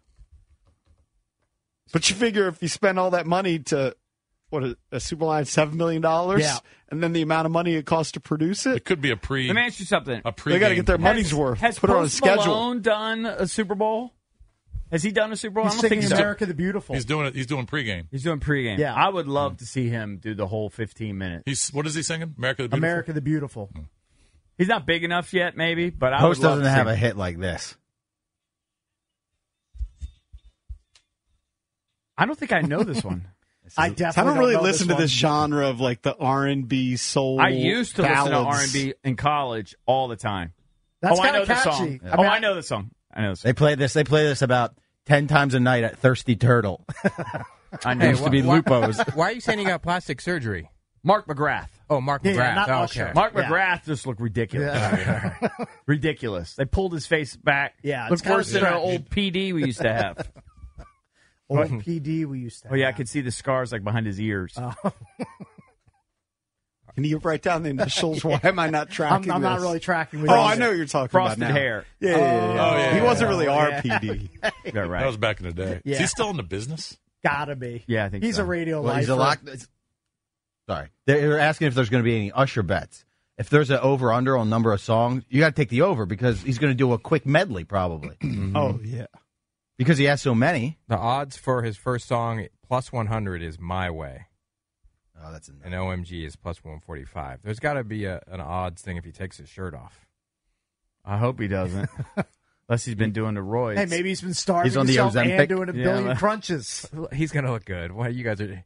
Speaker 1: But you figure if you spend all that money to what a, a super line seven million dollars,
Speaker 3: Yeah.
Speaker 1: and then the amount of money it costs to produce
Speaker 2: It
Speaker 1: it,
Speaker 2: could be a pre.
Speaker 4: Let me ask you something.
Speaker 2: a pre.
Speaker 1: they got to get their money's
Speaker 4: has,
Speaker 1: worth.
Speaker 4: Has
Speaker 1: put it on a
Speaker 4: Post
Speaker 1: schedule.
Speaker 4: Malone done a Super Bowl? Has he done a Super Bowl?
Speaker 3: He's
Speaker 4: I don't think
Speaker 3: singing
Speaker 4: he's done-
Speaker 3: America the Beautiful.
Speaker 2: He's doing it. He's doing pregame.
Speaker 4: He's doing pregame.
Speaker 3: Yeah.
Speaker 4: I would love to see him do the whole 15 minutes.
Speaker 2: He's what is he singing? America the Beautiful. Hmm.
Speaker 3: America the Beautiful.
Speaker 4: He's not big enough yet, maybe, but I
Speaker 7: Post
Speaker 4: would love
Speaker 7: doesn't
Speaker 4: to
Speaker 7: have
Speaker 4: see
Speaker 7: a
Speaker 4: him.
Speaker 7: hit like this.
Speaker 4: I don't think I know this one.
Speaker 3: I
Speaker 1: I
Speaker 3: definitely
Speaker 1: don't really
Speaker 3: know
Speaker 1: listen to
Speaker 3: one.
Speaker 1: this genre of like the R and B soul.
Speaker 4: I used to listen to R
Speaker 1: ballads.
Speaker 4: and B in college all the time.
Speaker 3: That's
Speaker 4: oh, I
Speaker 3: kinda
Speaker 4: know the
Speaker 3: catchy.
Speaker 4: song.
Speaker 3: I
Speaker 4: oh,
Speaker 3: mean,
Speaker 4: I know the song. I know the song.
Speaker 7: They play this. They play this about ten times a night at Thirsty Turtle. [laughs]
Speaker 4: I know.
Speaker 6: Hey,
Speaker 4: the
Speaker 6: wh-
Speaker 4: song.
Speaker 7: be
Speaker 6: why-
Speaker 7: Lupo's.
Speaker 6: [laughs] Why are you saying he got plastic surgery?
Speaker 4: Mark McGrath.
Speaker 6: Oh, Mark
Speaker 3: Yeah,
Speaker 6: McGrath.
Speaker 3: not
Speaker 6: Oh,
Speaker 3: Usher.
Speaker 6: okay.
Speaker 4: Mark
Speaker 3: Yeah.
Speaker 4: McGrath just looked ridiculous.
Speaker 3: Yeah. [laughs]
Speaker 4: ridiculous. They pulled his face back.
Speaker 3: Yeah, it's
Speaker 4: looked
Speaker 3: kinda
Speaker 4: worse than an
Speaker 3: stretched.
Speaker 4: old PD we used to have.
Speaker 3: [laughs] Old PD we used to.
Speaker 4: oh yeah, I
Speaker 3: have.
Speaker 4: could see the scars like behind his ears.
Speaker 3: Oh.
Speaker 1: Can you write down the initials? Why am I not
Speaker 3: I'm,
Speaker 1: tracking?
Speaker 3: I'm not
Speaker 1: this?
Speaker 3: really tracking with.
Speaker 1: Oh,
Speaker 3: all
Speaker 1: I
Speaker 3: that.
Speaker 1: know what you're talking
Speaker 4: Frosted
Speaker 1: about now.
Speaker 4: hair.
Speaker 1: Yeah, yeah, yeah, yeah.
Speaker 2: Oh, yeah,
Speaker 1: he
Speaker 2: yeah,
Speaker 1: wasn't really
Speaker 3: [laughs] yeah.
Speaker 4: [laughs]
Speaker 1: RPD.
Speaker 4: Yeah, right.
Speaker 2: That was back in the day.
Speaker 3: Yeah.
Speaker 2: Is he still in the business?
Speaker 3: Gotta be.
Speaker 4: Yeah, I think
Speaker 3: he's
Speaker 4: so.
Speaker 3: a radio
Speaker 7: Well,
Speaker 3: lifer.
Speaker 7: he's a lock. it's- Sorry, they were asking if there's going to be any Usher bets. If there's an over under on number of songs, you got to take the over because he's going to do a quick medley probably
Speaker 1: Oh
Speaker 4: [laughs]
Speaker 1: yeah.
Speaker 7: because he has so many.
Speaker 6: The odds for his first song plus 100 is My Way,
Speaker 7: Oh, that's a
Speaker 6: and OMG is plus 145. There's got to be a, an odds thing if he takes his shirt off.
Speaker 4: I hope he doesn't.
Speaker 6: [laughs]
Speaker 4: Unless he's been doing the Roy's.
Speaker 3: Hey, maybe he's been starving
Speaker 7: He's on the
Speaker 3: himself and
Speaker 7: Ozempic.
Speaker 3: doing a
Speaker 4: Yeah,
Speaker 3: billion
Speaker 4: but-
Speaker 3: crunches.
Speaker 6: [laughs] He's going to look good. Why you guys are.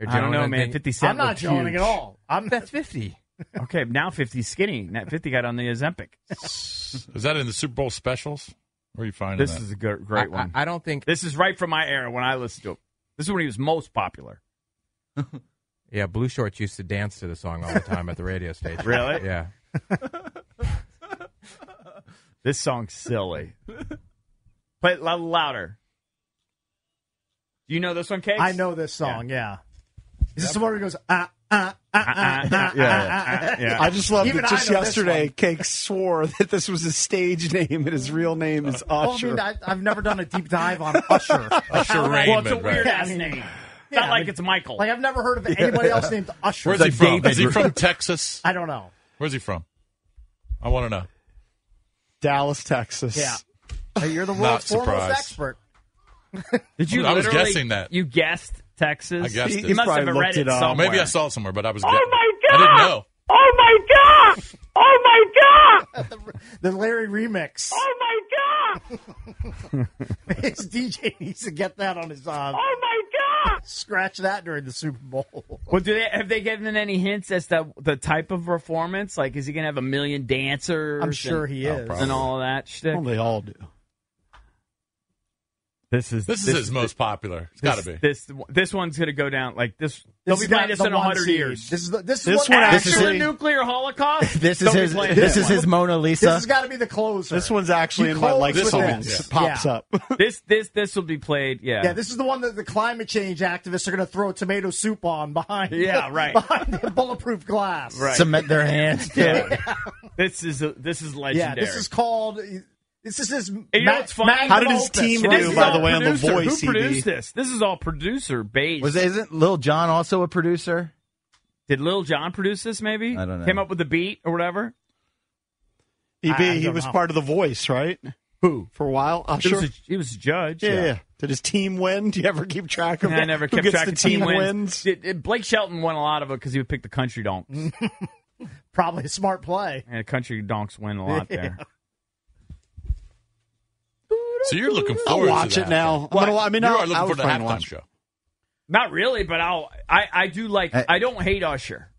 Speaker 6: You're
Speaker 4: I don't know,
Speaker 6: joning,
Speaker 4: man.
Speaker 6: think-
Speaker 4: Fifty Cent.
Speaker 3: I'm not
Speaker 4: looked
Speaker 3: joining at
Speaker 4: huge.
Speaker 3: all. I'm
Speaker 6: That's 50.
Speaker 3: [laughs]
Speaker 4: Okay, now 50's skinny. Now 50 got on the Ozempic.
Speaker 2: Is that in the Super Bowl specials? Where are you finding
Speaker 4: This
Speaker 2: that?
Speaker 4: is a good, great
Speaker 2: I- I-
Speaker 4: one.
Speaker 6: I don't think
Speaker 4: this is right from my era when I listened to him. This is when he was most popular.
Speaker 6: Yeah, Blue Shorts used to dance to the song all the time at the
Speaker 4: [laughs]
Speaker 6: radio station.
Speaker 4: Really?
Speaker 6: Yeah.
Speaker 4: This song's silly. Play it a little louder. Do you know this one, Case?
Speaker 3: I know this song. Yeah. Is this the one where he goes ah ah ah [laughs] ah ah ah, ah?
Speaker 1: I just loved
Speaker 3: Even
Speaker 1: it.
Speaker 3: I
Speaker 1: Just
Speaker 3: know this
Speaker 1: yesterday,
Speaker 3: one.
Speaker 1: Cake swore [laughs] that this was his stage name and his real name is Usher.
Speaker 3: Well, Oh, I mean, I, I've never done a deep dive on Usher.
Speaker 1: Usher
Speaker 4: Well, it's a
Speaker 1: Raymond, right.
Speaker 4: weird ass
Speaker 3: Yeah, I mean-
Speaker 4: name. It's not
Speaker 3: Yeah,
Speaker 4: like
Speaker 3: but-
Speaker 4: it's Michael.
Speaker 3: Like I've never heard of anybody else
Speaker 2: [laughs]
Speaker 3: named Usher.
Speaker 2: Where's he from? Is he from Texas?
Speaker 3: I don't know.
Speaker 2: Where's he from? I want to know.
Speaker 1: Dallas, Texas.
Speaker 3: Yeah. Hey, you're the
Speaker 2: Not
Speaker 3: world's foremost
Speaker 2: surprised.
Speaker 3: expert.
Speaker 4: Did you?
Speaker 2: I was
Speaker 4: literally-
Speaker 2: guessing that.
Speaker 4: You guessed Texas.
Speaker 2: I guessed it.
Speaker 4: You must have read it, somewhere.
Speaker 2: Maybe I saw it somewhere, but I was.
Speaker 4: Oh
Speaker 2: guessing.
Speaker 4: my God!
Speaker 2: I didn't know.
Speaker 4: Oh my god! Oh my god!
Speaker 3: [laughs] The Larry remix.
Speaker 4: Oh
Speaker 3: [laughs] His DJ needs to get that on his. Uh,
Speaker 4: Oh my god!
Speaker 3: Scratch that during the Super Bowl.
Speaker 4: Well, do they have they given any hints as to the type of performance? Like, is he gonna have a million dancers?
Speaker 3: I'm sure
Speaker 4: and-
Speaker 3: he
Speaker 2: Oh,
Speaker 3: is.
Speaker 4: and all that
Speaker 1: [laughs]
Speaker 4: shtick.
Speaker 1: Well, they all do.
Speaker 4: This is
Speaker 2: This is his most popular. It's got to be.
Speaker 4: This this one's gonna go down like this.
Speaker 3: This
Speaker 4: they'll
Speaker 3: is
Speaker 4: be
Speaker 3: not
Speaker 4: playing this
Speaker 3: the
Speaker 4: in
Speaker 3: one
Speaker 4: hundred
Speaker 3: seed.
Speaker 4: years.
Speaker 3: This is the, this is
Speaker 1: This
Speaker 3: what
Speaker 1: one
Speaker 4: After
Speaker 1: actually-
Speaker 4: the nuclear holocaust.
Speaker 7: This is
Speaker 4: they'll be
Speaker 7: his.
Speaker 4: playing
Speaker 7: This
Speaker 4: [laughs] this
Speaker 7: is his
Speaker 4: one.
Speaker 7: Mona
Speaker 3: This
Speaker 7: Lisa.
Speaker 3: has got to be the closer.
Speaker 1: This one's actually
Speaker 3: You
Speaker 1: in my
Speaker 3: close
Speaker 1: like
Speaker 3: with
Speaker 1: songs.
Speaker 3: this.
Speaker 1: It pops
Speaker 3: Yeah.
Speaker 1: up.
Speaker 4: [laughs] This this this will be played. Yeah.
Speaker 3: Yeah, this is the one that the climate change activists are going to throw tomato soup on behind.
Speaker 4: [laughs]
Speaker 3: [laughs]
Speaker 4: Yeah, right.
Speaker 3: behind the bulletproof glass.
Speaker 4: [laughs] right.
Speaker 7: Cement their hands.
Speaker 3: [laughs]
Speaker 4: [laughs] Yeah. this is a, this is
Speaker 3: Yeah,
Speaker 4: legendary.
Speaker 3: this is called. This is his.
Speaker 4: And you know what's funny?
Speaker 1: How did
Speaker 3: [laughs]
Speaker 4: [laughs]
Speaker 1: his team
Speaker 4: And this
Speaker 1: do,
Speaker 4: is
Speaker 1: by
Speaker 4: all
Speaker 1: the way, on the
Speaker 4: producer.
Speaker 1: Voice
Speaker 4: Who
Speaker 1: CD?
Speaker 4: produced this? This is all producer based.
Speaker 7: Was isn't Lil John also a producer?
Speaker 4: Did Lil John produce this? Maybe
Speaker 7: I don't know.
Speaker 4: Came up with the beat or whatever.
Speaker 1: EB,
Speaker 3: I- E I
Speaker 1: he
Speaker 3: don't
Speaker 1: was
Speaker 3: know.
Speaker 1: part of The Voice, right?
Speaker 4: Who?
Speaker 1: For a while,
Speaker 4: He
Speaker 1: Usher.
Speaker 4: was a, he was a judge.
Speaker 1: yeah, yeah, yeah. Did his team win? Do you ever keep track of?
Speaker 4: And I never
Speaker 1: who
Speaker 4: kept
Speaker 1: gets
Speaker 4: track
Speaker 1: the
Speaker 4: of team wins.
Speaker 1: wins?
Speaker 4: It- it- Blake Shelton won a lot of it because he would pick the
Speaker 1: [laughs]
Speaker 4: country donks,
Speaker 3: Probably a smart play.
Speaker 4: and the country donks win a
Speaker 1: [laughs]
Speaker 4: lot there.
Speaker 2: So you're looking
Speaker 1: I'll
Speaker 2: forward
Speaker 1: watch
Speaker 2: to that.
Speaker 1: it now. I'm gonna, I mean,
Speaker 2: you
Speaker 1: I'll,
Speaker 2: are looking
Speaker 1: I
Speaker 2: for
Speaker 1: was
Speaker 2: the
Speaker 1: planning to
Speaker 2: halftime
Speaker 1: watch.
Speaker 2: show.
Speaker 4: Not really, but I'll. I I do like.
Speaker 7: Hey.
Speaker 4: I don't hate Usher.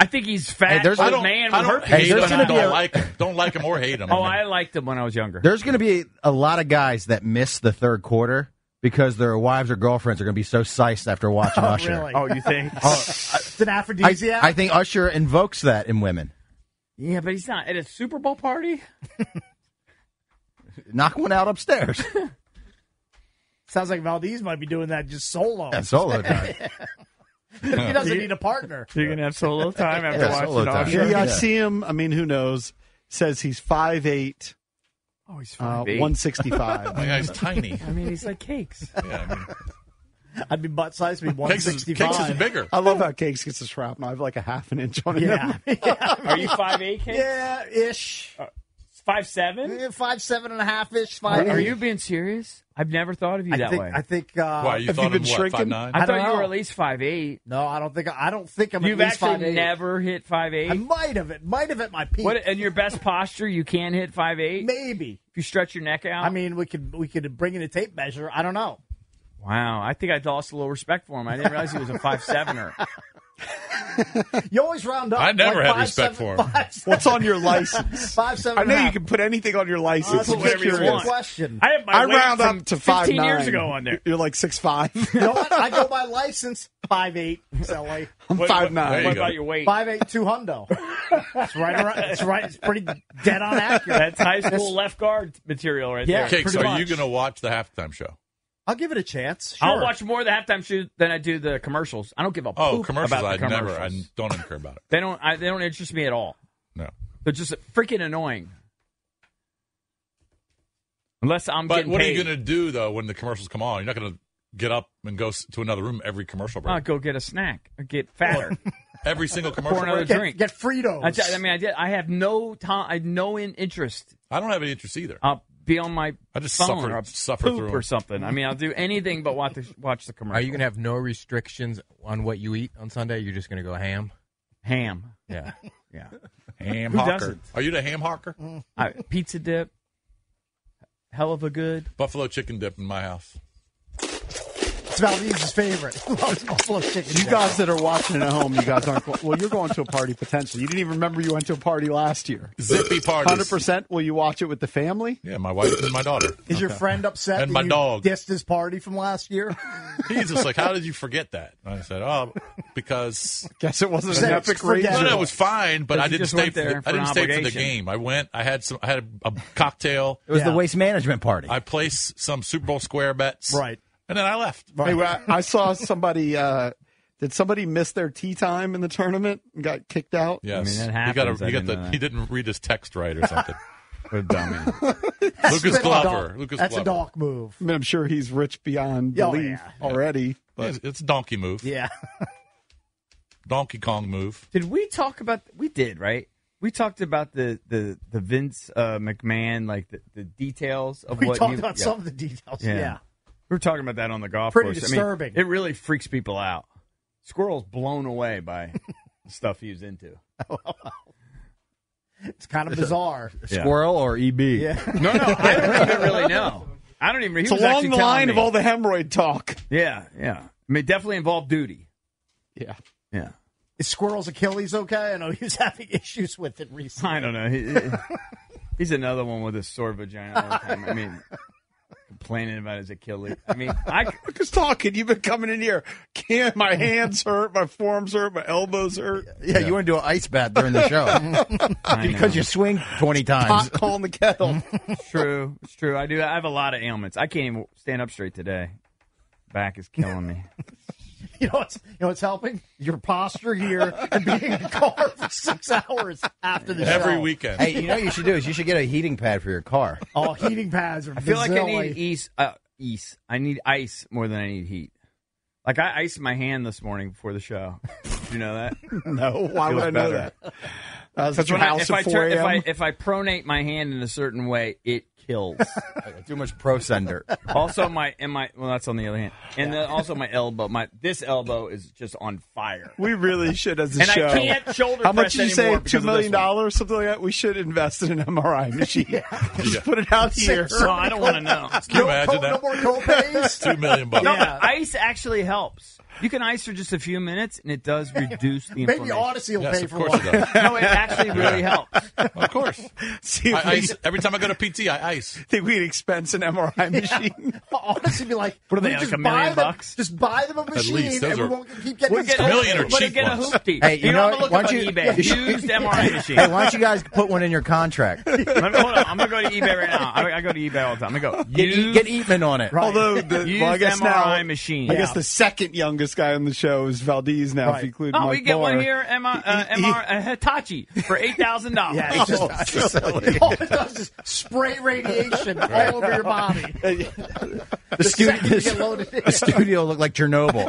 Speaker 4: I think he's
Speaker 7: Hey,
Speaker 4: fat.
Speaker 7: there's-
Speaker 4: old
Speaker 7: I don't-
Speaker 4: man
Speaker 2: I
Speaker 4: with
Speaker 2: don't
Speaker 4: herpes.
Speaker 2: hate
Speaker 7: Hey, there's
Speaker 2: him.
Speaker 7: gonna
Speaker 2: I
Speaker 7: be
Speaker 2: don't
Speaker 7: a-
Speaker 2: like him. Don't like him or hate
Speaker 4: [laughs]
Speaker 2: him.
Speaker 4: Oh,
Speaker 2: mean,
Speaker 4: I liked him when I was younger.
Speaker 7: [laughs] There's going to be a lot of guys that miss the third quarter because their wives or girlfriends are going to be so siced after watching Usher.
Speaker 3: Really?
Speaker 4: [laughs] oh,
Speaker 1: [laughs]
Speaker 4: you think?
Speaker 3: it's an
Speaker 7: I,
Speaker 3: aphrodisiac.
Speaker 7: I think Usher invokes that in women.
Speaker 4: yeah, but he's not at a Super Bowl party.
Speaker 7: Knock one out upstairs.
Speaker 3: [laughs] Sounds like Valdez might be doing that just solo.
Speaker 7: Yeah,
Speaker 3: [laughs]
Speaker 7: solo time.
Speaker 3: He doesn't need a partner.
Speaker 4: You're gonna
Speaker 1: [laughs]
Speaker 4: have solo time after
Speaker 7: Yeah,
Speaker 4: watching
Speaker 7: solo time.
Speaker 4: Usher.
Speaker 1: Yeah, I
Speaker 7: Yeah.
Speaker 1: see him. I mean, who knows? Says he's 5'8",
Speaker 4: Oh, he's
Speaker 1: uh,
Speaker 4: five
Speaker 3: [laughs]
Speaker 4: eight.
Speaker 1: 165.
Speaker 2: [laughs]
Speaker 4: [laughs]
Speaker 2: My guy's tiny.
Speaker 4: I mean, he's like cakes.
Speaker 2: Yeah, I mean,
Speaker 3: I'd be butt size, be one
Speaker 2: Cakes is,
Speaker 3: sixty
Speaker 2: Cakes is
Speaker 3: five.
Speaker 2: bigger.
Speaker 1: I love how Cakes gets a shrapnel. I have like a half an inch on it. [laughs]
Speaker 3: [laughs] Yeah,
Speaker 4: Are you five eight? Cakes? Uh,
Speaker 3: yeah, ish.
Speaker 4: Five seven?
Speaker 3: Eh, Five seven and a half ish. Five.
Speaker 4: Are
Speaker 3: eight.
Speaker 4: you being serious? I've never thought of you
Speaker 3: I
Speaker 4: that
Speaker 3: think.
Speaker 4: way.
Speaker 3: I think. Uh,
Speaker 2: Why you
Speaker 1: Have you
Speaker 2: thought
Speaker 1: been
Speaker 2: him what,
Speaker 1: shrinking?
Speaker 2: five nine?
Speaker 4: I,
Speaker 3: I
Speaker 4: thought
Speaker 3: don't
Speaker 4: you were
Speaker 3: know.
Speaker 4: at least five eight.
Speaker 3: no, I don't think. I don't think I'm.
Speaker 4: You've
Speaker 3: at least
Speaker 4: actually
Speaker 3: 5'8".
Speaker 4: never hit five
Speaker 3: I
Speaker 4: eight.
Speaker 3: might have. It might have at my peak.
Speaker 4: What? And your best posture, you can hit five eight. If
Speaker 3: Maybe.
Speaker 4: you stretch your neck out.
Speaker 3: I mean, we could we could bring in a tape measure. I don't know.
Speaker 4: [laughs] wow. I think I lost a little respect for him. I didn't realize he was a five sevener.
Speaker 3: [laughs] You always round
Speaker 4: [laughs]
Speaker 3: up.
Speaker 2: I never
Speaker 3: like
Speaker 2: had
Speaker 3: five,
Speaker 2: respect
Speaker 3: seven-
Speaker 2: for him.
Speaker 3: Five, seven,
Speaker 1: What's on your license?
Speaker 3: [laughs] five, seven
Speaker 1: I
Speaker 3: and a
Speaker 1: know you
Speaker 3: half.
Speaker 1: can put anything on your
Speaker 3: Uh,
Speaker 1: license.
Speaker 3: that's a
Speaker 1: I'm
Speaker 4: whatever you
Speaker 3: legitimate
Speaker 1: curious.
Speaker 4: want.
Speaker 3: question.
Speaker 4: I had my
Speaker 1: I
Speaker 4: weight
Speaker 1: round
Speaker 4: from
Speaker 1: up to
Speaker 4: 15
Speaker 1: five
Speaker 4: years ago on there.
Speaker 1: You're like six five.
Speaker 3: you know what? I go by license. Five eight, silly. [laughs]
Speaker 1: I'm
Speaker 2: What-
Speaker 1: five
Speaker 2: what-
Speaker 1: nine.
Speaker 2: there
Speaker 4: What
Speaker 2: you go.
Speaker 4: about your weight?
Speaker 3: Five eight two hundo. It's right around. It's right. It's pretty dead on accurate.
Speaker 4: That's high school left guard material right
Speaker 3: Yeah.
Speaker 4: there.
Speaker 3: Okay.
Speaker 2: Cakes,
Speaker 3: pretty
Speaker 2: are you
Speaker 3: much.
Speaker 2: going to watch the halftime show?
Speaker 3: I'll give it a chance.
Speaker 4: I'll
Speaker 3: Sure.
Speaker 4: watch more of the halftime show than I do the commercials. I don't give a
Speaker 2: Oh,
Speaker 4: poop
Speaker 2: commercials!
Speaker 4: about the
Speaker 2: I
Speaker 4: commercials.
Speaker 2: never. I don't even care about it.
Speaker 4: They don't. I, they don't interest me at all.
Speaker 2: No.
Speaker 4: They're just freaking annoying. Unless I'm
Speaker 2: But
Speaker 4: getting
Speaker 2: what are
Speaker 4: paid.
Speaker 2: you going to do though when the commercials come on? You're not going to get up and go s- to another room every commercial
Speaker 4: I'll
Speaker 2: break.
Speaker 4: go get a snack or get fatter.
Speaker 2: every single commercial
Speaker 4: Pour another
Speaker 2: break.
Speaker 3: get,
Speaker 4: drink.
Speaker 3: Get Fritos.
Speaker 4: I, tell- I mean, I, did, I have no time. I have no in interest.
Speaker 2: I don't have any interest either.
Speaker 4: I'll be on my
Speaker 2: I just
Speaker 4: phone
Speaker 2: suffer-
Speaker 4: or I'll
Speaker 2: suffer
Speaker 4: poop
Speaker 2: through 'em.
Speaker 4: or something. I mean, I'll do anything but watch the, watch the commercial.
Speaker 6: Are you going to have no restrictions on what you eat on Sunday? You're just going to go ham?
Speaker 4: ham? [laughs]
Speaker 6: Yeah.
Speaker 4: Yeah,
Speaker 2: Ham
Speaker 4: Who
Speaker 2: hawker.
Speaker 4: doesn't?
Speaker 2: Are you the ham hawker?
Speaker 6: Mm.
Speaker 3: Mm.
Speaker 4: I, pizza dip. Hell of a good.
Speaker 2: Buffalo chicken dip in my house.
Speaker 3: It's Valdez's favorite. He loves buffalo chicken.
Speaker 1: You guys that are watching at home, you guys aren't. go- Well, you're going to a party potentially. You didn't even remember you went to a party last year.
Speaker 2: Zippy parties.
Speaker 1: Hundred percent. Will you watch it with the family?
Speaker 2: Yeah, my wife and my daughter.
Speaker 3: Is your friend upset?
Speaker 2: And
Speaker 3: that
Speaker 2: my
Speaker 3: you
Speaker 2: dog.
Speaker 3: dissed his party from last year.
Speaker 2: [laughs] He's just like,
Speaker 3: [laughs]
Speaker 2: how did you forget that? And I said, oh, because
Speaker 1: guess it wasn't
Speaker 3: an epic
Speaker 2: No,
Speaker 3: reason.
Speaker 2: no, it was fine, but
Speaker 3: Because
Speaker 2: I
Speaker 3: you
Speaker 2: didn't
Speaker 3: just
Speaker 2: stay.
Speaker 3: went
Speaker 2: For
Speaker 3: there
Speaker 2: the,
Speaker 3: for
Speaker 2: I
Speaker 3: an
Speaker 2: didn't stay for the
Speaker 3: obligation.
Speaker 2: game. I went. I had some. I had a, a cocktail.
Speaker 9: It was the waste management party.
Speaker 2: I placed some Super Bowl square bets.
Speaker 1: Right.
Speaker 2: [laughs] and then I left.
Speaker 1: Hey, well, I I saw somebody. Uh, did somebody miss their tea time in the tournament and got kicked out?
Speaker 2: Yes, He,
Speaker 4: happens.
Speaker 2: got
Speaker 4: I
Speaker 2: a, he, got
Speaker 4: didn't know
Speaker 2: the,
Speaker 4: that.
Speaker 2: he didn't read his text right or something.
Speaker 4: what a dummy.
Speaker 2: Lucas
Speaker 1: That's
Speaker 2: Glover.
Speaker 1: a
Speaker 2: Lucas
Speaker 1: that's a
Speaker 2: Glover.
Speaker 1: dog.
Speaker 3: move.
Speaker 1: I mean, I'm sure he's rich beyond
Speaker 2: Oh,
Speaker 1: belief already. But
Speaker 2: It's, it's a donkey move.
Speaker 3: Yeah.
Speaker 2: Donkey Kong move.
Speaker 4: Did we talk about? We did, right? We talked about the the the Vince uh, McMahon, like the, the details of
Speaker 3: we
Speaker 4: what
Speaker 3: talked
Speaker 4: you-
Speaker 3: about
Speaker 4: yeah.
Speaker 3: some of the details.
Speaker 4: Yeah.
Speaker 3: Oh, Yeah.
Speaker 4: We were talking about that on the golf
Speaker 3: Pretty
Speaker 4: course.
Speaker 3: disturbing.
Speaker 4: I mean, it really freaks people out. Squirrel's blown away by [laughs] the stuff he was into.
Speaker 3: it's kind of bizarre.
Speaker 7: Squirrel or E EB?
Speaker 3: Yeah.
Speaker 4: No, no,
Speaker 7: [laughs]
Speaker 4: [laughs] I don't even really know. I don't even. He
Speaker 1: it's
Speaker 4: was
Speaker 1: along
Speaker 4: actually
Speaker 1: the
Speaker 4: telling
Speaker 1: line
Speaker 4: me.
Speaker 1: of all the hemorrhoid talk.
Speaker 4: Yeah, yeah. I mean, it definitely involved duty.
Speaker 1: Yeah.
Speaker 4: Yeah.
Speaker 3: Is Squirrel's Achilles okay? I know he was [laughs] having issues with it recently.
Speaker 4: I don't know. He, he's another one with a sore vagina all the time. I mean, [laughs] complaining about his Achilles. I mean,
Speaker 1: [laughs]
Speaker 4: I
Speaker 1: Lucas talking. You've been coming in here. Can't my hands hurt? My forearms hurt. My elbows hurt.
Speaker 7: Yeah, you want to do an ice bath during the
Speaker 4: [laughs]
Speaker 7: show because you swing twenty times.
Speaker 1: Pot calling the kettle.
Speaker 4: [laughs] true. It's true. I do. I have a lot of ailments. I can't even stand up straight today. Back is killing me.
Speaker 3: You know what's you know what's helping? Your posture here and being in the car for six hours after the show.
Speaker 2: Every
Speaker 7: [laughs]
Speaker 2: weekend.
Speaker 7: Hey, you know what you should do is you should get a heating pad for your car.
Speaker 3: Oh, heating pads are.
Speaker 4: I feel like I
Speaker 3: bizarrely-
Speaker 4: need ice. Uh, ice. I need ice more than I need heat. Like I iced my hand this morning before the show. Did you know that?
Speaker 1: [laughs] [laughs] No, why would
Speaker 4: Feels
Speaker 1: I know
Speaker 4: better.
Speaker 1: that? I was at
Speaker 4: Because
Speaker 1: your
Speaker 4: when I,
Speaker 1: house
Speaker 4: if,
Speaker 1: at
Speaker 4: I
Speaker 1: 4
Speaker 4: turn, if I
Speaker 1: a.m..
Speaker 4: if I pronate my hand in a certain way, it
Speaker 1: [laughs]
Speaker 4: kills.
Speaker 7: Too much pro sender.
Speaker 4: also, my and my well, that's on the other hand, and then also my elbow. My this elbow is just on fire.
Speaker 1: We really should as a
Speaker 4: And I
Speaker 1: show.
Speaker 4: can't shoulder
Speaker 1: How much did
Speaker 4: press
Speaker 1: you
Speaker 4: anymore
Speaker 1: say?
Speaker 4: because
Speaker 1: Two
Speaker 4: of this
Speaker 1: million
Speaker 4: one.
Speaker 1: dollars, something like that. We should invest in an
Speaker 4: [laughs]
Speaker 1: MRI machine. Just put it out here.
Speaker 4: Oh, I don't want
Speaker 1: [laughs]
Speaker 4: to know.
Speaker 2: Can you imagine
Speaker 3: No
Speaker 2: that?
Speaker 3: more co-pays.
Speaker 2: [laughs] Two million bucks.
Speaker 4: No, but ice actually helps. You can ice for just a few minutes, and it does reduce the
Speaker 3: Maybe
Speaker 4: inflammation.
Speaker 3: Odyssey will
Speaker 2: Yes,
Speaker 3: pay
Speaker 2: of
Speaker 3: for
Speaker 2: course
Speaker 3: one.
Speaker 2: it does.
Speaker 4: No, it actually really helps.
Speaker 2: Of course.
Speaker 1: See if
Speaker 2: I
Speaker 1: we
Speaker 2: ice every time I go to PT. I ice.
Speaker 1: think we'd expense an
Speaker 4: [laughs]
Speaker 1: MRI machine.
Speaker 3: Honestly, be like,
Speaker 4: What are they,
Speaker 3: we
Speaker 4: like
Speaker 3: just
Speaker 4: a million
Speaker 3: buy them-
Speaker 4: bucks?
Speaker 3: Just buy them a machine,
Speaker 2: least, those
Speaker 3: and we
Speaker 2: are-
Speaker 3: won't keep getting.
Speaker 2: We'll
Speaker 3: these
Speaker 2: get a million or
Speaker 3: co-pays.
Speaker 4: But
Speaker 2: cheap
Speaker 4: again, a
Speaker 2: ones.
Speaker 4: hoopty.
Speaker 7: Hey, you
Speaker 4: know,
Speaker 7: know
Speaker 4: I'm gonna
Speaker 7: what?
Speaker 4: look
Speaker 7: Why
Speaker 4: up on
Speaker 7: don't you- [laughs]
Speaker 4: eBay.
Speaker 7: you should-
Speaker 4: Used MRI machine.
Speaker 7: Hey, why don't you guys put one in your [laughs] contract? Get,
Speaker 4: Let me- hold on. I'm gonna go to eBay right now. I, I go to eBay all the time. I go
Speaker 7: E-
Speaker 4: used,
Speaker 7: get Eatman on it.
Speaker 3: [laughs]
Speaker 1: Although, the,
Speaker 4: used
Speaker 1: well, I guess
Speaker 4: MRI
Speaker 1: now,
Speaker 4: machine.
Speaker 1: I guess the second youngest guy on the show is Valdez now, if
Speaker 3: Right.
Speaker 1: you include
Speaker 4: Oh,
Speaker 1: Mike
Speaker 4: we get
Speaker 1: Barr.
Speaker 4: one here, MR, uh, MR uh, Hitachi for eight thousand dollars.
Speaker 3: [laughs] Yeah, it's just- All it does is spray radiation all over your body.
Speaker 7: The studio,
Speaker 3: second you
Speaker 7: [laughs]
Speaker 3: get loaded in.
Speaker 7: the studio looked like [laughs] Chernobyl.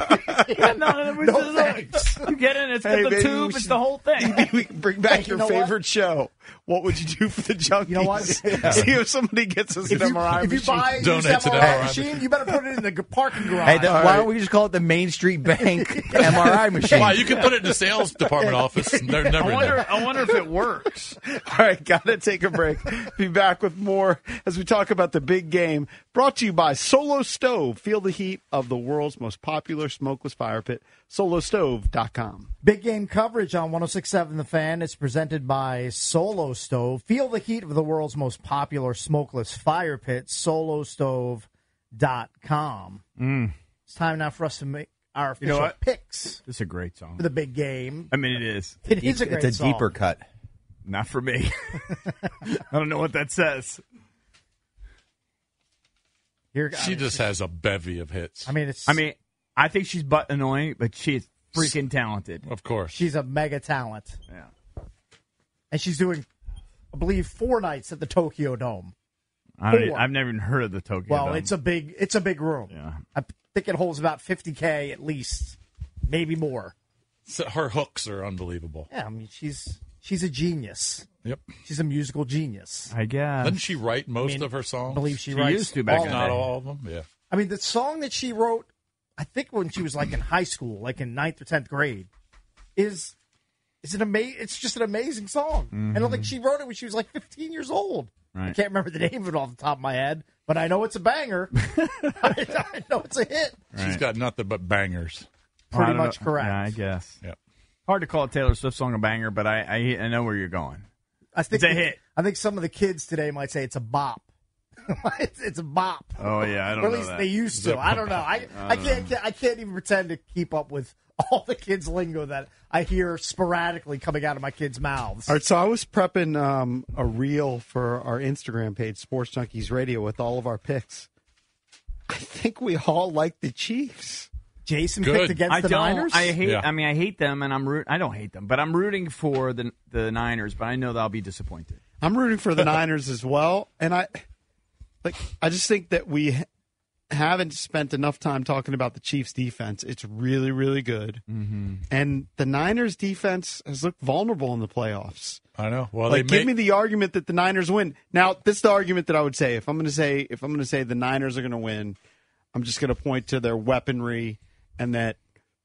Speaker 3: No thanks.
Speaker 4: [laughs] You get in, it's
Speaker 1: Hey,
Speaker 4: the
Speaker 1: maybe
Speaker 4: tube,
Speaker 1: we
Speaker 4: it's
Speaker 1: should-
Speaker 4: the whole
Speaker 1: [laughs]
Speaker 4: thing.
Speaker 1: Maybe we can bring back
Speaker 3: Hey, you
Speaker 1: your
Speaker 3: know what?
Speaker 1: favorite show. What would you do for the junkies?
Speaker 3: know what?
Speaker 1: [laughs] See if somebody gets us
Speaker 3: If
Speaker 1: an
Speaker 3: you,
Speaker 1: MRI
Speaker 3: if you
Speaker 1: machine.
Speaker 3: buy a used
Speaker 2: Donate to the
Speaker 3: MRI
Speaker 2: MRI
Speaker 3: machine, you better put it in the g- parking garage.
Speaker 7: Hey, then why don't we just call it the Main Street Bank
Speaker 2: [laughs]
Speaker 7: MRI machine?
Speaker 2: Wow, you can put it in
Speaker 3: [laughs]
Speaker 2: the sales department office. And they're never
Speaker 4: I wonder.
Speaker 2: there.
Speaker 4: I wonder if it works.
Speaker 1: [laughs] All right, gotta take a break. Be back with more as we talk about the big game. Brought to you by Solo Stove. Feel the heat of the world's most popular smokeless fire pit. SoloStove.com.
Speaker 3: Big game coverage on 1067 The Fan. It's presented by Solo Stove. Feel the heat of the world's most popular smokeless fire pit, solostove.com. It's time now for us to make our
Speaker 4: Mm. You know
Speaker 3: official
Speaker 4: what?
Speaker 3: picks
Speaker 4: It's a great song.
Speaker 3: for the big game.
Speaker 4: I mean, it is
Speaker 3: [laughs] It is a great
Speaker 7: it's a
Speaker 3: song.
Speaker 7: deeper cut.
Speaker 4: not for me. [laughs] I don't know what that says.
Speaker 3: Here, I,
Speaker 2: She just has a bevy of hits.
Speaker 3: I mean, it's,
Speaker 4: I mean, I think she's butt annoying, but she's freaking talented.
Speaker 2: of course.
Speaker 3: she's a mega talent.
Speaker 4: Yeah.
Speaker 3: And she's doing, I believe, four nights at the Tokyo Dome.
Speaker 4: I don't, e,
Speaker 3: Four.
Speaker 4: I've never even heard of the Tokyo.
Speaker 3: Well,
Speaker 4: Dome.
Speaker 3: it's a big it's a big room.
Speaker 4: Yeah.
Speaker 3: I p- think it holds about 50k at least, maybe more.
Speaker 2: So her hooks are unbelievable.
Speaker 3: Yeah, I mean she's she's a genius.
Speaker 2: Yep.
Speaker 3: She's a musical genius.
Speaker 4: I guess.
Speaker 2: Doesn't she write most
Speaker 3: mean,
Speaker 2: of her songs?
Speaker 3: Uh, I believe she,
Speaker 4: She
Speaker 3: writes
Speaker 4: used to back
Speaker 3: all
Speaker 4: in the
Speaker 3: that.
Speaker 2: Not all of them. Yeah.
Speaker 3: I mean, the song that she wrote, I think when she was like in high school, like in ninth or tenth grade, is is an amazing. It's just an amazing song, and I think she wrote it when she was like 15 years old. I
Speaker 4: Mm-hmm. Right.
Speaker 3: can't remember the name of it off the top of my head, but I know it's a
Speaker 4: [laughs]
Speaker 3: banger. I, I know it's a hit.
Speaker 2: She's got nothing but bangers.
Speaker 4: I don't know. Yeah, I guess.
Speaker 2: Yep.
Speaker 4: Hard to call a Taylor Swift song a banger, but I I, I know where you're going.
Speaker 3: I think
Speaker 4: It's a hit.
Speaker 3: I think some of the kids today might say it's a bop. [laughs] it's, it's a bop.
Speaker 4: Oh yeah, I don't
Speaker 3: or at
Speaker 4: know
Speaker 3: least
Speaker 4: that.
Speaker 3: they used to. I don't know.
Speaker 4: [laughs]
Speaker 2: [laughs]
Speaker 3: I I,
Speaker 4: don't
Speaker 3: can't I can't even pretend to keep up with [laughs] all the kids' lingo that I hear sporadically coming out of my kids' mouths.
Speaker 1: All right, so I was prepping um, a reel for our Instagram page, Sports Junkies Radio, with all of our picks. I think we all like the Chiefs.
Speaker 3: Jason
Speaker 4: I don't- I hate. I mean, I hate them, and I'm root. I don't hate them, but I'm rooting for the the Niners. But I know that I'll be disappointed.
Speaker 1: I'm rooting
Speaker 4: [laughs]
Speaker 1: for the Niners as well, and I like. I just think that we ha- haven't spent enough time talking about the Chiefs' defense. It's really, really good,
Speaker 4: Mm-hmm.
Speaker 1: and the Niners' defense has looked vulnerable in the playoffs.
Speaker 2: I know. Well,
Speaker 1: like,
Speaker 2: they
Speaker 1: give me the argument that the Niners win. Now, this is the argument that I would say if I'm going to say if I'm going to say the Niners are going to win, I'm just going to point to their weaponry and that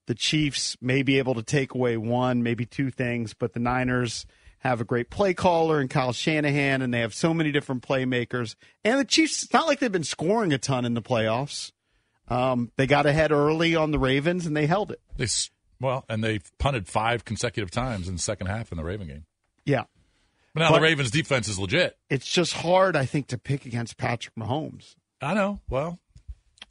Speaker 1: the Chiefs may be able to take away one, maybe two things, but the Niners have a great play caller and Kyle Shanahan, and they have so many different playmakers. And the Chiefs, it's not like they've been scoring a ton in the playoffs. Um, they got ahead early on the Ravens, and they held it.
Speaker 2: They s- well, and they punted five consecutive times in the second half in the Raven game.
Speaker 1: Yeah,
Speaker 2: But now
Speaker 1: But-
Speaker 2: the Ravens defense is legit.
Speaker 1: it's just hard, I think, to pick against Patrick Mahomes.
Speaker 2: I know. Well,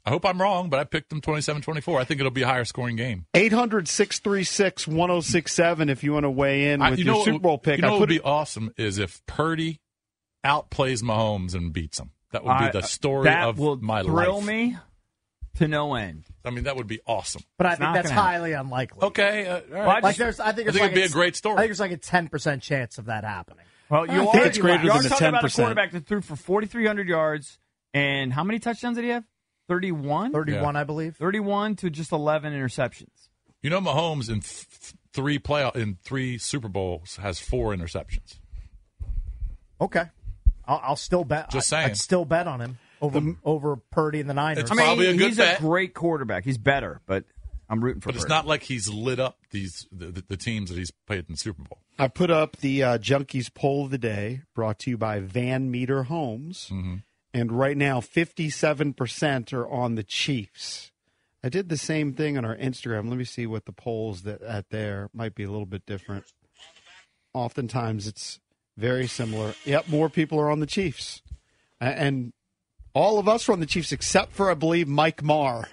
Speaker 2: I hope I'm wrong, but I picked them 27-24. I think it'll be a higher scoring game.
Speaker 1: 800 636 1067 if you want to weigh in with
Speaker 2: I, you
Speaker 1: your
Speaker 2: know what-
Speaker 1: Super Bowl pick.
Speaker 2: You know
Speaker 1: I
Speaker 2: what
Speaker 1: put
Speaker 2: would
Speaker 1: it-
Speaker 2: be awesome is if Purdy outplays Mahomes and beats him. That would be
Speaker 4: I-
Speaker 2: the story
Speaker 4: that
Speaker 2: of
Speaker 4: will
Speaker 2: my
Speaker 4: thrill
Speaker 2: life.
Speaker 4: me to no end.
Speaker 2: I mean, that would be awesome.
Speaker 3: But I
Speaker 4: It's
Speaker 3: think
Speaker 4: not
Speaker 3: that's
Speaker 4: gonna happen.
Speaker 3: highly unlikely.
Speaker 2: Okay, uh, all right.
Speaker 3: Like, there's, I think it's
Speaker 2: I
Speaker 3: like
Speaker 2: think it'd be a great story.
Speaker 3: I think it's like a ten percent chance of that happening.
Speaker 4: Well, you
Speaker 3: I
Speaker 4: are,
Speaker 3: think it's greater
Speaker 4: you
Speaker 3: than
Speaker 4: are
Speaker 3: the
Speaker 4: talking about a
Speaker 3: 10%.
Speaker 4: quarterback that threw for 4,300 yards and how many touchdowns did he have? 31?
Speaker 3: 31, I believe.
Speaker 4: 31 to just 11 interceptions.
Speaker 2: You know, Mahomes in th- three playoff in three Super Bowls has four interceptions.
Speaker 3: Okay, I'll, I'll still bet.
Speaker 2: Just
Speaker 3: I-
Speaker 2: saying.
Speaker 3: I'd still bet on him over over Purdy and the Niners.
Speaker 2: It's I mean, probably a good
Speaker 4: He's
Speaker 2: bet.
Speaker 4: a great quarterback. He's better, but I'm rooting for
Speaker 2: But it's
Speaker 4: Purdy.
Speaker 2: not like he's lit up these the, the, the teams that he's played in the Super Bowl.
Speaker 1: I put up the uh, Junkies poll of the day brought to you by Van Meter Homes.
Speaker 7: Mm-hmm.
Speaker 1: And right now, 57% are on the Chiefs. I did the same thing on our Instagram. Let me see what the polls that at there might be a little bit different. Oftentimes, it's very similar. Yep, more people are on the Chiefs. A- And all of us are on the Chiefs except for, I believe, Mike Marr.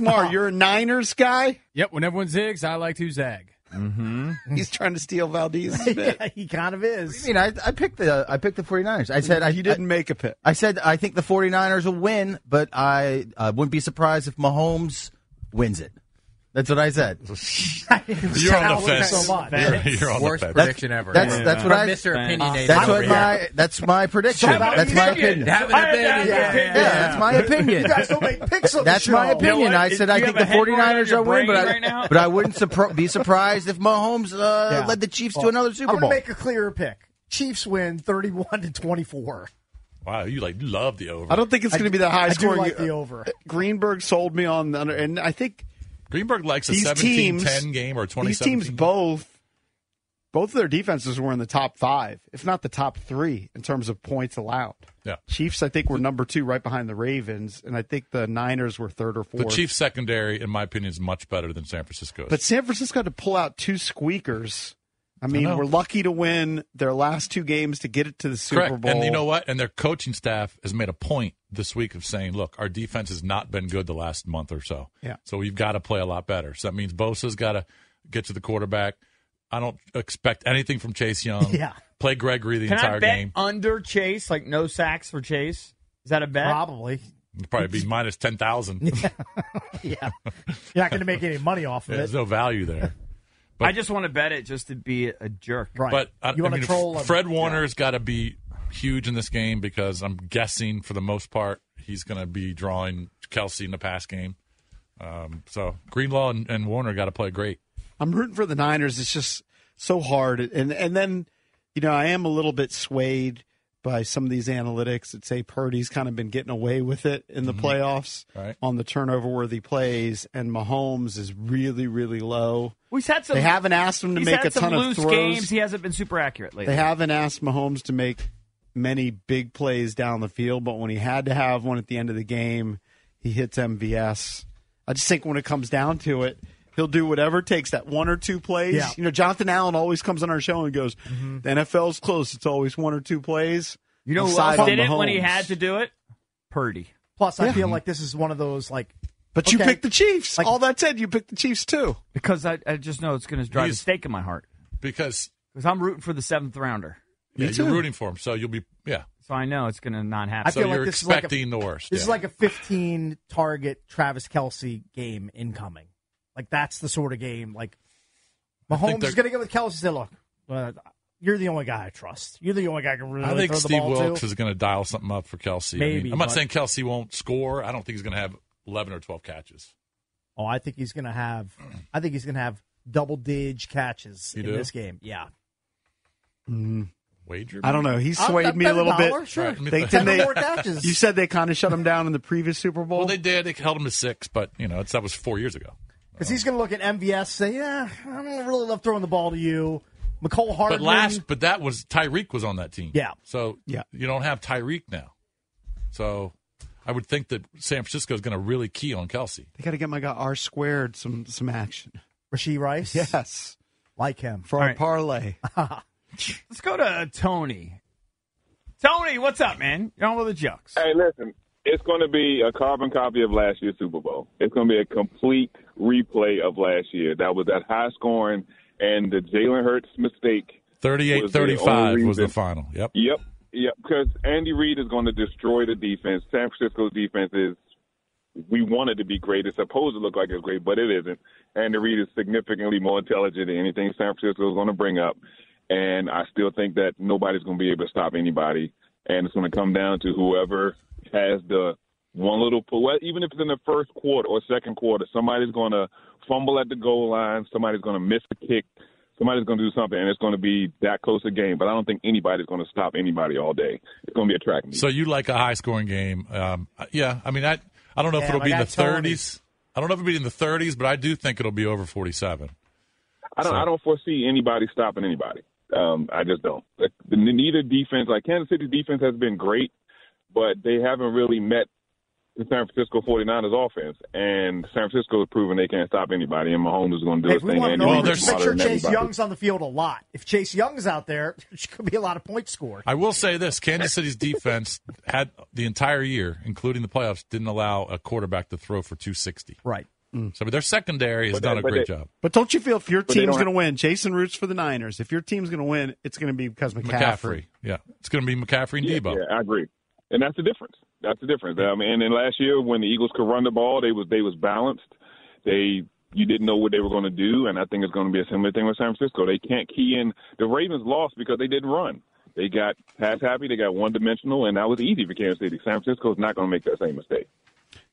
Speaker 7: [laughs]
Speaker 1: Marr, you're a Niners guy?
Speaker 9: Yep, when everyone zigs, I like to zag.
Speaker 4: Mm-hmm.
Speaker 1: He's trying to steal Valdez.
Speaker 7: [laughs]
Speaker 3: yeah, [laughs] he kind of is.
Speaker 7: I mean, I, I picked the I picked the 49ers. I said I,
Speaker 1: You didn't make a pick.
Speaker 7: I said I think the 49ers will win, but I uh, wouldn't be surprised if Mahomes wins it. That's what I
Speaker 3: [laughs]
Speaker 7: said.
Speaker 2: You're on
Speaker 7: Sounds
Speaker 2: the fence.
Speaker 7: so much.
Speaker 2: You're, you're on
Speaker 7: Worst
Speaker 2: the fence.
Speaker 7: prediction ever. That's- that's what I-
Speaker 6: Mr. Opinionated.
Speaker 7: That's
Speaker 6: over
Speaker 7: what
Speaker 6: here.
Speaker 7: my that's my prediction. That's my opinion.
Speaker 6: Have an opinion.
Speaker 7: Yeah, that's my opinion.
Speaker 3: [laughs] You guys don't make picks on the
Speaker 7: That's my
Speaker 3: show.
Speaker 7: opinion.
Speaker 3: You know what?
Speaker 7: I said
Speaker 3: Do
Speaker 7: I
Speaker 3: you
Speaker 7: think the
Speaker 3: have a hemorrhoid
Speaker 7: 49ers
Speaker 3: in
Speaker 7: are
Speaker 3: your
Speaker 7: win, but I,
Speaker 3: brain right now?
Speaker 7: but I wouldn't surpri- be surprised if Mahomes uh,
Speaker 3: Yeah.
Speaker 7: led the Chiefs to
Speaker 3: Well,
Speaker 7: another Super
Speaker 3: I'm
Speaker 7: Bowl.
Speaker 3: gonna make a clearer pick. Chiefs win 31 to 24.
Speaker 2: Wow, you like you love the over.
Speaker 1: I don't think it's
Speaker 3: I
Speaker 1: going to
Speaker 3: do-
Speaker 1: be that high
Speaker 3: I do
Speaker 1: scoring. Uh,
Speaker 3: like the over.
Speaker 1: Greenberg sold me on the under, and I think
Speaker 2: Greenberg likes a
Speaker 1: these
Speaker 2: 17
Speaker 1: teams,
Speaker 2: 10 game or 20
Speaker 1: these teams both, both of their defenses were in the top five, if not the top three, in terms of points allowed.
Speaker 2: Yeah.
Speaker 1: Chiefs, I think, were number two, right behind the Ravens, and I think the Niners were third or
Speaker 2: The
Speaker 1: fourth.
Speaker 2: Chiefs secondary, in my opinion, is much better than San Francisco's.
Speaker 1: but San Francisco had to pull out two squeakers. I mean,
Speaker 2: know.
Speaker 1: we're lucky to win their last two games to get it to the Super
Speaker 2: Correct.
Speaker 1: Bowl.
Speaker 2: And you know what? And their coaching staff has made a point this week of saying, look, our defense has not been good the last month or so.
Speaker 1: Yeah.
Speaker 2: So we've got to play a lot better. So that means Bosa's got to get to the quarterback. I don't expect anything from
Speaker 1: [laughs]
Speaker 2: Chase Young.
Speaker 4: Yeah.
Speaker 2: Play Gregory the
Speaker 4: Can
Speaker 2: entire
Speaker 4: I bet
Speaker 2: game.
Speaker 4: under Chase, like no sacks for Chase? Is that a bet?
Speaker 3: Probably.
Speaker 2: It'd
Speaker 1: [laughs]
Speaker 2: probably be minus 10,000.
Speaker 3: Yeah. You're not going to make any money off of
Speaker 2: There's
Speaker 3: it.
Speaker 2: no value there.
Speaker 4: I just want to bet it just to be a jerk.
Speaker 3: Right.
Speaker 2: But I,
Speaker 3: you
Speaker 2: I
Speaker 3: want
Speaker 2: mean,
Speaker 3: to troll
Speaker 2: F-
Speaker 3: him.
Speaker 2: Fred Warner's got to be huge in this game because I'm guessing for the most part he's going to be drawing Kelsey in the pass game. Um, so Greenlaw and, and Warner got to play great.
Speaker 1: I'm rooting for the Niners. It's just so hard, and and then you know I am a little bit swayed by some of these analytics that say Purdy's kind of been getting away with it in the playoffs
Speaker 2: Right.
Speaker 1: on the turnover worthy plays, and Mahomes is really really low.
Speaker 4: Well, he's had some,
Speaker 1: They haven't asked him to
Speaker 4: he's
Speaker 1: make
Speaker 4: had
Speaker 1: a ton
Speaker 4: some
Speaker 1: of
Speaker 4: loose
Speaker 1: throws.
Speaker 4: games. He hasn't been super accurate lately.
Speaker 1: They haven't asked Mahomes to make many big plays down the field, but when he had to have one at the end of the game, he hits MVS. I just think when it comes down to it, he'll do whatever it takes that one or two plays.
Speaker 3: Yeah. Mm-hmm.
Speaker 1: You know, Jonathan Allen always comes on our show and goes, "The NFL's close. It's always one or two plays."
Speaker 4: You know who
Speaker 1: Aside
Speaker 4: else
Speaker 1: from
Speaker 4: did it when he
Speaker 1: Mahomes.
Speaker 4: had to do it? Purdy.
Speaker 3: Plus, I
Speaker 1: Yeah.
Speaker 3: feel like this is one of those like.
Speaker 1: But you
Speaker 3: okay,
Speaker 1: picked the Chiefs. All that said, you picked the Chiefs too.
Speaker 4: Because I, I just know it's going to drive a
Speaker 2: He's-
Speaker 4: stake in my heart.
Speaker 2: Because
Speaker 4: Because I'm rooting for the seventh rounder.
Speaker 2: yeah, you're rooting for him, so you'll be yeah.
Speaker 4: So I know it's going to not happen.
Speaker 3: I feel
Speaker 2: so
Speaker 3: like
Speaker 2: you're
Speaker 3: this
Speaker 2: expecting
Speaker 3: is like a,
Speaker 2: the worst.
Speaker 3: This is
Speaker 2: yeah.
Speaker 3: like a 15 target Travis Kelsey game incoming. Like that's the sort of game. Like
Speaker 2: I think
Speaker 3: Mahomes is going
Speaker 2: they're-
Speaker 3: to get with Kelsey. Say, look, uh, you're the only guy I trust. You're the only guy I can really
Speaker 2: I think
Speaker 3: throw the
Speaker 2: Steve
Speaker 3: ball
Speaker 2: Wilkes
Speaker 3: to.
Speaker 2: is going to dial something up for Kelsey. I
Speaker 3: Maybe,
Speaker 2: am not
Speaker 3: but-
Speaker 2: saying Kelsey won't score. I don't think he's going to have 11 or 12 catches.
Speaker 3: Oh, I think he's going to have. I think he's going to have double dig catches
Speaker 2: You
Speaker 3: in
Speaker 2: do?
Speaker 3: this game. Yeah.
Speaker 2: Wager?
Speaker 1: Mm. I don't know. He swayed
Speaker 3: I'll
Speaker 1: me a
Speaker 3: bet
Speaker 1: little
Speaker 3: dollar,
Speaker 1: bit.
Speaker 3: Sure.
Speaker 2: Right.
Speaker 1: They,
Speaker 2: Ten
Speaker 1: didn't
Speaker 2: or
Speaker 1: they-
Speaker 3: more catches.
Speaker 1: You said they kind of shut him down in the previous Super Bowl.
Speaker 2: Well, they did. They held him to six, but you know it's, that was four years ago.
Speaker 3: Because he's going to look at MVS, say, "Yeah, I don't really love throwing the ball to you." McCole Hardman. [laughs]
Speaker 2: But last, but that was Tyreek was on that team.
Speaker 3: Yeah.
Speaker 2: So
Speaker 1: Yeah.
Speaker 2: you don't have Tyreek now. So I would think that San Francisco is going to really key on Kelsey.
Speaker 1: They got to get my guy R squared some some action.
Speaker 3: Rasheed Rice.
Speaker 1: Yes,
Speaker 3: like him.
Speaker 1: for our parlay.
Speaker 4: Let's go to uh, Tony. Tony, what's up, man? You're on with the Jux.
Speaker 21: Hey, listen, it's going to be a carbon copy of last year's Super Bowl. It's going to be a complete replay of last year. That was that high scoring and the Jalen Hurts mistake.
Speaker 2: Thirty-eight,
Speaker 21: Was the only
Speaker 2: thirty-five was the
Speaker 21: reason-
Speaker 2: final. Yep.
Speaker 21: Yep, yep. Because Andy Reid is going to destroy the defense. San Francisco's defense is. We want it to be great. It's supposed to look like it's great, but it isn't. Andy Reid is significantly more intelligent than anything San Francisco is going to bring up, and I still think that nobody's going to be able to stop anybody. And it's going to come down to whoever has the one little pull. Even if it's in the first quarter or second quarter, somebody's going to fumble at the goal line. Somebody's going to miss a kick. Somebody's going to do something, and it's going to be that close a game. But I don't think anybody's going to stop anybody all day. It's going to be a track meet.
Speaker 2: So you like a high-scoring game? Um, uh, yeah. I mean, I I don't know if
Speaker 3: Damn,
Speaker 2: it'll
Speaker 3: I
Speaker 2: be in the
Speaker 3: got Tony.
Speaker 2: thirties. I don't know if it'll be in the thirties, but I do think it'll be over forty-seven.
Speaker 21: I don't.
Speaker 2: So-
Speaker 21: I don't foresee anybody stopping anybody. Um, I just don't. Like, Neither defense, like Kansas City defense, has been great, but they haven't really met the San Francisco 49ers offense. And San Francisco is proving they can't stop anybody. And Mahomes is going to do
Speaker 3: Hey,
Speaker 21: his
Speaker 3: if we
Speaker 21: thing.
Speaker 3: want to
Speaker 21: and
Speaker 3: know,
Speaker 2: Well,
Speaker 3: make
Speaker 2: they're
Speaker 21: he's smarter
Speaker 3: sure
Speaker 21: than
Speaker 3: Chase
Speaker 21: everybody.
Speaker 3: Young's on the field a lot. If Chase Young's out there, [laughs] there could be a lot of points scored.
Speaker 2: I will say this: Kansas City's defense had the entire year, including the playoffs, didn't allow a quarterback to throw for two sixty.
Speaker 3: Right. Mm.
Speaker 2: So but their secondary has
Speaker 21: But they-
Speaker 2: done a
Speaker 21: but
Speaker 2: great
Speaker 21: they-
Speaker 2: job.
Speaker 1: But don't you feel if your
Speaker 21: But they
Speaker 1: team's
Speaker 21: don't
Speaker 1: going to win, Jason roots for the Niners. If your team's going to win, it's going to be because McCaffrey.
Speaker 2: McCaffrey, yeah, it's going to be McCaffrey and
Speaker 21: yeah,
Speaker 2: Debo.
Speaker 21: yeah, I agree. And that's the difference. That's the difference. I mean, and then last year when the Eagles could run the ball, they was they was balanced. They you didn't know what they were going to do, and I think it's going to be a similar thing with San Francisco. They can't key in. The Ravens lost because they didn't run. They got pass happy. They got one dimensional, and that was easy for Kansas City. San Francisco's not going to make that same mistake.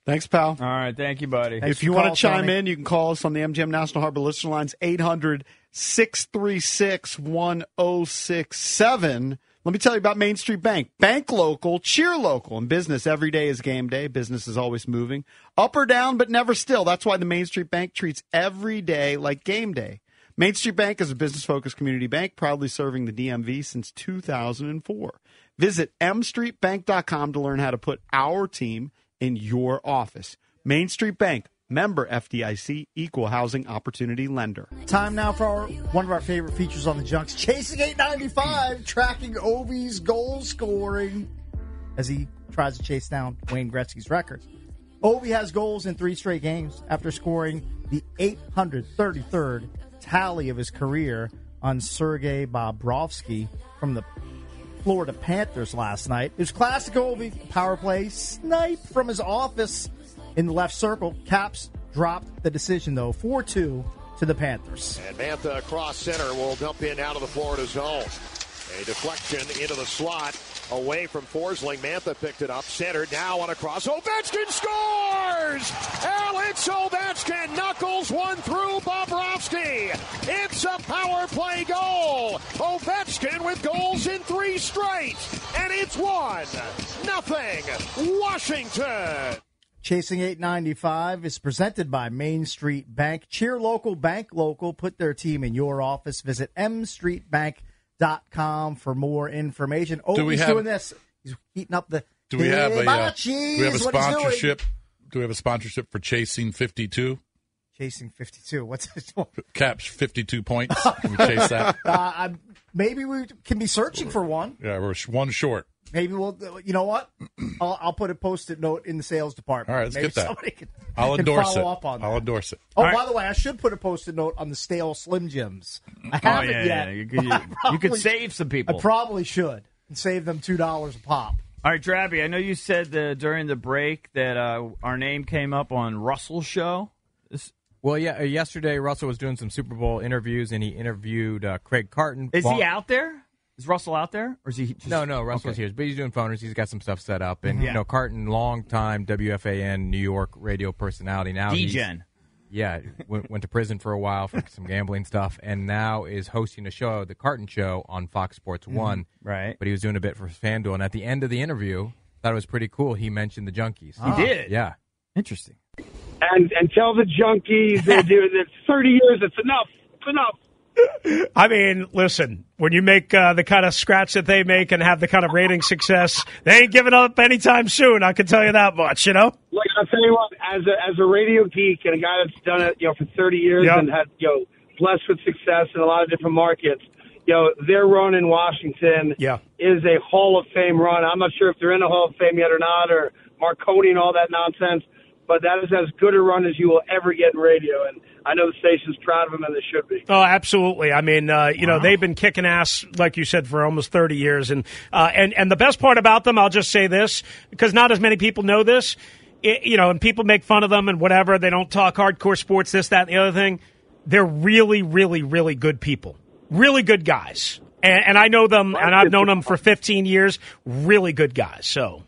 Speaker 1: Thanks, pal.
Speaker 4: All right, thank you, buddy.
Speaker 3: Thanks
Speaker 1: if you
Speaker 3: for
Speaker 1: want
Speaker 3: calling,
Speaker 1: to chime
Speaker 3: Tony.
Speaker 1: in, you can call us on the MGM National Harbor Listener Lines 800 636 1067. Let me tell you about Main Street Bank. Bank local, cheer local. In business, every day is game day. Business is always moving. Up or down, but never still. That's why the Main Street Bank treats every day like game day. Main Street Bank is a business focused community bank proudly serving the DMV since 2004. Visit mstreetbank.com to learn how to put our team in your office. Main Street Bank, member FDIC, equal housing opportunity lender.
Speaker 3: Time now for our, one of our favorite features on the Junks Chasing 895, tracking Ovi's goal scoring as he tries to chase down Wayne Gretzky's record. Ovi has goals in three straight games after scoring the 833rd tally of his career on Sergei Bobrovsky from the Florida Panthers last night. It was classic Ovi power play snipe from his office in the left circle. Caps dropped the decision though, 4 2 to the Panthers.
Speaker 10: And Mantha across center will dump in out of the Florida zone. A deflection into the slot away from Forsling. Mantha picked it up. Center now on a cross. Ovechkin scores! Alex Ovechkin knuckles one through Bobrovsky. It's a power play goal. Ovechkin with goals in three straight. And it's one. Nothing. Washington.
Speaker 3: Chasing 895 is presented by Main Street Bank. Cheer local, bank local. Put their team in your office. Visit mstreetbank.com com for more information. Oh,
Speaker 2: Do we
Speaker 3: he's
Speaker 2: have-
Speaker 3: doing this. He's heating up the.
Speaker 2: Do we have a, uh,
Speaker 3: Hibachi
Speaker 2: do we have a
Speaker 3: is what he's doing.
Speaker 2: sponsorship? Do we have a sponsorship for Chasing 52?
Speaker 3: Chasing 52. What's this one?
Speaker 2: Caps
Speaker 3: [laughs]
Speaker 2: 52 points. Can we chase that?
Speaker 3: Uh, I, maybe we can be searching for one.
Speaker 2: Yeah, we're sh- one short.
Speaker 3: Maybe we'll. You know what? I'll, I'll put a post-it note in the sales department.
Speaker 2: All right, let's
Speaker 3: maybe
Speaker 2: get that.
Speaker 3: Somebody can,
Speaker 2: I'll
Speaker 3: can
Speaker 2: endorse it.
Speaker 3: follow up on that.
Speaker 2: I'll endorse it.
Speaker 3: Oh, by the way, I should put a post-it note on the stale Slim Jims. I
Speaker 4: Oh,
Speaker 3: haven't
Speaker 4: yeah,
Speaker 3: yet.
Speaker 4: yeah, you could-
Speaker 3: but I
Speaker 4: you- you could save some people.
Speaker 3: I probably should and save them two dollars a pop.
Speaker 4: All right, Drabby, I know you said uh, during the break that uh, our name came up on Russell's show.
Speaker 6: Well, yeah. uh, Yesterday, Russell was doing some Super Bowl interviews, and he interviewed uh, Craig Carton.
Speaker 4: Is
Speaker 6: Long-
Speaker 4: he out there? Is Russell out there? Or is he just...
Speaker 6: No, no, Russell's
Speaker 4: Okay.
Speaker 6: here, but he's doing phoners. He's got some stuff set up, and
Speaker 4: Mhm.
Speaker 6: you know, Carton, longtime WFAN New York radio personality. Now, he's-
Speaker 4: DGen.
Speaker 6: Yeah, went, went to prison for a while for some gambling stuff, and now is hosting a show, the Carton Show, on Fox Sports
Speaker 4: Mhm.
Speaker 6: One.
Speaker 4: Right.
Speaker 6: But he was doing a bit for FanDuel, and at the end of the interview, thought it was pretty cool. He mentioned the junkies.
Speaker 16: He Ah. did?
Speaker 6: Yeah. Interesting.
Speaker 16: and and tell the
Speaker 6: [laughs]
Speaker 16: junkies they're doing it. [laughs] Thirty years, it's enough. It's enough.
Speaker 12: I mean, listen, when you make uh, the kind of scratch that they make and have the kind of rating success, they ain't giving up anytime soon. I can tell you that much, you know?
Speaker 16: Like I'll tell you what, as a as a radio geek and a guy that's done it, you know, for thirty years
Speaker 12: Yeah.
Speaker 16: and had you know blessed with success in a lot of different markets, you know, their run in Washington
Speaker 12: Yeah.
Speaker 16: is a Hall of Fame run. I'm not sure if they're in the Hall of Fame yet or not, or Marconi and all that nonsense. But that is as good a run as you will ever get in radio, and I know the station's proud of them, and they should be.
Speaker 12: Oh, absolutely. I mean, uh, you know, they've been kicking ass, like you said, for almost 30 years. And, uh, and, and the best part about them, I'll just say this, because not as many people know this, it, you know, and people make fun of them and whatever. They don't talk hardcore sports, this, that, and the other thing. They're really, really, really good people. Really good guys. And, and I know them, and I've known them for 15 years. Really good guys. So.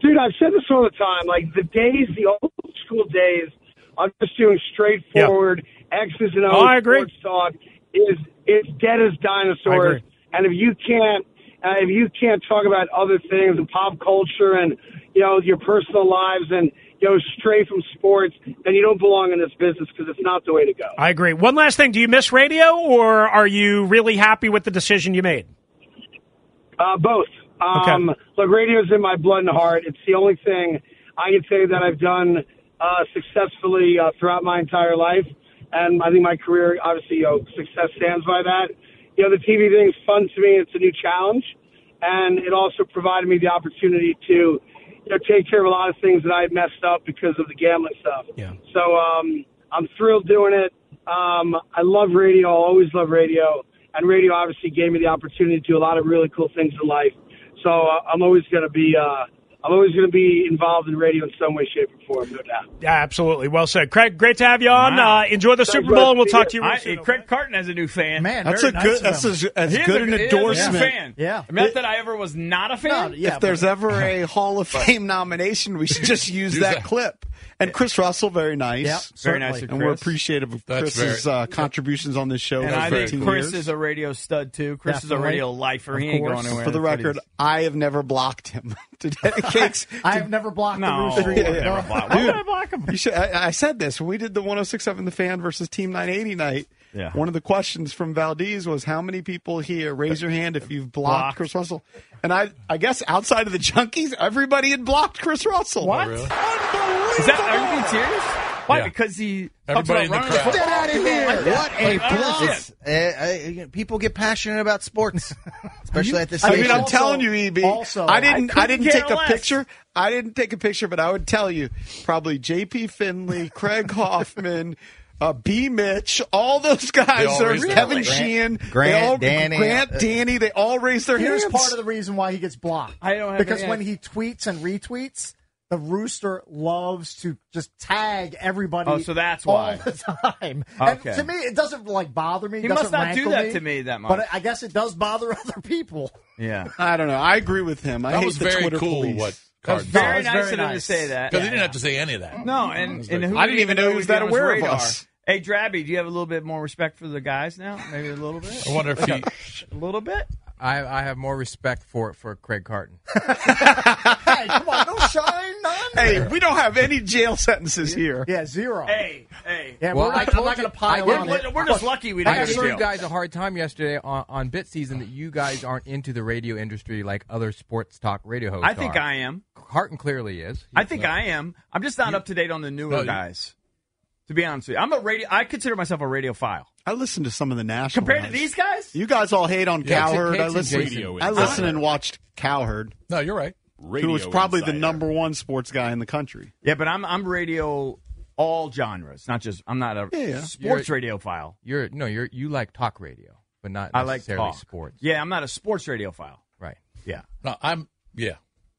Speaker 16: dude, I've said this all the time. Like the days, the old school days, I'm just doing straightforward X's and O's.
Speaker 12: Oh, I agree.
Speaker 16: Sports talk is it's dead as
Speaker 12: I
Speaker 16: dinosaurs.
Speaker 12: agree.
Speaker 16: And if you can't, uh, if you can't talk about other things and pop culture and you know your personal lives and you know stray from sports, then you don't belong in this business because it's not the way to go.
Speaker 12: I agree. One last thing. Do you miss radio or are you really happy with the decision you made?
Speaker 16: Uh, both. Um, Look, radio's in my blood and heart. It's the only thing I can say that I've done uh, successfully uh, throughout my entire life, and I think my career, obviously, you know, success stands by that. You know, the TV thing's fun to me. It's a new challenge, and it also provided me the opportunity to, you know, take care of a lot of things that I had messed up because of the gambling stuff.
Speaker 12: Yeah.
Speaker 16: So um, I'm thrilled doing it. Um, I love radio. I'll always love radio. And radio obviously gave me the opportunity to do a lot of really cool things in life. So uh, I'm always going to be uh, I'm always going to be involved in radio in some way, shape, or form, no doubt.
Speaker 12: Yeah, absolutely. Well said. Craig, great to have you on. Uh, enjoy the Super Bowl, and we'll talk to you real
Speaker 4: I-
Speaker 12: soon.
Speaker 4: Craig Carton has a new fan. Man,
Speaker 12: That's very a nice good- of that's him. as- as good an endorsement.
Speaker 4: fan.
Speaker 3: Yeah.
Speaker 4: I mean, not that I ever was not a fan.
Speaker 1: if there's ever [laughs]
Speaker 4: [laughs]
Speaker 1: a Hall of Fame nomination, we should just use
Speaker 4: Use
Speaker 1: that,
Speaker 4: that.
Speaker 1: clip. And Chris Russell, very nice.
Speaker 4: Yep, Very nice certainly. of
Speaker 1: And we're
Speaker 4: Chris.
Speaker 1: appreciative of
Speaker 4: That's
Speaker 1: Chris's
Speaker 4: very-
Speaker 1: uh, contributions on this show.
Speaker 4: And
Speaker 1: for
Speaker 4: I think
Speaker 1: 15
Speaker 4: Chris
Speaker 1: years.
Speaker 4: is a radio stud too. Chris is a
Speaker 1: Definitely.
Speaker 4: radio lifer. He
Speaker 1: Of
Speaker 4: ain't
Speaker 1: course.
Speaker 4: going anywhere.
Speaker 1: For the
Speaker 4: That's what he
Speaker 1: record, I have never blocked him. [laughs] Did Cakes?
Speaker 3: [laughs] I have never blocked
Speaker 1: No.
Speaker 3: the rooster.
Speaker 1: Yeah.
Speaker 3: No.
Speaker 1: Dude, You should, I, I said this when we did the 1067 The Fan versus Team 980 night.
Speaker 4: Yeah.
Speaker 1: One of the questions from Valdez was how many people here raise your hand if you've blocked,
Speaker 4: Blocked.
Speaker 1: Chris Russell? And I, I guess outside of the junkies, everybody had blocked Chris Russell.
Speaker 4: What? Oh, really? Is that are you being serious? Why? Because he talks about running the football. People don't like that.
Speaker 7: What a
Speaker 4: Like, I don't understand.
Speaker 7: plus! Uh, uh, people get passionate about
Speaker 4: [laughs]
Speaker 7: sports, especially at this.
Speaker 1: I mean, I'm telling you, EB. I didn't. I, didn't take a picture. I didn't take a picture, but I would tell you probably J.P. Finley,
Speaker 7: [laughs]
Speaker 1: Craig Hoffman, uh, B. Mitch, all those
Speaker 7: They
Speaker 1: guys.
Speaker 7: all
Speaker 1: There's
Speaker 7: raised their
Speaker 1: Kevin
Speaker 7: hand.
Speaker 1: Sheehan,
Speaker 7: Grant- Grant,
Speaker 1: they all,
Speaker 7: Danny. uh,
Speaker 1: Grant, Danny. They all raised their
Speaker 3: Here's
Speaker 1: hands.
Speaker 3: part of the reason why he gets blocked. I
Speaker 4: don't have
Speaker 3: because
Speaker 4: any-
Speaker 3: when he tweets and retweets, the rooster loves to just tag everybody.
Speaker 4: Oh, so that's
Speaker 3: all
Speaker 4: why.
Speaker 3: the [laughs] time. And
Speaker 4: Okay.
Speaker 3: to me, it doesn't like bother me.
Speaker 4: He
Speaker 3: doesn't
Speaker 4: must not
Speaker 3: rankle
Speaker 4: do that to me that much.
Speaker 3: But I guess it does bother [laughs] other people.
Speaker 4: Yeah,
Speaker 1: I don't know. I agree with him. I
Speaker 2: That
Speaker 1: hate
Speaker 2: was
Speaker 1: the
Speaker 2: very
Speaker 1: Twitter
Speaker 2: cool
Speaker 1: police.
Speaker 2: what
Speaker 1: That was
Speaker 2: Carton
Speaker 4: very
Speaker 2: said.
Speaker 4: nice of him to say that.
Speaker 2: 'Cause he
Speaker 4: Yeah,
Speaker 2: didn't
Speaker 4: yeah.
Speaker 2: have to say any of that.
Speaker 4: No, and, and who
Speaker 1: I didn't even know he was that
Speaker 4: on his
Speaker 1: aware of
Speaker 4: radar.
Speaker 1: us.
Speaker 4: Hey, Drabby, do you have a little bit more respect for the guys now? Maybe a little bit.
Speaker 2: I wonder if
Speaker 4: Like
Speaker 2: he.
Speaker 4: a- a little bit.
Speaker 6: I, I have more respect for for Craig [laughs] Carton.
Speaker 3: Hey, come on, don't shine on
Speaker 1: Hey, we don't have any jail sentences here.
Speaker 3: Yeah, zero.
Speaker 4: Hey, hey.
Speaker 3: Yeah,
Speaker 6: Well,
Speaker 3: we're not,
Speaker 6: I
Speaker 3: I'm
Speaker 6: told
Speaker 3: not
Speaker 6: you-
Speaker 3: going to
Speaker 6: I
Speaker 3: pile
Speaker 6: did-
Speaker 3: on
Speaker 6: we're-
Speaker 3: it.
Speaker 4: we're just lucky we didn't
Speaker 6: I
Speaker 4: go to
Speaker 6: gave you
Speaker 4: jail.
Speaker 6: guys a hard time yesterday on, on Bit Season that you guys aren't into the radio industry like other sports talk radio hosts.
Speaker 4: I think
Speaker 6: are.
Speaker 4: I am.
Speaker 6: Carton clearly is.
Speaker 4: I think I am. I'm just not up to date on the newer
Speaker 6: No, you-
Speaker 4: guys. To be honest with you, I'm a radio. I consider myself a radiophile.
Speaker 1: I listen to some of the national.
Speaker 4: Compared to
Speaker 1: ones.
Speaker 4: these guys,
Speaker 1: You guys all hate on
Speaker 4: Yeah, it's a-
Speaker 1: Cowherd. I
Speaker 4: it's a
Speaker 1: listen. I
Speaker 4: radio insider.
Speaker 1: listen and watched Cowherd.
Speaker 2: No, you're right.
Speaker 1: who was probably the number one sports guy in the country.
Speaker 4: Yeah, but I'm I'm radio all genres, not just. I'm not a
Speaker 6: yeah.
Speaker 4: sports radiophile.
Speaker 6: You're no, you're you like talk radio, but not
Speaker 4: I like
Speaker 6: necessarily
Speaker 4: talk.
Speaker 6: sports.
Speaker 4: Yeah, I'm not a sports radiophile.
Speaker 6: Right.
Speaker 4: Yeah.
Speaker 2: No, I'm yeah.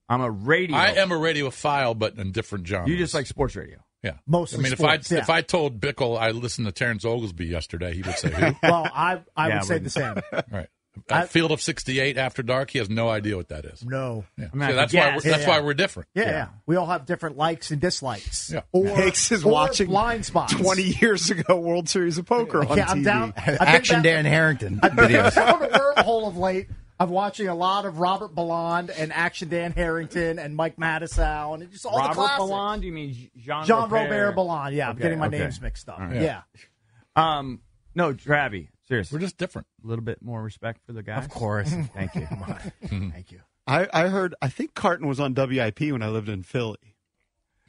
Speaker 4: I'm a radio.
Speaker 2: I am a radiophile, but in different genres.
Speaker 4: You just like sports radio.
Speaker 2: Yeah,
Speaker 4: Mostly
Speaker 2: I mean,
Speaker 4: sports,
Speaker 2: if I
Speaker 4: yeah.
Speaker 2: if I told Bickle I listened to Terrence Oglesby yesterday, he would
Speaker 4: [laughs]
Speaker 2: say, "Who?"
Speaker 3: Well, I, I
Speaker 2: Yeah,
Speaker 3: would say
Speaker 2: wouldn't-
Speaker 3: the same.
Speaker 2: right.
Speaker 3: I-
Speaker 2: At Field of '68 after dark, he has no idea what that is.
Speaker 3: No.
Speaker 2: Yeah.
Speaker 3: I'm not
Speaker 2: So that's
Speaker 3: gonna
Speaker 2: why
Speaker 3: guess.
Speaker 2: we're, that's
Speaker 3: Yeah.
Speaker 2: why we're different.
Speaker 3: Yeah, yeah. We all have different likes and dislikes.
Speaker 2: Yeah.
Speaker 3: Or,
Speaker 1: Hicks is
Speaker 3: or
Speaker 1: watching
Speaker 2: [laughs]
Speaker 3: blind spots.
Speaker 1: Twenty years ago, World Series of Poker on
Speaker 3: Yeah, I'm
Speaker 1: TV.
Speaker 3: down- I think Action that- Dan
Speaker 7: Harrington
Speaker 3: [laughs] I've found a wormhole of late. I'm watching a lot of Robert Belland and Action Dan Harrington and Mike Mattisau and just all the
Speaker 4: Robert
Speaker 3: classics.
Speaker 4: Belland? Do you mean Jean?
Speaker 3: John Robert Belland. Yeah, I'm
Speaker 4: Okay,
Speaker 3: getting my
Speaker 4: okay.
Speaker 3: names mixed up.
Speaker 4: All right.
Speaker 3: Yeah.
Speaker 4: Um, no, Travi. Seriously, we're
Speaker 2: just different.
Speaker 4: A little bit more respect for the guys. Hmm. Of [laughs]
Speaker 6: course.
Speaker 4: Thank you.
Speaker 3: Thank you.
Speaker 1: I, I heard. I think Carton was on WIP when I lived in Philly.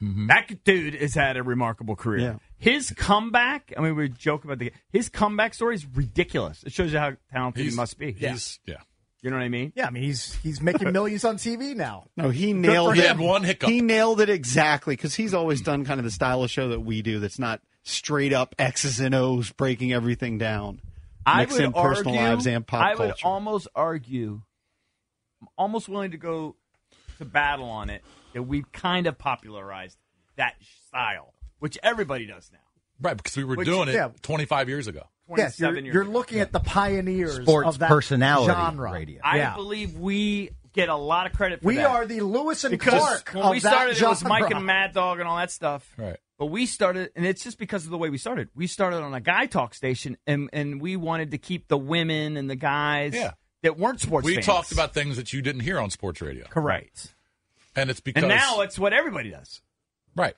Speaker 3: Mm-hmm.
Speaker 4: That dude has had a remarkable career. His comeback, I mean, we joke about the his comeback story is ridiculous. It shows you how talented
Speaker 2: He's-
Speaker 4: he must be.
Speaker 2: he's- yeah.
Speaker 4: You know what I mean?
Speaker 3: Yeah, I mean he's he's
Speaker 4: [laughs]
Speaker 3: making millions on TV now.
Speaker 1: No, he
Speaker 3: Good
Speaker 1: nailed
Speaker 3: for
Speaker 1: it.
Speaker 3: him. He had one hiccup.
Speaker 1: He nailed it exactly because he's always done kind of the style of show that we do. That's not straight up X's and O's, breaking everything down.
Speaker 4: I
Speaker 1: Mix
Speaker 4: would
Speaker 1: in personal
Speaker 4: argue-
Speaker 1: lives and pop
Speaker 4: I would
Speaker 1: culture.
Speaker 4: almost argue, I'm almost willing to go to battle on it that we've kind of popularized that style, which everybody does now.
Speaker 2: Right, because we were
Speaker 4: Which-
Speaker 2: doing it
Speaker 4: yeah.
Speaker 2: 25 years ago.
Speaker 3: Yes, you're,
Speaker 4: 27 years
Speaker 3: you're
Speaker 4: ago.
Speaker 3: looking at the pioneers
Speaker 7: Sports
Speaker 3: of that
Speaker 7: personality
Speaker 3: genre.
Speaker 7: radio.
Speaker 4: I
Speaker 3: Yeah.
Speaker 4: believe we get a lot of credit for
Speaker 3: We
Speaker 4: that.
Speaker 3: are the Lewis and
Speaker 4: because
Speaker 3: Clark
Speaker 4: when
Speaker 3: of
Speaker 4: we
Speaker 3: that
Speaker 4: started, it was
Speaker 3: genre.
Speaker 4: Mike and Mad Dog and all that stuff.
Speaker 2: Right.
Speaker 4: But we started, and it's just because of the way we started. We started on a guy talk station, and and we wanted to keep the women and the guys
Speaker 2: Yeah.
Speaker 4: that weren't sports.
Speaker 2: we
Speaker 4: fans.
Speaker 2: talked about things that you didn't hear on sports radio.
Speaker 4: correct,
Speaker 2: And it's because
Speaker 4: and now it's what everybody does.
Speaker 2: right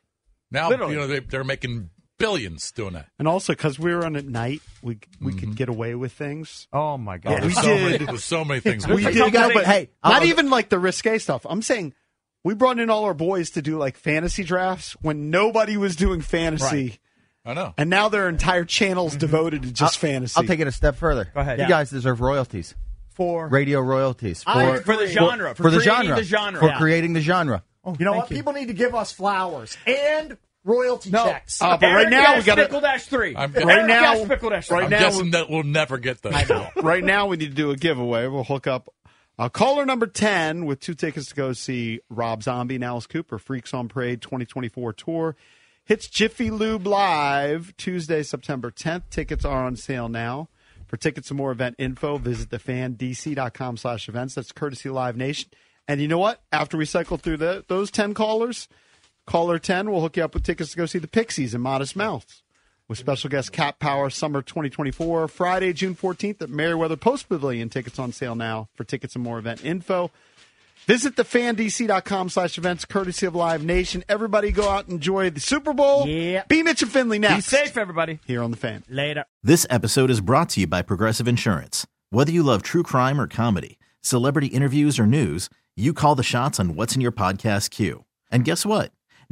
Speaker 2: now
Speaker 4: Literally.
Speaker 2: you know they, they're making billions doing that.
Speaker 1: And also because we were on at night, we we could get away with things.
Speaker 4: Oh my
Speaker 2: Mm-hmm. God.
Speaker 1: we
Speaker 2: There's so many-
Speaker 1: did.
Speaker 2: there's so many things
Speaker 1: we
Speaker 2: we
Speaker 1: did.
Speaker 2: could do.
Speaker 1: No, but
Speaker 2: Hey,
Speaker 1: hey,
Speaker 2: I'll-
Speaker 1: not even like the risque stuff. I'm saying we brought in all our boys to do like fantasy drafts when nobody was doing fantasy.
Speaker 2: I know. Mm-hmm.
Speaker 1: And now there are entire channels devoted to just fantasy.
Speaker 7: I'll take it a step further. Go
Speaker 4: ahead.
Speaker 7: You
Speaker 4: Yeah.
Speaker 7: guys deserve royalties
Speaker 3: for
Speaker 7: radio royalties for
Speaker 3: I agree.
Speaker 4: For the genre,
Speaker 7: for,
Speaker 4: for
Speaker 7: the
Speaker 4: creating
Speaker 7: genre
Speaker 4: the genre.
Speaker 7: for
Speaker 4: Yeah.
Speaker 7: creating the genre.
Speaker 3: Oh, you know what? People need to give us flowers and royalty checks.
Speaker 1: Uh, but right now we got
Speaker 4: Pickle dash three.
Speaker 2: I'm-
Speaker 4: Eric
Speaker 1: right now-
Speaker 4: Dash Pickle dash three.
Speaker 1: right
Speaker 2: I'm
Speaker 1: now-
Speaker 2: guessing that we'll never get those. now.
Speaker 1: right now we need to do a giveaway. We'll hook up uh, caller number 10 with two tickets to go see Rob Zombie and Alice Cooper, Freaks on Parade 2024 tour. Hits Jiffy Lube Live Tuesday, September 10th. Tickets are on sale now. For tickets and more event info, visit thefandc.com slash events. That's courtesy of Live Nation. And you know what? After we cycle through the, those 10 callers, caller 10 will hook you up with tickets to go see the Pixies in Modest Mouth with special guest Cat Power Summer 2024, Friday, June 14th at Meriwether Post Pavilion. Tickets on sale now. For tickets and more event info, visit thefandc.com slash events, courtesy of Live Nation. Everybody go out and enjoy the Super Bowl. Yeah. Be Mitch and Finley next. Be safe,
Speaker 4: everybody.
Speaker 1: Here on The Fan.
Speaker 4: Later.
Speaker 11: This episode is brought to you by Progressive Insurance. Whether you love true crime or comedy, celebrity interviews or news, you call the shots on what's in your podcast queue. And guess what?